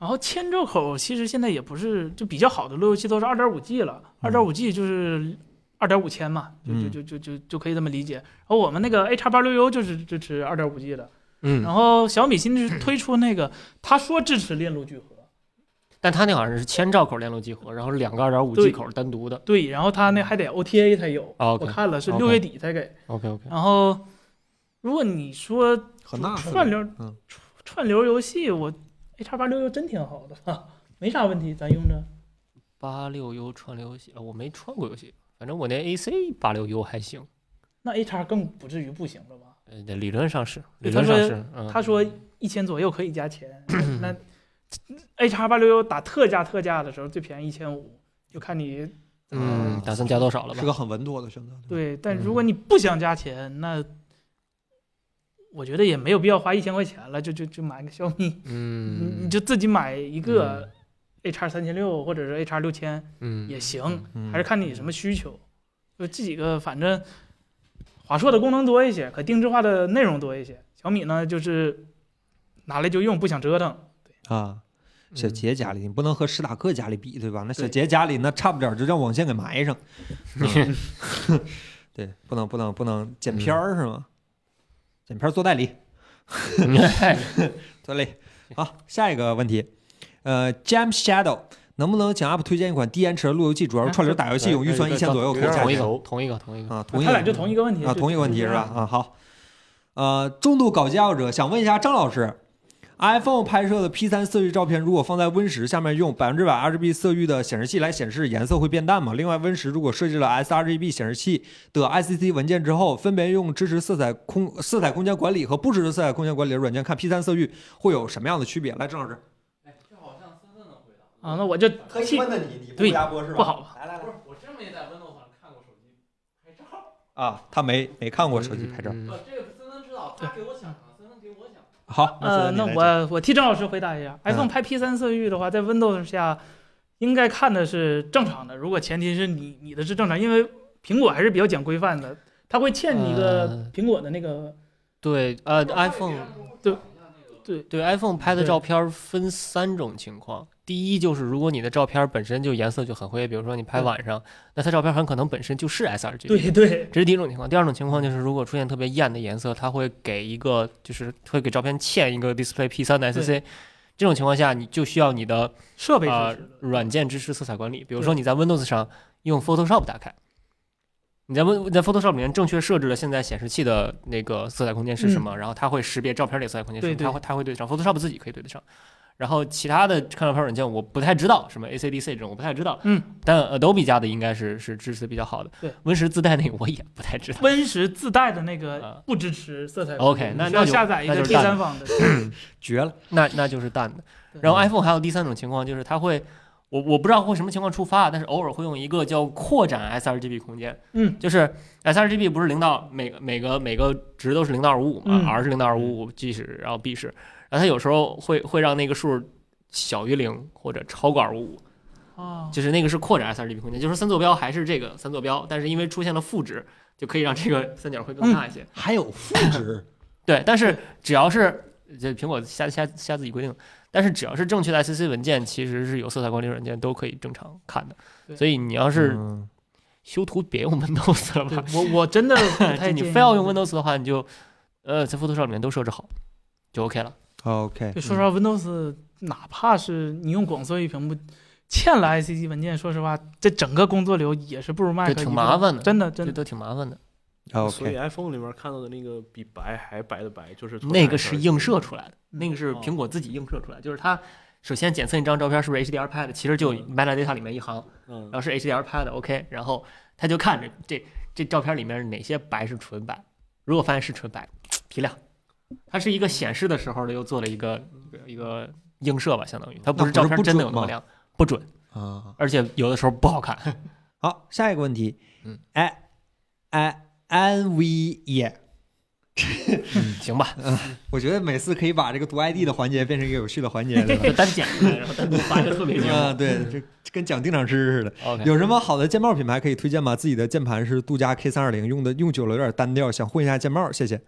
[SPEAKER 2] 然后千兆口其实现在也不是就比较好的路由器都是二点五 G 了，二点五 G 就是二点五千嘛，就就
[SPEAKER 1] 嗯
[SPEAKER 2] 就就就就可以这么理解。然后我们那个 A 叉八六 U 就是支持二点五 G 的，
[SPEAKER 3] 嗯，
[SPEAKER 2] 然后小米新是推出那个，他说支持链路聚合，
[SPEAKER 5] 但它那好像是千兆口链路集合，然后两个二点五 G
[SPEAKER 2] 对
[SPEAKER 5] 口单独的。
[SPEAKER 2] 对，然后他那还得 OTA 才有，
[SPEAKER 5] 嗯啊
[SPEAKER 2] 我
[SPEAKER 5] ，OK
[SPEAKER 2] 看了是
[SPEAKER 5] OK
[SPEAKER 2] 六月底才给。
[SPEAKER 5] OK OK，
[SPEAKER 2] 然后，如果你说
[SPEAKER 1] 和那斯
[SPEAKER 2] 串流
[SPEAKER 1] 嗯
[SPEAKER 2] 串串流游戏，我 A 叉八六 U 真挺好的， 哈没啥问题，咱用着。
[SPEAKER 5] 八六 U 串流游戏，呃我没串过游戏，反正我那 AC 八六 U 还行，
[SPEAKER 2] 那 A 叉更不至于不行了吧？
[SPEAKER 5] 呃，理论上是，理
[SPEAKER 2] 对
[SPEAKER 5] 论
[SPEAKER 2] 他
[SPEAKER 5] 上
[SPEAKER 2] 说
[SPEAKER 5] 是。嗯
[SPEAKER 2] 他说一千左右可以加 钱，那 A 叉八六幺打特价特价的时候最便宜一千五，就看你怎么
[SPEAKER 5] 嗯，打算加多少了吧
[SPEAKER 1] 是？个很稳妥的选择。吧，
[SPEAKER 5] 嗯
[SPEAKER 2] 对。但如果你不想加钱，那我觉得也没有必要花一千块钱了，就就就买个小米，
[SPEAKER 5] 嗯，
[SPEAKER 2] 你你就自己买一个 A 叉三千六或者是 A 叉六千
[SPEAKER 5] 嗯
[SPEAKER 2] 也行，
[SPEAKER 1] 嗯嗯
[SPEAKER 2] 还是看你什么需求。就这几个，反正华硕的功能多一些，可定制化的内容多一些。小米呢，就是拿来就用，不想折腾。
[SPEAKER 1] 啊。小
[SPEAKER 5] 嗯
[SPEAKER 1] 杰家里，你不能和史塔克家里比，对吧？那小
[SPEAKER 2] 对
[SPEAKER 1] 杰家里那差不点儿就让网线给埋上。嗯 对，不能不能不能剪片
[SPEAKER 2] 嗯
[SPEAKER 1] 儿是吗？剪片儿做代理，做代理。好，下一个问题，呃，Jam Shadow 能不能请 UP 推荐一款低延迟的路由器，主要是串流打游戏用预算一千左右可以
[SPEAKER 5] 同一
[SPEAKER 1] 价
[SPEAKER 5] 个，同一个，同一
[SPEAKER 3] 嗯
[SPEAKER 5] 个。
[SPEAKER 1] 啊？同意
[SPEAKER 2] 他俩就同一个问题
[SPEAKER 1] 啊，同一个问题是吧？？啊，好，呃，重度搞家伙者想问一下张老师，iPhone 拍摄的 P 3色域照片，如果放在 Win 10下面用百分之百 RGB 色域的显示器来显示，颜色会变淡吗？另外，Win 10如果设置了 sRGB 显示器的 ICC 文件之后，分别用支持色彩空色彩空间管理和不支持色彩空间管理的软件看 P 3色域会有什么样的区别？来，张老师，
[SPEAKER 2] 啊，那我就
[SPEAKER 1] 可
[SPEAKER 2] 以问
[SPEAKER 1] 的你，你
[SPEAKER 2] 对
[SPEAKER 1] 压播是
[SPEAKER 2] 不好吧？
[SPEAKER 1] 来来来，
[SPEAKER 6] 我真没在 Windows 上看过手机拍照。
[SPEAKER 1] 啊，他没没看过手机拍照。
[SPEAKER 5] 嗯，
[SPEAKER 6] 我这个森森知道，他给我想的，森森给我想的。
[SPEAKER 1] 好，
[SPEAKER 2] 呃，
[SPEAKER 1] 现
[SPEAKER 2] 那
[SPEAKER 1] 在你来
[SPEAKER 2] 我我替张老师回答一下
[SPEAKER 1] 嗯
[SPEAKER 2] ，iPhone 拍 P 3色域的话，在 Windows 下应该看的是正常的，如果前提是你你的是正常，因为苹果还是比较讲规范的，它会欠你一个
[SPEAKER 1] 嗯
[SPEAKER 5] 呃
[SPEAKER 2] 苹果的那个，
[SPEAKER 5] 对，呃，iPhone
[SPEAKER 2] 对
[SPEAKER 5] 对 iPhone 拍的
[SPEAKER 2] 对
[SPEAKER 5] 照片分三种情况。第一就是，如果你的照片本身就颜色就很灰，比如说你拍
[SPEAKER 2] 对
[SPEAKER 5] 晚上，那它照片很可能本身就是 sRGB。
[SPEAKER 2] 对对，
[SPEAKER 5] 这是第一种情况。第二种情况就是，如果出现特别艳的颜色，它会给一个，就是会给照片嵌一个 Display P3 的 SC。这种情况下，你就需要你的
[SPEAKER 2] 设备
[SPEAKER 5] 呃
[SPEAKER 2] 支持的
[SPEAKER 5] 软件支持色彩管理，比如
[SPEAKER 2] 对
[SPEAKER 5] 说你在 Windows 上用 Photoshop 打开，你在 Win 在 Photoshop 里面正确设置了现在显示器的那个色彩空间是什么，然后它会识别照片里的色彩空间是什么，
[SPEAKER 2] 嗯对对
[SPEAKER 5] 它会它会对得上，Photoshop 自己可以对得上。然后其他的看照片软件我不太知道，什么 ACDC 这种我不太知道，
[SPEAKER 2] 嗯，
[SPEAKER 5] 但 Adobe 家的应该是是支持的比较好的，
[SPEAKER 2] 对
[SPEAKER 5] ，Win 十自带那个我也不太知道。
[SPEAKER 2] Win 10自带的那
[SPEAKER 5] 啊
[SPEAKER 2] 个不支持色彩
[SPEAKER 5] OK，
[SPEAKER 2] 功能
[SPEAKER 5] 那
[SPEAKER 2] 你需
[SPEAKER 5] 那
[SPEAKER 2] 要
[SPEAKER 5] 就
[SPEAKER 2] 下载一
[SPEAKER 5] 那
[SPEAKER 2] 个
[SPEAKER 5] 就是
[SPEAKER 2] 第
[SPEAKER 5] 淡
[SPEAKER 2] 三 方的，
[SPEAKER 1] 绝了，
[SPEAKER 5] 那那就是淡的。
[SPEAKER 2] 对
[SPEAKER 5] 然后 iPhone 还有第三种情况，就是它会，我我不知道会什么情况触发，但是偶尔会用一个叫扩展 sRGB 空间，
[SPEAKER 2] 嗯，
[SPEAKER 5] 就是 sRGB 不是零到每个每个每个值都是零到二五五嘛、
[SPEAKER 2] 嗯
[SPEAKER 5] r 是零到二五五，G 是然后 B 是，然后它有时候会会让那个数小于零或者超过二五五，
[SPEAKER 2] 啊，
[SPEAKER 5] 就是那个是扩展 sRGB 空间，就是三坐标还是这个三坐标，但是因为出现了负值，就可以让这个三角会
[SPEAKER 2] 嗯
[SPEAKER 5] 更大一些。
[SPEAKER 1] 还有负值
[SPEAKER 5] 对，但是只要是这苹果瞎瞎瞎自己规定，但是只要是正确的 ICC 文件，其实是有色彩管理软件都可以正常看的。
[SPEAKER 2] 对
[SPEAKER 5] 所以你要是
[SPEAKER 1] 嗯
[SPEAKER 5] 修图别用 Windows 了
[SPEAKER 2] 对
[SPEAKER 5] 吧，
[SPEAKER 2] 我我真的不太建
[SPEAKER 5] 你
[SPEAKER 2] 议
[SPEAKER 5] 非要用 Windows 的话，你就呃在 Photoshop 里面都设置好，就 OK 了。
[SPEAKER 1] OK，
[SPEAKER 2] 对，说实话，Windows 哪怕是你用广色域屏幕，嵌了 ICC 文件，说实话，这整个工作流也是不如 Mac
[SPEAKER 5] 对，挺麻烦
[SPEAKER 2] 一
[SPEAKER 5] 的，
[SPEAKER 2] 个真的
[SPEAKER 5] 这
[SPEAKER 2] 真的。
[SPEAKER 5] 都挺麻烦的。
[SPEAKER 1] 嗯
[SPEAKER 5] 哦
[SPEAKER 4] 所以
[SPEAKER 2] 啊
[SPEAKER 1] OK，
[SPEAKER 4] iPhone 里面看到的那个比白还白的白，就是从
[SPEAKER 5] 那个
[SPEAKER 4] iPhone 嗯
[SPEAKER 5] 是映射出
[SPEAKER 4] 来
[SPEAKER 5] 来的，
[SPEAKER 2] 嗯
[SPEAKER 5] 那个是
[SPEAKER 4] 哦
[SPEAKER 5] 苹果自己映射出来的，就是它首先检测一张照片是不是 HDR 拍的，其实就
[SPEAKER 4] 嗯
[SPEAKER 5] metadata 里面一行。
[SPEAKER 4] 的。嗯
[SPEAKER 5] 然，后是 HDR 拍的，OK，然后他就看着这这照片里面哪些白是纯白，如果发现是纯白，提亮。它是一个显示的时候呢，又做了一个一个一个映射吧，相当于它不
[SPEAKER 1] 那不
[SPEAKER 5] 是照
[SPEAKER 1] 是
[SPEAKER 5] 片
[SPEAKER 1] 不
[SPEAKER 5] 真的
[SPEAKER 1] 准
[SPEAKER 5] 有那么
[SPEAKER 1] 吗嗯
[SPEAKER 5] 亮，不准，
[SPEAKER 1] 啊，
[SPEAKER 5] 而且有的时候不好看。
[SPEAKER 2] 嗯
[SPEAKER 1] 好，下一个问题，
[SPEAKER 5] 嗯
[SPEAKER 1] 哎哎，安 V 也
[SPEAKER 5] 行吧，
[SPEAKER 1] 我觉得每次可以把这个读 ID 的环节变成一个有趣的环节， 对吧？
[SPEAKER 5] 就单剪出来，然后单独发一个特 别节目。
[SPEAKER 1] 啊，对，这这跟讲定场诗似的。
[SPEAKER 5] OK，
[SPEAKER 1] 有什么好的键帽品牌可以推荐吗？自己的键盘是杜嘉 K 三二零，用的用久了有点单调，想换一下键帽，谢谢。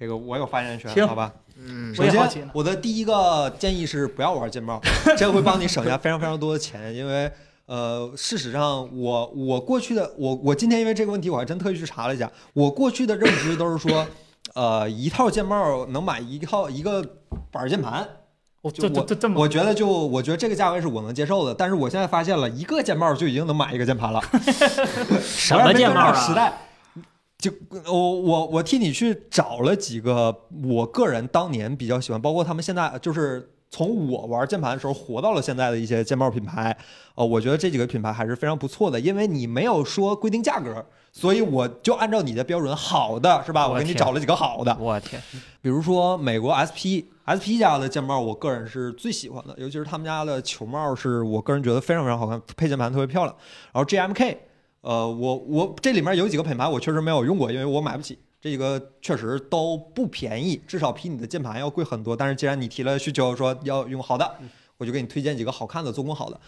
[SPEAKER 1] 这个我有发言权，
[SPEAKER 2] 行
[SPEAKER 1] 好吧？
[SPEAKER 3] 嗯
[SPEAKER 2] 我
[SPEAKER 1] 首
[SPEAKER 2] 也好奇
[SPEAKER 1] 先
[SPEAKER 2] 呢，
[SPEAKER 1] 我的第一个建议是不要玩键 帽，这样会帮你省下非常非常多的钱，因为。呃，事实上，我我过去的我我今天因为这个问题，我还真特意去查了一下，我过去的认知都是说，呃，一套键帽能买一套一个板儿键盘，
[SPEAKER 2] 我
[SPEAKER 1] 就
[SPEAKER 2] 这这这这么
[SPEAKER 1] 我觉得就我觉得这个价位是我能接受的，但是我现在发现了一个键帽就已经能买一个键 盘了，
[SPEAKER 5] 什么键帽
[SPEAKER 1] 我要是没跟上时
[SPEAKER 5] 啊？
[SPEAKER 1] 代就我我我替你去找了几个我个人当年比较喜欢，包括他们现在就是从我玩键盘的时候活到了现在的一些键帽品牌，呃，我觉得这几个品牌还是非常不错的，因为你没有说规定价格，所
[SPEAKER 2] 嗯
[SPEAKER 1] 以我就按照你的标准好的是吧？
[SPEAKER 5] 我
[SPEAKER 1] 我给你
[SPEAKER 5] 天
[SPEAKER 1] 找了几个好的，
[SPEAKER 5] 我天，
[SPEAKER 1] 比如说美国 SP SP 家的键帽，我个人是最喜欢的，尤其是他们家的球帽，是我个人觉得非常非常好看，配键盘特别漂亮。然后 GMK，呃，我我这里面有几个品牌我确实没有用过，因为我买不起。这几个确实都不便宜，至少比你的键盘要贵很多。但是既然你提了需求，说要用好的，我就给你推荐几个好看的、做工好的。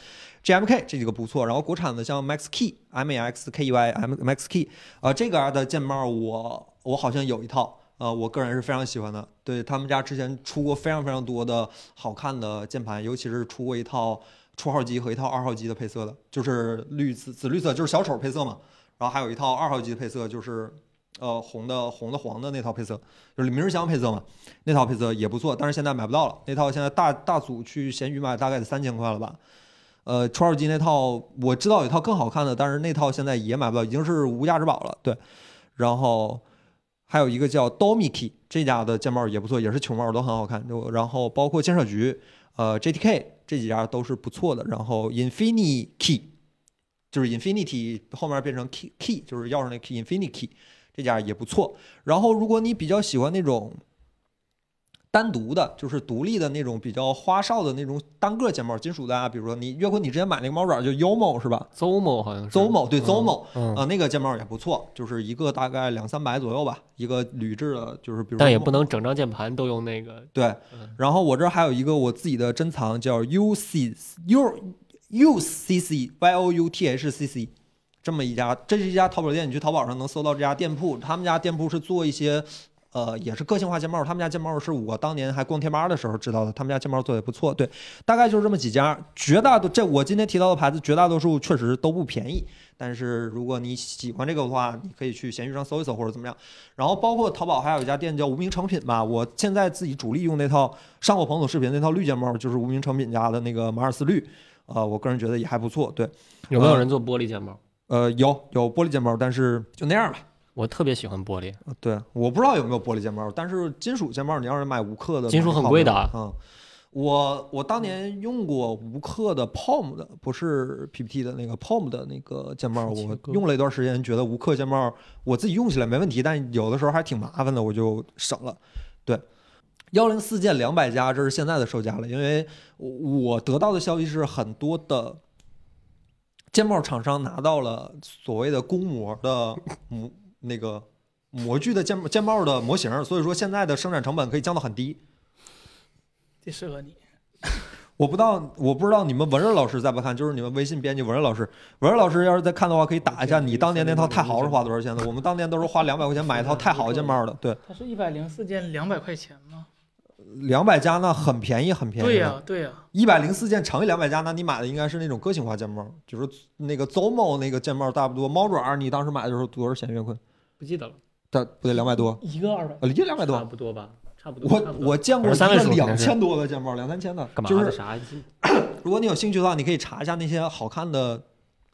[SPEAKER 1] GMK 这几个不错，然后国产的像 Max Key、M A X K E Y、M Max Key，呃，这个的键帽我我好像有一套，呃，我个人是非常喜欢的。对他们家之前出过非常非常多的好看的键盘，尤其是出过一套初号机和一套二号机的配色的，就是绿紫紫绿色，就是小丑配色嘛。然后还有一套二号机的配色，就是呃红的红的黄的那套配色，就是明日香配色嘛，那套配色也不错，但是现在买不到了。那套现在大大组去闲鱼买大概得三千块了吧。呃，初号机那套我知道有一套更好看的，但是那套现在也买不到，已经是无价之宝了。对，然后还有一个叫 Domiki 这家的键帽也不错，也是球帽都很好看。就然后包括建设局、呃 JTK 这几家都是不错的。然后 Infinity Key 就是 Infinity 后面变成 Key Key 就是钥匙那 Key Infinity Key 这家也不错。然后如果你比较喜欢那种单独的，就是独立的那种比较花哨的那种单个键帽，金属的啊，比如说你岳坤，你之前买那个猫爪儿叫 Yomo 是吧？
[SPEAKER 5] Zomo 好像是
[SPEAKER 1] Zomo 对
[SPEAKER 5] 嗯
[SPEAKER 1] Zomo，
[SPEAKER 5] 嗯
[SPEAKER 1] 啊，那个键帽也不错，就是一个大概两三百左右吧，一个铝制的，就是比如说
[SPEAKER 5] 但也不能整张键盘都用那个
[SPEAKER 1] 对
[SPEAKER 5] 嗯。
[SPEAKER 1] 然后我这儿还有一个我自己的珍藏，叫 U C U U C C Y O U T H C C，这么一家，这是一家淘宝店，你去淘宝上能搜到这家店铺。他们家店铺是做一些，呃，也是个性化键帽。他们家键帽是我当年还逛贴吧的时候知道的，他们家键帽做的也不错。对，大概就是这么几家，绝大多这我今天提到的牌子，绝大多数确实都不便宜。但是如果你喜欢这个的话，你可以去闲鱼上搜一搜或者怎么样。然后包括淘宝还有一家店叫无名成品吧，我现在自己主力用那套上过彭总视频那套绿键帽，就是无名成品家的那个马尔斯绿，呃，我个人觉得也还不错。对，
[SPEAKER 5] 有没有人做玻璃键帽？
[SPEAKER 1] 呃，有有玻璃键帽，但是就那样吧。
[SPEAKER 5] 我特别喜欢玻璃，
[SPEAKER 1] 对，我不知道有没有玻璃键帽，但是金属键帽你要是买无克的，
[SPEAKER 5] 金属很贵的啊
[SPEAKER 1] 嗯，我我当年用过无克的 POM 的，不是 PPT 的那个 POM 的那个键帽，我用了一段时间，觉得无克键帽我自己用起来没问题，但有的时候还挺麻烦的，我就省了。对，幺零四件两百加，这是现在的售价了，因为我我得到的消息是很多的。键帽厂商拿到了所谓的公模的模那个模具的键键帽的模型，所以说现在的生产成本可以降到很低。
[SPEAKER 2] 这适合你。
[SPEAKER 1] 我不知道，我不知道你们文任老师在不看，就是你们微信编辑文任老师，文任老师要是在看的话，可以打一下你当年那套太豪是花多少钱的。我们当年都是 花两百块钱买一套太豪键帽的，对，
[SPEAKER 2] 它是一百零四件两百块钱吗？
[SPEAKER 1] 两百加那很便宜，很便宜。
[SPEAKER 2] 对呀、对呀、
[SPEAKER 1] 一百零四件乘以两百加，那你买的应该是那种个性化键帽，就是那个 Zomo 那个键帽差不多。猫爪儿你当时买的时候多少钱？岳坤，
[SPEAKER 3] 不记得了，
[SPEAKER 1] 但不对，两百多，
[SPEAKER 3] 一个二百，
[SPEAKER 1] 呃，也两百
[SPEAKER 3] 差
[SPEAKER 1] 多。
[SPEAKER 3] 不多吧，差不多。差不
[SPEAKER 1] 我
[SPEAKER 3] 多
[SPEAKER 1] 我见过
[SPEAKER 5] 三位数
[SPEAKER 1] 两千多的键帽，两三千的，
[SPEAKER 5] 干嘛
[SPEAKER 1] 就
[SPEAKER 5] 的？
[SPEAKER 1] 是
[SPEAKER 5] 啥？
[SPEAKER 1] 如果你有兴趣的话，你可以查一下那些好看的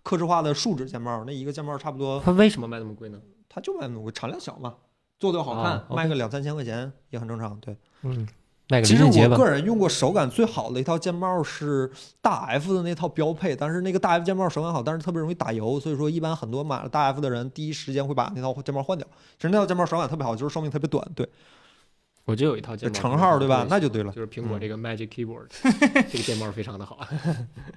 [SPEAKER 1] 刻制化的树脂键帽，那一个键帽差不多，
[SPEAKER 5] 它为什么卖那么贵呢？
[SPEAKER 1] 它就卖那么贵，产量小嘛，做的好看，
[SPEAKER 5] 啊，OK
[SPEAKER 1] 卖个两三千块钱也很正常。对，
[SPEAKER 5] 嗯，卖个
[SPEAKER 1] 其
[SPEAKER 5] 愚
[SPEAKER 1] 实
[SPEAKER 5] 人节
[SPEAKER 1] 我
[SPEAKER 5] 吧。
[SPEAKER 1] 个人用过手感最好的一套键帽是大 F 的那套标配，但是那个大 F 键帽手感好，但是特别容易打油，所以说一般很多买了大 F 的人第一时间会把那套键帽换掉。其实那套键帽手感特别好，就是寿命特别短。对，
[SPEAKER 3] 我就有一套键帽，
[SPEAKER 1] 乘号对吧那就嗯对了
[SPEAKER 3] 就是苹果这个 Magic Keyboard，这个键帽非常的好。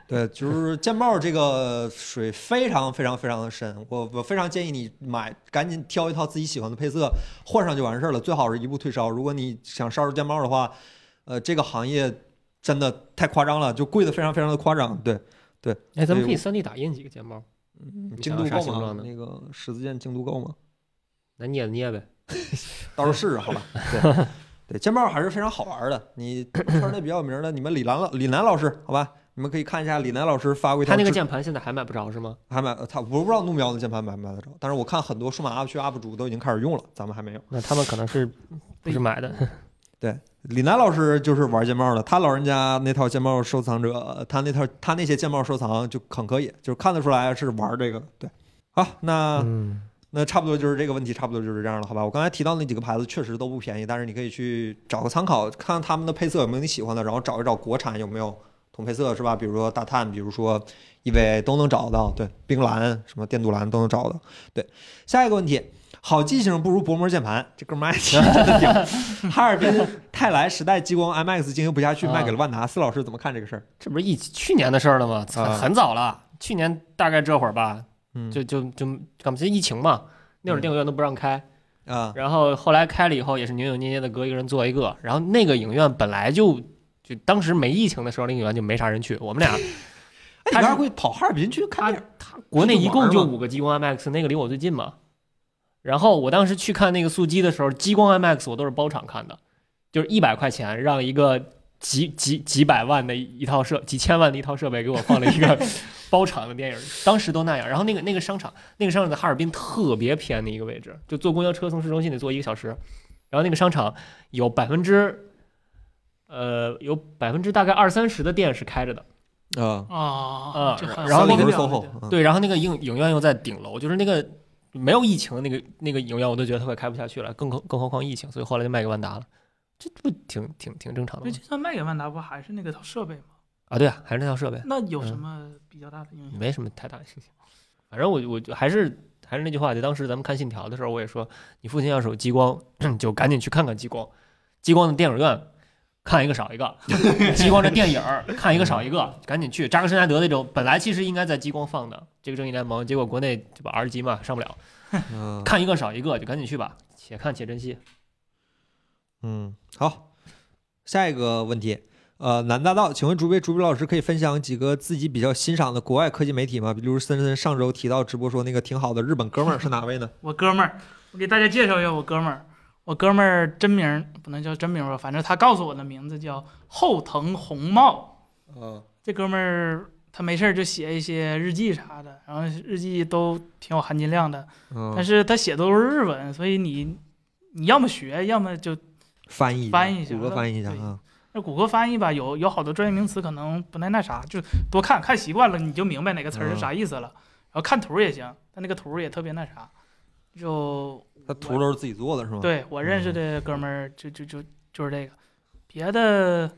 [SPEAKER 1] 对，就是键帽这个水非常非常非常的深，我我非常建议你买，赶紧挑一套自己喜欢的配色换上就完事儿了，最好是一步退烧。如果你想烧着键帽的话，呃，这个行业真的太夸张了，就贵的非常非常的夸张。对，
[SPEAKER 3] 哎，咱们可
[SPEAKER 1] 对
[SPEAKER 3] 以
[SPEAKER 1] 我
[SPEAKER 3] 3D 打印几个键帽，
[SPEAKER 1] 嗯精
[SPEAKER 3] 想
[SPEAKER 1] 度
[SPEAKER 3] 要啥
[SPEAKER 1] 够
[SPEAKER 3] 形
[SPEAKER 1] 吗
[SPEAKER 3] 状？呢
[SPEAKER 1] 那个十字剑精度够吗？
[SPEAKER 3] 咱捏捏呗。
[SPEAKER 1] 到时候试试好吧。对，对，键帽还是非常好玩的。你圈内比较有名的，你们李楠老李楠老师，好吧，你们可以看一下李楠老师发过一条
[SPEAKER 3] 他那个
[SPEAKER 1] 知
[SPEAKER 3] 键盘现在还买不着是吗？
[SPEAKER 1] 还买，他我不知道怒喵的键盘买不买得着，但是我看很多数码 UP 区 UP 主都已经开始用了，咱们还没有。
[SPEAKER 3] 那他们可能是不是买的？
[SPEAKER 1] 李楠老师就是玩键帽的，他老人家那套键帽收藏者，他那套他那些键帽收藏就很可以，就是看得出来是玩这个。对，好，那
[SPEAKER 3] 嗯，
[SPEAKER 1] 那差不多就是这个问题，差不多就是这样了，好吧？我刚才提到那几个牌子确实都不便宜，但是你可以去找个参考，看看他们的配色有没有你喜欢的，然后找一找国产有没有同配色，是吧？比如说大探，比如说依维都能找到，对，冰蓝什么电镀蓝都能找到。对，下一个问题，好记性不如薄膜键盘，这哥们儿爱听真的 挺。哈尔滨泰来时代激光 MX 经营不下去，
[SPEAKER 5] 嗯
[SPEAKER 3] 啊
[SPEAKER 1] 卖给了万达。四老师怎么看这个事儿？
[SPEAKER 5] 这不是一去年的事儿了吗？
[SPEAKER 1] 啊
[SPEAKER 5] 很很早了，去年大概这会儿吧，
[SPEAKER 1] 嗯
[SPEAKER 5] 就就就刚这疫情嘛，那会儿
[SPEAKER 1] 嗯
[SPEAKER 5] 电影院都不让开，
[SPEAKER 1] 啊，
[SPEAKER 5] 然后后来开了以后也是扭扭捏捏的，隔一个人坐一个，然后那个影院本来就就当时没疫情的时候，那个影院就没啥人去，我们俩
[SPEAKER 1] 哎，你们
[SPEAKER 5] 他是
[SPEAKER 1] 俩会跑哈尔滨去看电影？
[SPEAKER 5] 国内一共就
[SPEAKER 1] 玩吗
[SPEAKER 5] 五个激光 IMAX，那个离我最近嘛。然后我当时去看那个速激的时候，激光 IMAX 我都是包场看的，就是一百块钱让一个几几几百万的一套设几千万的一套设备给我放了 一个包场的电影，当时都那样。然后那个那个商场，那个商场在哈尔滨特别偏的一个位置，就坐公交车从市中心得坐一个小时。然后那个商场有百分之，呃，有百分之大概二三十的店是开着的，
[SPEAKER 1] 啊，
[SPEAKER 2] 啊
[SPEAKER 5] 啊
[SPEAKER 2] 这很
[SPEAKER 5] 然后
[SPEAKER 1] 三
[SPEAKER 5] 那
[SPEAKER 1] 里
[SPEAKER 5] 个
[SPEAKER 1] 屯
[SPEAKER 2] 荒
[SPEAKER 1] SOHO
[SPEAKER 2] 谬的
[SPEAKER 1] 嗯。
[SPEAKER 5] 对，然后那个影影院又在顶楼，就是那个没有疫情的那个那个影院，我都觉得它快开不下去了，更何更何况疫情，所以后来就卖给万达了，这不挺挺挺正常的
[SPEAKER 2] 对，
[SPEAKER 5] 吗
[SPEAKER 2] 就算卖给万达，不还是那个套设备吗？
[SPEAKER 5] 啊？对啊，还是那套设备，
[SPEAKER 2] 那有什
[SPEAKER 5] 嗯
[SPEAKER 2] 么比较大的影响？
[SPEAKER 5] 没什么太大的影响。反正我我就还是还是那句话，就当时咱们看《信条》的时候，我也说，你父亲要是有激光， 就赶紧去看看激光，激光的电影院。看一个少一个，激光的电影儿看一个少一个，赶紧去扎克施耐德那种，本来其实应该在激光放的这个正义联盟，结果国内这不 R 级嘛上不了，
[SPEAKER 1] 嗯
[SPEAKER 5] 看一个少一个，就赶紧去吧，且看且珍惜。
[SPEAKER 1] 嗯，好，下一个问题，呃，南大道，请问竹贝竹贝老师可以分享几个自己比较欣赏的国外科技媒体吗？比如森森上周提到直播说那个挺好的日本哥们儿是哪位 呢？
[SPEAKER 2] 我哥们儿，我给大家介绍一下我哥们儿。我哥们儿真名儿不能叫真名儿吧，反正他告诉我的名字叫后藤弘茂。
[SPEAKER 1] 嗯
[SPEAKER 4] 啊，
[SPEAKER 2] 这哥们儿他没事儿就写一些日记啥的，然后日记都挺有含金量的，但
[SPEAKER 1] 嗯，
[SPEAKER 2] 是他写的都是日文，所以你你要么学，要么就
[SPEAKER 1] 翻译
[SPEAKER 2] 翻译一下
[SPEAKER 1] 谷歌翻译一下
[SPEAKER 2] 对
[SPEAKER 1] 啊。
[SPEAKER 2] 那谷歌翻译吧，有有好多专业名词可能不太那啥，就多看看习惯了，你就明白哪个词儿是啥意思了。然后看图儿也行，但那个图儿也特别那啥，就
[SPEAKER 1] 他图都是自己做的是
[SPEAKER 5] 嗯
[SPEAKER 1] 吗？，
[SPEAKER 2] 对我认识的哥们儿就就就就是这个，别的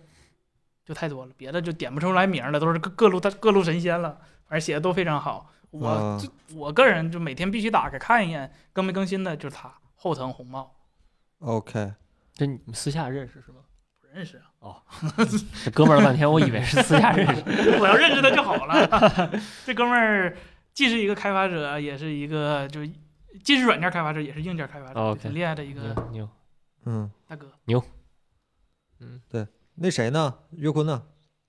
[SPEAKER 2] 就太多了，别的就点不出来名儿了，都是各各路大各路神仙了，反正写的都非常好。我
[SPEAKER 5] 嗯
[SPEAKER 1] 啊
[SPEAKER 2] 就我个人就每天必须打开看一眼，更没更新的就是他后藤红帽，
[SPEAKER 1] ，OK，
[SPEAKER 5] 这你们私下认识是吗？
[SPEAKER 2] 不认识啊，
[SPEAKER 5] 这哥们儿了半天，我以为是私下认 识。嗯
[SPEAKER 2] 我要认识他就好了。 这哥们儿既是一个开发者，也是一个就既是软件开发者，也是硬件开发者，
[SPEAKER 5] 哦 OK
[SPEAKER 2] 挺厉害的一个
[SPEAKER 5] 牛牛，
[SPEAKER 1] 嗯，
[SPEAKER 2] 大哥。
[SPEAKER 1] 那谁呢？岳坤呢？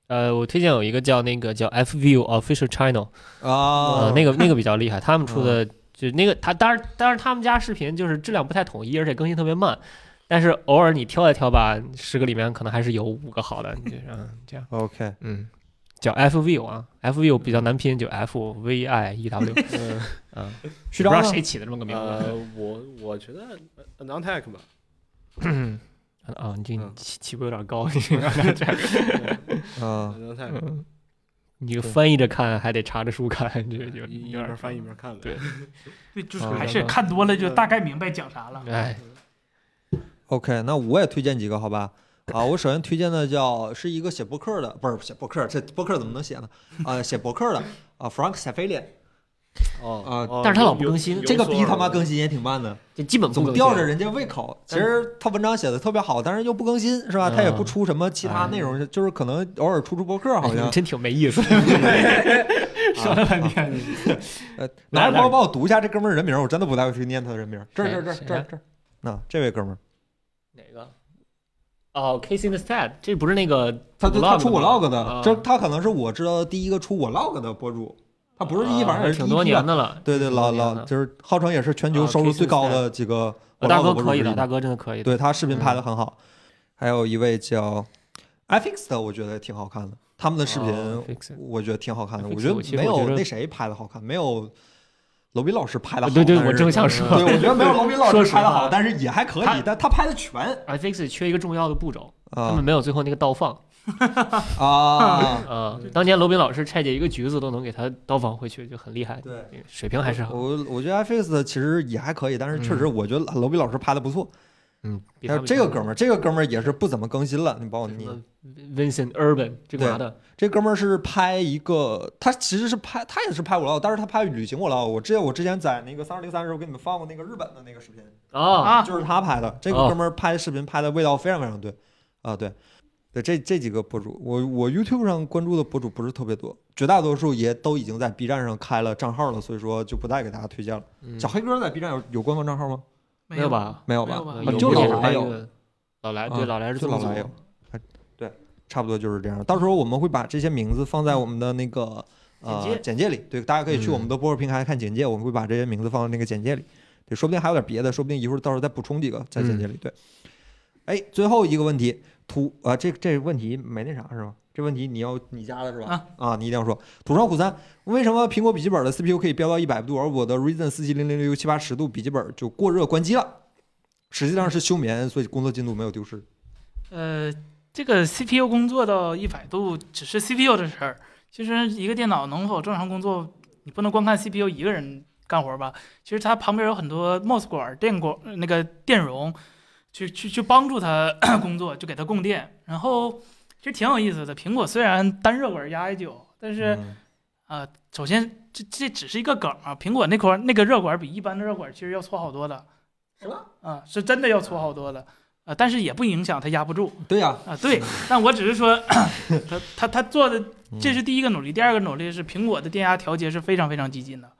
[SPEAKER 5] 呃，我推荐有一个叫那个叫 F View Official Channel，
[SPEAKER 1] 啊，
[SPEAKER 5] 呃，那个那个比较厉害，他们出的就那个他当然当然他们家视频就是质量不太统一，而且更新特别慢。但是偶尔你挑一挑吧，十个里面可能还是有五个好的，你就嗯这样，
[SPEAKER 1] OK，
[SPEAKER 5] 嗯，叫 F View 啊，F View 比较难拼，就 F V I E W，
[SPEAKER 4] 嗯，
[SPEAKER 5] 嗯，
[SPEAKER 1] 徐
[SPEAKER 5] 不知
[SPEAKER 1] 章
[SPEAKER 5] 道
[SPEAKER 1] 呢？
[SPEAKER 5] 谁起的这么个名字，
[SPEAKER 4] 呃，我我觉得 a n o t e c 吧，
[SPEAKER 5] 啊，你这
[SPEAKER 4] 嗯
[SPEAKER 5] 起起步有点 高，你让他这样
[SPEAKER 1] 啊
[SPEAKER 4] a n o t e c
[SPEAKER 5] 嗯，你
[SPEAKER 1] 对
[SPEAKER 5] 翻译着看，还得查着书看，这有有
[SPEAKER 4] 一一
[SPEAKER 5] 点
[SPEAKER 4] 边翻译一边看呗。
[SPEAKER 5] 对
[SPEAKER 2] 对，就是
[SPEAKER 5] 哦
[SPEAKER 1] 啊
[SPEAKER 2] 还是看多了就大概明白讲啥了。
[SPEAKER 5] 嗯哎，
[SPEAKER 1] OK，那我也推荐几个，好吧？啊，我首先推荐的叫是一个写博客的，不是写博客，这博客怎么能写呢？啊、写博客的啊，Frank s a f a l i a n
[SPEAKER 4] 哦
[SPEAKER 1] 啊。
[SPEAKER 4] 哦
[SPEAKER 5] 但是他老不
[SPEAKER 4] 有
[SPEAKER 5] 更新
[SPEAKER 4] 有
[SPEAKER 1] 这个
[SPEAKER 4] 所
[SPEAKER 1] 逼他妈
[SPEAKER 4] 耳闻
[SPEAKER 1] 更新也挺慢的，
[SPEAKER 5] 就基本不
[SPEAKER 1] 总
[SPEAKER 5] 更
[SPEAKER 1] 吊
[SPEAKER 5] 新
[SPEAKER 1] 着人家胃口。其实他文章写的特别好，但是又不更新，是吧？他也
[SPEAKER 5] 嗯
[SPEAKER 1] 不出什么其他内容，就是可能偶尔出出博客，好
[SPEAKER 5] 哎哎你
[SPEAKER 1] 像
[SPEAKER 5] 真挺没 意思。
[SPEAKER 1] 说了半天。 呃，拿着包帮我读一下这哥们儿人名，我真的不太会去念他的人名。这儿这儿这儿这儿这儿，那这位哥们儿，
[SPEAKER 5] 哪个？哦，Casey Neistat，这不是那个
[SPEAKER 1] 他他
[SPEAKER 5] vlog
[SPEAKER 1] 出
[SPEAKER 5] 吗
[SPEAKER 1] vlog
[SPEAKER 5] 啊
[SPEAKER 1] 的，这他可能是我知道的第一个出 vlog 的博主，他不是第一，
[SPEAKER 5] 啊
[SPEAKER 1] 反正也是
[SPEAKER 5] 挺
[SPEAKER 1] 第一
[SPEAKER 5] 多
[SPEAKER 1] 批
[SPEAKER 5] 年
[SPEAKER 1] 吧。
[SPEAKER 5] 的了。
[SPEAKER 1] 对对，
[SPEAKER 5] 挺
[SPEAKER 1] 老
[SPEAKER 5] 多年
[SPEAKER 1] 老
[SPEAKER 5] 的
[SPEAKER 1] 就是号称也是全球
[SPEAKER 5] 嗯啊
[SPEAKER 1] 收入
[SPEAKER 5] K
[SPEAKER 1] 最高
[SPEAKER 5] 四
[SPEAKER 1] 的几个
[SPEAKER 5] 呃
[SPEAKER 1] vlog
[SPEAKER 5] 大哥
[SPEAKER 1] 博主
[SPEAKER 5] 可以
[SPEAKER 1] 之
[SPEAKER 5] 的，
[SPEAKER 1] 一
[SPEAKER 5] 大哥真的可以的。嗯
[SPEAKER 1] 对他视频拍的很好。还有一位叫 iFix 的，我觉得挺好看的，他们的视
[SPEAKER 5] 哦
[SPEAKER 1] 频
[SPEAKER 5] ，Fix it
[SPEAKER 1] 我觉得挺好看的。
[SPEAKER 5] iFix
[SPEAKER 1] 我觉得
[SPEAKER 5] 我其实
[SPEAKER 1] 没
[SPEAKER 5] 我觉
[SPEAKER 1] 有
[SPEAKER 5] 得
[SPEAKER 1] 那谁拍的好看，没有罗宾老师拍的
[SPEAKER 5] 啊
[SPEAKER 1] 好。
[SPEAKER 5] 对对，
[SPEAKER 1] 但
[SPEAKER 5] 我
[SPEAKER 1] 是
[SPEAKER 5] 正想
[SPEAKER 1] 对，
[SPEAKER 5] 说
[SPEAKER 1] 我觉得没有罗宾老
[SPEAKER 5] 说
[SPEAKER 1] 师
[SPEAKER 5] 实
[SPEAKER 1] 拍的
[SPEAKER 5] 话
[SPEAKER 1] 好，但是也还可
[SPEAKER 5] 他
[SPEAKER 1] 以，但他拍的全
[SPEAKER 5] ，iFixit 缺一个重要的步骤，他们
[SPEAKER 1] 啊
[SPEAKER 5] 没有最后那个倒放。
[SPEAKER 1] 啊！
[SPEAKER 5] 呃，当年罗宾老师拆解一个橘子都能给他倒放回去，就很厉害，
[SPEAKER 1] 对，
[SPEAKER 5] 水平还是好。
[SPEAKER 1] 我我觉得 iFix 其实也还可以，但是确实我觉得罗宾老师拍的不错。
[SPEAKER 5] 嗯，比
[SPEAKER 1] 但
[SPEAKER 5] 他
[SPEAKER 1] 是这个哥们儿，这个哥们儿也是不怎么更新了，你帮我念。
[SPEAKER 5] Vincent Urban 这个嘛的，
[SPEAKER 1] 这哥们儿是拍一个，他其实是拍，他也是拍 vlog，但是他拍旅行 vlog。我之前我之前在那个三十零三的时候给你们放过那个日本的那个视频，
[SPEAKER 5] 啊，
[SPEAKER 2] 啊，
[SPEAKER 1] 就是他拍的。这个
[SPEAKER 5] 哦
[SPEAKER 1] 哥们儿拍视频拍的味道非常非常对，啊对，对这这几个博主，我我 YouTube 上关注的博主不是特别多，绝大多数也都已经在 B 站上开了账号了，所以说就不再给大家推荐了。
[SPEAKER 5] 嗯
[SPEAKER 1] 小黑哥在 B 站有有官方账号吗？
[SPEAKER 2] 没
[SPEAKER 5] 没有？吧？
[SPEAKER 1] 没有
[SPEAKER 2] 没
[SPEAKER 1] 吧
[SPEAKER 2] 有？吧
[SPEAKER 5] 呃
[SPEAKER 1] 啊
[SPEAKER 5] 有
[SPEAKER 1] 就
[SPEAKER 5] 过
[SPEAKER 1] 老
[SPEAKER 5] 也是
[SPEAKER 1] 来
[SPEAKER 5] 拍
[SPEAKER 1] 有
[SPEAKER 5] 一个老来，
[SPEAKER 1] 啊
[SPEAKER 5] 对老来是
[SPEAKER 1] 就
[SPEAKER 5] 字幕
[SPEAKER 1] 老
[SPEAKER 5] 组
[SPEAKER 1] 来有，哎对，差不多就是这样。到时候我们会把这些名字放在我们的那个呃
[SPEAKER 5] 简介
[SPEAKER 1] 简介里，对，大家可以去我们
[SPEAKER 5] 嗯
[SPEAKER 1] 的播客平台看简介，我们会把这些名字放在那个简介里。对，说不定还有点别的，说不定一会儿到时候再补充几个在简介里。
[SPEAKER 5] 嗯
[SPEAKER 1] 对，哎，最后一个问题，土啊，这这问题没那啥是吗？这问题你要你加的是吧？啊你一定要说。土生虎三，为什么苹果笔记本的 CPU 可以飙到一百度，而我的 Ryzen 四七零零六七八十度笔记本就过热关机了？实际上是休眠，所以工作进度没有丢失。
[SPEAKER 2] 呃，这个 CPU 工作到一百度只是 CPU 的事儿，其实一个电脑能否正常工作，你不能光看 CPU 一个人干活吧？其实它旁边有很多 MOS 管、电管、呃那个电容，去去去帮助它 工作，就给它供电。然后其实挺有意思的，苹果虽然单热管压 i 九，但是
[SPEAKER 1] 嗯
[SPEAKER 2] 啊，首先这这只是一个梗啊，苹果那块那个热管比一般的热管其实要粗好多的，
[SPEAKER 1] 什么？
[SPEAKER 2] 啊，是真的要粗好多的，啊，但是也不影响它压不住
[SPEAKER 1] 对呀、
[SPEAKER 2] 啊。对，但我只是说， 他他他做的
[SPEAKER 1] 嗯
[SPEAKER 2] 这是第一个努力，第二个努力是苹果的电压调节是非常非常激进的，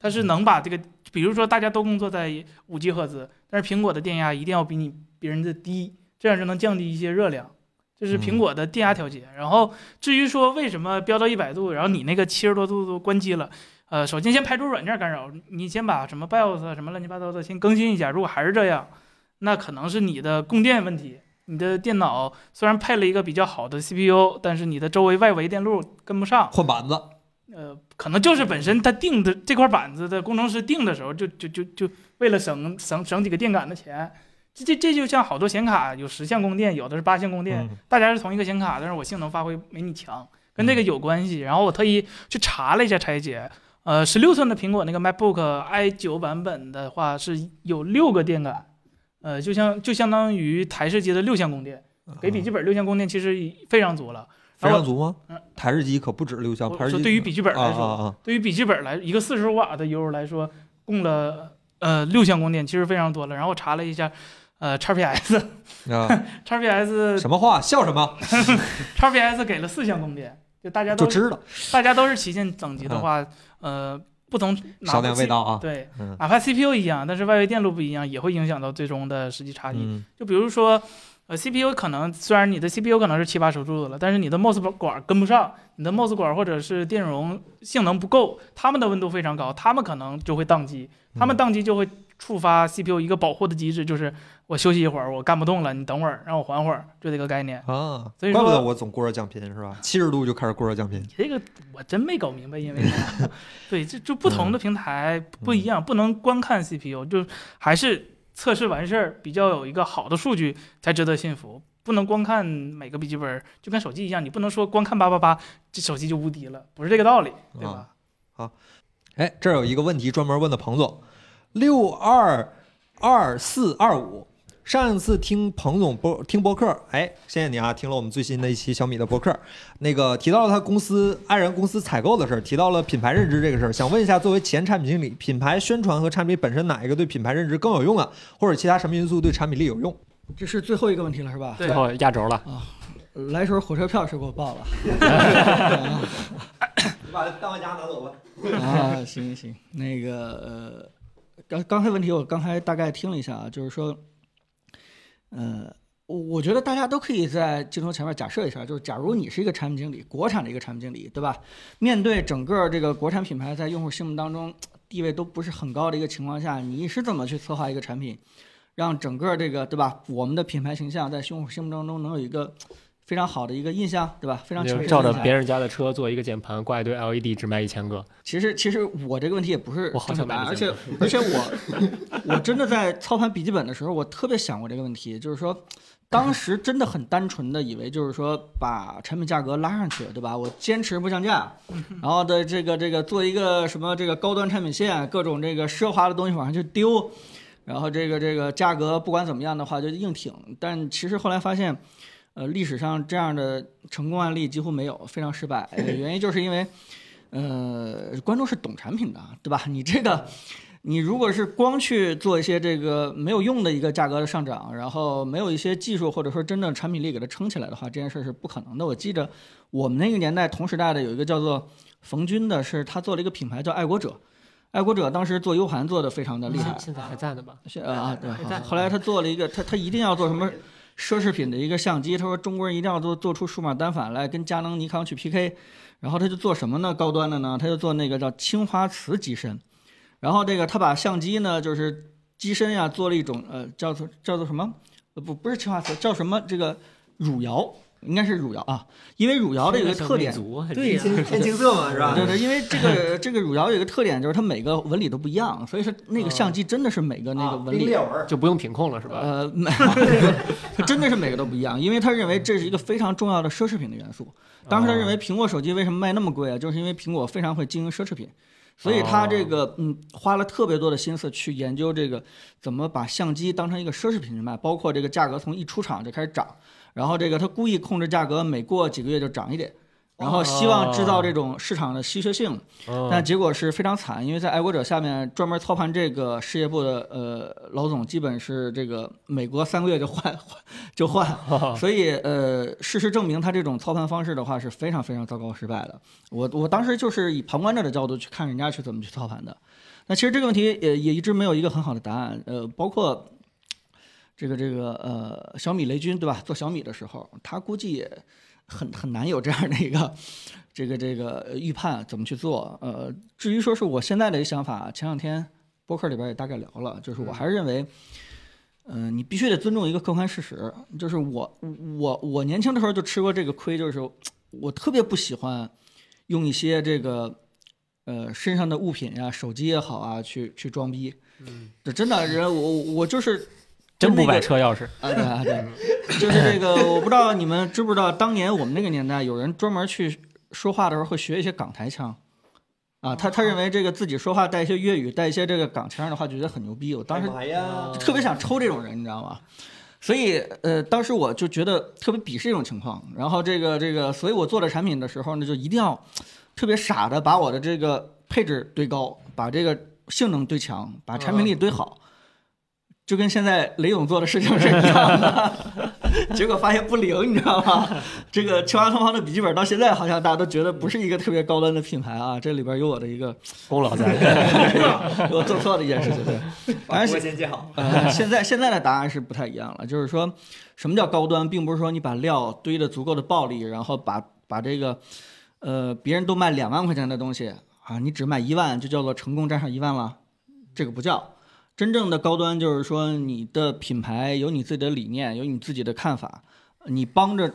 [SPEAKER 2] 它是能把这个，比如说大家都工作在五 G 赫兹，但是苹果的电压一定要比你别人的低，这样就能降低一些热量。这是苹果的电压调节。然后至于说为什么飙到一百度，然后你那个七十多度都关机了，呃，首先先排除软件干扰，你先把什么 BIOS 啊什么乱七八糟的先更新一下。如果还是这样，那可能是你的供电问题。你的电脑虽然配了一个比较好的 CPU，但是你的周围外围电路跟不上，
[SPEAKER 1] 换板子，
[SPEAKER 2] 呃，可能就是本身它定的这块板子的工程师定的时候就，就就就为了省省省几个电感的钱，这这这就像好多显卡有十项供电，有的是八项供电，
[SPEAKER 1] 嗯
[SPEAKER 2] 大家是同一个显卡，但是我性能发挥没你强，跟这个有关系。然后我特意去查了一下拆解，呃，十六寸的苹果那个 MacBook i 9版本的话是有六个电感，呃，就像就相当于台式机的六项供电，
[SPEAKER 1] 嗯
[SPEAKER 2] 给笔记本六项供电其实已非常足了。
[SPEAKER 1] 非
[SPEAKER 2] 然后
[SPEAKER 1] 常足吗
[SPEAKER 2] 嗯？
[SPEAKER 1] 台式机可不止六项，
[SPEAKER 2] 我
[SPEAKER 1] 台式
[SPEAKER 2] 说
[SPEAKER 1] 机
[SPEAKER 2] 对于笔记本来说，
[SPEAKER 1] 啊啊啊，
[SPEAKER 2] 对于笔记本来一个四十瓦的 U 来说，供了呃六项供电，其实非常多了。然后我查了一下，呃，XPS
[SPEAKER 1] 啊
[SPEAKER 2] XPS
[SPEAKER 1] 什么话笑什么
[SPEAKER 2] XPS 给了四项供电，就大家
[SPEAKER 1] 就
[SPEAKER 2] 都
[SPEAKER 1] 知道，嗯
[SPEAKER 2] 大家都是旗舰等级的话，呃，不同哪
[SPEAKER 1] 少
[SPEAKER 2] 怕
[SPEAKER 1] 点
[SPEAKER 2] C-
[SPEAKER 1] 味道啊。
[SPEAKER 2] 对，
[SPEAKER 1] 嗯
[SPEAKER 2] 哪怕 CPU 一样，但是外围电路不一样，也会影响到最终的实际差异。
[SPEAKER 1] 嗯
[SPEAKER 2] 就比如说，呃，CPU 可能虽然你的 CPU 可能是七八十度的了，但是你的 MOS 管跟不上，你的 MOS 管或者是电容性能不够，它们的温度非常高，它们可能就会宕机，它们宕机就会触发 CPU 一个保护的机制，就是我休息一会儿，我干不动了，你等会儿，让我缓会儿，就这个概念。
[SPEAKER 1] 啊，
[SPEAKER 2] 所以
[SPEAKER 1] 怪
[SPEAKER 2] 说
[SPEAKER 1] 不得我总过热降频是吧？七十度就开始过热降频
[SPEAKER 2] 你，这个我真没搞明白，因为啥？对，这就不同的平台不一样，不能光看 CPU，就还是测试完事儿比较有一个好的数据才值得信服，不能光看每个笔记本儿，就跟手机一样，你不能说光看八八八，这手机就无敌了，不是这个道理，对吧？
[SPEAKER 1] 哎，这儿有一个问题专门问的彭总，六二二四二五上一次听彭总播听播客，哎，谢谢你啊，听了我们最新的一期小米的播客，那个提到了他公司爱人公司采购的事儿，提到了品牌认知这个事儿，想问一下，作为前产品经理，品牌宣传和产品本身哪一个对品牌认知更有用啊？或者其他什么因素对产品力有用？
[SPEAKER 7] 这是最后一个问题了，是吧？
[SPEAKER 5] 最后压轴了，
[SPEAKER 7] 来时候火车票是给我报了。
[SPEAKER 1] 你把大玩家拿走吧。
[SPEAKER 7] 啊，行行，那个呃，刚刚才问题我刚才大概听了一下啊，就是说，呃，我我觉得大家都可以在镜头前面假设一下，就是假如你是一个产品经理，国产的一个产品经理，对吧？面对整个这个国产品牌在用户心目当中地位都不是很高的一个情况下，你是怎么去策划一个产品，让整个这个对吧，我们的品牌形象在用户心目当中能有一个非常好的一个印象，对吧？非常
[SPEAKER 5] 就
[SPEAKER 7] 强烈
[SPEAKER 5] 是
[SPEAKER 7] 的
[SPEAKER 5] 照着
[SPEAKER 7] 印象
[SPEAKER 5] 别人家的车做一个键盘，挂一堆 LED，只卖一千个。
[SPEAKER 7] 其实其实我这个问题也不是
[SPEAKER 5] 我好
[SPEAKER 7] 这么
[SPEAKER 5] 想买
[SPEAKER 7] 答，而
[SPEAKER 5] 这
[SPEAKER 7] 且
[SPEAKER 5] 件
[SPEAKER 7] 而且我我真的在操盘笔记本的时候，我特别想过这个问题，就是说。当时真的很单纯的以为就是说把产品价格拉上去，对吧？我坚持不降价，然后的这个这个做一个什么这个高端产品线，各种这个奢华的东西往上去丢，然后这个这个价格不管怎么样的话就硬挺。但其实后来发现，呃，历史上这样的成功案例几乎没有，非常失败。呃原因就是因为呃，观众是懂产品的，对吧？你这个，你如果是光去做一些这个没有用的一个价格的上涨，然后没有一些技术或者说真正产品力给它撑起来的话，这件事是不可能的。我记着我们那个年代同时代的有一个叫做冯军的，是他做了一个品牌叫爱国者。爱国者当时做 U 盘做的非常的厉害，
[SPEAKER 5] 现在还在呢吧？
[SPEAKER 7] 是呃啊，对，好
[SPEAKER 5] 在
[SPEAKER 7] 后来他做了一个，他他一定要做什么奢侈品的一个相机，他说中国人一定要做做出数码单反来跟佳能、尼康去 PK，然后他就做什么呢？高端的呢，他就做那个叫青花瓷机身，然后这个他把相机呢就是机身呀、做了一种呃叫做叫做什么？呃不不是青花瓷，叫什么？这个汝窑应该是汝窑啊，因为汝窑的有一个特点，
[SPEAKER 1] 对，天天青色嘛，是 吧？
[SPEAKER 7] 对对，因为这个这个汝窑有一个特点，就是它每个纹理都不一样，所以说那个相机真的是每个那个纹理
[SPEAKER 1] 啊裂纹，
[SPEAKER 5] 就不用品控了是吧？
[SPEAKER 7] 呃，没， 真的是每个都不一样，因为他认为这是一个非常重要的奢侈品的元素。
[SPEAKER 5] 哦
[SPEAKER 7] 当时他认为苹果手机为什么卖那么贵啊，就是因为苹果非常会经营奢侈
[SPEAKER 5] 哦
[SPEAKER 7] 品，所以他这个嗯花了特别多的心思去研究这个怎么把相机当成一个奢侈品去卖，包括这个价格从一出厂就开始涨，然后这个他故意控制价格，每过几个月就涨一点。然后希望制造这种市场的稀缺性，但结果是非常惨，因为在爱国者下面专门操盘这个事业部的呃老总，基本是这个每隔三个月就换换就换，所以呃，事实证明他这种操盘方式的话是非常非常糟糕失败的。我我当时就是以旁观者的角度去看人家是怎么去操盘的，那其实这个问题也也一直没有一个很好的答案，呃，包括。这个这个呃，小米雷军对吧？做小米的时候，他估计也很很难有这样的一个这个这个呃预判怎么去做。呃，至于说是我现在的一个想法，前两天播客里边也大概聊了，就是我还是认为，嗯，你必须得尊重一个客观事实，就是我我我年轻的时候就吃过这个亏，就是我特别不喜欢用一些这个呃身上的物品呀、手机也好啊，去去装逼。嗯，这真的人，我我就是
[SPEAKER 5] 真
[SPEAKER 7] 那
[SPEAKER 5] 不
[SPEAKER 7] 个
[SPEAKER 5] 买车钥匙，
[SPEAKER 7] 啊，对啊，对，就是这个，我不知道你们知不知道，当年我们那个年代，有人专门去说话的时候会学一些港台腔，啊，他他认为这个自己说话带一些粤语，带一些这个港腔的话，觉得很牛逼。我当时
[SPEAKER 1] 哎
[SPEAKER 4] 啊
[SPEAKER 1] 呀，
[SPEAKER 7] 特别想抽这种人，你知道吗？所以，呃，当时我就觉得特别鄙视这种情况。然后，这个这个，所以我做的产品的时候呢，就一定要特别傻的把我的这个配置堆高，把这个性能堆强，把产品力堆好，就跟现在雷总做的事情是一样的。 结果发现不灵，你知道吗？这个青蛙同行的笔记本到现在好像大家都觉得不是一个特别高端的品牌啊。这里边有我的一个
[SPEAKER 5] 功劳 在。
[SPEAKER 7] 我做错的一件事情，对。
[SPEAKER 1] 把
[SPEAKER 7] 而且
[SPEAKER 1] 锅先接好。
[SPEAKER 7] 呃，现在现在的答案是不太一样了，就是说什么叫高端，并不是说你把料堆的足够的暴力，然后把把这个呃别人都卖两万块钱的东西啊，你只卖一万就叫做成功占上一万了，这个不叫。真正的高端就是说你的品牌有你自己的理念，有你自己的看法，你帮着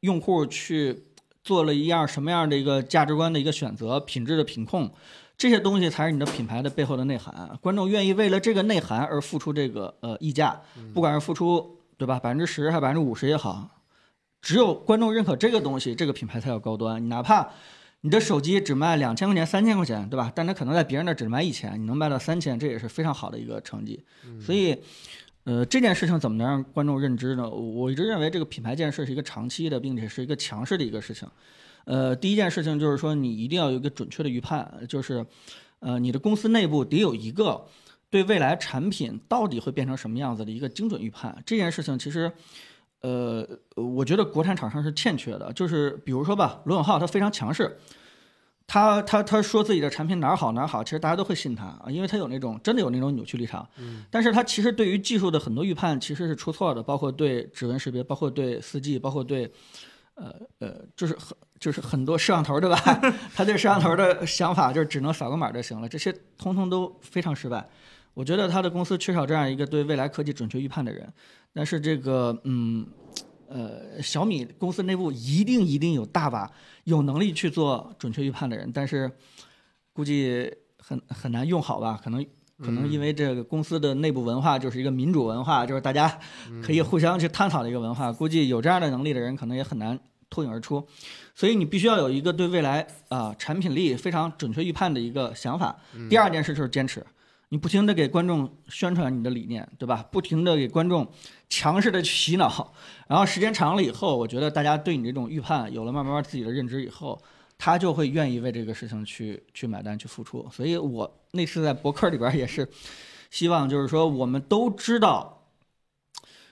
[SPEAKER 7] 用户去做了一样什么样的一个价值观的一个选择，品质的品控。这些东西才是你的品牌的背后的内涵。观众愿意为了这个内涵而付出这个呃溢价，不管是付出对吧百分之十还百分之五十也好，只有观众认可这个东西，这个品牌才有高端。你哪怕你的手机只卖两千块钱、三千块钱，对吧？但它可能在别人那儿只卖一千，你能卖到三千，这也是非常好的一个成绩。所以，呃，这件事情怎么能让观众认知呢？我一直认为这个品牌建设是一个长期的，并且是一个强势的一个事情。呃，第一件事情就是说，你一定要有一个准确的预判，就是，呃，你的公司内部得有一个对未来产品到底会变成什么样子的一个精准预判。这件事情其实，呃，我觉得国产厂商是欠缺的。就是比如说吧，罗永浩他非常强势，他他他说自己的产品哪儿好哪儿好，其实大家都会信他啊，因为他有那种真的有那种扭曲立场。但是他其实对于技术的很多预判其实是出错的，包括对指纹识别，包括对 4G，包括对，呃呃，就是很就是很多摄像头对吧？他对摄像头的想法就是只能扫个码就行了，这些通通都非常失败。我觉得他的公司缺少这样一个对未来科技准确预判的人，但是这个嗯。呃，小米公司内部一定一定有大把有能力去做准确预判的人，但是估计很很难用好吧？可能可能因为这个公司的内部文化就是一个民主文化，就是大家可以互相去探讨的一个文化。估计有这样的能力的人，可能也很难脱颖而出。所以你必须要有一个对未来啊、产品力非常准确预判的一个想法。第二件事就是坚持，你不停的给观众宣传你的理念，对吧？不停的给观众强势的去洗脑，然后时间长了以后，我觉得大家对你这种预判有了慢慢自己的认知以后。他就会愿意为这个事情去去买单去付出。所以我那次在博客里边儿也是希望，就是说我们都知道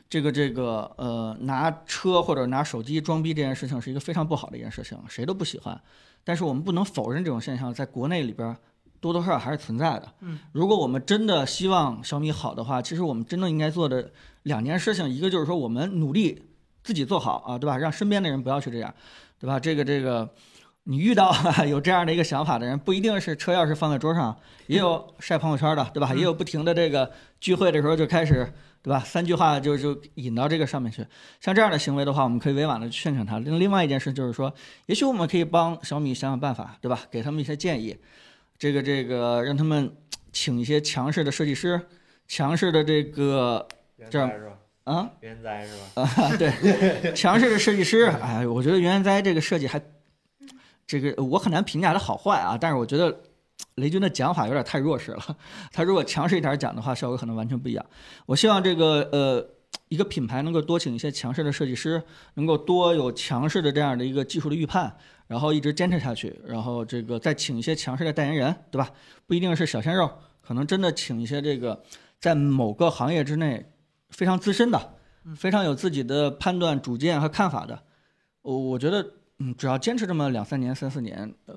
[SPEAKER 7] 这个这个呃拿车或者拿手机装逼这件事情是一个非常不好的一件事情，谁都不喜欢。但是我们不能否认这种现象在国内里边儿多多少少还是存在的。
[SPEAKER 2] 嗯，
[SPEAKER 7] 如果我们真的希望小米好的话，其实我们真的应该做的两件事情，一个就是说我们努力自己做好啊，对吧？让身边的人不要去这样，对吧？这个这个。你遇到 有这样的一个想法的人，不一定是车钥匙放在桌上，也有晒朋友圈的，对吧？也有不停的这个聚会的时候就开始，对吧？三句话就就引到这个上面去。像这样的行为的话，我们可以委婉的劝劝他。另另外一件事就是说，也许我们可以帮小米想想办法，对吧？给他们一些建议，这个这个让他们请一些强势的设计师，强势的这个这样
[SPEAKER 4] 是吧？
[SPEAKER 7] 啊。
[SPEAKER 4] 边栽是吧？
[SPEAKER 7] 强势的设计师，哎，我觉得原哉这个设计还，这个我很难评价它好坏啊，但是我觉得雷军的讲法有点太弱势了， 他如果强势一点讲的话，效果可能完全不一样。我希望这个呃。一个品牌能够多请一些强势的设计师，能够多有强势的这样的一个技术的预判，然后一直坚持下去，然后这个再请一些强势的代言人，对吧？不一定是小鲜肉，可能真的请一些这个在某个行业之内非常资深的，非常有自己的判断、主见和看法的。我我觉得，嗯，只要坚持这么两三年、三四年，呃，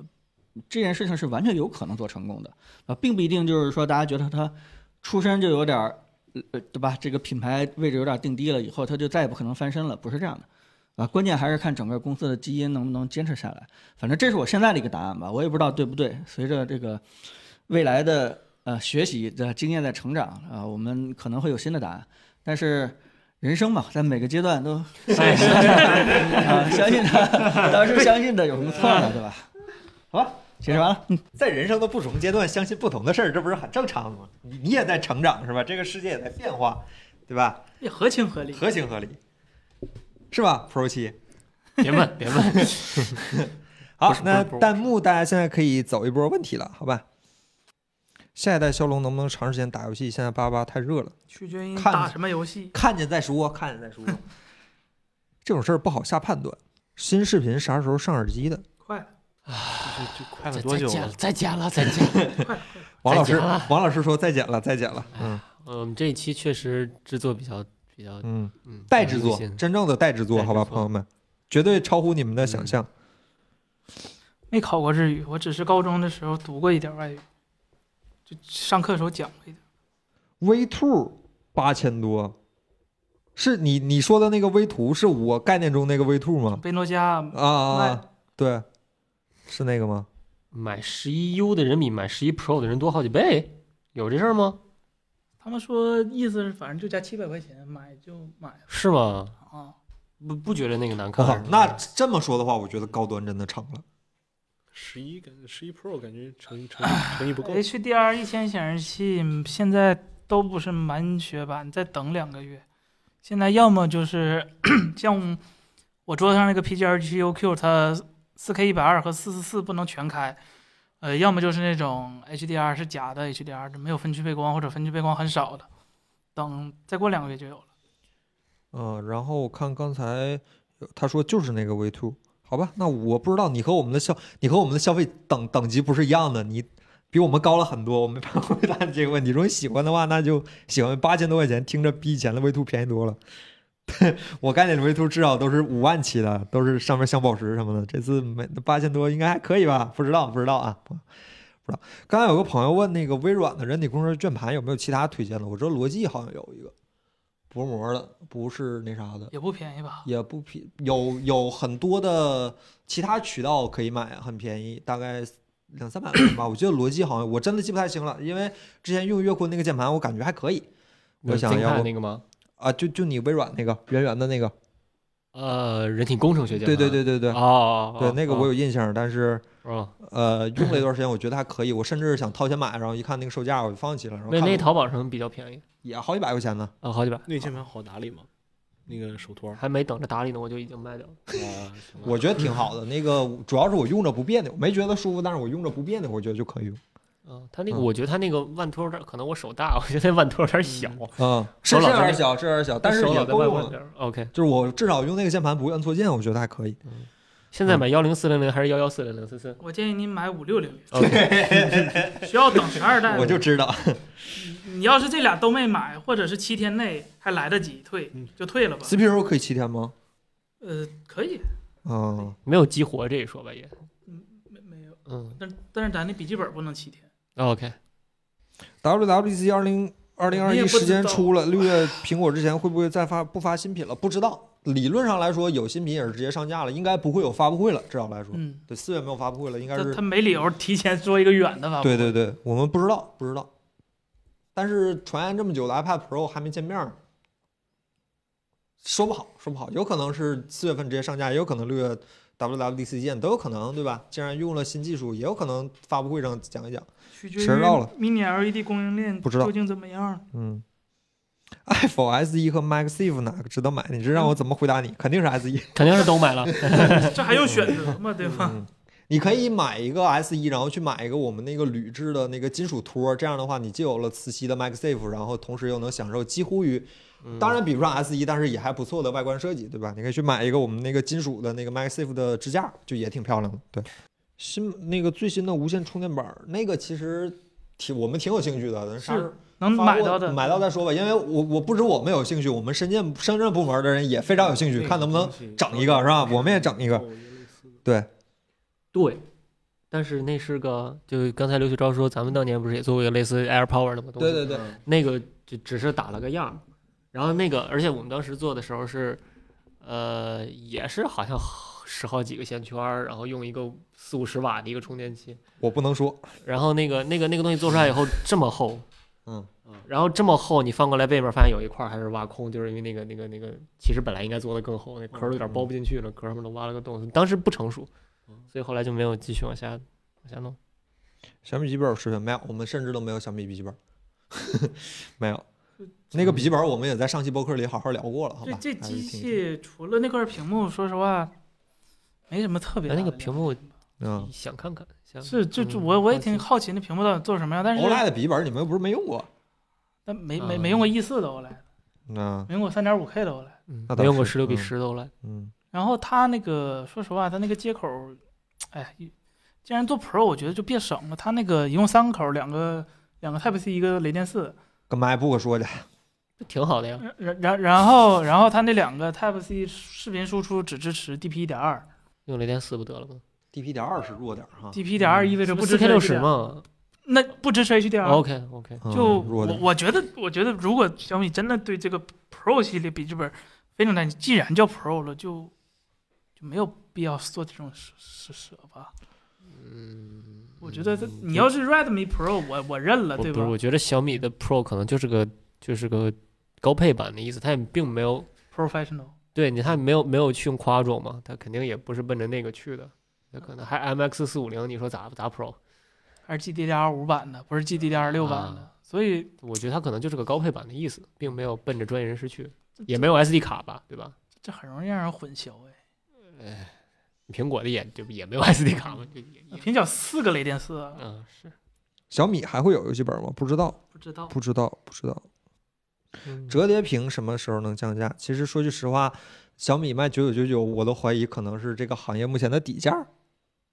[SPEAKER 7] 这件事情是完全有可能做成功的啊，并不一定就是说大家觉得他出身就有点儿，呃，对吧？这个品牌位置有点定低了，以后他就再也不可能翻身了，不是这样的。啊，关键还是看整个公司的基因能不能坚持下来。反正这是我现在的一个答案吧，我也不知道对不对。随着这个未来的呃学习的经验在成长啊、我们可能会有新的答案。但是人生嘛，在每个阶段都啊，相信他，当时相信的有什么错呢？对吧？好吧，解释完了。
[SPEAKER 1] 在人生的不同阶段，相信不同的事儿，这不是很正常的吗？你你也在成长是吧？这个世界也在变化，对吧？
[SPEAKER 2] 也合情合理。
[SPEAKER 1] 合情合理，是吧？Pro 七。
[SPEAKER 5] 别问，别问，
[SPEAKER 1] 好
[SPEAKER 5] 不是，不是
[SPEAKER 1] 那
[SPEAKER 5] 不是
[SPEAKER 1] 弹幕大家现在可以走一波问题了，好吧？下一代骁龙能不能长时间打游戏？现在八八太热了，
[SPEAKER 2] 曲军
[SPEAKER 1] 看
[SPEAKER 2] 打什么游戏？
[SPEAKER 1] 看见再说，看见再说。 这种事儿不好下判断。新视频啥时候上耳机的？
[SPEAKER 2] 快，
[SPEAKER 4] 就就快
[SPEAKER 5] 再
[SPEAKER 4] 了多久
[SPEAKER 5] 再见
[SPEAKER 4] 了
[SPEAKER 5] 了，？再见了，再见了。
[SPEAKER 1] 王老师
[SPEAKER 5] 再剪了，
[SPEAKER 1] 王老师说再剪了，再剪了。嗯
[SPEAKER 5] 嗯，这一期确实制作比较比较，
[SPEAKER 1] 嗯，
[SPEAKER 5] 嗯，
[SPEAKER 1] 代制作
[SPEAKER 5] 比较用，心
[SPEAKER 1] 真正的代制作，
[SPEAKER 5] 代制
[SPEAKER 1] 好吧，
[SPEAKER 5] 作
[SPEAKER 1] 朋友们，绝对超乎你们的想象。
[SPEAKER 2] 没考过日语，我只是高中的时候读过一点外语，就上课的时候讲过一点。
[SPEAKER 1] V two 八千多，是你你说的那个 V 图是我概念中那个 V two 吗？
[SPEAKER 2] 贝诺加
[SPEAKER 1] 啊啊，
[SPEAKER 2] 卖
[SPEAKER 1] 啊对，是那个吗？
[SPEAKER 5] 买十一 U 的人比买十一 Pro 的人多好几倍，有这事儿吗？
[SPEAKER 2] 他们说意思是反正就加七百块钱买就买了
[SPEAKER 5] 是吗？
[SPEAKER 2] 啊，
[SPEAKER 5] 不不觉得那个难看
[SPEAKER 1] 哦
[SPEAKER 5] 是，吗？
[SPEAKER 1] 那这么说的话，我觉得高端真的成了。
[SPEAKER 4] 十一感觉十一 Pro 感觉诚意诚意诚意不够，
[SPEAKER 2] HDR 一千显示器嗯现在都不是满血版，再等两个月。现在要么就是 像我桌子上那个 PGR GUQ，它四 K 一百二和四四四不能全开，呃，要么就是那种 HDR 是假的 HDR，就没有分区背光或者分区背光很少的。等再过两个月就有了。
[SPEAKER 1] 嗯，然后我看刚才他说就是那个 V two，好吧，那我不知道你和我们的消，你和我们的消费等等级不是一样的，你比我们高了很多，我没办法回答你这个问题。如果你喜欢的话，那就喜欢八千多块钱，听着比以前的 V two 便宜多了。 我概念的 V two 至少都是五万起的，都是上面镶宝石什么的。这次没八千多应该还可以吧？不知道，不知道啊，不不知道。刚才有个朋友问那个微软的人体工学卷盘有没有其他推荐的？我知道罗技好像有一个薄膜的，不是那啥的。
[SPEAKER 2] 也不便宜吧？
[SPEAKER 1] 也不便，有有很多的其他渠道可以买，很便宜，大概两三百块钱吧。我觉得罗技好像我真的记不太清了，因为之前用岳坤那个键盘，我感觉还可以。我想
[SPEAKER 5] 惊
[SPEAKER 1] 要
[SPEAKER 5] 叹
[SPEAKER 1] 不
[SPEAKER 5] 那个吗？
[SPEAKER 1] 啊，就就你微软那个圆圆的那个，
[SPEAKER 5] 呃，人体工程学家。
[SPEAKER 1] 对对对对对，
[SPEAKER 5] 哦，哦，
[SPEAKER 1] 对那个我有印象，但是
[SPEAKER 5] 哦，
[SPEAKER 1] 呃用了一段时间，我觉得还可以，我甚至想掏钱买，然后一看那个售价，我就放弃了。然后
[SPEAKER 5] 那
[SPEAKER 1] 看
[SPEAKER 5] 那
[SPEAKER 1] 了
[SPEAKER 5] 淘宝上比较便宜，
[SPEAKER 1] 也好几百块钱呢，
[SPEAKER 5] 啊，好几百，，
[SPEAKER 4] 那键盘好打理吗？那个手 托儿啊
[SPEAKER 5] 还没等着打理呢，我就已经卖掉了。
[SPEAKER 4] 哇行吧
[SPEAKER 1] 我觉得挺好的。那个主要是我用着不别扭，没觉得舒服，但是我用着不别扭，我觉得就可以用。
[SPEAKER 5] 嗯，他那个，
[SPEAKER 1] 嗯
[SPEAKER 5] 我觉得他那个腕托有点，可能我手大，我觉得那腕托有点小，
[SPEAKER 1] 嗯，是
[SPEAKER 5] 手
[SPEAKER 1] 是
[SPEAKER 5] 老
[SPEAKER 1] 有
[SPEAKER 5] 在那
[SPEAKER 1] 点小，是有点小，但是
[SPEAKER 5] 手
[SPEAKER 1] 也
[SPEAKER 5] 老在
[SPEAKER 1] 够
[SPEAKER 5] 外
[SPEAKER 1] 用
[SPEAKER 5] 边
[SPEAKER 1] 了。
[SPEAKER 5] 边儿。OK，
[SPEAKER 1] 就是我至少用那个键盘不会摁错键，我觉得还可以。嗯
[SPEAKER 5] 现在买幺零四零零还是幺幺四零零四四？
[SPEAKER 2] 我建议您买五六零
[SPEAKER 5] OK，
[SPEAKER 2] 零，需要等十二代。
[SPEAKER 1] 我就知道，
[SPEAKER 2] 你要是这俩都没买，或者是七天内还来得及退，
[SPEAKER 1] 嗯
[SPEAKER 2] 就退了吧。
[SPEAKER 1] CPU 可以七天吗？
[SPEAKER 2] 呃，可以，
[SPEAKER 1] 嗯，
[SPEAKER 5] 没有激活这一说吧也。
[SPEAKER 2] 没没有，
[SPEAKER 5] 嗯哦
[SPEAKER 2] 但但是咱那笔记本不能七天。
[SPEAKER 5] ，OK，
[SPEAKER 1] WWDC 二零二零
[SPEAKER 2] 我
[SPEAKER 1] 二
[SPEAKER 2] 们也
[SPEAKER 1] 一
[SPEAKER 2] 不知道
[SPEAKER 1] 时间出了，六月苹果之前会不会再发不发新品了？不知道。理论上来说，有新品也是直接上架了，应该不会有发布会了。至少来说，
[SPEAKER 2] 嗯，
[SPEAKER 1] 对四月没有发布会了，应该
[SPEAKER 2] 他
[SPEAKER 1] 是
[SPEAKER 2] 他没理由提前说一个远的吧？
[SPEAKER 1] 对对对，我们不知道不知道。但是传言这么久的 iPad Pro 还没见面儿，说不好说不好，有可能是四月份直接上架，也有可能六月 WWDC 见，都有可能，对吧？既然用了新技术，也有可能发布会上讲一讲。
[SPEAKER 2] 取决于
[SPEAKER 1] 谁知道了
[SPEAKER 2] Mini LED E 供应链
[SPEAKER 1] 不知道
[SPEAKER 2] 究竟怎么 样？
[SPEAKER 1] 嗯，iPhone SE 和 Mac Safe 哪个值得买？你这让我怎么回答你？肯定是 E SE。
[SPEAKER 5] 肯定是都 买了。
[SPEAKER 2] 这还有选择吗？对吧？
[SPEAKER 1] 嗯，你可以买一个 SE，然后去买一个我们那个铝制的那个金属托，这样的话你既有了磁吸的 Mac Safe，然后同时又能享受几乎于，当然比不上 SE，但是也还不错的外观设计，对吧？你可以去买一个我们那个金属的那个 Mac Safe 的支架，就也挺漂亮的。对，新那个最新的无线充电板儿，那个其实挺我们挺有兴趣的，啥时候
[SPEAKER 2] 能
[SPEAKER 1] 嗯发
[SPEAKER 2] 买
[SPEAKER 1] 布
[SPEAKER 2] 到的，
[SPEAKER 1] 买到再说吧，因为我我不止我们有兴趣，我们深圳深圳部门的人也非常有兴趣，
[SPEAKER 4] 嗯
[SPEAKER 1] 看能不
[SPEAKER 2] 嗯
[SPEAKER 1] 能整一个是吧？我们也整
[SPEAKER 4] 哦
[SPEAKER 1] 一个，
[SPEAKER 5] 对，但是那是个，就刚才刘学钊说，咱们当年不是也做过一个类似 Air Power 那么东
[SPEAKER 1] 对
[SPEAKER 5] 西？
[SPEAKER 1] 对
[SPEAKER 2] 嗯
[SPEAKER 1] 对，
[SPEAKER 4] 嗯
[SPEAKER 5] 那个就只是打了个样儿，然后那个，而且我们当时做的时候是，呃，也是好像十好几个线圈儿，然后用一个四五十瓦的一个充电器，
[SPEAKER 1] 我不能说，
[SPEAKER 5] 然后那个那个那个东西做出来以后这么厚，
[SPEAKER 1] 嗯
[SPEAKER 4] 嗯
[SPEAKER 5] 然后这么厚，你翻过来背面发现有一块儿还是挖空，就是因为那个那个那个，其实本来应该做的更厚，那壳儿都有点包不进去了，壳儿上面都挖了个洞，当时不成熟，
[SPEAKER 1] 嗯
[SPEAKER 5] 所以后来就没有继续往下往下弄。
[SPEAKER 1] 小米笔记本有视频没有？我们甚至都没有小米笔记本， 没有。那个笔记本我们也在上期播客里好好聊过了，好
[SPEAKER 2] 这
[SPEAKER 1] 吧？
[SPEAKER 2] 这
[SPEAKER 1] 还
[SPEAKER 2] 机
[SPEAKER 1] 是挺挺
[SPEAKER 2] 器除了那块屏幕，说实话，没什么特别
[SPEAKER 5] 哎，
[SPEAKER 2] 大的亮
[SPEAKER 5] 那个
[SPEAKER 2] 点。
[SPEAKER 5] 屏幕
[SPEAKER 1] 嗯
[SPEAKER 5] 想看看，想
[SPEAKER 2] 是，就就
[SPEAKER 5] 嗯
[SPEAKER 2] 我我也
[SPEAKER 5] 好
[SPEAKER 2] 挺
[SPEAKER 5] 奇
[SPEAKER 2] 好奇那屏幕到底做什么样，但是
[SPEAKER 1] ，OLED 的笔记本你们又不是没用过，
[SPEAKER 2] 但没没没用过 E 四的 OLED，
[SPEAKER 1] 嗯
[SPEAKER 2] 没用过三点五 K 的 E OLED。
[SPEAKER 5] 嗯
[SPEAKER 1] 那倒
[SPEAKER 5] 没用过
[SPEAKER 1] 是
[SPEAKER 5] 十六比
[SPEAKER 1] 嗯
[SPEAKER 5] 十的 OLED，
[SPEAKER 1] 嗯
[SPEAKER 2] 然后它那个，说实话，它那个接口儿，哎，既然做 Pro，我觉得就别省了。它那个一共三个口儿，两个两个 Type C，一个雷电四。
[SPEAKER 1] 跟 MacBook 说去，
[SPEAKER 5] 挺好的呀。
[SPEAKER 2] 然然然然后然后它那两个 Type C 视频输出只支持 DP 一点二
[SPEAKER 5] 用雷电四不得了吗
[SPEAKER 1] DP 点二是弱点哈，
[SPEAKER 2] ，DP 一点二意味着不支
[SPEAKER 5] 嗯
[SPEAKER 2] 持
[SPEAKER 5] 四 K 六十
[SPEAKER 2] HDR
[SPEAKER 5] 嘛哦
[SPEAKER 2] 那不支持 HDR。
[SPEAKER 5] ？OK OK，
[SPEAKER 1] 嗯
[SPEAKER 2] 就
[SPEAKER 1] 弱
[SPEAKER 2] 我
[SPEAKER 1] 点。
[SPEAKER 2] 我觉得，我觉得如果小米真的对这个 Pro 系列笔记本非常担心，既然叫 Pro 了，就就没有必要做这种施施舍吧。
[SPEAKER 5] 嗯，
[SPEAKER 2] 我觉得它
[SPEAKER 5] 嗯
[SPEAKER 2] 你要是 Redmi Pro，我我认了，
[SPEAKER 5] 不
[SPEAKER 2] 对
[SPEAKER 5] 不
[SPEAKER 2] 吧
[SPEAKER 5] 是，？我觉得小米的 Pro 可能就是个就是个高配版的意思，它也并没有
[SPEAKER 2] professional。
[SPEAKER 5] 对你，它没有没有去用 Quadro 嘛，它肯定也不是奔着那个去的，它可能还 MX 四五零，你说咋咋 Pro？
[SPEAKER 2] 还是 GDDR 五版的，不是 GDDR 六版的，
[SPEAKER 5] 啊
[SPEAKER 2] 所以
[SPEAKER 5] 我觉得它可能就是个高配版的意思，并没有奔着专业人士去，也没有 SD 卡吧，对吧？
[SPEAKER 2] 这很容易让人混淆哎。
[SPEAKER 5] 苹果的也对也没有 SD 卡嘛，就也也
[SPEAKER 2] 平角四个雷电四啊，
[SPEAKER 5] 嗯是
[SPEAKER 1] 小米还会有游戏本吗？不知道，
[SPEAKER 2] 不知道
[SPEAKER 1] 不知道，不知道。折叠屏什么时候能降价？其实说句实话，小米卖九九九九，我都怀疑可能是这个行业目前的底价，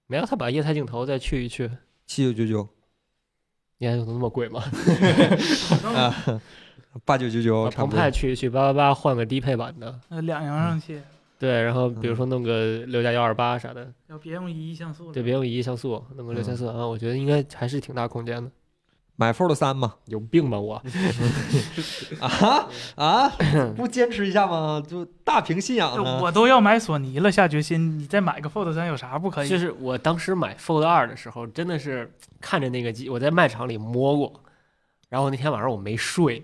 [SPEAKER 5] 没有，他把液态镜头再去一去，
[SPEAKER 1] 七九九九、
[SPEAKER 5] 液态镜头那么贵吗？
[SPEAKER 1] 八九九九，
[SPEAKER 2] 啊
[SPEAKER 5] 把
[SPEAKER 1] 哦差
[SPEAKER 5] 澎
[SPEAKER 1] 不多
[SPEAKER 5] 湃。去一去，八八八换个低配版的，
[SPEAKER 2] 呃两扬上去，
[SPEAKER 5] 对，然后比如
[SPEAKER 2] 嗯
[SPEAKER 5] 说弄个六加幺二八啥的，
[SPEAKER 2] 要别用一亿像素了。
[SPEAKER 5] 对，别用一亿像素，弄个六千四
[SPEAKER 2] 嗯
[SPEAKER 5] 啊，我觉得应该还是挺大空间的。
[SPEAKER 1] 买 Fold 三 嘛？
[SPEAKER 5] 有病吧我？
[SPEAKER 1] 啊 啊！不坚持一下吗？就大屏信仰呢？
[SPEAKER 2] 我都要买索尼了，下决心，你再买个 Fold 三有啥不可以？
[SPEAKER 5] 就是我当时买 Fold 二的时候，真的是看着那个机，我在卖场里摸过，然后那天晚上我没睡，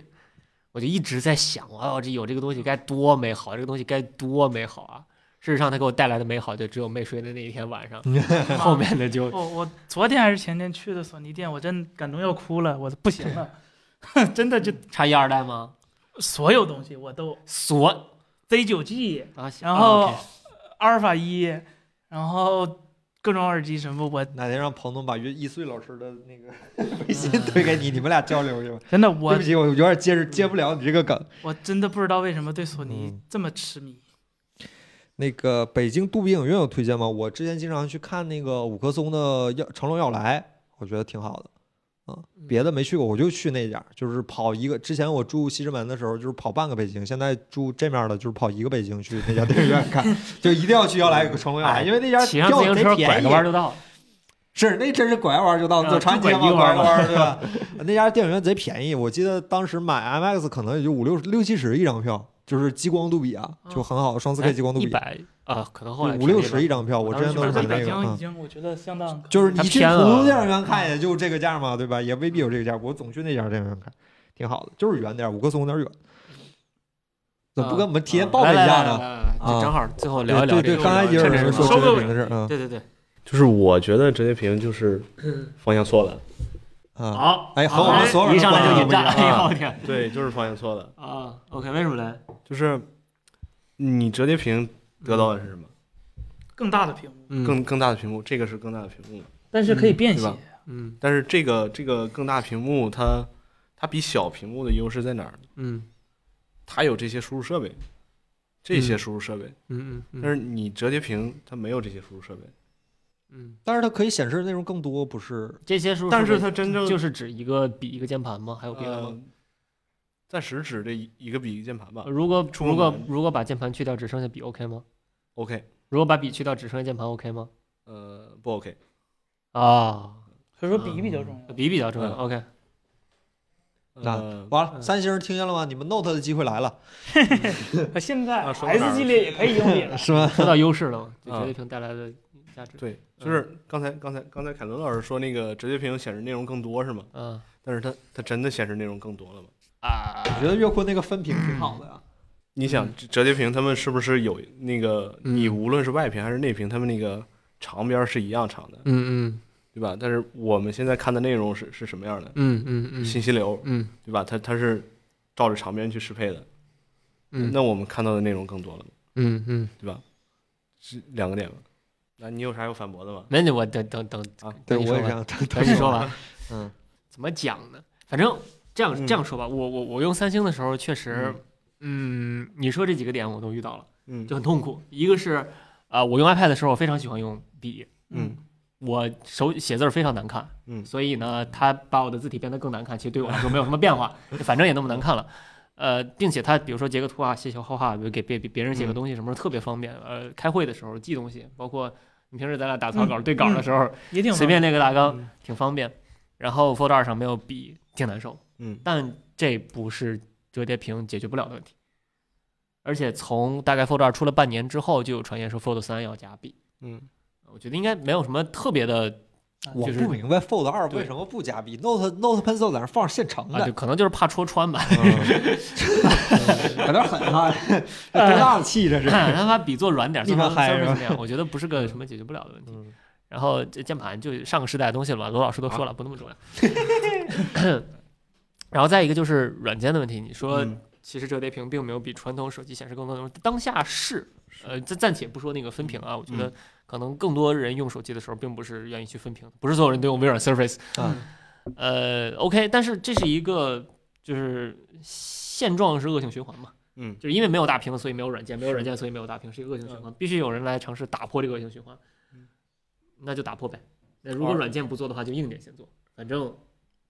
[SPEAKER 5] 我就一直在想，哦，这有这个东西该多美好，这个东西该多美好啊！事实上，它给我带来的美好就只有没睡的那一天晚
[SPEAKER 2] 嗯
[SPEAKER 5] 上，后面的就
[SPEAKER 2] 我我昨天还是前天去的索尼店，我真感动要哭了，我不行了， 真的就
[SPEAKER 5] 差一二代吗？
[SPEAKER 2] 所有东西我都
[SPEAKER 5] 锁
[SPEAKER 2] Z 9 G，
[SPEAKER 5] 啊，
[SPEAKER 2] 然
[SPEAKER 5] 啊
[SPEAKER 2] 后
[SPEAKER 5] ，OK
[SPEAKER 2] 阿尔法一，然后各种耳机什么，我
[SPEAKER 1] 哪天让彭总把易易碎老师的那个 微信推给你，你们俩交流去吧。
[SPEAKER 2] 真的
[SPEAKER 1] 对
[SPEAKER 2] 嗯我
[SPEAKER 1] 不起，我有点接接不了你这个梗。
[SPEAKER 2] 我真的不知道为什么对索尼
[SPEAKER 1] 嗯
[SPEAKER 2] 这么痴迷。
[SPEAKER 1] 那个北京杜比影院有推荐吗？我之前经常去看那个五棵松的要成龙要来，我觉得挺好的。嗯，别的没去过，我就去那家，就是跑一个。之前我住西直门的时候，就是跑半个北京；现在住这面了，就是跑一个北京去那家电影院 看，就一定要去要来成龙要来，因为那家
[SPEAKER 5] 哎骑
[SPEAKER 1] 挺
[SPEAKER 5] 上自行
[SPEAKER 1] 贼
[SPEAKER 5] 车
[SPEAKER 1] 便宜。
[SPEAKER 5] 拐个弯就到了。
[SPEAKER 1] 是，那真是拐个弯儿就到，
[SPEAKER 5] 啊
[SPEAKER 1] 走长安街嘛，
[SPEAKER 5] 就
[SPEAKER 1] 拐
[SPEAKER 5] 拐一
[SPEAKER 1] 个弯
[SPEAKER 5] 个弯
[SPEAKER 1] 儿，对吧？那家电影院贼便宜，我记得当时买 IMAX 可能也就五六六七十一张票，就是激光度比啊，就很好，双 4K 激光度
[SPEAKER 5] 哦哎一
[SPEAKER 1] 比，
[SPEAKER 5] 百啊，可能后来
[SPEAKER 1] 五六
[SPEAKER 5] 便
[SPEAKER 1] 十
[SPEAKER 5] 宜
[SPEAKER 1] 一张票，我之前都是
[SPEAKER 2] 反
[SPEAKER 1] 买
[SPEAKER 2] 正
[SPEAKER 1] 那个。
[SPEAKER 2] 北京已
[SPEAKER 1] 嗯
[SPEAKER 2] 经我觉得相当可嗯以，
[SPEAKER 1] 就是你
[SPEAKER 5] 它
[SPEAKER 1] 去
[SPEAKER 5] 偏
[SPEAKER 1] 普
[SPEAKER 5] 了
[SPEAKER 1] 通电影院看也就这个价嘛，对吧？也未必有这个价。我总去那家电影院看，挺好的，就是远点儿，五棵松有点远。怎
[SPEAKER 5] 啊
[SPEAKER 1] 么不跟我们提
[SPEAKER 5] 嗯
[SPEAKER 1] 前报备一下呢？
[SPEAKER 5] 呢？
[SPEAKER 1] 啊
[SPEAKER 5] 就正好最后聊一聊
[SPEAKER 1] 对
[SPEAKER 5] 这
[SPEAKER 1] 对
[SPEAKER 5] 个
[SPEAKER 1] 对，刚才也有
[SPEAKER 5] 趁着
[SPEAKER 1] 人
[SPEAKER 5] 什么
[SPEAKER 1] 说
[SPEAKER 2] 收
[SPEAKER 1] 折叠
[SPEAKER 2] 个尾
[SPEAKER 1] 屏的事儿，嗯
[SPEAKER 5] 对对对，
[SPEAKER 4] 就是我觉得折叠屏就是方向错了，
[SPEAKER 1] 啊，
[SPEAKER 5] 好，
[SPEAKER 1] 哎好我们所有人
[SPEAKER 5] 一上来就引战，
[SPEAKER 4] 都不一
[SPEAKER 5] 哎
[SPEAKER 4] 样
[SPEAKER 5] 呦我天
[SPEAKER 4] 对，就是方向错了，
[SPEAKER 5] 啊！OK，为什么呢？
[SPEAKER 4] 就是你折叠屏得到的是什么？
[SPEAKER 2] 更大的屏幕，
[SPEAKER 5] 嗯，
[SPEAKER 4] 更更大的屏幕，这个是更大的屏幕，
[SPEAKER 2] 但是可以便
[SPEAKER 4] 对
[SPEAKER 2] 携
[SPEAKER 4] 吧。
[SPEAKER 5] 嗯
[SPEAKER 4] 但是这个这个更大屏幕它它比小屏幕的优势在哪儿呢？
[SPEAKER 5] 嗯
[SPEAKER 4] 它有这些输入设备，这些输入设备，
[SPEAKER 5] 嗯嗯，
[SPEAKER 4] 但是你折叠屏它没有这些输入设备，
[SPEAKER 5] 嗯，
[SPEAKER 1] 但是它可以显示的内容更多，不是？
[SPEAKER 5] 这些是不
[SPEAKER 4] 但是它真正
[SPEAKER 5] 就是指一个比一个键盘吗？还有别的吗？啊
[SPEAKER 4] 呃，暂时只这一一个比一个键盘吧。
[SPEAKER 5] 如果
[SPEAKER 4] 触摸
[SPEAKER 5] 如果
[SPEAKER 4] 板
[SPEAKER 5] 如果把键盘去掉，只剩下笔 OK 吗？
[SPEAKER 4] OK，
[SPEAKER 5] 如果把笔去掉，只剩下键盘 OK 吗？
[SPEAKER 4] 呃，不 OK，
[SPEAKER 5] 啊，
[SPEAKER 2] 所以说比比较重要。
[SPEAKER 5] 笔比较重要。
[SPEAKER 4] 嗯
[SPEAKER 5] OK，
[SPEAKER 4] 呃，
[SPEAKER 1] 完
[SPEAKER 5] 嗯
[SPEAKER 1] 了，三星人听见了吗？你们 Note 的机会来了，
[SPEAKER 2] 现在
[SPEAKER 4] 啊说到哪
[SPEAKER 2] S
[SPEAKER 4] 儿了
[SPEAKER 2] 系列也可以用笔了。
[SPEAKER 1] 是吗？
[SPEAKER 5] 说到优势了，就
[SPEAKER 4] 啊
[SPEAKER 5] 折叠屏带来的价值。
[SPEAKER 4] 对，就是刚才刚才刚才凯伦老师说那个折叠屏显示内容更多是吗？
[SPEAKER 5] 嗯
[SPEAKER 4] 但是它它真的显示内容更多了吗？
[SPEAKER 5] 啊，
[SPEAKER 1] 我觉得月坤那个分屏挺好的
[SPEAKER 5] 嗯
[SPEAKER 1] 呀。
[SPEAKER 4] 你想折折叠屏，他们是不是有那个？
[SPEAKER 5] 嗯
[SPEAKER 4] 你无论是外屏还是内屏，他们那个长边儿是一样长的，
[SPEAKER 5] 嗯嗯
[SPEAKER 4] 对吧？但是我们现在看的内容是是什么样的？
[SPEAKER 5] 嗯嗯嗯
[SPEAKER 4] 信息流，
[SPEAKER 5] 嗯
[SPEAKER 4] 对吧？它它是照着长边去适配的，
[SPEAKER 5] 嗯
[SPEAKER 4] 那我们看到的内容更多了，
[SPEAKER 5] 嗯嗯，
[SPEAKER 4] 是两个点吧？那你有啥要反驳的吗？
[SPEAKER 5] 那你我等等等
[SPEAKER 4] 啊，
[SPEAKER 1] 对，
[SPEAKER 5] 你
[SPEAKER 1] 我
[SPEAKER 5] 说
[SPEAKER 1] 也这
[SPEAKER 5] 吧
[SPEAKER 1] 样。
[SPEAKER 5] 等你说完。
[SPEAKER 1] 嗯，
[SPEAKER 5] 怎么讲呢？反正这样
[SPEAKER 4] 嗯
[SPEAKER 5] 这样说吧，我我我用三星的时候确实，嗯你说这几个点我都遇到了，
[SPEAKER 4] 嗯
[SPEAKER 5] 就很痛苦。一个是啊、我用 iPad 的时候，我非常喜欢用笔，
[SPEAKER 4] 嗯
[SPEAKER 5] 我手写字儿非常难看，
[SPEAKER 4] 嗯
[SPEAKER 5] 所以呢，它把我的字体变得更难看，其实对我来说没有什么变化， 反正也那么难看了。呃，并且它比如说截个图啊，写写画画，比如给别别别人写个
[SPEAKER 4] 嗯
[SPEAKER 5] 东西什么时候特别方便。呃，开会的时候记东西，包括你平时咱俩打草稿、对稿的时候，
[SPEAKER 2] 也挺
[SPEAKER 5] 随便列个大纲
[SPEAKER 4] 嗯，
[SPEAKER 5] 挺方便。然后 Fold 二上没有笔，挺难受。
[SPEAKER 4] 嗯
[SPEAKER 5] 但这不是折叠屏解决不了的问题。而且从大概 Fold 二出了半年之后，就有传言说 Fold 三要加笔。
[SPEAKER 4] 嗯，
[SPEAKER 5] 我觉得应该没有什么特别的
[SPEAKER 1] 我
[SPEAKER 5] 就是
[SPEAKER 1] 不明白 Fold 二
[SPEAKER 5] 对
[SPEAKER 1] 为什么不加币，Note Note Pencil 在那放现成
[SPEAKER 5] 啊，
[SPEAKER 1] 的
[SPEAKER 5] 就，可能就是怕戳穿吧。
[SPEAKER 4] 嗯
[SPEAKER 1] 有点狠 啊！ 这
[SPEAKER 5] 哎
[SPEAKER 1] 多大的气这是？
[SPEAKER 5] 他把笔做软点，
[SPEAKER 1] 立
[SPEAKER 5] 做
[SPEAKER 1] 马
[SPEAKER 5] 成
[SPEAKER 1] 嗨
[SPEAKER 5] 三
[SPEAKER 1] 是
[SPEAKER 5] 十
[SPEAKER 1] 吧
[SPEAKER 5] 怎么样？我觉得不是个什么解决不了的问题。
[SPEAKER 1] 嗯啊
[SPEAKER 5] 然后这键盘就上个时代的东西了嘛，罗老师都说了，不那么重要。 然后再一个就是软件的问题，你说
[SPEAKER 4] 嗯
[SPEAKER 5] 其实折叠屏并没有比传统手机显示更多内容，当下是，呃，暂暂且不说那个分屏啊，我觉得可能更多人用手机的时候，并不是
[SPEAKER 4] 嗯
[SPEAKER 5] 愿意去分屏，不是所有人都用微软 Surface，
[SPEAKER 1] 嗯
[SPEAKER 5] 呃，OK，但是这是一个就是现状是恶性循环嘛，
[SPEAKER 4] 嗯，
[SPEAKER 5] 就是因为没有大屏，所以没有软件，没有软件，所以没有大屏，是一个恶性循环，必须有人来尝试打破这个恶性循环，
[SPEAKER 4] 嗯
[SPEAKER 5] 那就打破呗。那如果
[SPEAKER 4] 好
[SPEAKER 5] 软件不做的话，就硬件先做，反正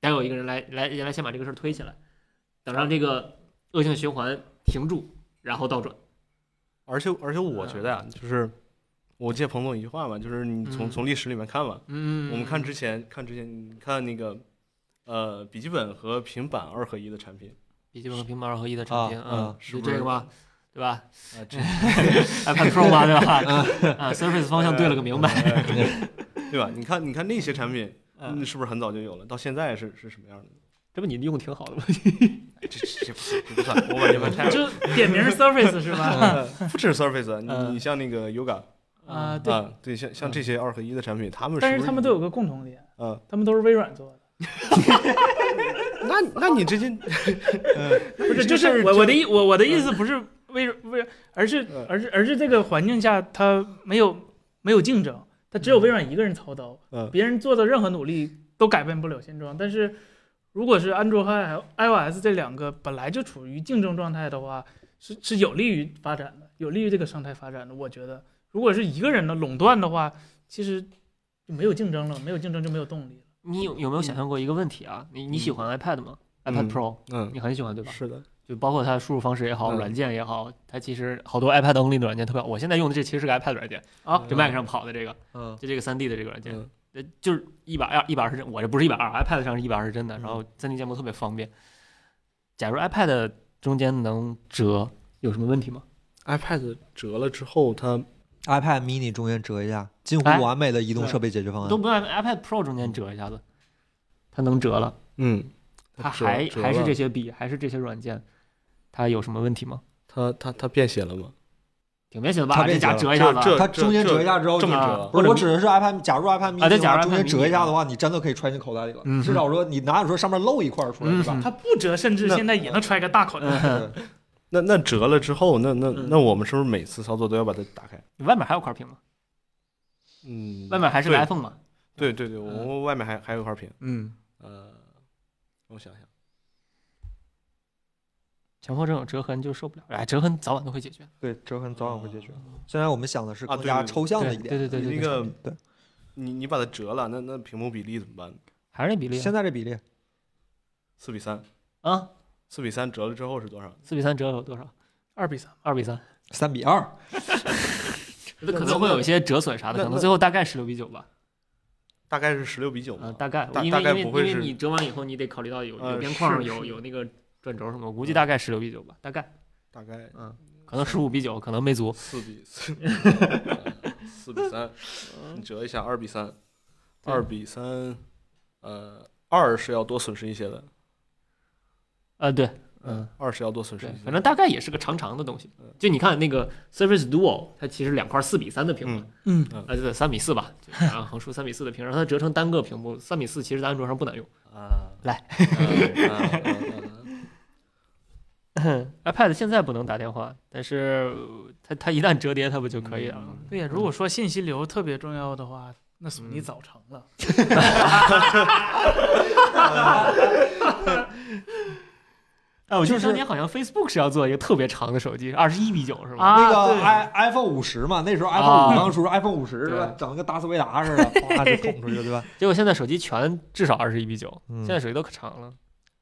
[SPEAKER 5] 得有一个人来来来先把这个事儿推起来，等让这个恶性循环停住，然后倒转。
[SPEAKER 4] 而且而且我觉得啊，就是我借彭总一句话嘛，就是你从、
[SPEAKER 5] 嗯
[SPEAKER 4] 从历史里面看嘛，
[SPEAKER 5] 嗯
[SPEAKER 4] 我们看之前看之前，你看那个呃笔记本和平板二合一的产品，
[SPEAKER 5] 笔记本和平板二合一的
[SPEAKER 1] 啊
[SPEAKER 5] 产品，
[SPEAKER 1] 啊
[SPEAKER 5] 嗯，
[SPEAKER 4] 是
[SPEAKER 5] 就
[SPEAKER 4] 不是
[SPEAKER 5] 这个吧，对吧？
[SPEAKER 4] 啊，这嗯
[SPEAKER 5] iPad Pro 吧，对 吧？啊，Surface 方向对了个 明白。
[SPEAKER 4] 哎，对吧？你看你看那些产品，
[SPEAKER 5] 嗯
[SPEAKER 4] 嗯，是不是很早就有了？到现在是是什么样的？
[SPEAKER 5] 这不你用挺好的吗？
[SPEAKER 4] 这这这不算，这不算，我把 这盘拆了。
[SPEAKER 5] 就点名是 Surface 是吧？
[SPEAKER 4] 呃不只是 Surface，啊你
[SPEAKER 5] 嗯
[SPEAKER 4] 你像那个 Yoga
[SPEAKER 2] 啊，对，
[SPEAKER 4] 啊，对，像像这些二合一的产品，他们
[SPEAKER 2] 但
[SPEAKER 4] 不
[SPEAKER 2] 是他们都有个共同点，
[SPEAKER 4] 嗯，
[SPEAKER 2] 他们都是微软做的。
[SPEAKER 4] 那那你这些，嗯
[SPEAKER 2] 不是，就嗯
[SPEAKER 4] 这个事
[SPEAKER 2] 是
[SPEAKER 4] 儿
[SPEAKER 2] 我
[SPEAKER 4] 就
[SPEAKER 2] 我的意我我的意思不是为为，而是
[SPEAKER 4] 嗯
[SPEAKER 2] 而是而是这个环境下它没有没有竞争，它只有微软一个人操刀，
[SPEAKER 4] 嗯
[SPEAKER 2] 别人做的任何努力都改变不了现状。但是如果是安卓和 i- iOS 这两个本来就处于竞争状态的话，是是有利于发展的，有利于这个生态发展的。我觉得，如果是一个人的垄断的话，其实就没有竞争了，没有竞争就没有动力了。
[SPEAKER 5] 你有有没有想象过一个问题啊？你你喜欢 iPad 吗？iPad
[SPEAKER 4] 嗯
[SPEAKER 5] Pro
[SPEAKER 4] 嗯，
[SPEAKER 5] 你很喜欢对吧？
[SPEAKER 4] 是的，
[SPEAKER 5] 就包括它的输入方式也好，
[SPEAKER 4] 嗯
[SPEAKER 5] 软件也好，它其实好多 iPad only 的软件特别好。我现在用的这其实是个 iPad 软件，
[SPEAKER 2] 啊
[SPEAKER 5] 这 Mac 上跑的这个，
[SPEAKER 1] 嗯
[SPEAKER 5] 就这个 3D 的这个软件
[SPEAKER 4] 嗯，
[SPEAKER 5] 呃，就是一百二一百二十帧，我这不是一百二，iPad 上是一百二十帧的，
[SPEAKER 4] 嗯
[SPEAKER 5] 然后 3D 建模特别方便。假如 iPad 中间能折，有什么问题吗？
[SPEAKER 4] iPad 折了之后，它
[SPEAKER 1] ，iPad mini 中间折一下，近乎
[SPEAKER 5] 哎
[SPEAKER 1] 完美的移动设备解决
[SPEAKER 4] 嗯
[SPEAKER 1] 方案
[SPEAKER 5] 都。不用 iPad Pro 中间折一下子，它能折了，
[SPEAKER 4] 嗯，
[SPEAKER 5] 它
[SPEAKER 4] 折
[SPEAKER 5] 还
[SPEAKER 4] 折
[SPEAKER 5] 还是
[SPEAKER 4] 了
[SPEAKER 5] 这些笔，还是这些软件，它有什么问题吗？
[SPEAKER 4] 它它它变写了吗？
[SPEAKER 5] 挺明显的吧？
[SPEAKER 1] 它
[SPEAKER 5] 这
[SPEAKER 1] 变
[SPEAKER 5] 假
[SPEAKER 1] 形
[SPEAKER 5] 折一下子
[SPEAKER 4] 这
[SPEAKER 5] 啊，
[SPEAKER 1] 它中间
[SPEAKER 4] 这
[SPEAKER 1] 折一下之后
[SPEAKER 4] 这
[SPEAKER 1] 就
[SPEAKER 4] 么
[SPEAKER 5] 啊
[SPEAKER 4] 折，
[SPEAKER 1] 不是，我指的是 iPad，假如 iPad mini
[SPEAKER 5] 啊对假
[SPEAKER 1] 的
[SPEAKER 5] 如
[SPEAKER 1] 话中间
[SPEAKER 5] iPad mini 啊
[SPEAKER 1] 折一下的话，你真的可以揣进口袋里了。
[SPEAKER 5] 嗯
[SPEAKER 1] 至少说你哪有说上面露一块儿出来，
[SPEAKER 5] 嗯
[SPEAKER 1] 是吧？
[SPEAKER 2] 它不折，甚至
[SPEAKER 4] 那
[SPEAKER 2] 现在也能揣个大口袋。
[SPEAKER 1] 对
[SPEAKER 4] 那那折了之后，那那
[SPEAKER 5] 嗯
[SPEAKER 4] 那我们是不是每次操作都要把它打开？
[SPEAKER 5] 啊外面还有块屏吗？
[SPEAKER 4] 嗯，
[SPEAKER 5] 外面还是个
[SPEAKER 4] 对
[SPEAKER 5] iPhone 嘛？
[SPEAKER 4] 对对对，我
[SPEAKER 5] 嗯
[SPEAKER 4] 我外面还还有一块屏，
[SPEAKER 5] 嗯，
[SPEAKER 4] 呃，我想想，
[SPEAKER 5] 强迫症有折痕就受不了，哎，折痕早晚都会解决。
[SPEAKER 1] 对，折痕早晚会解决。现在我们想的是
[SPEAKER 4] 啊
[SPEAKER 1] 更
[SPEAKER 4] 对
[SPEAKER 1] 加
[SPEAKER 4] 对对
[SPEAKER 1] 抽象的
[SPEAKER 5] 对
[SPEAKER 1] 一点。
[SPEAKER 5] 对对对
[SPEAKER 4] 你
[SPEAKER 5] 啊对，
[SPEAKER 4] 那个
[SPEAKER 1] 对，
[SPEAKER 4] 你你把它折了，那那屏幕比例怎么办？
[SPEAKER 5] 还是那比例
[SPEAKER 1] 现在这比例，
[SPEAKER 4] 四比三，
[SPEAKER 5] 啊，
[SPEAKER 4] 四比三折了之后是多少？
[SPEAKER 5] 四比三折有多少？
[SPEAKER 2] 二比三，
[SPEAKER 5] 二比三，
[SPEAKER 1] 三比二，
[SPEAKER 5] 啊可能会有一些折损啥的，
[SPEAKER 4] 那
[SPEAKER 5] 可能
[SPEAKER 4] 那
[SPEAKER 5] 最后大概十六比九吧，
[SPEAKER 4] 大概是十六比九
[SPEAKER 5] 嗯，
[SPEAKER 4] 嘛。
[SPEAKER 5] 大概，
[SPEAKER 4] 大
[SPEAKER 5] 因
[SPEAKER 4] 大
[SPEAKER 5] 为
[SPEAKER 4] 概
[SPEAKER 5] 因为
[SPEAKER 4] 不
[SPEAKER 5] 因
[SPEAKER 4] 会
[SPEAKER 5] 为
[SPEAKER 4] 是
[SPEAKER 5] 你折完以后，你得考虑到有有
[SPEAKER 4] 呃
[SPEAKER 5] 边
[SPEAKER 4] 是
[SPEAKER 5] 框，
[SPEAKER 4] 是
[SPEAKER 5] 有有那个转轴什么，我估计
[SPEAKER 4] 嗯
[SPEAKER 5] 大概十六比九吧，大概，
[SPEAKER 4] 大概
[SPEAKER 5] 嗯，可能十五比九，可能没足。
[SPEAKER 4] 四比四，四比三，你折一下二比三，
[SPEAKER 5] 对
[SPEAKER 4] 二比三，呃，二是要多损失一些的，
[SPEAKER 5] 呃，对，嗯，
[SPEAKER 4] 二是要多损失
[SPEAKER 5] 对
[SPEAKER 4] 一，些
[SPEAKER 5] 反正大概也是个长长的东西
[SPEAKER 4] 嗯。
[SPEAKER 5] 就你看那个 Surface Duo，它其实两块四比三的屏幕，
[SPEAKER 2] 嗯，
[SPEAKER 5] 啊，对，三比四吧，就啊，横竖三比四的屏，然后它折成单个屏幕，三比四其实在安卓上不难用。
[SPEAKER 4] 啊，
[SPEAKER 5] 来
[SPEAKER 4] 嗯，啊啊啊
[SPEAKER 5] iPad 现在不能打电话，但是呃它它一旦折叠，它不就可以了吗？
[SPEAKER 2] 对呀，如果说信息流特别重要的话，那索尼早成了。
[SPEAKER 5] 哎，我记
[SPEAKER 1] 就
[SPEAKER 5] 得
[SPEAKER 1] 是
[SPEAKER 5] 当年好像 Facebook 是要做一个特别长的手机，二十一比九是吗？
[SPEAKER 2] 啊
[SPEAKER 1] 那个
[SPEAKER 2] 对
[SPEAKER 1] i iPhone 五十嘛，那时候 iPhone
[SPEAKER 5] 啊
[SPEAKER 1] 五刚出，iPhone 五十是吧
[SPEAKER 5] 对？
[SPEAKER 1] 整个大斯维达 似的，啪就捅出去，对吧？
[SPEAKER 5] 结果现在手机全至少二十一比九、
[SPEAKER 1] 嗯
[SPEAKER 5] 现在手机都可长了，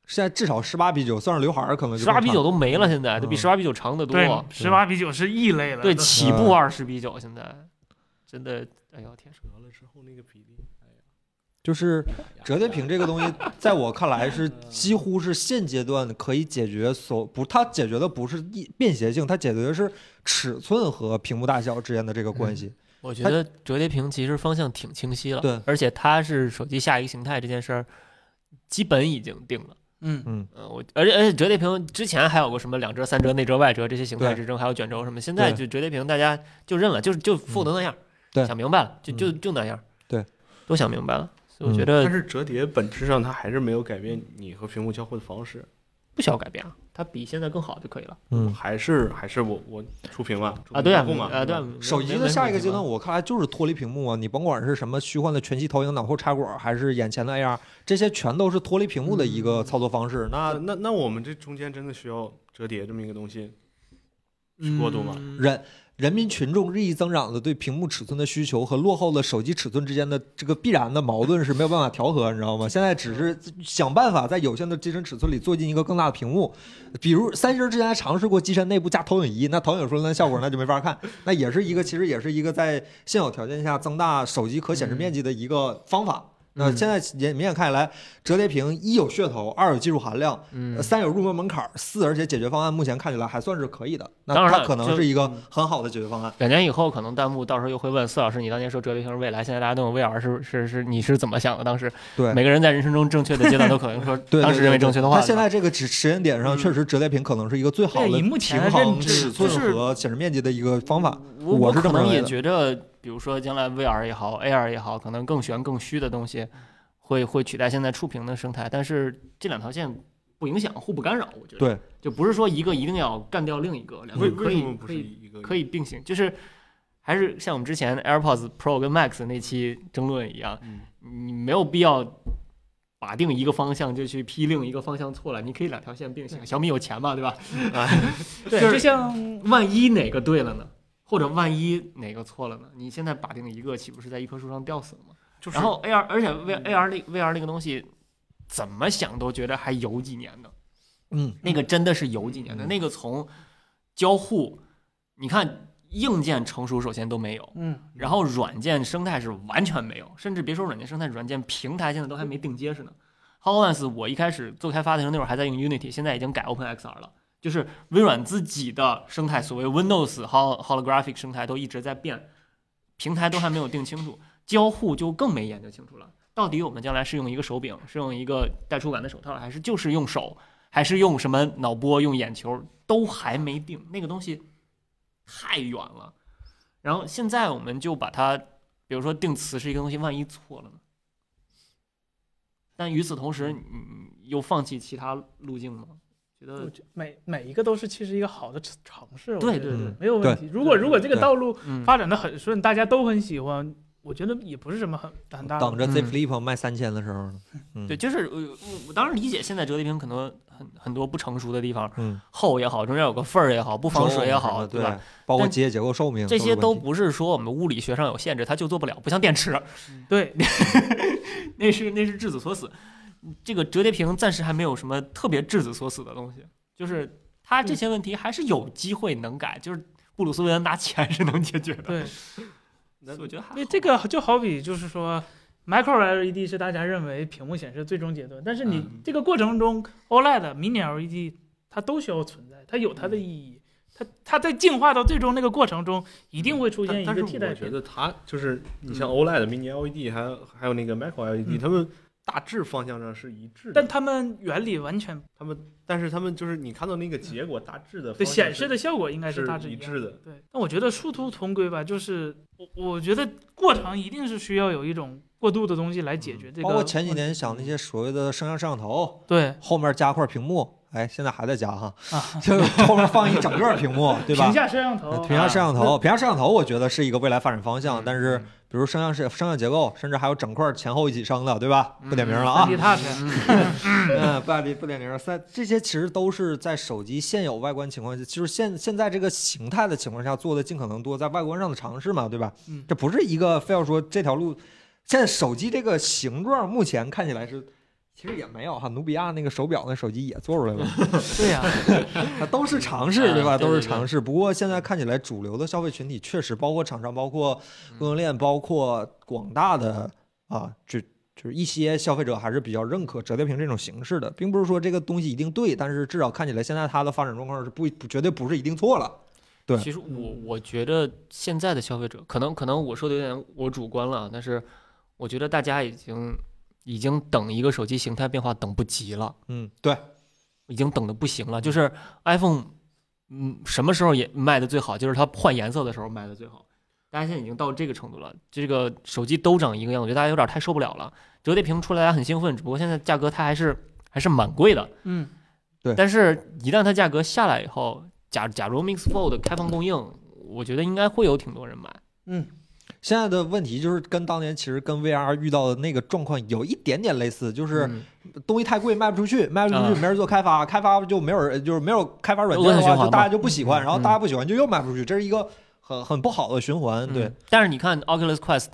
[SPEAKER 1] 现在至少十八比九，算是刘海儿可能就
[SPEAKER 5] 十八比
[SPEAKER 1] 更
[SPEAKER 5] 九
[SPEAKER 1] 长
[SPEAKER 5] 都没了，现在都比
[SPEAKER 1] 嗯
[SPEAKER 5] 十八比九长得多。
[SPEAKER 2] 对，十八比九是异类了。
[SPEAKER 5] 对，
[SPEAKER 2] 都
[SPEAKER 5] 起
[SPEAKER 1] 嗯
[SPEAKER 5] 步二十比九，现在真的，哎呦天，
[SPEAKER 4] 折了之后那个比例，
[SPEAKER 1] 就是折叠屏这个东西，在我看来是几乎是现阶段可以解决所不，它解决的不是一便携性，它解决的是尺寸和屏幕大小之间的这个关系。
[SPEAKER 5] 我觉
[SPEAKER 1] 它
[SPEAKER 5] 得折叠屏其实方向挺清晰了，
[SPEAKER 1] 对
[SPEAKER 5] 而且它是手机下一个形态这件事儿，基本已经定了。
[SPEAKER 2] 嗯，
[SPEAKER 5] 嗯，我而且而且折叠屏之前还有过什么两折、三折、内折、外折这些形态
[SPEAKER 1] 对
[SPEAKER 5] 之争，还有卷轴什么，现在
[SPEAKER 1] 对嗯
[SPEAKER 5] 就折叠屏大家就认了，就是就 fold 那样，
[SPEAKER 1] 对嗯
[SPEAKER 5] 想明白了，就就就那样，
[SPEAKER 1] 对，
[SPEAKER 5] 都想明白了，所以
[SPEAKER 1] 嗯
[SPEAKER 5] 我觉
[SPEAKER 4] 但
[SPEAKER 5] 得
[SPEAKER 4] 是折叠本质上它还是没有改变你和屏幕交互的方式，
[SPEAKER 5] 不需要改变啊，它比现在更好就可以了
[SPEAKER 1] 嗯，
[SPEAKER 4] 还是还是我我触屏嘛
[SPEAKER 5] 啊。对啊，
[SPEAKER 4] 触屏用户嘛
[SPEAKER 5] 啊对啊，
[SPEAKER 4] 吧
[SPEAKER 5] 没
[SPEAKER 1] 手机
[SPEAKER 5] 没
[SPEAKER 1] 的
[SPEAKER 5] 没
[SPEAKER 1] 下一
[SPEAKER 5] 问
[SPEAKER 1] 个
[SPEAKER 5] 题
[SPEAKER 1] 阶
[SPEAKER 5] 嘛
[SPEAKER 1] 段，我看来就是脱离屏幕啊！你甭管是什么虚幻的全息投影、脑后插管，还是眼前的 AR，这些全都是脱离屏幕的一个操作方式。那
[SPEAKER 4] 那那我们这中间真的需要折叠这么一个东西，
[SPEAKER 2] 嗯
[SPEAKER 4] 过度嘛
[SPEAKER 1] 人人民群众日益增长的对屏幕尺寸的需求和落后的手机尺寸之间的这个必然的矛盾是没有办法调和，你知道吗？现在只是想办法在有限的机身尺寸里做进一个更大的屏幕，比如三星之前还尝试过机身内部加投影仪，那投影出来的效果那就没法看，那也是一个其实也是一个在现有条件下增大手机可显示面积的一个方法。那
[SPEAKER 5] 嗯
[SPEAKER 1] 现在也明显看来，折叠屏一有噱头，二有技术含量，
[SPEAKER 5] 嗯
[SPEAKER 1] 呃，三有入门门槛儿，四而且解决方案目前看起来还算是可以的，那
[SPEAKER 5] 当然
[SPEAKER 1] 它
[SPEAKER 5] 了
[SPEAKER 1] 可能
[SPEAKER 5] 就是
[SPEAKER 1] 一个很好的解决方案。
[SPEAKER 5] 两年以后，可能弹幕到时候又会问四老师，你当年说折叠屏是未来，现在大家都用 VR，是是是，你是怎么想的？当时
[SPEAKER 1] 对
[SPEAKER 5] 每个人在人生中正确的阶段都可能说
[SPEAKER 1] 对，
[SPEAKER 5] 当时认为正确的话。
[SPEAKER 1] 那现在这个时时间点上，
[SPEAKER 4] 嗯
[SPEAKER 1] 确实折叠屏可能是一个最好
[SPEAKER 2] 对
[SPEAKER 1] 的
[SPEAKER 2] 以目前
[SPEAKER 1] 平
[SPEAKER 2] 的
[SPEAKER 1] 衡
[SPEAKER 2] 认知
[SPEAKER 1] 尺
[SPEAKER 2] 就
[SPEAKER 1] 寸
[SPEAKER 2] 是
[SPEAKER 1] 和显示面积的一个方法。
[SPEAKER 5] 我
[SPEAKER 1] 我是这
[SPEAKER 5] 可
[SPEAKER 1] 么
[SPEAKER 5] 能
[SPEAKER 1] 认为
[SPEAKER 5] 也
[SPEAKER 1] 的
[SPEAKER 5] 觉得，比如说将来 VR 也好，AR 也好，可能更玄更虚的东西会会取代现在触屏的生态，但是这两条线不影响，互不干扰，我觉得。
[SPEAKER 1] 对，
[SPEAKER 5] 就不是说一个一定要干掉另一个，两个
[SPEAKER 4] 为
[SPEAKER 5] 可
[SPEAKER 4] 为什
[SPEAKER 5] 以
[SPEAKER 4] 么不
[SPEAKER 5] 可
[SPEAKER 4] 是
[SPEAKER 5] 以
[SPEAKER 4] 一个
[SPEAKER 5] 可以并行，就是还是像我们之前 AirPods Pro 跟 Max 那期争论一样，
[SPEAKER 4] 嗯
[SPEAKER 5] 你没有必要把定一个方向就去批另一个方向错了，你可以两条线并行。小米有钱嘛，对吧？
[SPEAKER 4] 嗯
[SPEAKER 5] 啊， 对，
[SPEAKER 2] 对，
[SPEAKER 5] 就
[SPEAKER 2] 就是像
[SPEAKER 5] 万一哪个对了呢？或者万一哪个错了呢？你现在把定一个，岂不是在一棵树上吊死了吗？
[SPEAKER 4] 就是
[SPEAKER 5] 然后 AR，而且 V AR 那 VR 那个东西，怎么想都觉得还有几年呢。
[SPEAKER 1] 嗯，
[SPEAKER 5] 那个真的是有几年的，
[SPEAKER 1] 嗯
[SPEAKER 5] 那个从交互，你看硬件成熟首先都没有，
[SPEAKER 2] 嗯，
[SPEAKER 5] 然后软件生态是完全没有，甚至别说软件生态，软件平台现在都还没定结实呢。HoloLens 我一开始做开发的时候，那会儿还在用 Unity，现在已经改 OpenXR 了。就是微软自己的生态，所谓 Windows Hol Holographic 生态都一直在变，平台都还没有定清楚，交互就更没研究清楚了。到底我们将来是用一个手柄，是用一个带触感的手套，还是就是用手，还是用什么脑波、用眼球，都还没定。那个东西太远了。然后现在我们就把它，比如说定词是一个东西，万一错了呢？但与此同时，你你又放弃其他路径吗？觉
[SPEAKER 2] 我
[SPEAKER 4] 呃
[SPEAKER 5] 得
[SPEAKER 2] 觉每每一个都是其实一个好的尝试，我
[SPEAKER 5] 对
[SPEAKER 2] 觉得
[SPEAKER 5] 对对，
[SPEAKER 2] 没有问题。如果如果这个
[SPEAKER 1] 对
[SPEAKER 2] 道路
[SPEAKER 5] 嗯，
[SPEAKER 2] 发展的很顺，大家都很喜欢，我觉得也不是什么很很大的
[SPEAKER 1] 等着
[SPEAKER 5] 嗯
[SPEAKER 1] Z Flip 卖三千的时候呢。嗯，
[SPEAKER 5] 对，，就是呃我我当然理解现在折叠屏可能很很多不成熟的地方，
[SPEAKER 1] 嗯，
[SPEAKER 5] 厚也好，中间有个缝儿也好，不防水也
[SPEAKER 1] 什么
[SPEAKER 5] 好，
[SPEAKER 1] 对
[SPEAKER 5] 吧？？
[SPEAKER 1] 包括
[SPEAKER 5] 但
[SPEAKER 1] 机械结构寿命，
[SPEAKER 5] 这些
[SPEAKER 1] 都是
[SPEAKER 5] 都
[SPEAKER 1] 问题
[SPEAKER 5] 不是说我们物理学上有限制，它就做不了，不像电池，
[SPEAKER 2] 对，
[SPEAKER 5] 那是那是质子锁死。这个折叠屏暂时还没有什么特别质子锁死的东西，就是它这些问题还是有机会能改，就是布鲁斯韦恩拿钱是能解决 的。
[SPEAKER 2] 对，
[SPEAKER 5] 所以我觉得还
[SPEAKER 2] 因为这个就好比就是说，micro LED 是大家认为屏幕显示最终阶段，但是你
[SPEAKER 5] 嗯
[SPEAKER 2] 这个过程中 E OLED、mini LED 它都需要存在，它有它的意义，它它在进化到最终那个过程中一定会出现
[SPEAKER 4] 但
[SPEAKER 2] 一
[SPEAKER 4] 但
[SPEAKER 2] 个
[SPEAKER 4] 是
[SPEAKER 2] 替代
[SPEAKER 4] 我觉
[SPEAKER 2] 品。
[SPEAKER 4] 得它就是你像 OLED、Mini LED，还有还有那个 Micro
[SPEAKER 2] 嗯
[SPEAKER 4] LED，它们大致方向上是一致的，
[SPEAKER 2] 但它们原理完全
[SPEAKER 4] 他们但是他们就是你看到那个结果大致的
[SPEAKER 2] 对
[SPEAKER 4] 方向
[SPEAKER 2] 显示的效果应该
[SPEAKER 4] 是
[SPEAKER 2] 大致
[SPEAKER 4] 一
[SPEAKER 2] 一样
[SPEAKER 4] 致
[SPEAKER 2] 的。
[SPEAKER 4] 的，
[SPEAKER 2] 对，但我觉得殊途同归吧，就是我我觉得过程一定是需要有一种过渡的东西来解决这个
[SPEAKER 1] 包
[SPEAKER 2] 问题。
[SPEAKER 1] 括前几年想
[SPEAKER 5] 嗯
[SPEAKER 1] 那些所谓的升降摄像头，
[SPEAKER 2] 对
[SPEAKER 1] 后面加块屏幕，哎，现在还在加哈，
[SPEAKER 5] 啊
[SPEAKER 1] 就是后面放一整个屏幕，对吧 呃
[SPEAKER 2] 屏？下摄像头，
[SPEAKER 1] 屏下摄像头，屏下摄像头，我觉得是一个未来发展方向，
[SPEAKER 5] 嗯
[SPEAKER 1] 但是比如升降摄升降结构，甚至还有整块前后一起升的，对吧？不点名了啊
[SPEAKER 2] 3D，touch，
[SPEAKER 1] 嗯，不点不点名了。三这些其实都是在手机现有外观情况下，就是现现在这个形态的情况下做的尽可能多在外观上的尝试嘛，对吧？
[SPEAKER 2] 嗯
[SPEAKER 1] 这不是一个非要说这条路，现在手机这个形状目前看起来是。其实也没有哈，努比亚那个手表那手机也做出来了，
[SPEAKER 2] 对呀、
[SPEAKER 1] 它都是尝试，对吧？
[SPEAKER 5] 嗯对
[SPEAKER 1] 都是
[SPEAKER 5] 对对
[SPEAKER 1] 尝试。不过现在看起来，主流的消费群体确实包括厂商、包括供应链、
[SPEAKER 5] 嗯
[SPEAKER 1] 包括广大的啊，就就是一些消费者还是比较认可折叠屏这种形式的，并不是说这个东西一定对，但是至少看起来现在它的发展状况是不不绝对不是一定错了。对
[SPEAKER 5] 其实我
[SPEAKER 2] 嗯
[SPEAKER 5] 我觉得现在的消费者，可能可能我说的有点我主观了啊，但是我觉得大家已经已经等一个手机形态变化等不及了。
[SPEAKER 1] 嗯，对，
[SPEAKER 5] 已经等的不行了。就是 iPhone，嗯，什么时候也卖的最好，就是它换颜色的时候卖的最好。大家现在已经到这个程度了，这个手机都长一个样，我觉得大家有点太受不了了。折叠屏出来，大家很兴奋，只不过现在价格它还是还是蛮贵的。
[SPEAKER 2] 嗯，
[SPEAKER 1] 对
[SPEAKER 5] 但是一旦它价格下来以后，假假如 Mix Fold 开放供应，我觉得应该会有挺多人买。
[SPEAKER 1] 现在的问题就是跟当年其实跟 VR 遇到的那个状况有一点点类似，就是
[SPEAKER 5] 嗯
[SPEAKER 1] 东西太贵卖不出去，卖不出
[SPEAKER 5] 啊
[SPEAKER 1] 去没人做开发，开发就没有人就是没有开发软件的
[SPEAKER 5] 恶性循
[SPEAKER 1] 话，
[SPEAKER 5] 环
[SPEAKER 1] 就大
[SPEAKER 5] 嘛
[SPEAKER 1] 家就不喜欢，然后
[SPEAKER 5] 嗯
[SPEAKER 1] 大家不喜欢就又卖不出去，这是一个很很不好的循环。对、
[SPEAKER 5] 嗯但是你看 Oculus Quest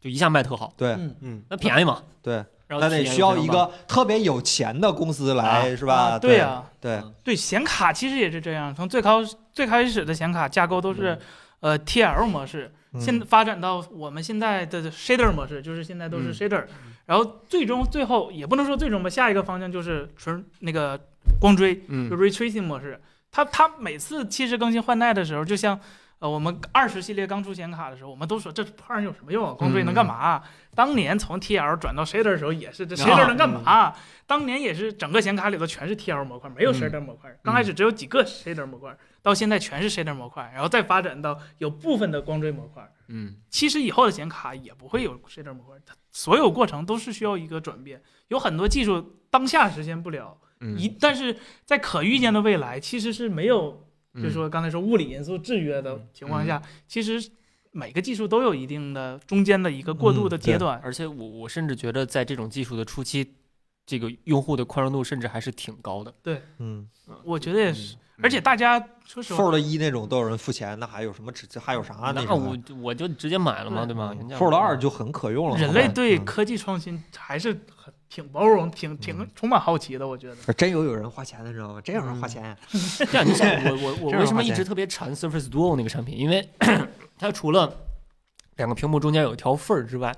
[SPEAKER 5] 就一下卖特好，
[SPEAKER 1] 对
[SPEAKER 2] 嗯
[SPEAKER 4] 嗯，
[SPEAKER 5] 那便宜嘛，
[SPEAKER 1] 对，
[SPEAKER 5] 然后
[SPEAKER 1] 那得
[SPEAKER 5] 体验
[SPEAKER 1] 需要
[SPEAKER 5] 就非
[SPEAKER 1] 一
[SPEAKER 5] 常棒
[SPEAKER 1] 个特别有钱的公司来、是吧？
[SPEAKER 2] 啊对呀、
[SPEAKER 1] 对
[SPEAKER 2] 对，显卡其实也是这样，从最高最开始的显卡架构都是、呃 TL 模式，
[SPEAKER 1] 嗯
[SPEAKER 2] 现发展到我们现在的 shader 模式，就是现在都是 shader，、然后最终最后也不能说最终吧，下一个方向就是纯那个光追，就
[SPEAKER 5] 嗯
[SPEAKER 2] ray tracing 模式。它它每次其实更新换代的时候，就像呃我们二十系列刚出显卡的时候，我们都说这破玩意儿有什么用啊，光追能干嘛啊、当年从 TL 转到 shader 的时候也是，这 shader 能干
[SPEAKER 5] 嗯
[SPEAKER 2] 嘛啊、当年也是整个显卡里头全是 TL 模块，没有
[SPEAKER 5] 嗯
[SPEAKER 2] shader 模块。刚开始只有几个 shader 模块，到现在全是 shader 模块，然后再发展到有部分的光追模块。
[SPEAKER 5] 嗯，
[SPEAKER 2] 其实以后的显卡也不会有 shader 模块，它所有过程都是需要一个转变，有很多技术当下实现不了，
[SPEAKER 5] 嗯
[SPEAKER 2] 一但是在可预见的未来，其实是没有，
[SPEAKER 5] 嗯
[SPEAKER 2] 就是说刚才说物理因素制约的情况下，其实每个技术都有一定的中间的一个过渡的
[SPEAKER 1] 嗯
[SPEAKER 2] 阶
[SPEAKER 1] 对
[SPEAKER 2] 段，
[SPEAKER 5] 而且我我甚至觉得在这种技术的初期，这个用户的宽容度甚至还是挺高的。
[SPEAKER 1] 嗯
[SPEAKER 2] 我觉得也
[SPEAKER 5] 嗯
[SPEAKER 2] 是。而且大家说实话，
[SPEAKER 1] ，Fold 一那种都有人付钱，那还有什么只还有啥啊那
[SPEAKER 5] 那我就我就直接买了嘛，对
[SPEAKER 2] 对
[SPEAKER 5] 吗？原价
[SPEAKER 1] 嗯 Fold
[SPEAKER 5] 我
[SPEAKER 1] 二就很可用了。
[SPEAKER 2] 人
[SPEAKER 1] 好
[SPEAKER 2] 类
[SPEAKER 1] 吧
[SPEAKER 2] 对
[SPEAKER 1] 嗯
[SPEAKER 2] 科技创新还是很挺包容、挺挺
[SPEAKER 1] 嗯
[SPEAKER 2] 充满好奇的，我觉得。
[SPEAKER 1] 真有有人花钱的，你知道吗？真有人花钱
[SPEAKER 5] 嗯
[SPEAKER 1] 呀、
[SPEAKER 5] 这样，你想我 我
[SPEAKER 1] 这
[SPEAKER 5] 我
[SPEAKER 1] 样
[SPEAKER 5] 为什么
[SPEAKER 1] 花
[SPEAKER 5] 一
[SPEAKER 1] 钱
[SPEAKER 5] 直特别馋 Surface Duo 那个产品？因为 它除了两个屏幕中间有一条缝儿之外，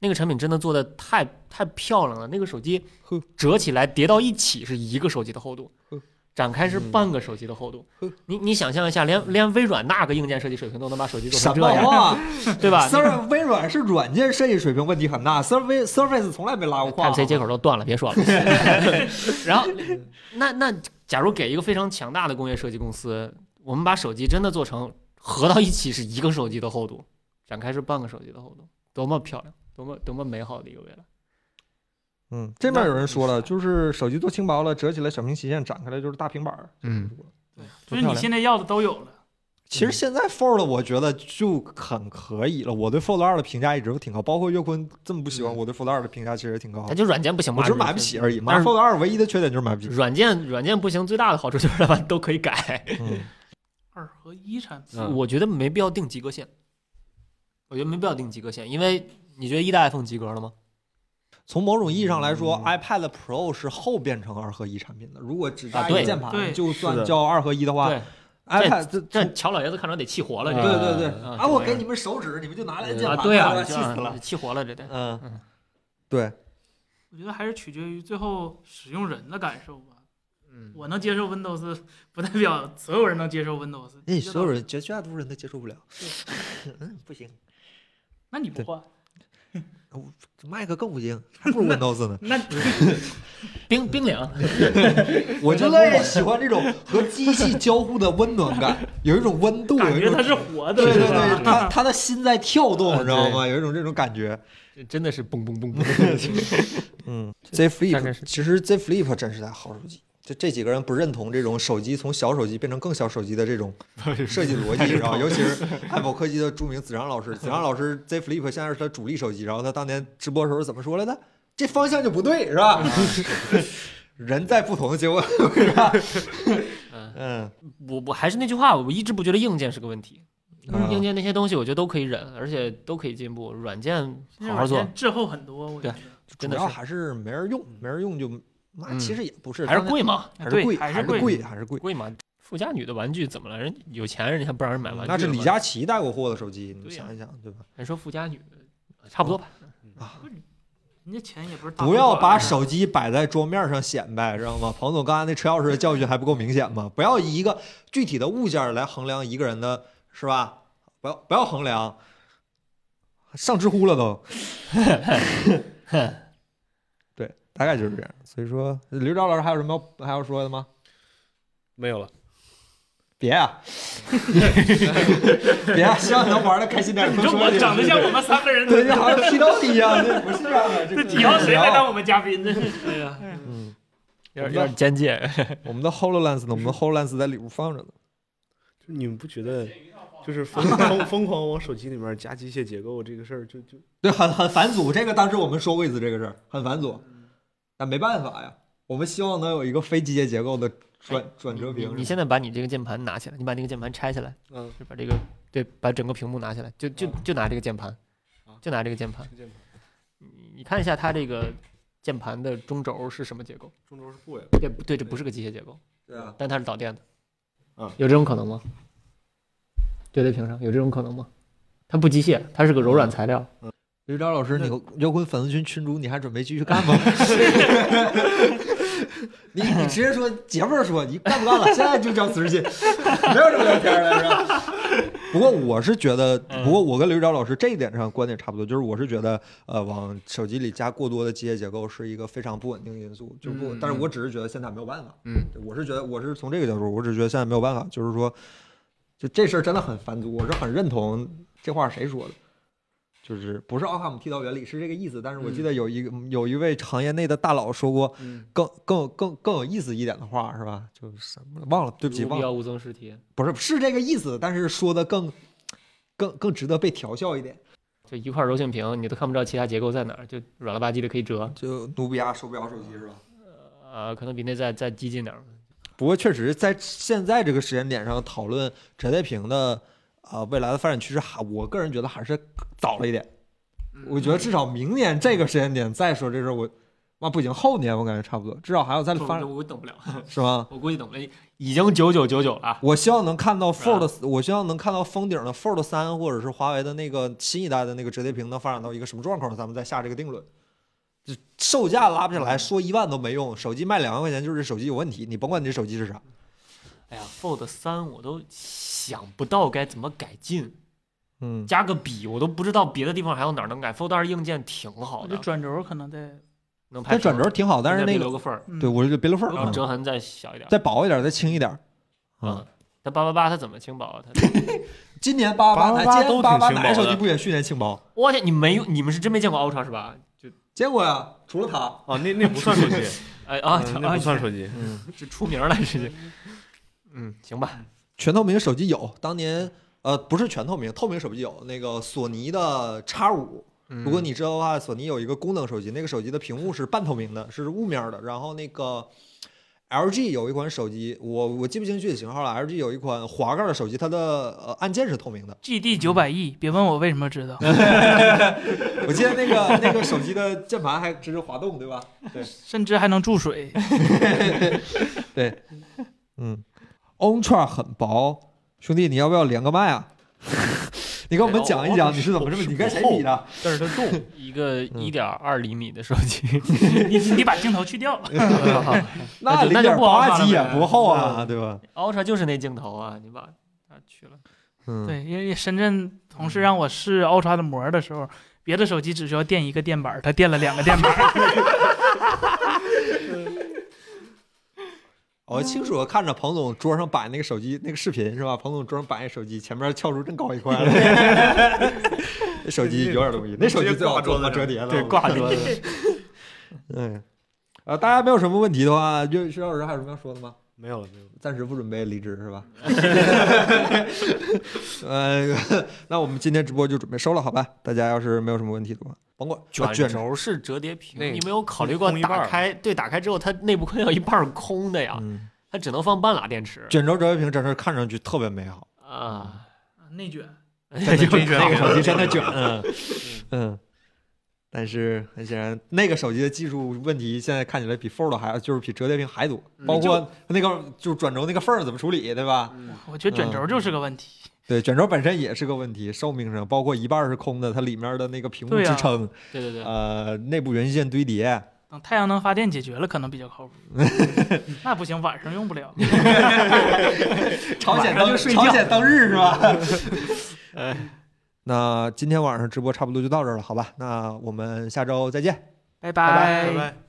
[SPEAKER 5] 那个产品真的做的太太漂亮了。那个手机
[SPEAKER 1] 呵
[SPEAKER 5] 折起来叠到一起是一个手机的厚度
[SPEAKER 1] 呵，
[SPEAKER 5] 展开是
[SPEAKER 1] 嗯
[SPEAKER 5] 半个手机的厚度
[SPEAKER 1] 呵。
[SPEAKER 5] 你你想象一下，连连微软那个硬件设计水平都能把手机做
[SPEAKER 1] 什
[SPEAKER 5] 成
[SPEAKER 1] 么
[SPEAKER 5] 这样，
[SPEAKER 1] 啊？
[SPEAKER 5] 对吧？
[SPEAKER 1] Surface 微软是软件设计水平问题很大，Surface Surface 从来没拉过胯。
[SPEAKER 5] 看谁接口都断了，别说了。然后，
[SPEAKER 1] 嗯
[SPEAKER 5] 那那假如给一个非常强大的工业设计公司，我们把手机真的做成合到一起是一个手机的厚度，展开是半个手机的厚度，多么漂亮，多么多么美好的一个未来。
[SPEAKER 1] 嗯，这边有人说了，就是手机做轻薄了，折起来小屏旗舰，展开来就是大平板儿。
[SPEAKER 5] 嗯，
[SPEAKER 2] 就是你现在要的都有了，
[SPEAKER 1] 其实现在 Fold 我觉得就很可以了，我对 Fold 二的评价一直都挺高，包括岳坤这么不喜欢，我对 Fold 二的评价其实也挺高
[SPEAKER 5] 它。就软件不行嘛，
[SPEAKER 1] 我只是买不起而已，买
[SPEAKER 5] 但是
[SPEAKER 1] Fold 二唯一的缺点就是买不起。
[SPEAKER 5] 软件软件不行，最大的好处就是它都可以改。
[SPEAKER 1] 嗯，
[SPEAKER 2] 二合一产品。
[SPEAKER 4] 嗯
[SPEAKER 5] 我觉得没必要定及格线，我觉得没必要定及格线，因为你觉得一代 iPhone 及格了吗？
[SPEAKER 1] 从某种意义上来说
[SPEAKER 4] 嗯
[SPEAKER 1] ，iPad Pro 是后变成二合一产品的。如果只
[SPEAKER 5] 啊
[SPEAKER 1] 加一
[SPEAKER 5] 对
[SPEAKER 1] 个键
[SPEAKER 2] 对
[SPEAKER 1] 盘，就是算
[SPEAKER 4] 的
[SPEAKER 1] 叫二合一的话
[SPEAKER 5] 对，
[SPEAKER 1] ，iPad 这
[SPEAKER 5] 这乔老爷子看着得气活了，这
[SPEAKER 1] 对
[SPEAKER 5] 个
[SPEAKER 1] 对对啊，
[SPEAKER 5] 啊这
[SPEAKER 1] 我
[SPEAKER 5] 玩意
[SPEAKER 1] 给
[SPEAKER 5] 儿
[SPEAKER 1] 你们手指，你们就拿来键
[SPEAKER 5] 啊，
[SPEAKER 1] 盘，
[SPEAKER 5] 对
[SPEAKER 1] 吧
[SPEAKER 5] 啊，
[SPEAKER 1] 气死了。
[SPEAKER 5] 气活了，这得。
[SPEAKER 1] 嗯
[SPEAKER 5] 嗯，
[SPEAKER 1] 对，
[SPEAKER 2] 我觉得还是取决于最后使用人的感受吧。
[SPEAKER 5] 嗯，
[SPEAKER 2] 我能接受 Windows，不 代表所有人能接受 Windows。
[SPEAKER 1] 那
[SPEAKER 2] 你知道
[SPEAKER 1] 所有人绝绝大多数人都接受不了。嗯，不行，
[SPEAKER 2] 那你不
[SPEAKER 1] 对
[SPEAKER 2] 换，
[SPEAKER 1] 麦克更不行，还 不如 Windows 呢。
[SPEAKER 2] 那
[SPEAKER 5] 冰冰凉，
[SPEAKER 1] 我就乐意喜欢这种和机 器交互的温暖感，有一种温度，
[SPEAKER 2] 感
[SPEAKER 1] 有一
[SPEAKER 2] 觉它
[SPEAKER 1] 种
[SPEAKER 2] 是活的，
[SPEAKER 1] 对对
[SPEAKER 2] 是
[SPEAKER 1] 对，
[SPEAKER 2] 吧？
[SPEAKER 1] 他他的心在跳动，你知道吗？有一种这种感觉。
[SPEAKER 5] 这
[SPEAKER 4] 嗯
[SPEAKER 5] 真的是嘣嘣嘣嘣。
[SPEAKER 1] 嗯，Z
[SPEAKER 5] 大概
[SPEAKER 1] Flip
[SPEAKER 5] 是
[SPEAKER 1] 其实 Z Flip 真是台好手机。这这几个人不认同这种手机从小手机变成更小手机的这 种设计逻辑，然后尤其是爱某科技的著名子章老师，子章老师 Z Flip 现在是他主力手机，然后他当年直播的时候怎么说来着？这方向就不对，是吧？ 人在不同，结果是吧？嗯，
[SPEAKER 5] 我我还是那句话，我一直不觉得硬件是个问题，
[SPEAKER 1] 嗯
[SPEAKER 5] 硬件那些东西我觉得都可以忍，而且都可以进步，软件
[SPEAKER 2] 这
[SPEAKER 5] 好好做
[SPEAKER 2] 软件，滞后很多，我觉得。
[SPEAKER 5] 真
[SPEAKER 1] 主
[SPEAKER 5] 的
[SPEAKER 1] 要
[SPEAKER 5] 是
[SPEAKER 1] 还是没人用，没人用就那哎
[SPEAKER 5] 嗯
[SPEAKER 1] 其实也不是，
[SPEAKER 5] 还是
[SPEAKER 1] 刚才
[SPEAKER 5] 贵嘛，
[SPEAKER 1] 还是
[SPEAKER 2] 对
[SPEAKER 1] 贵，
[SPEAKER 2] 还是
[SPEAKER 1] 还是
[SPEAKER 2] 贵
[SPEAKER 1] 贵，还是贵。
[SPEAKER 5] 贵嘛。富家女的玩具怎么了？人有钱人家不让人买玩具了吗，
[SPEAKER 1] 那是李佳琦带过货的手机，你
[SPEAKER 5] 对呀
[SPEAKER 1] 想一想，对吧？
[SPEAKER 5] 人说富家女呃差不多
[SPEAKER 1] 嗯
[SPEAKER 5] 吧，
[SPEAKER 2] 人家钱也啊不是大
[SPEAKER 1] 不要
[SPEAKER 2] 把
[SPEAKER 1] 把手机摆在桌面上显摆，知道吗？彭总刚才那车钥匙的教训还不够明显吗？不要以一个具体的物件来衡量一个人的，是吧？不要不要衡量，上知乎了 都。对，大概就是这样。所以说，刘钊老师还有什么要还要说的吗？
[SPEAKER 4] 没有了。
[SPEAKER 1] 别 啊，别啊！希望能玩的开心点。
[SPEAKER 2] 你说我长得像我们三个人，
[SPEAKER 1] 对，就好 像批斗你一样，这不是这样的。这
[SPEAKER 2] 以后谁来当我们嘉宾呢？
[SPEAKER 5] 对呀，
[SPEAKER 1] 嗯，
[SPEAKER 5] 有点有点边界。
[SPEAKER 1] 我们的 Hololens 呢？我们的 Hololens 在里屋放着呢。
[SPEAKER 4] 就你们不觉得，就是疯疯疯狂 往手机里面加机械结构这个事儿，就就
[SPEAKER 1] 对，很很反祖。这个当时我们说过一次这个事儿，很反祖，但没办法呀。我们希望能有一个非机械结构的转转折
[SPEAKER 5] 你
[SPEAKER 1] 屏。
[SPEAKER 5] 你现在把你这个键盘拿起来，你把那个键盘拆下来，
[SPEAKER 4] 嗯，
[SPEAKER 5] 就把这个对，把整个屏幕拿下来，就就就拿这个键盘
[SPEAKER 4] 啊，
[SPEAKER 5] 就哦拿这个键盘。
[SPEAKER 4] 这个键盘
[SPEAKER 5] 你你看一下它这个键盘的中轴是什么结构？
[SPEAKER 4] 中轴是部位吧，
[SPEAKER 5] 对对，这不是个机械结构，
[SPEAKER 1] 对啊，
[SPEAKER 5] 但它是导电的。
[SPEAKER 4] 嗯
[SPEAKER 5] 有这种可能吗？对对，屏上有这种可能吗？它不机械，它是个柔软材料。
[SPEAKER 1] 于昭老师，你摇滚粉丝群群主，你还准备继续干吗？ 你你直接说，姐们儿说你干不干了？现在就叫辞职信， 没有这么聊天的是吧？ 嗯不过我是觉得，不过我跟刘昭老师这一点上观点差不多，就是我是觉得，呃，往手机里加过多的机械结构是一个非常不稳定的因素，就不，
[SPEAKER 5] 嗯
[SPEAKER 1] 但是我只是觉得现在没有办法，
[SPEAKER 5] 嗯
[SPEAKER 1] 对，我是觉得我是从这个角度，我只是觉得现在没有办法，就是说，就这事儿真的很繁缛，我是很认同这话谁说的。就是不是奥卡姆剃刀原理是这个意思，但是我记得有一个、有一位行业内的大佬说过
[SPEAKER 4] 嗯
[SPEAKER 1] 更更更更有意思一点的话，是吧？就是什么忘了，对不起，
[SPEAKER 3] 无
[SPEAKER 1] 忘
[SPEAKER 3] 必
[SPEAKER 1] 了，
[SPEAKER 3] 要无增实体，
[SPEAKER 1] 不是是这个意思，但是说的更更更值得被调笑一点。
[SPEAKER 5] 就一块柔性屏，你都看不着其他结构在哪儿，就软了吧唧的可以折。
[SPEAKER 1] 就努比亚手表手机是吧？
[SPEAKER 5] 呃，可能比那再再激进点儿。
[SPEAKER 1] 不过确实在现在这个时间点上讨论折叠屏的呃未来的发展趋势，还我个人觉得还是早了一点。我觉得至少明年这个时间点再说这事儿，我妈不行，后年我感觉差不多，至少还要再
[SPEAKER 2] 嗯
[SPEAKER 5] 不
[SPEAKER 1] 发展
[SPEAKER 5] 我我等不了，
[SPEAKER 1] 是吗？
[SPEAKER 5] 我估计等不了，已经九九九九了啊。
[SPEAKER 1] 我希望能看到 Fold，我希望能看到封顶的 Fold 三，或者是华为的那个新一代的那个折叠屏能发展到一个什么状况，咱们再下这个定论。这售价拉不下来，说一万都没用。手机卖两万块钱就是手机有问题，你甭管你这手机是啥。
[SPEAKER 5] 哎呀，Fold 三我都想不到该怎么改进，
[SPEAKER 1] 嗯，
[SPEAKER 5] 加个笔我都不知道别的地方还有哪儿能改。Fold 二硬件挺好
[SPEAKER 2] 这
[SPEAKER 5] 的，
[SPEAKER 2] 转轴可能得，
[SPEAKER 5] 能拍
[SPEAKER 1] 嗯它转轴挺好，
[SPEAKER 5] 屏，
[SPEAKER 1] 但是
[SPEAKER 5] 中间
[SPEAKER 1] 那
[SPEAKER 5] 别留
[SPEAKER 1] 个
[SPEAKER 5] 个缝儿，
[SPEAKER 2] 嗯
[SPEAKER 1] 对我就别留缝
[SPEAKER 5] 然后
[SPEAKER 1] 儿，
[SPEAKER 5] 折痕再小一点儿。
[SPEAKER 1] 再薄一点，再轻一点。
[SPEAKER 5] 嗯，它八八八它怎么轻薄啊？它
[SPEAKER 1] 今年八八
[SPEAKER 4] 888
[SPEAKER 1] 今年
[SPEAKER 4] 都挺
[SPEAKER 1] 八八
[SPEAKER 4] 轻薄
[SPEAKER 1] 哪个手机
[SPEAKER 4] 的
[SPEAKER 1] 不也去年轻薄？
[SPEAKER 5] 我去，你没有，你们是真没见过 Ultra 是吧？就
[SPEAKER 1] 结果呀，除了它，
[SPEAKER 4] 啊，那那不算手机
[SPEAKER 5] 哎啊，
[SPEAKER 4] 嗯
[SPEAKER 5] 这
[SPEAKER 4] 那
[SPEAKER 5] 啊
[SPEAKER 4] 不算手机，
[SPEAKER 5] 这出名了，这 就，嗯，行吧，
[SPEAKER 1] 全透明手机有，当年呃不是全透明，透明手机有那个索尼的叉五。如果你知道的话，索尼有一个功能手机，那个手机的屏幕是半透明的，是雾面儿的。然后那个 LG 有一款手机，我我记不清具体型号了。LG 有一款滑盖儿的手机，它的呃按键是透明的。
[SPEAKER 2] GD 九百 E，别问我为什么知道，
[SPEAKER 1] 嗯我记得那个那个手机的键盘还支持滑动，对吧？
[SPEAKER 2] 甚至还能注 水。
[SPEAKER 1] 嗯，OnTra 很薄，兄弟，你要不要连个麦啊？ 你给我们讲一讲你是怎么这么，你跟谁比的？
[SPEAKER 5] 但是它重，一个
[SPEAKER 1] 嗯
[SPEAKER 5] 一点二厘米的手机，
[SPEAKER 2] 你你把镜头去掉，
[SPEAKER 1] 那
[SPEAKER 5] 那
[SPEAKER 1] 零
[SPEAKER 5] 就
[SPEAKER 1] 点
[SPEAKER 5] 不好看
[SPEAKER 1] 八
[SPEAKER 5] 了
[SPEAKER 1] 级也
[SPEAKER 5] 呗
[SPEAKER 1] 不厚啊，对吧？
[SPEAKER 5] Ultra 就是那镜头啊，你把它去了，
[SPEAKER 1] 嗯，
[SPEAKER 2] 对，因为深圳同事让我试 Ultra 的膜的时候，别的手机只需要垫一个垫板儿，他垫了两个垫 板儿。
[SPEAKER 1] 我清楚地看着彭总桌上摆那个手机那个视频是吧？彭总桌上摆那手机，前面翘出这么高一块来， 那手机有点东西，那手机最好做到折叠了，
[SPEAKER 5] 对，挂桌子，
[SPEAKER 1] 嗯，呃，大家没有什么问题的话，就徐老师还有什么要说的吗？
[SPEAKER 4] 没有了没有了，
[SPEAKER 1] 暂时不准备离职是吧？ 呃， 那我们今天直播就准备收了，好吧？大家要是没有什么问题的话，甭管
[SPEAKER 5] 卷
[SPEAKER 1] 啊卷
[SPEAKER 5] 轴是折叠屏，
[SPEAKER 4] 那
[SPEAKER 5] 你没有考虑过
[SPEAKER 4] 空一半
[SPEAKER 5] 打
[SPEAKER 4] 儿
[SPEAKER 5] 开，对，打开之后它内部可以有一半儿空的呀，
[SPEAKER 1] 嗯，
[SPEAKER 5] 它只能放半拉电池
[SPEAKER 1] 卷轴折叠屏真是看上去特别美好，
[SPEAKER 5] 啊，
[SPEAKER 2] 内卷，
[SPEAKER 5] 真
[SPEAKER 1] 的
[SPEAKER 5] 卷，
[SPEAKER 1] 那个手机真的卷，
[SPEAKER 5] 嗯，
[SPEAKER 1] 嗯，但是很显然，那个手机的技术问题现在看起来比 Fold 还就是比折叠屏还多，包括那个就是转轴那个缝儿怎么处理，对吧？
[SPEAKER 2] 我觉得卷
[SPEAKER 1] 嗯
[SPEAKER 2] 轴就是个问题。
[SPEAKER 1] 对，卷轴本身也是个问题，寿命上包括一半儿是空的，它里面的那个屏幕
[SPEAKER 2] 对呀
[SPEAKER 1] 支撑，
[SPEAKER 5] 对 对对，啊
[SPEAKER 1] 呃，内部元件堆叠，
[SPEAKER 2] 等太阳能发电解决了，可能比较靠 谱。那不行，晚上用不了。
[SPEAKER 1] 朝鲜当朝鲜当日是吧？那今天晚上直播差不多就到这儿了，好吧？那我们下周再见。
[SPEAKER 2] 拜
[SPEAKER 1] 拜
[SPEAKER 2] 拜
[SPEAKER 4] 拜拜。